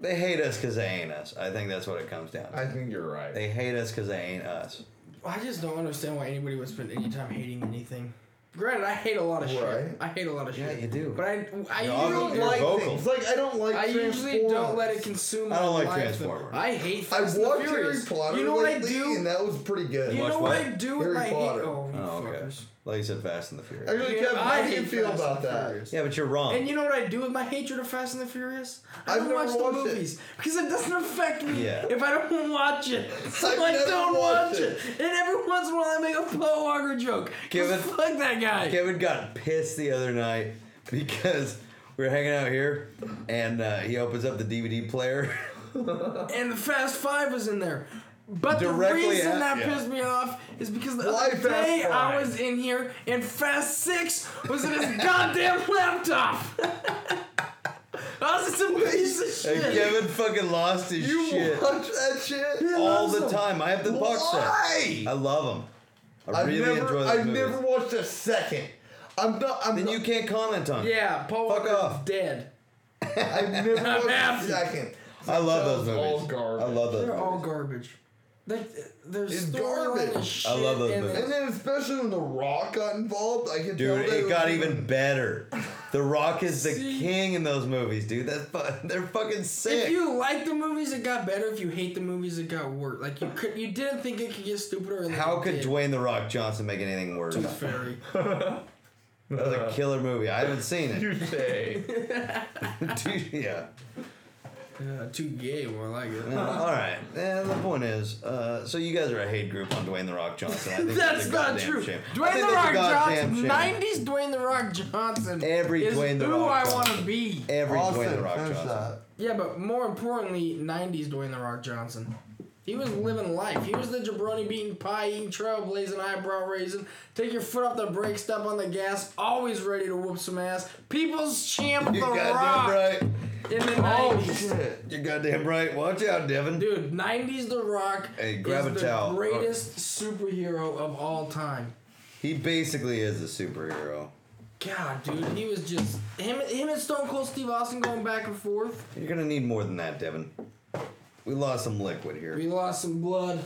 [SPEAKER 2] They hate us because they ain't us. I think that's what it comes down to.
[SPEAKER 4] I think you're right.
[SPEAKER 2] they hate us because they ain't us.
[SPEAKER 3] I just don't understand why anybody would spend any time hating anything. Granted, I hate a lot of
[SPEAKER 4] Right.
[SPEAKER 3] shit. I hate a lot of shit.
[SPEAKER 2] Yeah, you do.
[SPEAKER 3] But I, I
[SPEAKER 2] You're
[SPEAKER 3] usually
[SPEAKER 2] ugly.
[SPEAKER 3] don't
[SPEAKER 2] You're
[SPEAKER 3] like.
[SPEAKER 2] vocal.
[SPEAKER 4] It's like I don't like
[SPEAKER 3] I usually don't
[SPEAKER 4] Transformers.
[SPEAKER 3] let it consume.
[SPEAKER 2] I don't
[SPEAKER 3] my
[SPEAKER 2] like
[SPEAKER 3] life.
[SPEAKER 2] Transformers.
[SPEAKER 3] I hate.
[SPEAKER 4] I
[SPEAKER 3] Fast and the
[SPEAKER 4] watched Harry
[SPEAKER 3] Furious.
[SPEAKER 4] Potter
[SPEAKER 3] You know what I
[SPEAKER 4] lately, and
[SPEAKER 3] do?
[SPEAKER 4] that was pretty good.
[SPEAKER 3] You
[SPEAKER 2] Watch
[SPEAKER 3] know what
[SPEAKER 2] what?
[SPEAKER 3] I do
[SPEAKER 4] Harry
[SPEAKER 3] with my hate?
[SPEAKER 4] Potter.
[SPEAKER 3] Oh, you
[SPEAKER 2] Oh, okay.
[SPEAKER 3] fuckers.
[SPEAKER 2] Like you said, Fast and the Furious.
[SPEAKER 4] Actually, Kevin,
[SPEAKER 3] Yeah,
[SPEAKER 4] how
[SPEAKER 3] I
[SPEAKER 4] do you
[SPEAKER 3] hate
[SPEAKER 4] feel
[SPEAKER 3] Fast
[SPEAKER 4] about
[SPEAKER 3] and
[SPEAKER 4] that?
[SPEAKER 3] Furious.
[SPEAKER 2] yeah, but you're wrong.
[SPEAKER 3] And you know what I do with my hatred of Fast and the Furious? I
[SPEAKER 4] I've
[SPEAKER 3] don't
[SPEAKER 4] never
[SPEAKER 3] watch the
[SPEAKER 4] watched it.
[SPEAKER 3] movies because it doesn't affect me
[SPEAKER 2] Yeah.
[SPEAKER 3] if I don't watch it. So
[SPEAKER 4] I've
[SPEAKER 3] I
[SPEAKER 4] never
[SPEAKER 3] don't
[SPEAKER 4] watched
[SPEAKER 3] watch
[SPEAKER 4] it.
[SPEAKER 3] it. And every once in a while I make a Paul Walker joke. 'Cause
[SPEAKER 2] Kevin-
[SPEAKER 3] fuck that guy.
[SPEAKER 2] Kevin got pissed the other night because we were hanging out here, and uh, he opens up the DVD player.
[SPEAKER 3] and the Fast Five was in there. But
[SPEAKER 2] Directly
[SPEAKER 3] the reason
[SPEAKER 2] at-
[SPEAKER 3] that
[SPEAKER 2] yeah.
[SPEAKER 3] pissed me off is because the
[SPEAKER 4] Why
[SPEAKER 3] other
[SPEAKER 4] Fast
[SPEAKER 3] day I
[SPEAKER 4] Five?
[SPEAKER 3] was in here and Fast Six was in his goddamn laptop. I was just a piece of
[SPEAKER 2] and
[SPEAKER 3] shit.
[SPEAKER 2] Kevin fucking lost his
[SPEAKER 4] You
[SPEAKER 2] shit
[SPEAKER 4] watch that shit?
[SPEAKER 2] all the time. I have the box set.
[SPEAKER 4] Why?
[SPEAKER 2] I love him. I
[SPEAKER 4] I've
[SPEAKER 2] really
[SPEAKER 4] never,
[SPEAKER 2] enjoy those
[SPEAKER 4] I've
[SPEAKER 2] movies.
[SPEAKER 4] never watched a second. I'm not. I'm
[SPEAKER 2] then
[SPEAKER 4] not,
[SPEAKER 2] you can't comment on. it.
[SPEAKER 3] Yeah, Paul
[SPEAKER 2] Fuck
[SPEAKER 3] Walker's
[SPEAKER 2] off.
[SPEAKER 3] dead.
[SPEAKER 4] I've never watched a
[SPEAKER 3] happy.
[SPEAKER 4] second.
[SPEAKER 2] I love those
[SPEAKER 4] That was all
[SPEAKER 2] movies. I
[SPEAKER 4] garbage.
[SPEAKER 2] love those.
[SPEAKER 3] They're all
[SPEAKER 2] Movies.
[SPEAKER 3] garbage. Like th- there's
[SPEAKER 4] It's
[SPEAKER 3] storyline
[SPEAKER 4] garbage.
[SPEAKER 3] and shit.
[SPEAKER 2] I love those
[SPEAKER 3] and
[SPEAKER 2] movies.
[SPEAKER 4] And then especially when The Rock got involved, I could tell
[SPEAKER 2] Dude,
[SPEAKER 4] that
[SPEAKER 2] it got
[SPEAKER 4] was-
[SPEAKER 2] even better. The Rock is the
[SPEAKER 3] See?
[SPEAKER 2] king in those movies, dude. That's fu- they're fucking sick.
[SPEAKER 3] If you like the movies, it got better. If you hate the movies, it got worse. Like you could, you didn't think it could get stupider. And
[SPEAKER 2] How could
[SPEAKER 3] Dwayne
[SPEAKER 2] Dwayne the Rock Johnson make anything worse? That
[SPEAKER 3] Fairy?
[SPEAKER 2] was a
[SPEAKER 3] Uh-huh.
[SPEAKER 2] killer movie. I haven't seen it.
[SPEAKER 4] You say.
[SPEAKER 2] Dude, yeah.
[SPEAKER 3] Uh, too gay, more like it.
[SPEAKER 2] Uh, all right. Yeah, the point is, uh, so you guys are a hate group on Dwayne the Rock Johnson. I think
[SPEAKER 3] That's
[SPEAKER 2] a
[SPEAKER 3] not
[SPEAKER 2] goddamn
[SPEAKER 3] true.
[SPEAKER 2] shame. I
[SPEAKER 3] Dwayne
[SPEAKER 2] think
[SPEAKER 3] the
[SPEAKER 2] that's a
[SPEAKER 3] Rock
[SPEAKER 2] goddamn
[SPEAKER 3] Johnson,
[SPEAKER 2] shame.
[SPEAKER 3] nineties Dwayne the Rock Johnson.
[SPEAKER 2] Every
[SPEAKER 3] is
[SPEAKER 2] Dwayne the
[SPEAKER 3] who
[SPEAKER 2] Rock
[SPEAKER 3] I want to
[SPEAKER 2] Johnson.
[SPEAKER 3] be.
[SPEAKER 2] Every Dwayne the
[SPEAKER 4] Austin,
[SPEAKER 2] Rock
[SPEAKER 4] finish
[SPEAKER 2] Johnson.
[SPEAKER 4] that.
[SPEAKER 3] Yeah, but more importantly, nineties Dwayne the Rock Johnson. He was living life. He was the jabroni beating pie eating, trailblazing, eyebrow raising. Take your foot off the brake, step on the gas, always ready to whoop some ass. People's champ the
[SPEAKER 2] You're
[SPEAKER 3] Rock
[SPEAKER 2] goddamn
[SPEAKER 3] in the
[SPEAKER 4] Oh
[SPEAKER 3] nineties.
[SPEAKER 4] shit!
[SPEAKER 2] right. You're goddamn right. Watch out, Devin.
[SPEAKER 3] Dude, nineties The Rock
[SPEAKER 2] Hey, grab
[SPEAKER 3] is
[SPEAKER 2] a
[SPEAKER 3] the
[SPEAKER 2] towel.
[SPEAKER 3] greatest superhero of all time.
[SPEAKER 2] He basically is a superhero.
[SPEAKER 3] God, dude, he was just him. Him and Stone Cold Steve Austin going back and forth.
[SPEAKER 2] You're gonna need more than that, Devin. We lost some liquid
[SPEAKER 3] We
[SPEAKER 2] here.
[SPEAKER 3] lost some blood.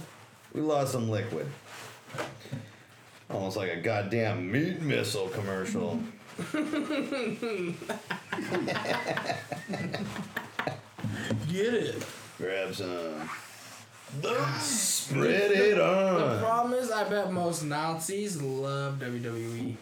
[SPEAKER 2] We lost some liquid. Almost like a goddamn meat missile commercial.
[SPEAKER 3] Get it.
[SPEAKER 2] Grab some. Spread it on.
[SPEAKER 3] The problem is, I bet most Nazis love WWE.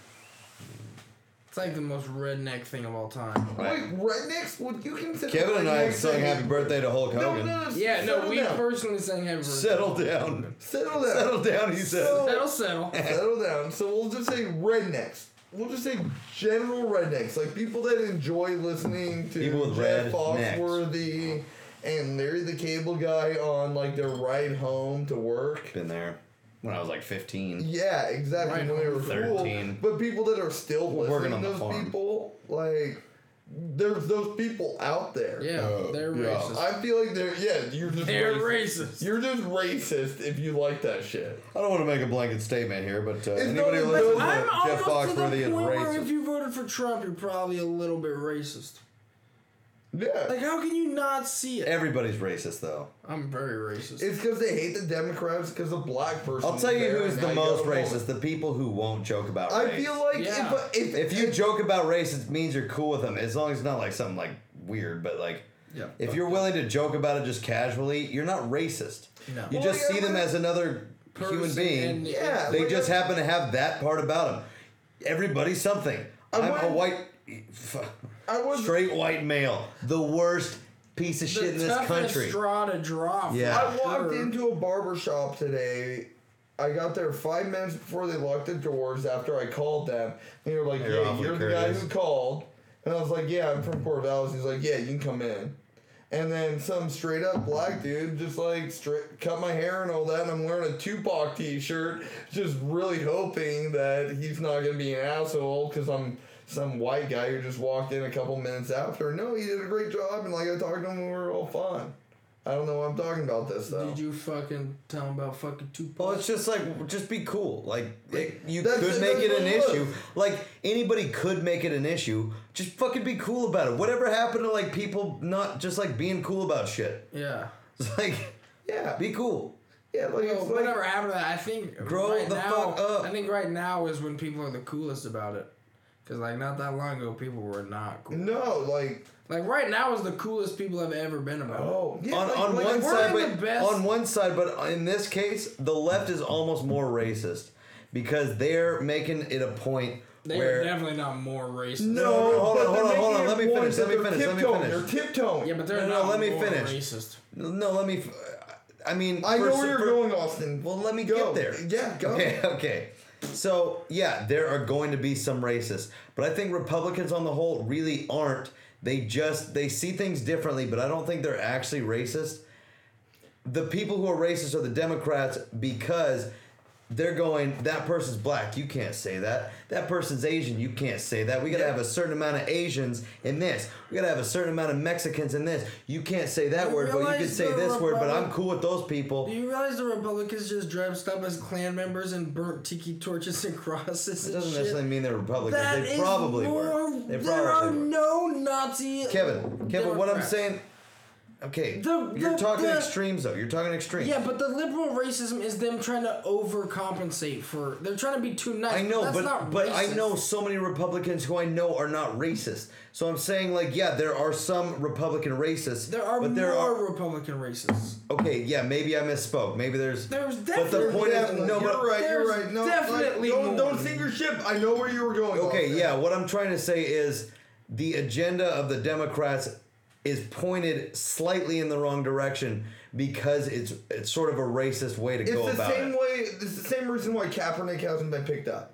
[SPEAKER 3] It's like the most redneck thing of all time.
[SPEAKER 2] Right.
[SPEAKER 4] Wait, rednecks? Would you consider?
[SPEAKER 2] Kevin and I
[SPEAKER 4] rednecks
[SPEAKER 2] have sung
[SPEAKER 4] a-
[SPEAKER 2] happy birthday to Hulk
[SPEAKER 4] No, no,
[SPEAKER 2] Hogan.
[SPEAKER 4] no.
[SPEAKER 3] Yeah, no,
[SPEAKER 4] settle
[SPEAKER 3] we
[SPEAKER 4] down.
[SPEAKER 3] personally sang Happy Birthday.
[SPEAKER 2] Settle down.
[SPEAKER 4] settle down.
[SPEAKER 2] Settle down, he said.
[SPEAKER 3] That'll settle.
[SPEAKER 4] Settle down. So we'll just say rednecks. We'll just say general rednecks, like people that enjoy listening to
[SPEAKER 2] People with
[SPEAKER 4] Jeff
[SPEAKER 2] red necks.
[SPEAKER 4] Foxworthy and Larry the Cable Guy on like their ride home to work.
[SPEAKER 2] Been there when I was like 15.
[SPEAKER 4] Yeah, exactly.
[SPEAKER 3] Ride
[SPEAKER 4] when they were cool.
[SPEAKER 2] 13.
[SPEAKER 4] But people that are still
[SPEAKER 2] We're working
[SPEAKER 4] listening
[SPEAKER 2] on
[SPEAKER 4] to
[SPEAKER 2] the
[SPEAKER 4] those
[SPEAKER 2] farm.
[SPEAKER 4] people, like there's those people out there.
[SPEAKER 3] Yeah,
[SPEAKER 2] Oh,
[SPEAKER 3] they're
[SPEAKER 4] Yeah.
[SPEAKER 3] racist.
[SPEAKER 4] I feel like they're yeah, you're just
[SPEAKER 3] they're
[SPEAKER 4] racist.
[SPEAKER 3] racist.
[SPEAKER 4] You're just racist if you like that shit.
[SPEAKER 2] I don't want to make a blanket statement here, but uh,
[SPEAKER 4] It's
[SPEAKER 2] anybody who
[SPEAKER 4] not-
[SPEAKER 2] listens
[SPEAKER 4] I'm
[SPEAKER 2] to Jeff
[SPEAKER 3] almost to
[SPEAKER 2] Foxworthy
[SPEAKER 3] the
[SPEAKER 2] is
[SPEAKER 3] point where if
[SPEAKER 2] racist.
[SPEAKER 3] you voted for Trump, you're probably a little bit racist.
[SPEAKER 4] Yeah.
[SPEAKER 3] Like, how can you not see it?
[SPEAKER 2] Everybody's racist, though.
[SPEAKER 3] I'm very racist.
[SPEAKER 4] It's because they hate the Democrats because a black person.
[SPEAKER 2] I'll
[SPEAKER 4] was
[SPEAKER 2] tell you
[SPEAKER 4] there
[SPEAKER 2] who's
[SPEAKER 4] and
[SPEAKER 2] the
[SPEAKER 4] I
[SPEAKER 2] most
[SPEAKER 4] gotta vote.
[SPEAKER 2] racist: the people who won't joke about race.
[SPEAKER 4] I feel like
[SPEAKER 3] Yeah.
[SPEAKER 4] if, if
[SPEAKER 2] if you joke about race, it means you're cool with them, as long as it's not like something like weird, but like.
[SPEAKER 3] Yeah.
[SPEAKER 2] If you're willing to joke about it just casually, you're not racist.
[SPEAKER 3] No.
[SPEAKER 2] You
[SPEAKER 4] Well,
[SPEAKER 2] just
[SPEAKER 4] yeah,
[SPEAKER 2] see them
[SPEAKER 4] but-
[SPEAKER 2] as another human
[SPEAKER 3] Person
[SPEAKER 2] being.
[SPEAKER 3] and-
[SPEAKER 4] yeah,
[SPEAKER 2] They
[SPEAKER 4] like,
[SPEAKER 2] just happen to have that part about them. Everybody's something. I'm a
[SPEAKER 4] wouldn't-
[SPEAKER 2] white, f-
[SPEAKER 4] I was
[SPEAKER 2] straight white male, the worst piece of shit in this
[SPEAKER 3] toughest
[SPEAKER 2] country.
[SPEAKER 3] straw to draw. for
[SPEAKER 2] Yeah.
[SPEAKER 4] I walked
[SPEAKER 3] sure.
[SPEAKER 4] into a barber shop today. I got there five minutes before they locked the doors. After I called them, they were like,
[SPEAKER 2] You're
[SPEAKER 4] "Yeah,
[SPEAKER 2] awfully
[SPEAKER 4] you're the guy
[SPEAKER 2] courteous.
[SPEAKER 4] who called," and I was like, "Yeah, I'm from Port Vallis." He's like, "Yeah, you can come in." And then some straight up black dude just like straight, cut my hair and all that, and I'm wearing a Tupac T-shirt, just really hoping that he's not gonna be an asshole because I'm some white guy who just walked in a couple minutes after. No, he did a great job, and like I talked to him, we were all fine. I don't know why I'm talking about this though.
[SPEAKER 3] Did you fucking tell him about fucking
[SPEAKER 2] Well,
[SPEAKER 3] Tupac?
[SPEAKER 2] Oh, it's just like just be cool. Like it, you
[SPEAKER 4] That's-
[SPEAKER 2] could
[SPEAKER 4] that's
[SPEAKER 2] make it
[SPEAKER 4] what
[SPEAKER 2] an
[SPEAKER 4] it was.
[SPEAKER 2] issue. Like anybody could make it an issue. Just fucking be cool about it. Whatever happened to like people not just like being cool about shit?
[SPEAKER 3] yeah.
[SPEAKER 2] It's like
[SPEAKER 4] yeah,
[SPEAKER 2] be cool.
[SPEAKER 4] yeah, like,
[SPEAKER 3] Yo,
[SPEAKER 4] it's like
[SPEAKER 3] whatever happened to that? I think
[SPEAKER 2] Grow
[SPEAKER 3] right
[SPEAKER 2] the
[SPEAKER 3] now,
[SPEAKER 2] fuck up.
[SPEAKER 3] I think right now is when people are the coolest about it. Cause like not that long ago, people were not cool.
[SPEAKER 4] no, like
[SPEAKER 3] Like right now is the coolest people have ever been about it.
[SPEAKER 4] oh, yeah,
[SPEAKER 2] on
[SPEAKER 4] like,
[SPEAKER 2] on
[SPEAKER 4] like,
[SPEAKER 2] one
[SPEAKER 3] we're
[SPEAKER 2] side,
[SPEAKER 3] in the
[SPEAKER 2] but
[SPEAKER 3] best-
[SPEAKER 2] on one side, but in this case, the left is almost more racist because they're making it a point
[SPEAKER 3] They
[SPEAKER 2] where
[SPEAKER 3] are definitely not more racist.
[SPEAKER 2] No, hold
[SPEAKER 4] but
[SPEAKER 2] on,
[SPEAKER 4] they're
[SPEAKER 2] hold on, hold
[SPEAKER 4] making
[SPEAKER 2] on.
[SPEAKER 4] it
[SPEAKER 2] Let me
[SPEAKER 4] one
[SPEAKER 2] finish.
[SPEAKER 4] that
[SPEAKER 2] Let me finish.
[SPEAKER 4] they're
[SPEAKER 2] Let me
[SPEAKER 4] tiptoeing,
[SPEAKER 2] finish.
[SPEAKER 4] They're tiptoeing.
[SPEAKER 3] Yeah, but they're
[SPEAKER 2] No, no,
[SPEAKER 3] not
[SPEAKER 2] let me
[SPEAKER 3] more
[SPEAKER 2] finish.
[SPEAKER 3] racist.
[SPEAKER 2] no, let me. f- I mean,
[SPEAKER 4] I know
[SPEAKER 2] for-
[SPEAKER 4] where you're
[SPEAKER 2] for-
[SPEAKER 4] going, Austin.
[SPEAKER 2] Well, let me get
[SPEAKER 4] Go.
[SPEAKER 2] there.
[SPEAKER 4] Yeah, go.
[SPEAKER 2] Okay, okay. So, yeah, there are going to be some racists, but I think Republicans on the whole really aren't. They just they see things differently, but I don't think they're actually racist. The people who are racist are the Democrats because they're going that person's black, you can't say that. That person's Asian, you can't say that. We got to have a certain amount of Asians in this. We got to have a certain amount of Mexicans in this. You can't say that
[SPEAKER 3] You
[SPEAKER 2] word, but you can
[SPEAKER 3] realize
[SPEAKER 2] say
[SPEAKER 3] the
[SPEAKER 2] this word, but I'm
[SPEAKER 3] Republic-
[SPEAKER 2] cool with those people.
[SPEAKER 3] Do you realize the Republicans just dressed up as Klan members and burnt tiki torches and crosses
[SPEAKER 2] It
[SPEAKER 3] and
[SPEAKER 2] doesn't
[SPEAKER 3] shit?
[SPEAKER 2] necessarily mean they're Republicans.
[SPEAKER 3] That
[SPEAKER 2] they
[SPEAKER 3] is
[SPEAKER 2] probably
[SPEAKER 3] more-
[SPEAKER 2] were. They
[SPEAKER 3] there are
[SPEAKER 2] probably were.
[SPEAKER 3] no Nazi.
[SPEAKER 2] Kevin, Kevin, what I'm
[SPEAKER 3] Democrats.
[SPEAKER 2] saying. Okay,
[SPEAKER 3] The-
[SPEAKER 2] you're
[SPEAKER 3] the-
[SPEAKER 2] talking
[SPEAKER 3] the-
[SPEAKER 2] extremes though. You're talking extremes.
[SPEAKER 3] Yeah, but the liberal racism is them trying to overcompensate for. They're trying to be too nice.
[SPEAKER 2] I know,
[SPEAKER 3] That's
[SPEAKER 2] but
[SPEAKER 3] not
[SPEAKER 2] but I
[SPEAKER 3] racist.
[SPEAKER 2] know so many Republicans who I know are not racist. So I'm saying like, yeah, there are some Republican racists.
[SPEAKER 3] there are
[SPEAKER 2] but
[SPEAKER 3] more
[SPEAKER 2] there are
[SPEAKER 3] Republican racists.
[SPEAKER 2] okay, yeah, maybe I misspoke. Maybe there's.
[SPEAKER 3] There's
[SPEAKER 2] but the
[SPEAKER 3] definitely-
[SPEAKER 2] point
[SPEAKER 4] Yeah,
[SPEAKER 2] is no,
[SPEAKER 4] you're
[SPEAKER 2] but
[SPEAKER 4] right. You're
[SPEAKER 3] There's
[SPEAKER 4] right. No,
[SPEAKER 3] definitely
[SPEAKER 4] like, don't,
[SPEAKER 3] more.
[SPEAKER 4] don't sink your ship. I know where you were going.
[SPEAKER 2] Okay,
[SPEAKER 4] Austin.
[SPEAKER 2] yeah, what I'm trying to say is the agenda of the Democrats is pointed slightly in the wrong direction because it's it's sort of a racist way to
[SPEAKER 4] It's
[SPEAKER 2] go
[SPEAKER 4] the
[SPEAKER 2] about
[SPEAKER 4] same
[SPEAKER 2] it.
[SPEAKER 4] way. It's the same reason why Kaepernick hasn't been picked up.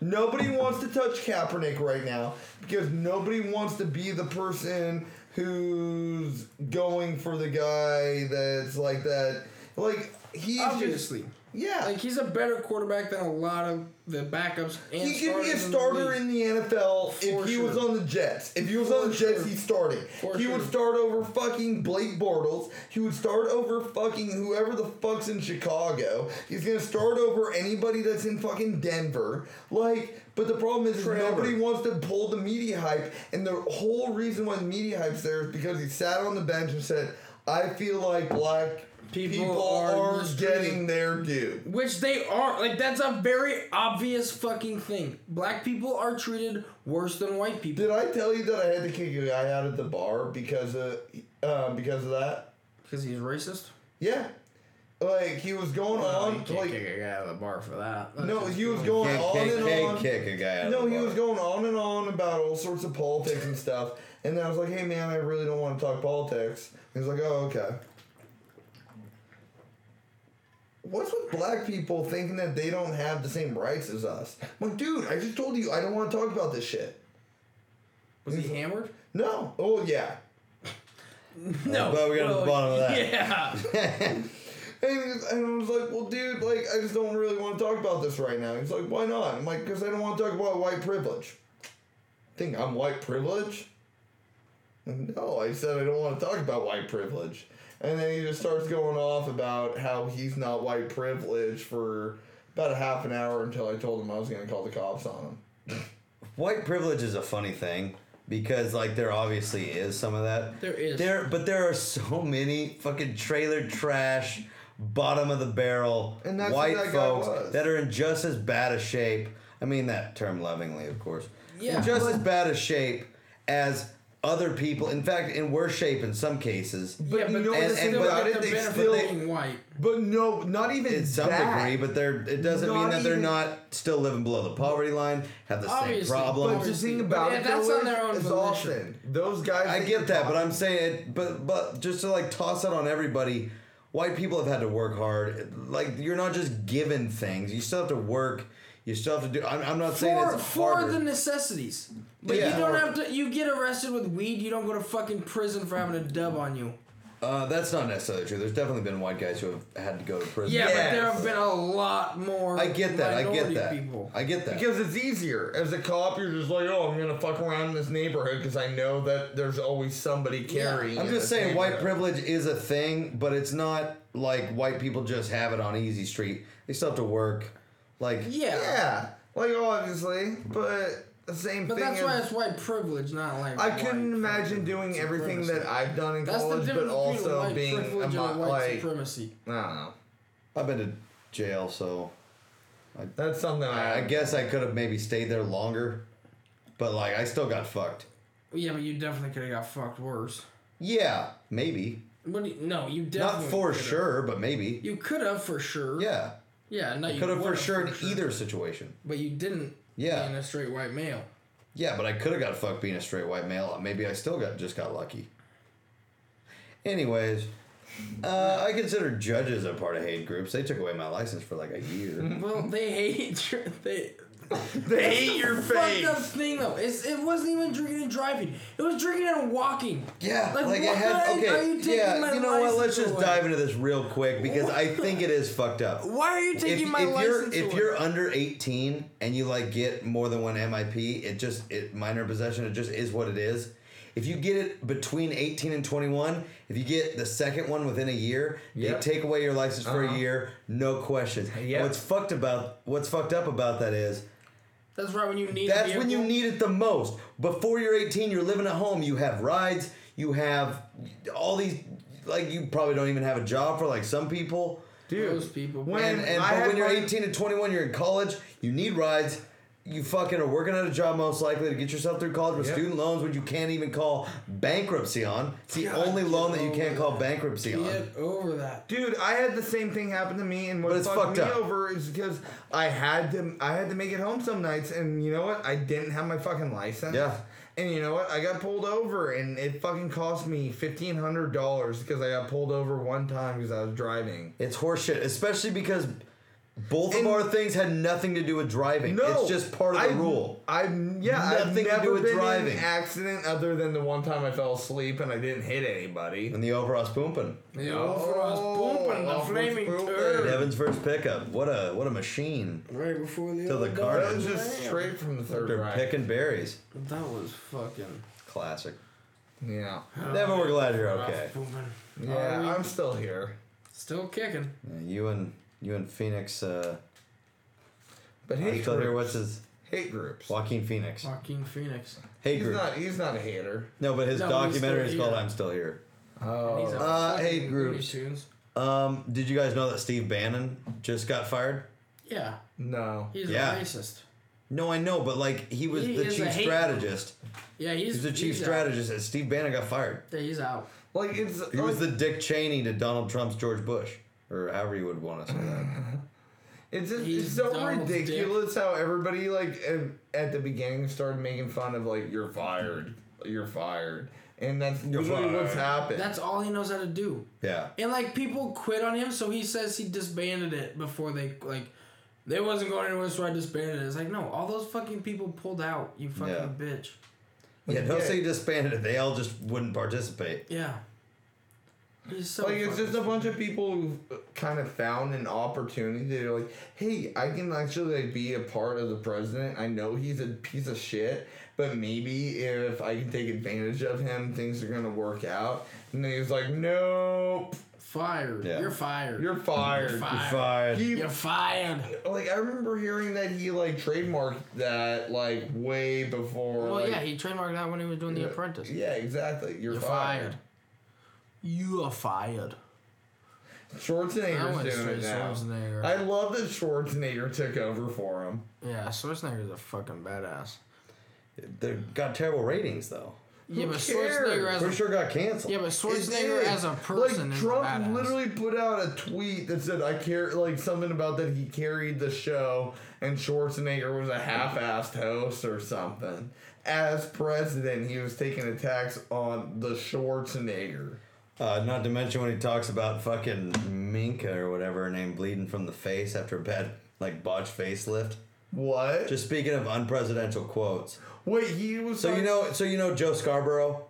[SPEAKER 4] Nobody wants to touch Kaepernick right now because nobody wants to be the person who's going for the guy that's like that. Like he's just-
[SPEAKER 3] Obviously.
[SPEAKER 4] yeah.
[SPEAKER 3] Like he's a better quarterback than a lot of the backups. And
[SPEAKER 4] he could be
[SPEAKER 3] starters in the
[SPEAKER 4] a starter
[SPEAKER 3] league.
[SPEAKER 4] in the NFL
[SPEAKER 3] For
[SPEAKER 4] if he was
[SPEAKER 3] sure.
[SPEAKER 4] on the Jets. If he was
[SPEAKER 3] For
[SPEAKER 4] on the Jets,
[SPEAKER 3] sure.
[SPEAKER 4] he's starting.
[SPEAKER 3] For
[SPEAKER 4] he would
[SPEAKER 3] sure.
[SPEAKER 4] start over fucking Blake Bortles. He would start over fucking whoever the fuck's in Chicago. He's gonna start over anybody that's in fucking Denver. Like, but the problem is nobody wants to pull the media hype, and the whole reason why the media hype's there is because he sat on the bench and said, "I feel like black."
[SPEAKER 3] People
[SPEAKER 4] People,
[SPEAKER 3] are
[SPEAKER 4] are
[SPEAKER 3] mistreated."
[SPEAKER 4] getting their due.
[SPEAKER 3] Which they are. Like, that's a very obvious fucking thing. Black people are treated worse than white people.
[SPEAKER 4] Did I tell you that I had to kick a guy out of the bar because of um, because of that?
[SPEAKER 3] Because he's racist?
[SPEAKER 4] Yeah, like he was going
[SPEAKER 3] Oh,
[SPEAKER 2] Um,
[SPEAKER 4] on, like
[SPEAKER 3] a guy out of the bar for that. That's
[SPEAKER 4] no,
[SPEAKER 3] just
[SPEAKER 4] he was
[SPEAKER 3] wrong.
[SPEAKER 4] going
[SPEAKER 2] Can't,
[SPEAKER 4] on
[SPEAKER 2] can't,
[SPEAKER 4] and
[SPEAKER 2] can't
[SPEAKER 4] on.
[SPEAKER 2] kick a guy out
[SPEAKER 4] No,
[SPEAKER 2] of the
[SPEAKER 4] he
[SPEAKER 2] bar.
[SPEAKER 4] was going on and on about all sorts of politics and stuff. And then I was like, "Hey man, I really don't want to talk politics." He was like, "Oh, okay." What's with black people thinking that they don't have the same rights as us? I'm like, dude, I just told you I don't want to talk about this shit.
[SPEAKER 3] Was he hammered?
[SPEAKER 4] No. Oh yeah.
[SPEAKER 3] No.
[SPEAKER 2] glad we got to the
[SPEAKER 3] Well,
[SPEAKER 2] bottom of that.
[SPEAKER 3] Yeah.
[SPEAKER 4] And, he was- and I was like, well, dude, like, I just don't really want to talk about this right now. He's like, why not? I'm like, because I don't want to talk about white privilege. Think I'm white privilege? No, I said I don't want to talk about white privilege. And then he just starts going off about how he's not white privilege for about a half an hour until I told him I was going to call the cops on him.
[SPEAKER 2] White privilege is a funny thing because like there obviously is some of that.
[SPEAKER 3] There is.
[SPEAKER 2] There but there are so many fucking trailer trash bottom of the barrel
[SPEAKER 4] And that's
[SPEAKER 2] white
[SPEAKER 4] what that guy
[SPEAKER 2] folks
[SPEAKER 4] was.
[SPEAKER 2] that are in just as bad a shape. I mean that term lovingly, of course.
[SPEAKER 3] Yeah,
[SPEAKER 2] In just as bad a shape as other people. In fact, in worse shape in some cases.
[SPEAKER 3] But yeah,
[SPEAKER 4] you know
[SPEAKER 3] but
[SPEAKER 2] what the
[SPEAKER 3] they
[SPEAKER 2] thing
[SPEAKER 3] still
[SPEAKER 2] about
[SPEAKER 3] get
[SPEAKER 2] it,
[SPEAKER 3] the
[SPEAKER 2] they
[SPEAKER 3] benefit
[SPEAKER 2] still-
[SPEAKER 3] of being white.
[SPEAKER 4] But no, not even
[SPEAKER 2] in some
[SPEAKER 4] that.
[SPEAKER 2] degree, but they're it doesn't mean
[SPEAKER 4] Not
[SPEAKER 2] that they're
[SPEAKER 4] even-
[SPEAKER 2] not still living below the poverty line, have the
[SPEAKER 3] Obviously,
[SPEAKER 2] same problems.
[SPEAKER 4] But the thing
[SPEAKER 3] But
[SPEAKER 4] about
[SPEAKER 3] yeah,
[SPEAKER 4] it,
[SPEAKER 3] that's
[SPEAKER 4] though,
[SPEAKER 3] on their own
[SPEAKER 4] is
[SPEAKER 3] volition.
[SPEAKER 4] Austin. Those guys.
[SPEAKER 2] I
[SPEAKER 4] that
[SPEAKER 2] get
[SPEAKER 4] you
[SPEAKER 2] that,
[SPEAKER 4] talk
[SPEAKER 2] but I'm saying it. But but just to like toss that on everybody, white people have had to work hard. Like you're not just given things; you still have to work. You still have to do. I'm, I'm not saying
[SPEAKER 3] For,
[SPEAKER 2] it's
[SPEAKER 3] for
[SPEAKER 2] harder.
[SPEAKER 3] the necessities. But
[SPEAKER 2] Yeah.
[SPEAKER 3] you don't have to. You get arrested with weed, you don't go to fucking prison for having a dub on you.
[SPEAKER 2] Uh, that's not necessarily true. There's definitely been white guys who have had to go to prison.
[SPEAKER 3] Yeah, but there
[SPEAKER 4] Yes.
[SPEAKER 3] have been a lot more.
[SPEAKER 2] I get that. I get
[SPEAKER 3] minority
[SPEAKER 2] that.
[SPEAKER 3] People.
[SPEAKER 2] I get that.
[SPEAKER 4] Because it's easier. As a cop, you're just like, oh, I'm gonna fuck around in this neighborhood because I know that there's always somebody carrying.
[SPEAKER 2] I'm
[SPEAKER 4] in
[SPEAKER 2] just
[SPEAKER 4] this
[SPEAKER 2] saying white
[SPEAKER 4] neighborhood.
[SPEAKER 2] privilege is a thing, but it's not like white people just have it on easy street. They still have to work. Like
[SPEAKER 3] Yeah.
[SPEAKER 4] Yeah, like obviously, but the same
[SPEAKER 3] But
[SPEAKER 4] thing.
[SPEAKER 3] that's why
[SPEAKER 4] is-
[SPEAKER 3] it's white privilege, not like.
[SPEAKER 4] I
[SPEAKER 3] white
[SPEAKER 4] couldn't imagine
[SPEAKER 3] privilege.
[SPEAKER 4] doing
[SPEAKER 3] Supremacy.
[SPEAKER 4] everything that I've done in
[SPEAKER 3] That's the
[SPEAKER 4] college, but
[SPEAKER 3] difference between
[SPEAKER 4] also
[SPEAKER 3] white
[SPEAKER 4] being a
[SPEAKER 3] privilege
[SPEAKER 4] mo-
[SPEAKER 3] and white
[SPEAKER 4] like
[SPEAKER 3] supremacy.
[SPEAKER 4] I don't know.
[SPEAKER 2] I've been to jail, so
[SPEAKER 4] That's something I,
[SPEAKER 2] I guess I could have maybe stayed there longer. But like I still got fucked.
[SPEAKER 3] Yeah, but you definitely could have got fucked worse.
[SPEAKER 2] Yeah, maybe.
[SPEAKER 3] What do you, no, you
[SPEAKER 2] Not
[SPEAKER 3] definitely.
[SPEAKER 2] for
[SPEAKER 3] could've.
[SPEAKER 2] sure, but maybe.
[SPEAKER 3] You could have for sure.
[SPEAKER 2] Yeah.
[SPEAKER 3] Yeah, no, you
[SPEAKER 2] Could have for
[SPEAKER 3] would've
[SPEAKER 2] sure in either situation.
[SPEAKER 3] But you didn't.
[SPEAKER 2] Yeah.
[SPEAKER 3] Being a straight white male.
[SPEAKER 2] Yeah, but I could have got fucked being a straight white male. Maybe I still got just got lucky. Anyways, uh, I consider judges a part of hate groups. They took away my license for like a year.
[SPEAKER 3] Well, they hate your, they.
[SPEAKER 4] they hate your
[SPEAKER 3] Fucked
[SPEAKER 4] face.
[SPEAKER 3] up thing though. It's, it wasn't even drinking and driving. It was drinking and walking.
[SPEAKER 2] yeah, like,
[SPEAKER 3] Like,
[SPEAKER 2] it
[SPEAKER 3] why
[SPEAKER 2] had. Okay,
[SPEAKER 3] are you taking
[SPEAKER 2] yeah,
[SPEAKER 3] my
[SPEAKER 2] you know what? Let's
[SPEAKER 3] license
[SPEAKER 2] just
[SPEAKER 3] away?
[SPEAKER 2] dive into this real quick because I think it is fucked up.
[SPEAKER 3] Why are you
[SPEAKER 2] If,
[SPEAKER 3] taking my
[SPEAKER 2] if you're
[SPEAKER 3] license
[SPEAKER 2] if
[SPEAKER 3] away?
[SPEAKER 2] you're under 18 and you like get more than one MIP, it just it minor possession. It just is what it is. If you get it between 18 and 21, if you get the second one within a year,
[SPEAKER 4] Yep.
[SPEAKER 2] they take away your license for
[SPEAKER 3] Uh-huh.
[SPEAKER 2] a year, no questions. And
[SPEAKER 4] Yep.
[SPEAKER 2] What's fucked about what's fucked up about that is
[SPEAKER 3] That's right when you need. a
[SPEAKER 2] that's when you
[SPEAKER 3] vehicle.
[SPEAKER 2] need it the most. Before you're 18, you're living at home. You have rides. You have all these. Like you probably don't even have a job for like some people.
[SPEAKER 4] Dude,
[SPEAKER 3] Those people.
[SPEAKER 4] When,
[SPEAKER 2] And, and
[SPEAKER 4] I
[SPEAKER 2] but
[SPEAKER 4] had
[SPEAKER 2] when you're
[SPEAKER 4] mine-
[SPEAKER 2] 18 and 21, you're in college, you need rides. You fucking are working at a job most likely to get yourself through college with
[SPEAKER 4] Yep.
[SPEAKER 2] student loans, which you can't even call bankruptcy on. It's the only loan that you can't call bankruptcy on.
[SPEAKER 3] Get over that.
[SPEAKER 4] Dude, I had the same thing happen to me, and what
[SPEAKER 2] But it's
[SPEAKER 4] fucked,
[SPEAKER 2] fucked
[SPEAKER 4] me
[SPEAKER 2] up.
[SPEAKER 4] over is because I had to I had to make it home some nights, and you know what? I didn't have my fucking license.
[SPEAKER 2] Yeah.
[SPEAKER 4] And you know what? I got pulled over, and it fucking cost me fifteen hundred dollars because I got pulled over one time because I was driving.
[SPEAKER 2] It's horseshit, especially because both
[SPEAKER 4] And-
[SPEAKER 2] of our things had nothing to do with driving.
[SPEAKER 4] No,
[SPEAKER 2] it's just part of the
[SPEAKER 4] I've-
[SPEAKER 2] rule.
[SPEAKER 4] I've yeah, I've
[SPEAKER 2] Nothing to do
[SPEAKER 4] never
[SPEAKER 2] with
[SPEAKER 4] been driving.
[SPEAKER 2] driving.
[SPEAKER 4] an accident other than the one time I fell asleep and I didn't hit anybody. Oh,
[SPEAKER 2] And the overall's pooping.
[SPEAKER 3] The Ulfros pumping the
[SPEAKER 4] Ulfros
[SPEAKER 3] flaming
[SPEAKER 4] pumping.
[SPEAKER 3] turd.
[SPEAKER 2] Devin's first pickup. What a what a machine.
[SPEAKER 3] Right before the
[SPEAKER 2] To the
[SPEAKER 3] other
[SPEAKER 2] car.
[SPEAKER 4] That was
[SPEAKER 3] guy.
[SPEAKER 4] just straight from the third
[SPEAKER 2] They're
[SPEAKER 4] ride.
[SPEAKER 2] picking berries.
[SPEAKER 3] That was fucking.
[SPEAKER 2] Classic.
[SPEAKER 4] Yeah,
[SPEAKER 2] Devin, we're glad you're okay.
[SPEAKER 3] Ulfros pumping.
[SPEAKER 4] yeah, I'm still here.
[SPEAKER 3] Still kicking.
[SPEAKER 2] Yeah, You and you and Phoenix. Uh,
[SPEAKER 4] But
[SPEAKER 2] I
[SPEAKER 4] hate
[SPEAKER 2] still hear what's
[SPEAKER 4] groups.
[SPEAKER 2] his
[SPEAKER 4] hate groups.
[SPEAKER 2] Joaquin Phoenix.
[SPEAKER 3] Joaquin Phoenix.
[SPEAKER 2] Hey
[SPEAKER 4] He's
[SPEAKER 2] group.
[SPEAKER 4] not. He's not a hater.
[SPEAKER 2] No, but his
[SPEAKER 3] No, but he's
[SPEAKER 2] documentary is
[SPEAKER 3] still
[SPEAKER 2] called
[SPEAKER 3] here.
[SPEAKER 2] "I'm Still Here."
[SPEAKER 4] Oh,
[SPEAKER 3] He's a
[SPEAKER 2] Uh,
[SPEAKER 3] fucking
[SPEAKER 2] hate groups.
[SPEAKER 3] Looney Tunes.
[SPEAKER 2] Um, did you guys know that Steve Bannon just got fired?
[SPEAKER 3] Yeah,
[SPEAKER 4] no.
[SPEAKER 3] he's
[SPEAKER 2] Yeah.
[SPEAKER 3] a racist.
[SPEAKER 2] No, I know, but like he was
[SPEAKER 3] He
[SPEAKER 2] the
[SPEAKER 3] is a
[SPEAKER 2] chief
[SPEAKER 3] hate-
[SPEAKER 2] strategist.
[SPEAKER 3] Yeah, he's,
[SPEAKER 2] He was the chief
[SPEAKER 3] he's out.
[SPEAKER 2] strategist, and Steve Bannon got fired.
[SPEAKER 3] Yeah, he's out.
[SPEAKER 4] Like it's.
[SPEAKER 2] He was
[SPEAKER 3] Oh.
[SPEAKER 4] like,
[SPEAKER 2] the Dick Cheney to Donald Trump's George Bush, or however you would want to say that.
[SPEAKER 4] it's just,
[SPEAKER 3] he's
[SPEAKER 4] it's so
[SPEAKER 3] Donald's dick.
[SPEAKER 4] ridiculous how everybody like at- at the beginning started making fun of like you're fired, you're fired, and that's literally what's happened.
[SPEAKER 3] That's all he knows how to do.
[SPEAKER 2] Yeah,
[SPEAKER 3] And like people quit on him, so he says he disbanded it before they like they wasn't going anywhere, so I disbanded it. It's like no, all those fucking people pulled out. You fucking
[SPEAKER 2] Yeah.
[SPEAKER 3] bitch.
[SPEAKER 2] yeah. Don't
[SPEAKER 4] yeah.
[SPEAKER 2] say he disbanded it. They all just wouldn't participate.
[SPEAKER 3] Yeah. He's so.
[SPEAKER 4] like it's
[SPEAKER 3] fucking-
[SPEAKER 4] just a bunch of people who kind of found an opportunity. They're like, "Hey, I can actually like, be a part of the president. I know he's a piece of shit, but maybe if I can take advantage of him, things are gonna work out." And then he was like, "Nope,
[SPEAKER 3] fired.
[SPEAKER 2] Yeah.
[SPEAKER 3] You're fired.
[SPEAKER 4] you're fired."
[SPEAKER 3] You're
[SPEAKER 2] You're
[SPEAKER 3] fired.
[SPEAKER 2] fired.
[SPEAKER 4] He-
[SPEAKER 3] You're fired.
[SPEAKER 4] like I remember hearing that he like trademarked that like way before.
[SPEAKER 3] Well,
[SPEAKER 4] like-
[SPEAKER 3] yeah, he trademarked that when he was doing The Apprentice.
[SPEAKER 4] Yeah, exactly. You're,
[SPEAKER 3] You're
[SPEAKER 4] fired.
[SPEAKER 3] fired. You are fired. I went
[SPEAKER 4] Schwarzenegger's doing
[SPEAKER 3] straight
[SPEAKER 4] it now.
[SPEAKER 3] Schwarzenegger.
[SPEAKER 4] I love that Schwarzenegger took over for him.
[SPEAKER 3] Yeah, Schwarzenegger's a fucking badass.
[SPEAKER 2] They got terrible ratings though.
[SPEAKER 3] yeah, but
[SPEAKER 4] cares?
[SPEAKER 3] Schwarzenegger as
[SPEAKER 2] For
[SPEAKER 3] a,
[SPEAKER 2] sure got canceled.
[SPEAKER 3] yeah, but
[SPEAKER 4] It
[SPEAKER 3] Schwarzenegger
[SPEAKER 4] did.
[SPEAKER 3] as a person
[SPEAKER 4] like,
[SPEAKER 3] is
[SPEAKER 4] Trump
[SPEAKER 3] a badass.
[SPEAKER 4] literally put out a tweet that said I care like something about that he carried the show and Schwarzenegger was a half-assed host or something. As president, he was taking attacks on the Schwarzenegger.
[SPEAKER 2] Uh, not to mention when he talks about fucking Minka or whatever her name bleeding from the face after a bad, like botched facelift.
[SPEAKER 4] What?
[SPEAKER 2] Just speaking of unpresidential quotes,
[SPEAKER 4] Wait, he was
[SPEAKER 2] so you
[SPEAKER 4] talking-
[SPEAKER 2] know, so you know Joe Scarborough.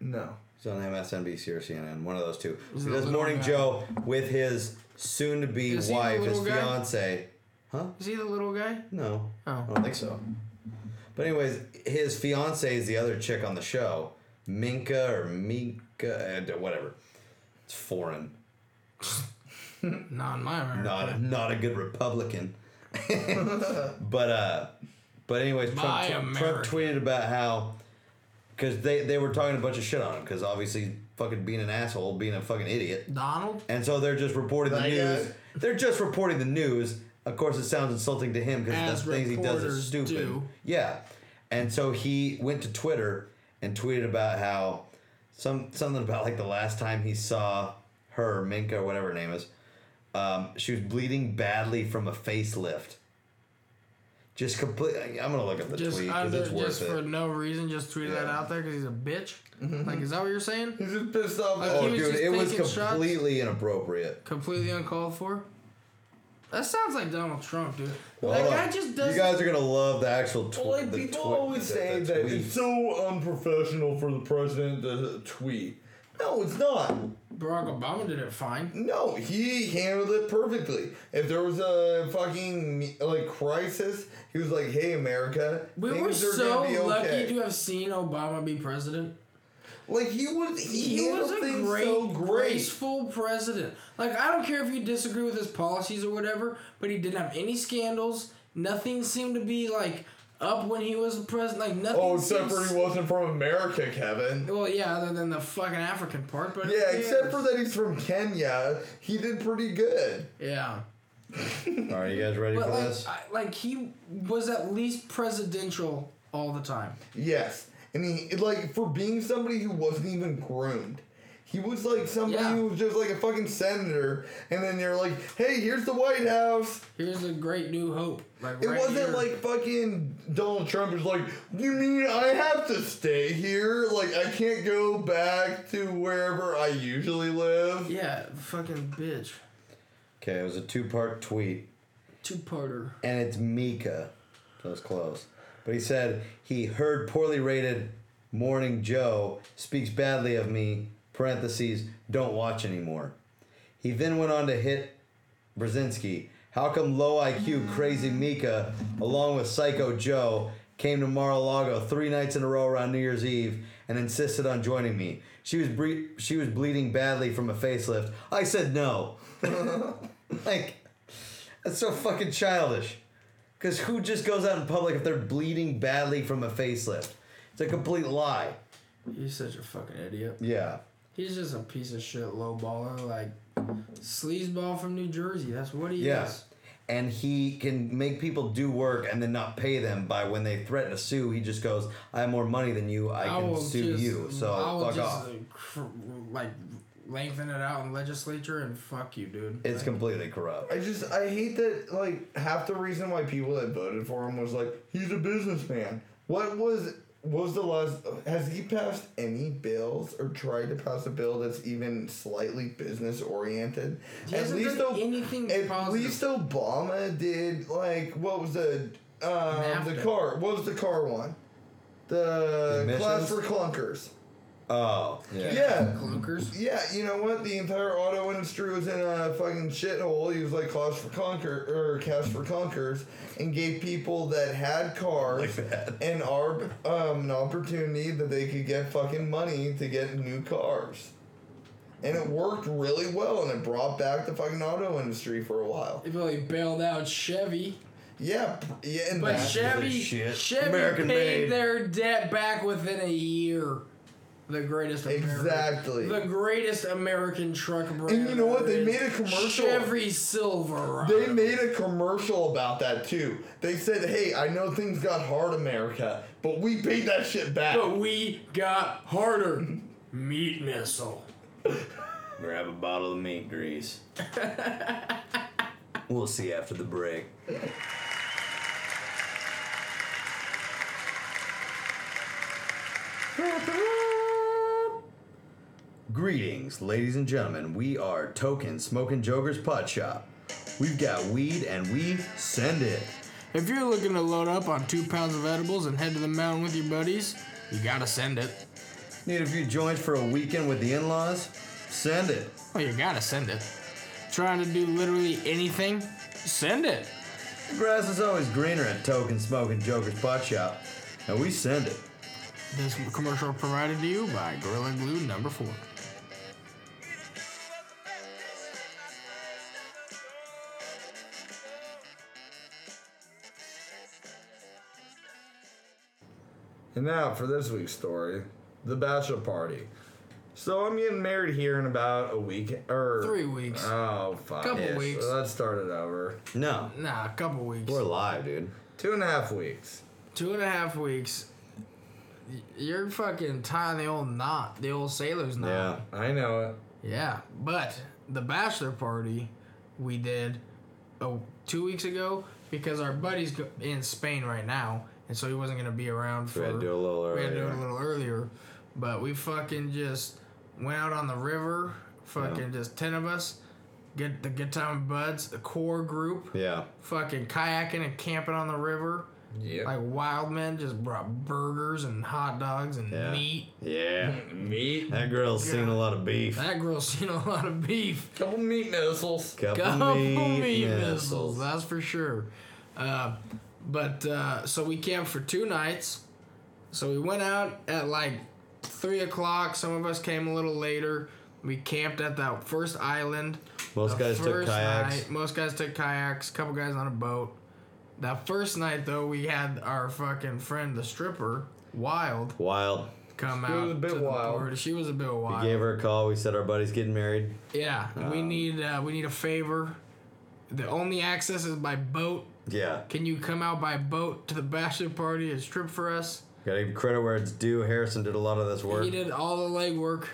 [SPEAKER 4] no.
[SPEAKER 2] He's on MSNBC or CNN, one of those two. So he
[SPEAKER 3] the
[SPEAKER 2] does
[SPEAKER 3] little
[SPEAKER 2] Morning
[SPEAKER 3] guy.
[SPEAKER 2] Joe with his soon-to-be
[SPEAKER 3] Is he the
[SPEAKER 2] wife, his
[SPEAKER 3] little guy?
[SPEAKER 2] fiance.
[SPEAKER 3] Is he the little guy?
[SPEAKER 2] No,
[SPEAKER 3] Oh.
[SPEAKER 2] I don't think so. But anyways, his fiance is the other chick on the show, Minka or Minka, uh, whatever. It's foreign.
[SPEAKER 3] Not in my America.
[SPEAKER 2] Not a, not a good Republican. but uh, but anyways,
[SPEAKER 3] My
[SPEAKER 2] Trump, Trump, Trump
[SPEAKER 3] America.
[SPEAKER 2] tweeted about how because they they were talking a bunch of shit on him because obviously fucking being an asshole, being a fucking idiot.
[SPEAKER 3] Donald?
[SPEAKER 2] And so they're just reporting the
[SPEAKER 12] Like, uh,
[SPEAKER 2] news. They're just reporting the news. Of course, it sounds insulting to him because
[SPEAKER 3] As
[SPEAKER 2] that's things he does is
[SPEAKER 3] reporters
[SPEAKER 2] stupid.
[SPEAKER 3] do.
[SPEAKER 2] Yeah, and so he went to Twitter and tweeted about how some something about like the last time he saw her Minka or whatever her name is. Um, she was bleeding badly from a facelift. Just complete. I'm gonna look up the
[SPEAKER 3] Just
[SPEAKER 2] tweet because
[SPEAKER 3] under,
[SPEAKER 2] it's worth
[SPEAKER 3] just
[SPEAKER 2] it.
[SPEAKER 3] for no reason, just tweeted that
[SPEAKER 2] Yeah. Mm-hmm.
[SPEAKER 3] out there because he's a bitch. Like, is that what you're saying?
[SPEAKER 4] He's just pissed off.
[SPEAKER 3] Like,
[SPEAKER 2] oh,
[SPEAKER 3] he was
[SPEAKER 2] dude,
[SPEAKER 3] just
[SPEAKER 2] it was
[SPEAKER 3] taking shots?
[SPEAKER 2] completely inappropriate.
[SPEAKER 3] Completely uncalled for. That sounds like Donald Trump, dude. that
[SPEAKER 2] Hold
[SPEAKER 3] guy
[SPEAKER 2] on.
[SPEAKER 3] just does.
[SPEAKER 2] You guys are gonna love the actual tweet.
[SPEAKER 4] Well, like people always say that it's so unprofessional for the president to tweet. No, it's not.
[SPEAKER 3] Barack Obama did it fine.
[SPEAKER 4] No, he handled it perfectly. If there was a fucking like crisis, he was like, "Hey, America,
[SPEAKER 3] We were
[SPEAKER 4] things are
[SPEAKER 3] so
[SPEAKER 4] gonna be
[SPEAKER 3] lucky
[SPEAKER 4] okay."
[SPEAKER 3] to have seen Obama be president.
[SPEAKER 4] like he was, he,
[SPEAKER 3] He was
[SPEAKER 4] handled
[SPEAKER 3] a
[SPEAKER 4] things
[SPEAKER 3] great,
[SPEAKER 4] so great.
[SPEAKER 3] graceful president. Like I don't care if you disagree with his policies or whatever, but he didn't have any scandals. Nothing seemed to be like up when he was president. Like nothing.
[SPEAKER 4] Oh, except for
[SPEAKER 3] seems-
[SPEAKER 4] he wasn't from America, Kevin.
[SPEAKER 3] Well, yeah, other than the fucking African part, but
[SPEAKER 4] Yeah, except for that he's from Kenya. He did pretty good.
[SPEAKER 3] yeah.
[SPEAKER 2] All right, you guys ready
[SPEAKER 3] But
[SPEAKER 2] for
[SPEAKER 3] like,
[SPEAKER 2] this?
[SPEAKER 3] I, like he was at least presidential all the time.
[SPEAKER 4] Yes, and he like for being somebody who wasn't even groomed. He was like somebody
[SPEAKER 3] Yeah.
[SPEAKER 4] who was just like a fucking senator, and then you're like, "Hey, here's the White House."
[SPEAKER 3] Here's a great new hope. Like,
[SPEAKER 4] It
[SPEAKER 3] right
[SPEAKER 4] wasn't
[SPEAKER 3] here.
[SPEAKER 4] like fucking Donald Trump is like, you mean I have to stay here? Like I can't go back to wherever I usually live.
[SPEAKER 3] yeah, fucking bitch,
[SPEAKER 2] Okay, it was a two-part tweet,
[SPEAKER 3] two parter.
[SPEAKER 2] and it's Mika. So it's close. But he said he heard poorly rated Morning Joe speaks badly of me. Parentheses don't watch anymore. He then went on to hit Brzezinski. How come low IQ crazy Mika, along with Psycho Joe, came to Mar-a-Lago three nights in a row around New Year's Eve and insisted on joining me? She was bre- she was bleeding badly from a facelift. I said no. like that's so fucking childish. Cause who just goes out in public if they're bleeding badly from a facelift? It's a complete lie.
[SPEAKER 3] He's such a fucking idiot.
[SPEAKER 2] Yeah.
[SPEAKER 3] He's just a piece of shit low baller, like sleazeball from New Jersey. That's what he
[SPEAKER 2] Yeah.
[SPEAKER 3] is.
[SPEAKER 2] And he can make people do work and then not pay them by when they threaten to sue. He just goes, "I have more money than you. I, can sue you." So
[SPEAKER 3] I will
[SPEAKER 2] fuck
[SPEAKER 3] just,
[SPEAKER 2] off.
[SPEAKER 3] uh, cr- Like lengthen it out in legislature and fuck you, dude.
[SPEAKER 2] It's completely corrupt.
[SPEAKER 4] I just I hate that like half the reason why people that voted for him was like he's a businessman. What was what was the last has he passed any bills or tried to pass a bill that's even slightly business oriented?
[SPEAKER 3] He hasn't done anything
[SPEAKER 4] At
[SPEAKER 3] positive.
[SPEAKER 4] least Obama did like what was the um, the
[SPEAKER 3] NAFTA.
[SPEAKER 4] car? What was the car one? The
[SPEAKER 2] The
[SPEAKER 4] class
[SPEAKER 2] emissions?
[SPEAKER 4] for clunkers.
[SPEAKER 2] Oh, yeah.
[SPEAKER 4] Yeah.
[SPEAKER 3] Clunkers.
[SPEAKER 4] Yeah, you know what? The entire auto industry was in a fucking shithole. He was like cash for conquer or cash for conquers, and gave people that had cars an arb, um, an opportunity that they could get fucking money to get new cars, and it worked really well, and it brought back the fucking auto industry for a while.
[SPEAKER 3] They really bailed out Chevy.
[SPEAKER 4] Yeah, p- yeah, and
[SPEAKER 3] But
[SPEAKER 4] that-
[SPEAKER 3] Chevy,
[SPEAKER 2] shit.
[SPEAKER 3] Chevy
[SPEAKER 2] American
[SPEAKER 3] paid
[SPEAKER 2] made.
[SPEAKER 3] their debt back within a year. The greatest American,
[SPEAKER 4] Exactly.
[SPEAKER 3] the greatest American truck brand.
[SPEAKER 4] And you know what?
[SPEAKER 3] there
[SPEAKER 4] They made a
[SPEAKER 3] is.
[SPEAKER 4] commercial.
[SPEAKER 3] Chevy Silverado.
[SPEAKER 4] They made a commercial about that too. They said, "Hey, I know things got hard, America, but we paid that shit back."
[SPEAKER 3] but we got harder. Meat missile.
[SPEAKER 2] Grab a bottle of meat grease. we'll see after the break. Greetings, ladies and gentlemen. We are Token Smoking Joker's Pot Shop. We've got weed and we send it.
[SPEAKER 3] If you're looking to load up on two pounds of edibles and head to the mountain with your buddies, you gotta send it.
[SPEAKER 2] Need a few joints for a weekend with the in-laws? Send it.
[SPEAKER 3] Oh, you gotta send it. Trying to do literally anything? Send it.
[SPEAKER 2] The grass is always greener at Token Smoking Joker's Pot Shop, and we send it.
[SPEAKER 3] This commercial provided to you by Gorilla Glue number four.
[SPEAKER 4] And now for this week's story, the bachelor party. So I'm getting married here in about a week or
[SPEAKER 3] Three weeks.
[SPEAKER 4] Oh, fuck.
[SPEAKER 3] Couple
[SPEAKER 4] Ish.
[SPEAKER 3] weeks.
[SPEAKER 4] Let's start it over.
[SPEAKER 2] No,
[SPEAKER 3] Nah, a couple weeks.
[SPEAKER 2] we're live, dude.
[SPEAKER 4] Two and a half weeks.
[SPEAKER 3] Two and a half weeks. Y- You're fucking tying the old knot, the old sailor's knot.
[SPEAKER 2] Yeah.
[SPEAKER 4] I know it.
[SPEAKER 3] Yeah, but the bachelor party we did oh, two weeks ago because our buddy's go- in Spain right now, and so he wasn't gonna be around for.
[SPEAKER 2] We had to do a little
[SPEAKER 3] we had to do it a
[SPEAKER 2] earlier.
[SPEAKER 3] little earlier, but we fucking just went out on the river. Fucking just ten of us. Good the good time buds, the core group.
[SPEAKER 2] Yeah.
[SPEAKER 3] Fucking kayaking and camping on the river.
[SPEAKER 4] Yeah.
[SPEAKER 3] Like wild men just brought burgers and hot dogs and
[SPEAKER 2] Yeah.
[SPEAKER 3] meat.
[SPEAKER 2] Yeah.
[SPEAKER 4] meat.
[SPEAKER 2] That girl's seen a lot of beef.
[SPEAKER 3] That girl's seen a lot of beef.
[SPEAKER 4] Couple meat missiles.
[SPEAKER 2] Couple,
[SPEAKER 3] Couple
[SPEAKER 2] meat,
[SPEAKER 3] meat missiles,
[SPEAKER 2] missiles.
[SPEAKER 3] that's for sure. Uh, but uh, so we camped for two nights. So we went out at like three o'clock. Some of us came a little later. We camped at that first island.
[SPEAKER 2] Most
[SPEAKER 3] The
[SPEAKER 2] guys took
[SPEAKER 3] first
[SPEAKER 2] kayaks.
[SPEAKER 3] night- most guys took kayaks. A couple guys on a boat. That first night though, we had our fucking friend the stripper Wild
[SPEAKER 2] Wild.
[SPEAKER 3] come
[SPEAKER 4] She
[SPEAKER 3] out.
[SPEAKER 4] was a bit
[SPEAKER 3] to the
[SPEAKER 4] wild.
[SPEAKER 3] board. She was a bit wild.
[SPEAKER 2] Gave her a call. We said our buddy's getting married.
[SPEAKER 3] Yeah, we need uh, we need a favor. The only access is by boat.
[SPEAKER 2] Yeah.
[SPEAKER 3] Can you come out by boat to the bachelor party and strip for us?
[SPEAKER 2] Gotta give credit where it's due. Harrison did a lot of this work.
[SPEAKER 3] He did all the legwork.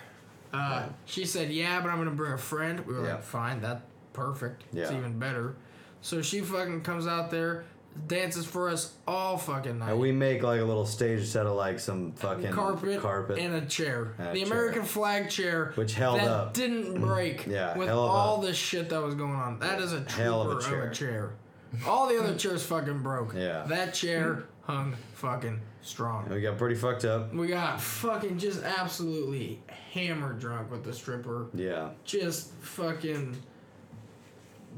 [SPEAKER 3] Uh, She said, "Yeah, but I'm gonna bring a friend." We were
[SPEAKER 4] Yeah.
[SPEAKER 3] like, "Fine, that's perfect. It's
[SPEAKER 2] Yeah.
[SPEAKER 3] even better." So she fucking comes out there, dances for us all fucking night.
[SPEAKER 2] And we make like a little stage set of like some fucking
[SPEAKER 3] carpet,
[SPEAKER 2] carpet.
[SPEAKER 3] and a chair.
[SPEAKER 2] And a
[SPEAKER 3] the
[SPEAKER 2] chair.
[SPEAKER 3] American flag chair,
[SPEAKER 2] Which held
[SPEAKER 3] that
[SPEAKER 2] up.
[SPEAKER 3] didn't break.
[SPEAKER 2] Yeah,
[SPEAKER 3] with
[SPEAKER 2] hell of a-
[SPEAKER 3] all the shit that was going on, that is a trooper
[SPEAKER 2] Hell of a
[SPEAKER 3] of a chair.
[SPEAKER 2] chair.
[SPEAKER 3] All the other chairs fucking broke.
[SPEAKER 2] Yeah.
[SPEAKER 3] that chair hung fucking strong.
[SPEAKER 2] we got pretty fucked up.
[SPEAKER 3] We got fucking just absolutely hammered drunk with the stripper.
[SPEAKER 2] Yeah.
[SPEAKER 3] Just fucking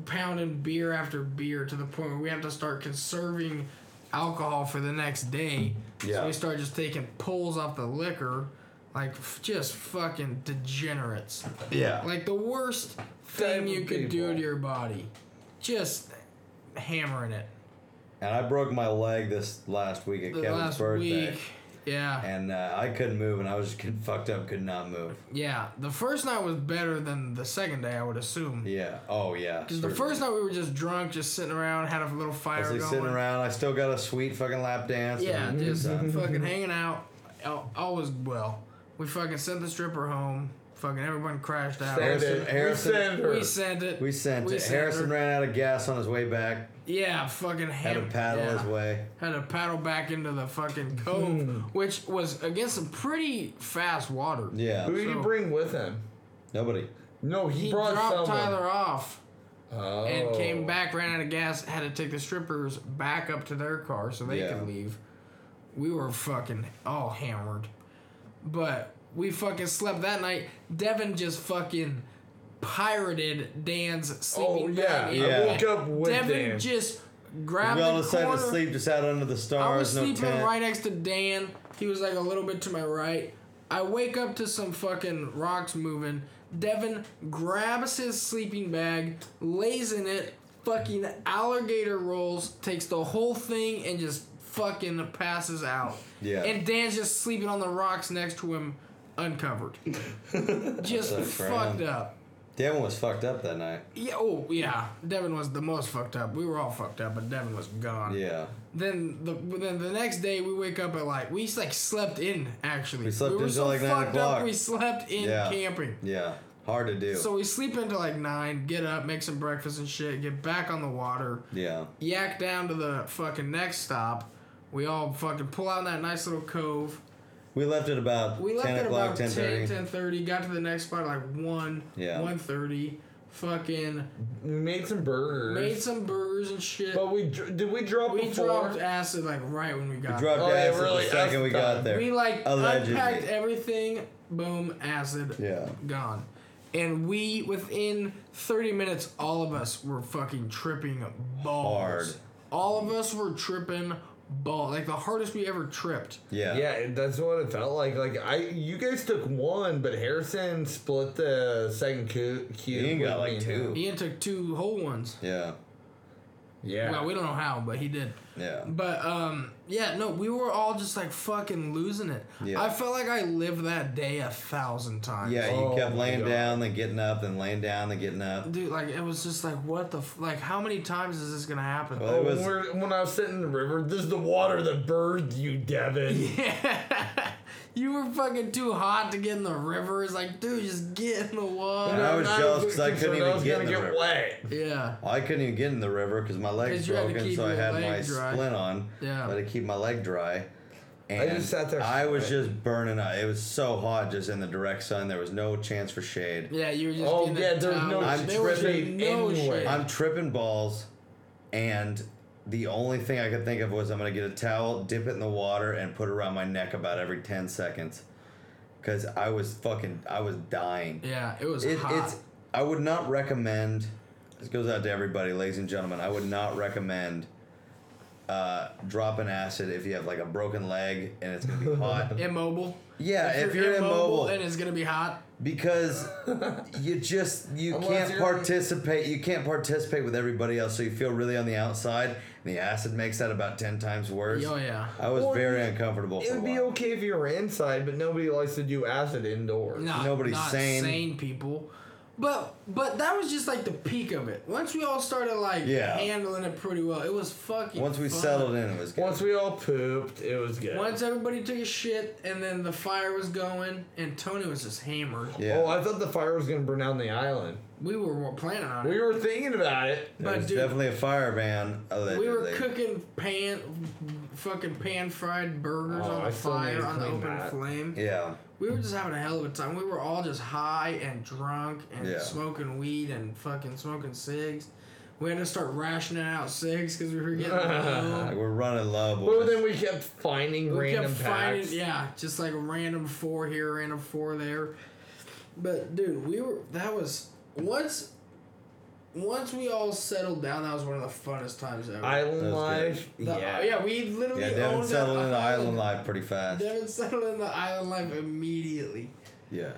[SPEAKER 3] pounding beer after beer to the point where we have to start conserving alcohol for the next day. So
[SPEAKER 2] Yeah.
[SPEAKER 3] we start just taking pulls off the liquor, like f- just fucking degenerates.
[SPEAKER 2] Yeah.
[SPEAKER 3] Like the worst thing
[SPEAKER 4] of
[SPEAKER 3] you could do
[SPEAKER 4] people.
[SPEAKER 3] to your body. Just hammering it.
[SPEAKER 2] and I broke my leg this last week at
[SPEAKER 3] The
[SPEAKER 2] Kevin's
[SPEAKER 3] last
[SPEAKER 2] birthday.
[SPEAKER 3] week. Yeah.
[SPEAKER 2] And uh, I couldn't move, and I was just getting fucked up, could not move.
[SPEAKER 3] Yeah, the first night was better than the second day, I would assume.
[SPEAKER 2] Yeah. Oh, yeah.
[SPEAKER 3] Because the
[SPEAKER 2] certainly.
[SPEAKER 3] first night we were just drunk, just sitting around, had a little fire
[SPEAKER 2] I was like,
[SPEAKER 3] going.
[SPEAKER 2] sitting around. I still got a sweet fucking lap dance. Mm-hmm.
[SPEAKER 3] Yeah,
[SPEAKER 2] and-
[SPEAKER 3] just
[SPEAKER 2] Yeah.
[SPEAKER 3] fucking hanging out. All, all was well. We fucking sent the stripper home. Fucking everyone crashed out.
[SPEAKER 4] Send
[SPEAKER 2] Harrison-
[SPEAKER 4] it.
[SPEAKER 2] Harrison-
[SPEAKER 4] We send her.
[SPEAKER 3] We sent it.
[SPEAKER 2] We sent it.
[SPEAKER 3] sent
[SPEAKER 2] Harrison
[SPEAKER 3] her.
[SPEAKER 2] ran out of gas on his way back.
[SPEAKER 3] Yeah, fucking
[SPEAKER 2] Had
[SPEAKER 3] ham-
[SPEAKER 2] to paddle
[SPEAKER 3] yeah.
[SPEAKER 2] his way. Hmm.
[SPEAKER 3] Had to paddle back into the fucking cove, which was against some pretty fast water.
[SPEAKER 2] Yeah.
[SPEAKER 4] Who did
[SPEAKER 3] So-
[SPEAKER 4] he bring with him?
[SPEAKER 2] Nobody.
[SPEAKER 4] No, he,
[SPEAKER 3] He
[SPEAKER 4] brought
[SPEAKER 3] dropped
[SPEAKER 4] someone.
[SPEAKER 3] Tyler off.
[SPEAKER 4] Oh.
[SPEAKER 3] and came back, ran out of gas, had to take the strippers back up to their car so they
[SPEAKER 2] Yeah.
[SPEAKER 3] could leave. We were fucking all hammered. But we fucking slept that night. Devin just fucking pirated Dan's sleeping
[SPEAKER 4] Oh yeah,
[SPEAKER 3] bag.
[SPEAKER 2] Yeah.
[SPEAKER 4] I woke up with
[SPEAKER 3] Devin
[SPEAKER 4] him.
[SPEAKER 3] just
[SPEAKER 2] We
[SPEAKER 3] grabbed
[SPEAKER 2] all
[SPEAKER 3] the
[SPEAKER 2] decided
[SPEAKER 3] corner.
[SPEAKER 2] to sleep just out under the stars.
[SPEAKER 3] I was
[SPEAKER 2] no
[SPEAKER 3] sleeping
[SPEAKER 2] tent.
[SPEAKER 3] right next to Dan. He was like a little bit to my right. I wake up to some fucking rocks moving. Devin grabs his sleeping bag, lays in it, fucking alligator rolls, takes the whole thing, and just fucking passes out.
[SPEAKER 2] Yeah.
[SPEAKER 3] And Dan's just sleeping on the rocks next to him, uncovered. just
[SPEAKER 2] That's for
[SPEAKER 3] fucked
[SPEAKER 2] him.
[SPEAKER 3] up.
[SPEAKER 2] Devin was fucked up that night.
[SPEAKER 3] Yeah, oh, yeah. Devin was the most fucked up. We were all fucked up, but Devin was gone
[SPEAKER 2] Yeah.
[SPEAKER 3] then the then the next day we wake up at like we like slept in actually.
[SPEAKER 2] We slept
[SPEAKER 3] were
[SPEAKER 2] in till, like, nine
[SPEAKER 3] fucked up,
[SPEAKER 2] o'clock.
[SPEAKER 3] We slept in
[SPEAKER 2] Yeah.
[SPEAKER 3] camping.
[SPEAKER 2] Yeah. Hard to do.
[SPEAKER 3] So we sleep into like nine, get up, make some breakfast and shit, get back on the water,
[SPEAKER 2] yeah.
[SPEAKER 3] yak down to the fucking next stop. We all fucking pull out in that nice little cove.
[SPEAKER 2] We left at about
[SPEAKER 3] We left
[SPEAKER 2] 10
[SPEAKER 3] at
[SPEAKER 2] o'clock,
[SPEAKER 3] about
[SPEAKER 2] 10
[SPEAKER 3] 10, 10.30, got to the next spot at like 1,
[SPEAKER 2] Yeah.
[SPEAKER 3] 1.30. Fucking
[SPEAKER 4] We made some burgers.
[SPEAKER 3] made some burgers and shit.
[SPEAKER 4] but we dr- did we drop
[SPEAKER 3] we
[SPEAKER 4] before?
[SPEAKER 3] dropped acid like right when we got.
[SPEAKER 2] Dropped
[SPEAKER 4] Oh, yeah,
[SPEAKER 2] acid
[SPEAKER 4] really,
[SPEAKER 2] the second we
[SPEAKER 4] acid
[SPEAKER 2] got
[SPEAKER 4] time.
[SPEAKER 2] there.
[SPEAKER 3] We like
[SPEAKER 2] Allegedly.
[SPEAKER 3] unpacked everything. Boom, acid.
[SPEAKER 2] Yeah.
[SPEAKER 3] Gone. And we within 30 minutes, all of us were fucking tripping balls.
[SPEAKER 2] Hard.
[SPEAKER 3] All of us were tripping balls. Like the hardest we ever tripped.
[SPEAKER 2] Yeah.
[SPEAKER 4] Yeah, that's what it felt like. Like I, you guys took one, but Harrison split the second cu- cube.
[SPEAKER 2] Ian got,
[SPEAKER 4] with
[SPEAKER 2] like,
[SPEAKER 4] me.
[SPEAKER 2] two.
[SPEAKER 3] Ian took two whole ones.
[SPEAKER 2] Yeah.
[SPEAKER 4] Yeah.
[SPEAKER 3] Well, we don't know how, but he did.
[SPEAKER 2] Yeah.
[SPEAKER 3] But um, yeah, no, we were all just like fucking losing it.
[SPEAKER 2] Yeah.
[SPEAKER 3] I felt like I lived that day a thousand times.
[SPEAKER 2] Yeah, you
[SPEAKER 4] Oh
[SPEAKER 2] kept
[SPEAKER 4] my
[SPEAKER 2] laying
[SPEAKER 4] God.
[SPEAKER 2] down, then getting up, then laying down, then getting up.
[SPEAKER 3] Dude, like it was just like what the f- like how many times is this gonna happen?
[SPEAKER 2] Well,
[SPEAKER 4] Oh,
[SPEAKER 2] it was-
[SPEAKER 4] when, we're- when I was sitting in the river, this is the water that burned you, Devin.
[SPEAKER 3] you were fucking too hot to get in the river. It's like, dude, just get in the
[SPEAKER 2] And I
[SPEAKER 3] water.
[SPEAKER 2] was jealous 'cause I couldn't
[SPEAKER 4] concerned
[SPEAKER 2] even
[SPEAKER 4] was
[SPEAKER 2] get
[SPEAKER 4] gonna
[SPEAKER 2] in the river.
[SPEAKER 4] wet.
[SPEAKER 3] Yeah.
[SPEAKER 2] I couldn't even get in the river because my leg's
[SPEAKER 3] 'Cause you had to
[SPEAKER 2] broken,
[SPEAKER 3] keep
[SPEAKER 2] so I
[SPEAKER 3] your
[SPEAKER 2] had
[SPEAKER 3] leg
[SPEAKER 2] my
[SPEAKER 3] dry.
[SPEAKER 2] splint on.
[SPEAKER 3] Yeah.
[SPEAKER 2] But to keep my leg dry. And
[SPEAKER 4] just sat there
[SPEAKER 2] I was
[SPEAKER 4] sweating.
[SPEAKER 2] just burning up. It was so hot just in the direct sun. There was no chance for shade.
[SPEAKER 3] Yeah, you were just
[SPEAKER 4] Oh,
[SPEAKER 3] getting
[SPEAKER 4] yeah,
[SPEAKER 3] that
[SPEAKER 4] there's
[SPEAKER 3] towel.
[SPEAKER 4] no
[SPEAKER 3] there was
[SPEAKER 4] dripping
[SPEAKER 3] no
[SPEAKER 4] anywhere.
[SPEAKER 3] shade.
[SPEAKER 2] I'm tripping balls, and the only thing I could think of was I'm gonna get a towel, dip it in the water, and put it around my neck about every ten seconds, because I was fucking, I was dying.
[SPEAKER 3] Yeah, it was
[SPEAKER 2] It,
[SPEAKER 3] hot.
[SPEAKER 2] it's, I would not recommend. This goes out to everybody, ladies and gentlemen. I would not recommend uh, dropping acid if you have like a broken leg and it's gonna be hot.
[SPEAKER 3] immobile.
[SPEAKER 2] yeah, if, you're, immobile,
[SPEAKER 3] and it's gonna be hot.
[SPEAKER 2] because you just you
[SPEAKER 4] Unless
[SPEAKER 2] can't
[SPEAKER 4] you're-
[SPEAKER 2] participate you can't participate with everybody else so you feel really on the outside and the acid makes that about 10 times worse
[SPEAKER 3] Oh yeah.
[SPEAKER 2] i was
[SPEAKER 4] Or
[SPEAKER 2] very
[SPEAKER 4] it-
[SPEAKER 2] uncomfortable
[SPEAKER 4] It
[SPEAKER 2] for a
[SPEAKER 4] would be
[SPEAKER 2] while.
[SPEAKER 4] okay if you were inside, but nobody likes to do acid indoors.
[SPEAKER 3] Not,
[SPEAKER 2] Nobody's
[SPEAKER 3] not
[SPEAKER 2] sane.
[SPEAKER 3] people. But but that was just like the peak of it. Once we all started like
[SPEAKER 2] Yeah.
[SPEAKER 3] handling it pretty well, it was fucking.
[SPEAKER 2] once we
[SPEAKER 3] fun.
[SPEAKER 2] settled in it was good
[SPEAKER 4] Once we all pooped, it was good.
[SPEAKER 3] Once everybody took a shit, and then the fire was going, and Tony was just hammered.
[SPEAKER 2] yeah
[SPEAKER 4] Oh, I thought the fire was gonna burn down the island.
[SPEAKER 3] We were, were planning on it,
[SPEAKER 4] We were thinking about it.
[SPEAKER 2] there
[SPEAKER 3] but
[SPEAKER 2] was
[SPEAKER 3] dude,
[SPEAKER 2] definitely a fire ban allegedly.
[SPEAKER 3] we were cooking pan, fucking pan fried burgers
[SPEAKER 4] Oh,
[SPEAKER 3] on
[SPEAKER 4] I
[SPEAKER 3] a
[SPEAKER 4] still need
[SPEAKER 3] fire
[SPEAKER 4] to
[SPEAKER 3] on the
[SPEAKER 4] clean
[SPEAKER 3] open
[SPEAKER 4] that.
[SPEAKER 3] flame.
[SPEAKER 2] yeah
[SPEAKER 3] We were just having a hell of a time. We were all just high and drunk and
[SPEAKER 2] Yeah.
[SPEAKER 3] smoking weed and fucking smoking cigs. We had to start rationing out cigs because we were getting low.
[SPEAKER 2] like we're running low
[SPEAKER 4] But
[SPEAKER 2] boys.
[SPEAKER 4] then we kept finding
[SPEAKER 3] We
[SPEAKER 4] random
[SPEAKER 3] kept finding,
[SPEAKER 4] packs.
[SPEAKER 3] yeah, just like random four here, random four there. But dude, we were that was once. Once we all settled down, that was one of the funnest times ever.
[SPEAKER 4] Island
[SPEAKER 2] That was
[SPEAKER 4] life. Oh,
[SPEAKER 3] The- oh,
[SPEAKER 4] Yeah.
[SPEAKER 3] yeah, we literally
[SPEAKER 2] yeah devin
[SPEAKER 3] owned
[SPEAKER 2] settled
[SPEAKER 3] that
[SPEAKER 2] in the island life pretty fast
[SPEAKER 3] Devin settled in the island life immediately.
[SPEAKER 2] yeah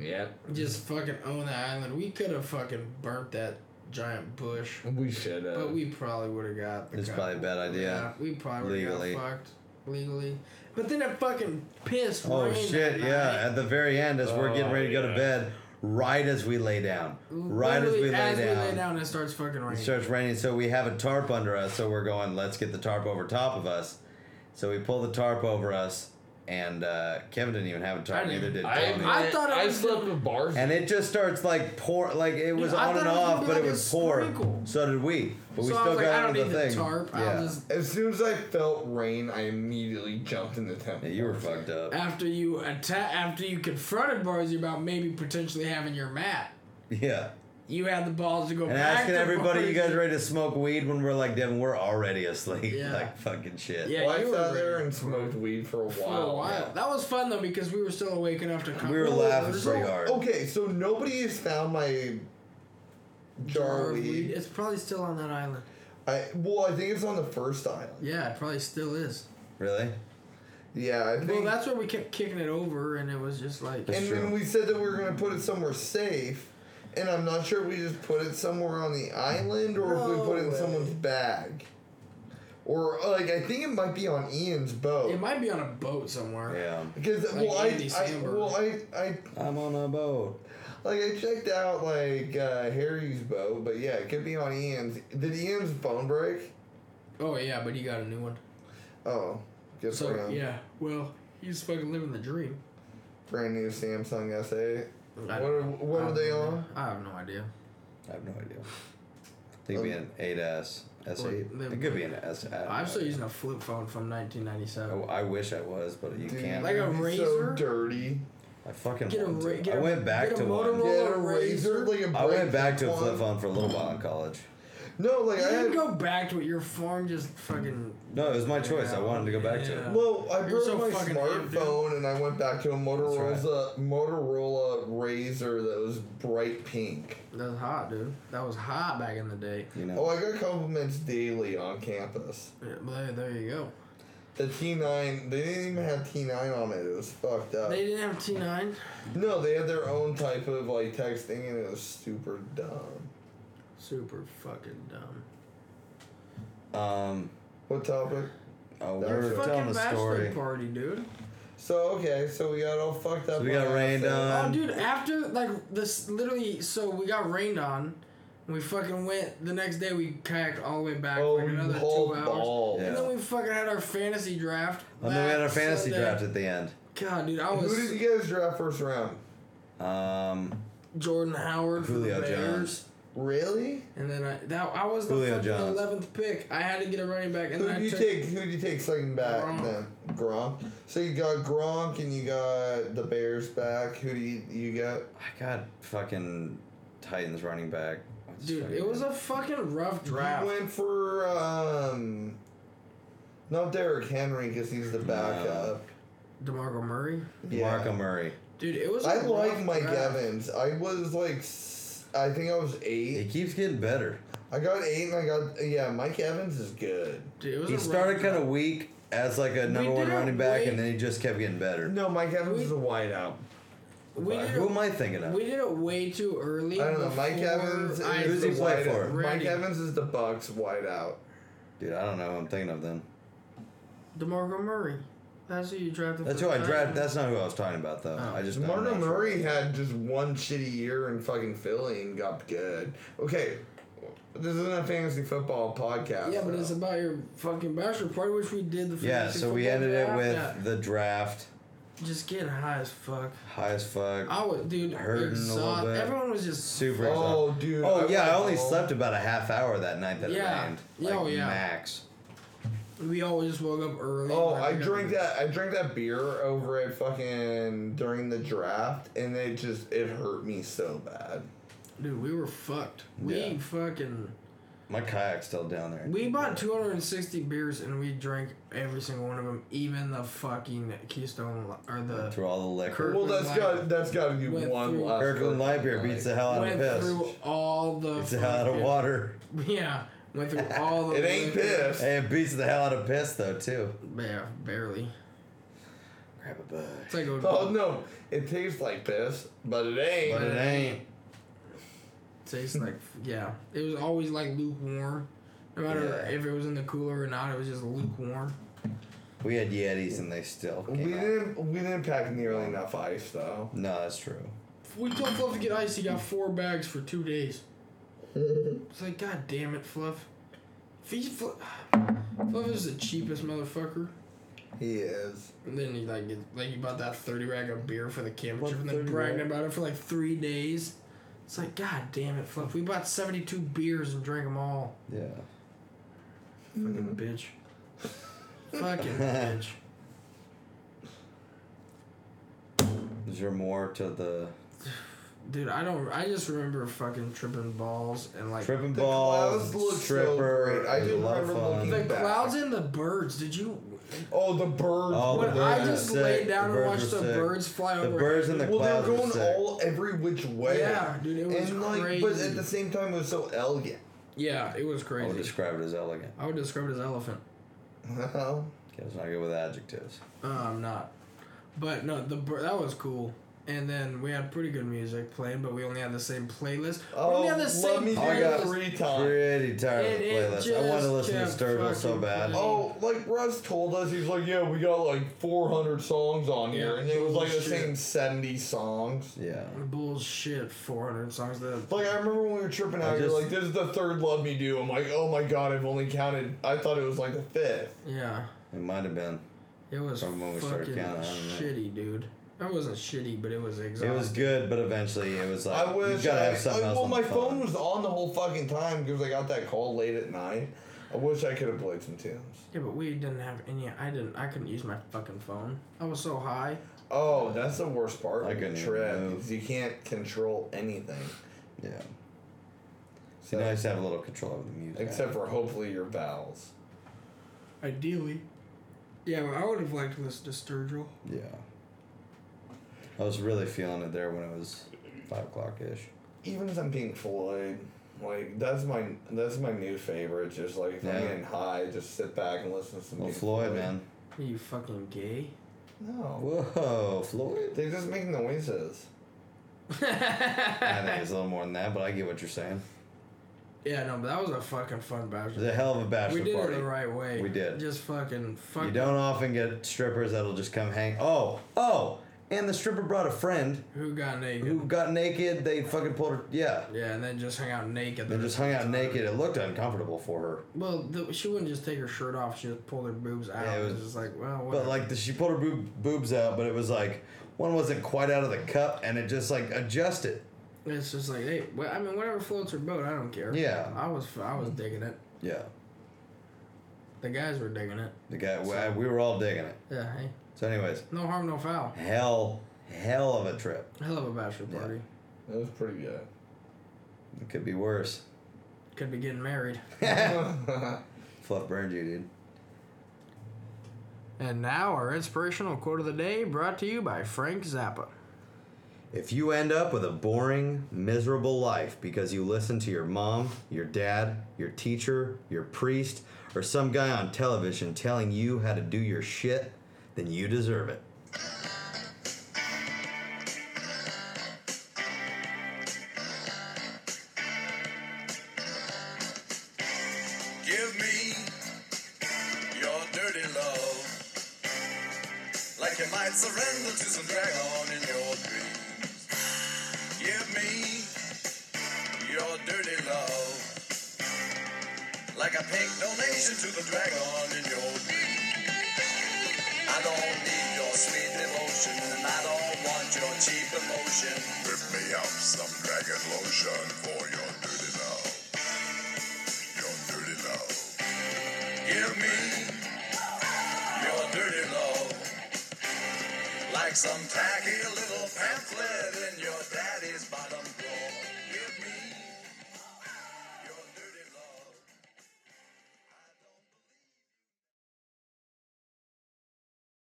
[SPEAKER 4] Yep.
[SPEAKER 3] just fucking own the island. We could have fucking burnt that giant bush,
[SPEAKER 4] We should uh, have.
[SPEAKER 3] but we probably would have got. The
[SPEAKER 2] it's
[SPEAKER 3] cut.
[SPEAKER 2] probably a bad idea
[SPEAKER 3] Yeah, we probably would
[SPEAKER 2] Legally.
[SPEAKER 3] have got fucked legally. But then it fucking pissed.
[SPEAKER 2] Oh
[SPEAKER 3] rained
[SPEAKER 2] shit!
[SPEAKER 3] that
[SPEAKER 2] Yeah,
[SPEAKER 3] night.
[SPEAKER 2] at the very end, as we're getting
[SPEAKER 4] Oh,
[SPEAKER 2] ready to go to
[SPEAKER 4] yeah.
[SPEAKER 2] bed, right as we lay down, right as
[SPEAKER 3] Literally,
[SPEAKER 2] we lay
[SPEAKER 3] as
[SPEAKER 2] down,
[SPEAKER 3] we lay down, it starts fucking
[SPEAKER 2] it
[SPEAKER 3] raining.
[SPEAKER 2] starts raining. So we have a tarp under us. So we're going. Let's get the tarp over top of us. So we pull the tarp over us, and uh, Kevin didn't even have a tarp.
[SPEAKER 3] I didn't.
[SPEAKER 2] Neither did
[SPEAKER 4] I,
[SPEAKER 2] Tony.
[SPEAKER 3] I thought
[SPEAKER 4] thought
[SPEAKER 3] it
[SPEAKER 4] I
[SPEAKER 3] was
[SPEAKER 4] slept
[SPEAKER 3] gonna-
[SPEAKER 4] with bars.
[SPEAKER 2] and it just starts like pour, like it was
[SPEAKER 3] I
[SPEAKER 2] on
[SPEAKER 3] thought
[SPEAKER 2] and
[SPEAKER 3] it was gonna
[SPEAKER 2] off,
[SPEAKER 3] be
[SPEAKER 2] but
[SPEAKER 3] like
[SPEAKER 2] it
[SPEAKER 3] a
[SPEAKER 2] was pour.
[SPEAKER 3] sprinkle.
[SPEAKER 2] So did we, but we
[SPEAKER 3] so I
[SPEAKER 2] still
[SPEAKER 3] was like, I
[SPEAKER 2] got
[SPEAKER 3] don't
[SPEAKER 2] under the
[SPEAKER 3] need
[SPEAKER 2] thing.
[SPEAKER 3] the tarp.
[SPEAKER 2] yeah.
[SPEAKER 3] I'll just
[SPEAKER 4] as soon as I felt rain, I immediately jumped in the
[SPEAKER 2] yeah,
[SPEAKER 4] temple.
[SPEAKER 2] you were fucked up.
[SPEAKER 3] after you attack, after you confronted Barzy about maybe potentially having your mat.
[SPEAKER 2] Yeah.
[SPEAKER 3] You had the balls to go
[SPEAKER 2] And
[SPEAKER 3] back
[SPEAKER 2] asking
[SPEAKER 3] to
[SPEAKER 2] everybody, you
[SPEAKER 3] Barzy."
[SPEAKER 2] guys ready to smoke weed when we're like, Devin, we're already asleep.
[SPEAKER 3] Yeah.
[SPEAKER 2] Like, fucking shit.
[SPEAKER 3] Yeah,
[SPEAKER 4] Well, I
[SPEAKER 3] you were
[SPEAKER 4] sat there
[SPEAKER 3] ready
[SPEAKER 4] and smoked weed for a while.
[SPEAKER 3] for a while. That was fun though because we were still awake enough to. Come
[SPEAKER 2] We were laughing pretty hard.
[SPEAKER 4] Okay, so nobody has found my jar of weed.
[SPEAKER 3] It's probably still on that island.
[SPEAKER 4] I, well, I think it's on the first island.
[SPEAKER 3] Yeah, it probably still is.
[SPEAKER 2] Really?
[SPEAKER 4] Yeah, I
[SPEAKER 3] Well,
[SPEAKER 4] think.
[SPEAKER 3] that's where we kept kicking it over, and it was just like.
[SPEAKER 4] and
[SPEAKER 2] true.
[SPEAKER 4] then we said that we were going to put it somewhere safe. And I'm not sure if we just put it somewhere on the island or if we
[SPEAKER 3] No
[SPEAKER 4] put it in
[SPEAKER 3] way.
[SPEAKER 4] someone's bag. Or, like, I think it might be on Ian's boat.
[SPEAKER 3] It might be on a boat somewhere.
[SPEAKER 2] Yeah.
[SPEAKER 4] Because
[SPEAKER 3] Like
[SPEAKER 4] well, I,
[SPEAKER 3] Andy
[SPEAKER 4] I
[SPEAKER 3] Samberg.
[SPEAKER 4] well I, I
[SPEAKER 2] I'm on a boat.
[SPEAKER 4] like I checked out like uh, Harry's boat, but yeah, it could be on Ian's. Did Ian's phone break?
[SPEAKER 3] Oh yeah, but he got a new one.
[SPEAKER 4] Oh, good
[SPEAKER 3] So
[SPEAKER 4] for him.
[SPEAKER 3] yeah, well, he's fucking living the dream.
[SPEAKER 4] Brand new Samsung S8.
[SPEAKER 3] I-
[SPEAKER 4] What are, what
[SPEAKER 3] I
[SPEAKER 4] are
[SPEAKER 3] don't
[SPEAKER 4] they
[SPEAKER 3] know.
[SPEAKER 4] on?
[SPEAKER 3] I have no idea.
[SPEAKER 2] I have no idea. I think it'd be an 8S, S8.
[SPEAKER 3] Well,
[SPEAKER 2] it could be an S.
[SPEAKER 3] I'm still using a flip phone from 1997.
[SPEAKER 2] I, I wish I was, but you
[SPEAKER 4] Dude,
[SPEAKER 2] can't.
[SPEAKER 3] Like a
[SPEAKER 4] it's
[SPEAKER 3] razor?
[SPEAKER 4] So dirty.
[SPEAKER 2] I fucking
[SPEAKER 13] Get a
[SPEAKER 2] want to.
[SPEAKER 13] ra- get
[SPEAKER 2] I
[SPEAKER 13] a-
[SPEAKER 2] went back
[SPEAKER 13] get a
[SPEAKER 2] to one.
[SPEAKER 13] Motorola.
[SPEAKER 4] Get a razor. Like a
[SPEAKER 2] I went
[SPEAKER 4] break
[SPEAKER 2] back to a
[SPEAKER 4] one.
[SPEAKER 2] flip phone for a little while in college.
[SPEAKER 4] No,
[SPEAKER 2] Oh,
[SPEAKER 4] like I
[SPEAKER 13] You
[SPEAKER 4] had.
[SPEAKER 13] can go back to it. Your farm just fucking.
[SPEAKER 2] No, it was my choice. I wanted to go back to
[SPEAKER 3] Yeah.
[SPEAKER 2] it.
[SPEAKER 4] Well, I
[SPEAKER 13] You're
[SPEAKER 4] broke
[SPEAKER 13] so
[SPEAKER 4] my
[SPEAKER 13] fucking weird, dude.
[SPEAKER 4] smartphone and I went back to a Motorola Motorola razor that was bright pink.
[SPEAKER 3] That's hot, dude. That was hot back in the day.
[SPEAKER 2] You know.
[SPEAKER 4] Oh, I got compliments daily on campus.
[SPEAKER 3] Yeah, but there, there you go.
[SPEAKER 4] The T9, they didn't even have T9 on it. It was fucked up.
[SPEAKER 3] They didn't have T nine.
[SPEAKER 4] no, they had their own type of like texting, and it was super dumb.
[SPEAKER 3] Super fucking dumb.
[SPEAKER 2] Um,
[SPEAKER 4] What topic?
[SPEAKER 2] oh, we
[SPEAKER 4] That was
[SPEAKER 2] were
[SPEAKER 4] fucking
[SPEAKER 2] telling the story. Um,
[SPEAKER 3] party, dude.
[SPEAKER 4] So okay, so we got all fucked up.
[SPEAKER 2] So we
[SPEAKER 4] on
[SPEAKER 2] got
[SPEAKER 4] that
[SPEAKER 2] rained
[SPEAKER 4] thing.
[SPEAKER 2] on.
[SPEAKER 3] oh, dude, after like this, literally, so we got rained on. and We fucking went the next day. We kayaked all the way back
[SPEAKER 4] Oh,
[SPEAKER 3] for like
[SPEAKER 4] we
[SPEAKER 3] another
[SPEAKER 4] hauled
[SPEAKER 3] two hours,
[SPEAKER 4] balls.
[SPEAKER 3] and
[SPEAKER 2] Yeah.
[SPEAKER 3] then we fucking had our fantasy draft.
[SPEAKER 2] And then we had
[SPEAKER 3] that
[SPEAKER 2] our fantasy
[SPEAKER 3] Sunday.
[SPEAKER 2] draft at the end.
[SPEAKER 3] God, dude, I
[SPEAKER 4] Who
[SPEAKER 3] was
[SPEAKER 4] did you guys draft first round?
[SPEAKER 2] Um,
[SPEAKER 3] Jordan Howard, for the
[SPEAKER 2] Julio
[SPEAKER 3] Bears,
[SPEAKER 2] Jones.
[SPEAKER 4] Really?
[SPEAKER 3] and then I that I was the
[SPEAKER 2] Julio
[SPEAKER 3] fucking
[SPEAKER 2] Jones.
[SPEAKER 3] eleventh pick. I had to get a running back, and
[SPEAKER 4] Who
[SPEAKER 3] then
[SPEAKER 4] did
[SPEAKER 3] I
[SPEAKER 4] you
[SPEAKER 3] took
[SPEAKER 4] take? Who did you take second back
[SPEAKER 3] Gronk.
[SPEAKER 4] then? Gronk. So you got Gronk and you got the Bears back. Who do you you got?
[SPEAKER 2] I got fucking Titans running back. What's his
[SPEAKER 3] Dude,
[SPEAKER 2] fucking
[SPEAKER 3] it was
[SPEAKER 2] name?
[SPEAKER 3] a fucking rough draft.
[SPEAKER 4] You went for um, not Derrick Henry because he's the backup.
[SPEAKER 3] DeMarco Murray.
[SPEAKER 4] Yeah.
[SPEAKER 2] Marco Murray.
[SPEAKER 3] Dude, it was. a
[SPEAKER 4] I
[SPEAKER 3] rough
[SPEAKER 4] like Mike
[SPEAKER 3] draft.
[SPEAKER 4] Evans. I was like, s- I think I was
[SPEAKER 2] He
[SPEAKER 4] eight.
[SPEAKER 2] keeps getting better.
[SPEAKER 4] I got eight, and I got yeah. Mike Evans is good.
[SPEAKER 3] Dude, it was a
[SPEAKER 2] He
[SPEAKER 3] rough
[SPEAKER 2] started kind
[SPEAKER 3] draft.
[SPEAKER 2] of weak as like a number one
[SPEAKER 3] didn't
[SPEAKER 2] running back,
[SPEAKER 3] wait.
[SPEAKER 2] and then he just kept getting better.
[SPEAKER 4] No, Mike Evans is a wideout.
[SPEAKER 3] We did,
[SPEAKER 2] Who
[SPEAKER 3] it,
[SPEAKER 2] am I thinking of?
[SPEAKER 3] we did it way too early.
[SPEAKER 4] I don't know. Mike
[SPEAKER 3] before
[SPEAKER 4] Evans
[SPEAKER 3] I-
[SPEAKER 4] is
[SPEAKER 2] Who's he
[SPEAKER 4] the
[SPEAKER 2] play
[SPEAKER 4] wideout.
[SPEAKER 2] for?
[SPEAKER 4] Mike
[SPEAKER 3] Randy.
[SPEAKER 4] Evans is the Bucks wideout.
[SPEAKER 2] Dude, I don't know who I'm thinking of then.
[SPEAKER 3] DeMarco Murray. That's who you drafted.
[SPEAKER 2] That's
[SPEAKER 3] for
[SPEAKER 2] who I
[SPEAKER 3] the
[SPEAKER 2] drafted.
[SPEAKER 3] Titans. Oh.
[SPEAKER 2] That's not who I was talking about though. I just I'm
[SPEAKER 4] Martin
[SPEAKER 2] not sure.
[SPEAKER 4] Murray had just one shitty year in fucking Philly and got good. Okay, this isn't a fantasy football podcast.
[SPEAKER 3] Yeah, but it's
[SPEAKER 4] though.
[SPEAKER 3] about your fucking bachelor party, which we did the.
[SPEAKER 2] Yeah,
[SPEAKER 3] fantasy
[SPEAKER 2] so we
[SPEAKER 3] football
[SPEAKER 2] ended it
[SPEAKER 3] draft
[SPEAKER 2] with
[SPEAKER 3] at.
[SPEAKER 2] the draft,
[SPEAKER 3] just getting high as fuck.
[SPEAKER 2] high as fuck.
[SPEAKER 3] I was, dude,
[SPEAKER 2] Hurting a little
[SPEAKER 3] exhaust-
[SPEAKER 2] bit.
[SPEAKER 3] Everyone was just
[SPEAKER 2] super.
[SPEAKER 4] Oh,
[SPEAKER 2] exhausted.
[SPEAKER 4] dude,
[SPEAKER 2] Oh
[SPEAKER 4] I
[SPEAKER 2] yeah, I
[SPEAKER 4] went
[SPEAKER 2] only
[SPEAKER 4] home.
[SPEAKER 2] slept about a half hour that night that
[SPEAKER 3] Yeah.
[SPEAKER 2] it rained.
[SPEAKER 3] Yeah,
[SPEAKER 2] Like,
[SPEAKER 3] oh, yeah.
[SPEAKER 2] max.
[SPEAKER 3] We all just woke up early.
[SPEAKER 4] Oh,
[SPEAKER 3] Like,
[SPEAKER 4] I
[SPEAKER 3] we got-
[SPEAKER 4] drank that. I drank that beer over at fucking during the draft, and it just it hurt me so bad.
[SPEAKER 3] Dude, we were fucked. We
[SPEAKER 2] Yeah.
[SPEAKER 3] fucking.
[SPEAKER 2] My kayak's still down there.
[SPEAKER 3] We bought 260 beers and we drank every single one of them, even the fucking Keystone Li- or the
[SPEAKER 2] through all the liquor.
[SPEAKER 3] Kirk-
[SPEAKER 4] Well, that's got that's got to be
[SPEAKER 3] Went
[SPEAKER 4] one
[SPEAKER 3] through-
[SPEAKER 4] last.
[SPEAKER 2] Kirkland Light Beer
[SPEAKER 4] night.
[SPEAKER 2] beats the hell out of
[SPEAKER 3] went
[SPEAKER 2] piss.
[SPEAKER 3] through all the
[SPEAKER 2] Beats the hell out of
[SPEAKER 3] fucking-
[SPEAKER 2] water.
[SPEAKER 3] Yeah, went through all the.
[SPEAKER 4] It ain't
[SPEAKER 3] liquor.
[SPEAKER 4] pissed.
[SPEAKER 2] Hey, it beats the hell out of piss though too.
[SPEAKER 3] Yeah, barely.
[SPEAKER 2] Grab a bud.
[SPEAKER 3] It's like a,
[SPEAKER 4] Oh no, it tastes like piss, but it ain't.
[SPEAKER 2] But it ain't.
[SPEAKER 3] tastes like yeah. It was always like lukewarm. No matter
[SPEAKER 2] Yeah.
[SPEAKER 3] if it was in the cooler or not, it was just lukewarm.
[SPEAKER 2] We had Yetis and they still
[SPEAKER 4] We
[SPEAKER 2] came out.
[SPEAKER 4] didn't we didn't pack nearly enough ice though.
[SPEAKER 2] No, that's true.
[SPEAKER 3] We told Fluff to get ice. He got four bags for two days. It's like, god damn it, Fluff. If he, Fluff, Fluff is the cheapest motherfucker.
[SPEAKER 4] He is.
[SPEAKER 3] And then he like gets, like he bought that thirty rag of beer for the camp
[SPEAKER 2] What
[SPEAKER 3] trip and then
[SPEAKER 2] 30
[SPEAKER 3] bragging
[SPEAKER 2] rag?
[SPEAKER 3] about it for like three days. It's like, god damn it, Fluff. We bought seventy two beers and drank them all.
[SPEAKER 2] Yeah.
[SPEAKER 3] Fucking bitch. Fucking bitch.
[SPEAKER 2] Is there more to the
[SPEAKER 3] Dude, I don't. I just remember fucking tripping balls and like
[SPEAKER 2] tripping
[SPEAKER 4] The
[SPEAKER 2] balls,
[SPEAKER 4] clouds look so
[SPEAKER 2] stripper?
[SPEAKER 4] great. I
[SPEAKER 2] it was a
[SPEAKER 4] do
[SPEAKER 2] lot of
[SPEAKER 4] remember
[SPEAKER 2] fun.
[SPEAKER 4] looking
[SPEAKER 3] the
[SPEAKER 4] back.
[SPEAKER 3] clouds and the birds. Did you?
[SPEAKER 4] Oh, the birds.
[SPEAKER 2] Oh,
[SPEAKER 4] were-
[SPEAKER 2] the
[SPEAKER 3] When
[SPEAKER 2] birds
[SPEAKER 3] I
[SPEAKER 2] were
[SPEAKER 3] just
[SPEAKER 2] sick.
[SPEAKER 3] laid down
[SPEAKER 2] The
[SPEAKER 3] and
[SPEAKER 2] birds
[SPEAKER 3] watched
[SPEAKER 2] were
[SPEAKER 3] the
[SPEAKER 2] sick.
[SPEAKER 3] birds fly
[SPEAKER 2] The
[SPEAKER 3] over.
[SPEAKER 2] birds and the
[SPEAKER 4] well, they
[SPEAKER 2] clouds
[SPEAKER 4] were going
[SPEAKER 2] were sick.
[SPEAKER 4] all every which way.
[SPEAKER 3] Yeah, dude, it was
[SPEAKER 4] and like,
[SPEAKER 3] crazy.
[SPEAKER 4] but at the same time, it was so elegant.
[SPEAKER 3] yeah,
[SPEAKER 2] I
[SPEAKER 3] it was
[SPEAKER 2] would
[SPEAKER 3] crazy.
[SPEAKER 2] describe it as elegant.
[SPEAKER 3] I would describe it as elephant.
[SPEAKER 4] Well,
[SPEAKER 2] Okay, it's not good with adjectives.
[SPEAKER 3] Uh, I'm not. But no, the bir- that was cool. And then we had pretty good music playing, but we only had the same playlist. we
[SPEAKER 4] oh,
[SPEAKER 3] only had the
[SPEAKER 4] let
[SPEAKER 3] same
[SPEAKER 4] me
[SPEAKER 2] I
[SPEAKER 4] do
[SPEAKER 2] got
[SPEAKER 3] playlist.
[SPEAKER 4] that three times.
[SPEAKER 2] Pretty tired of
[SPEAKER 3] It-
[SPEAKER 2] the playlist. I
[SPEAKER 3] it
[SPEAKER 2] want to
[SPEAKER 3] just
[SPEAKER 2] listen to
[SPEAKER 3] kept
[SPEAKER 2] Sturgill so
[SPEAKER 3] fucking
[SPEAKER 2] bad.
[SPEAKER 3] playing.
[SPEAKER 4] Oh, like Russ told us, he's like, yeah, we got like 400 songs on here,
[SPEAKER 3] Yeah,
[SPEAKER 4] and it was like the
[SPEAKER 3] bullshit.
[SPEAKER 4] same 70 songs.
[SPEAKER 2] Yeah.
[SPEAKER 3] Bullshit, 400 songs. The
[SPEAKER 4] Like I remember when we were tripping out,
[SPEAKER 2] just-
[SPEAKER 4] you're like, "This is the third Love Me Do." I'm like, "Oh my god, I've only counted. I thought it was like the fifth.
[SPEAKER 3] yeah,
[SPEAKER 2] It might have been.
[SPEAKER 3] it was
[SPEAKER 2] From when we started
[SPEAKER 3] fucking
[SPEAKER 2] counting, I don't know.
[SPEAKER 3] shitty, dude. That wasn't shitty, but it was exhausting.
[SPEAKER 2] It was good, but eventually it was like
[SPEAKER 4] I
[SPEAKER 2] you
[SPEAKER 4] wish.
[SPEAKER 2] gotta
[SPEAKER 4] I,
[SPEAKER 2] have something
[SPEAKER 4] I-
[SPEAKER 2] else.
[SPEAKER 4] well,
[SPEAKER 2] on
[SPEAKER 4] my
[SPEAKER 2] the
[SPEAKER 4] phone was on the whole fucking time because I got that call late at night, I wish I could have played some tunes.
[SPEAKER 3] Yeah, but we didn't have any. I didn't. I couldn't use my fucking phone. I was so high.
[SPEAKER 4] Oh, that's the worst part
[SPEAKER 2] I
[SPEAKER 4] of the
[SPEAKER 2] couldn't
[SPEAKER 4] trip.
[SPEAKER 2] even move.
[SPEAKER 4] is You can't control anything.
[SPEAKER 2] Yeah. It's
[SPEAKER 4] So-
[SPEAKER 2] nice to have a little control over the music.
[SPEAKER 4] Except for hopefully your vowels.
[SPEAKER 3] Ideally. Yeah, but I would have liked to listen to Sturgill.
[SPEAKER 2] Yeah. I was really feeling it there when it was five o'clock ish.
[SPEAKER 4] Even some Pink Floyd. Like that's my that's my new favorite. Just like if I'm
[SPEAKER 2] Yeah.
[SPEAKER 4] getting high, just sit back and listen to some.
[SPEAKER 2] Well,
[SPEAKER 4] Pink
[SPEAKER 2] Floyd, man.
[SPEAKER 3] Are you fucking gay?
[SPEAKER 4] No,
[SPEAKER 2] Whoa, Floyd.
[SPEAKER 4] they just make noises.
[SPEAKER 2] I think it's a little more than that, but I get what you're saying.
[SPEAKER 3] Yeah, no, but that was a fucking fun
[SPEAKER 2] It
[SPEAKER 3] bachelor.
[SPEAKER 2] was a hell of a bachelor
[SPEAKER 3] we did
[SPEAKER 2] party.
[SPEAKER 3] it the right way.
[SPEAKER 2] We did.
[SPEAKER 3] Just fucking fuck.
[SPEAKER 2] You don't often get strippers that'll just come hang. Oh, oh, and the stripper brought a friend
[SPEAKER 3] Who got naked?
[SPEAKER 2] who got naked. They fucking pulled her. Yeah,
[SPEAKER 3] Yeah, and then just hung out naked.
[SPEAKER 2] they
[SPEAKER 3] the
[SPEAKER 2] just
[SPEAKER 3] rest
[SPEAKER 2] hung
[SPEAKER 3] of
[SPEAKER 2] out
[SPEAKER 3] the time.
[SPEAKER 2] naked. It looked uncomfortable for her,
[SPEAKER 3] Well, the, she wouldn't just take her shirt off. She just pulled her boobs out.
[SPEAKER 2] Yeah, it
[SPEAKER 3] it
[SPEAKER 2] was-
[SPEAKER 3] was, just like, well,
[SPEAKER 2] but
[SPEAKER 3] whatever.
[SPEAKER 2] like the, she pulled her boob, boobs out, but it was like one wasn't quite out of the cup, and it just like adjusted.
[SPEAKER 3] it's just like, hey, well, I mean, whatever floats her boat, I don't care.
[SPEAKER 2] Yeah.
[SPEAKER 3] I was, I was digging it.
[SPEAKER 2] Yeah,
[SPEAKER 3] The guys were digging it.
[SPEAKER 2] the guy. we- I- we were all digging it.
[SPEAKER 3] Yeah, hey,
[SPEAKER 2] So, anyways,
[SPEAKER 3] no harm, no foul.
[SPEAKER 2] hell, hell of a trip.
[SPEAKER 3] Hell of a bachelor
[SPEAKER 2] Yeah.
[SPEAKER 3] party.
[SPEAKER 4] That was pretty good.
[SPEAKER 2] It could be worse.
[SPEAKER 3] Could be getting married.
[SPEAKER 2] Fluff burned you, dude.
[SPEAKER 3] And now our inspirational quote of the day, brought to you by Frank Zappa.
[SPEAKER 2] If you end up with a boring, miserable life because you listen to your mom, your dad, your teacher, your priest, or some guy on television telling you how to do your shit, then you deserve it.
[SPEAKER 14] Give me your dirty love. Like you might surrender to some dragon in your dreams. Give me your dirty love. Like a pink donation to the dragon in your dreams. I don't need your sweet devotion, and I don't want your cheap emotion. Whip me up some dragon lotion for your dirty love your dirty love. Give me your dirty love. Like some tacky little pamphlet in your daddy's bottom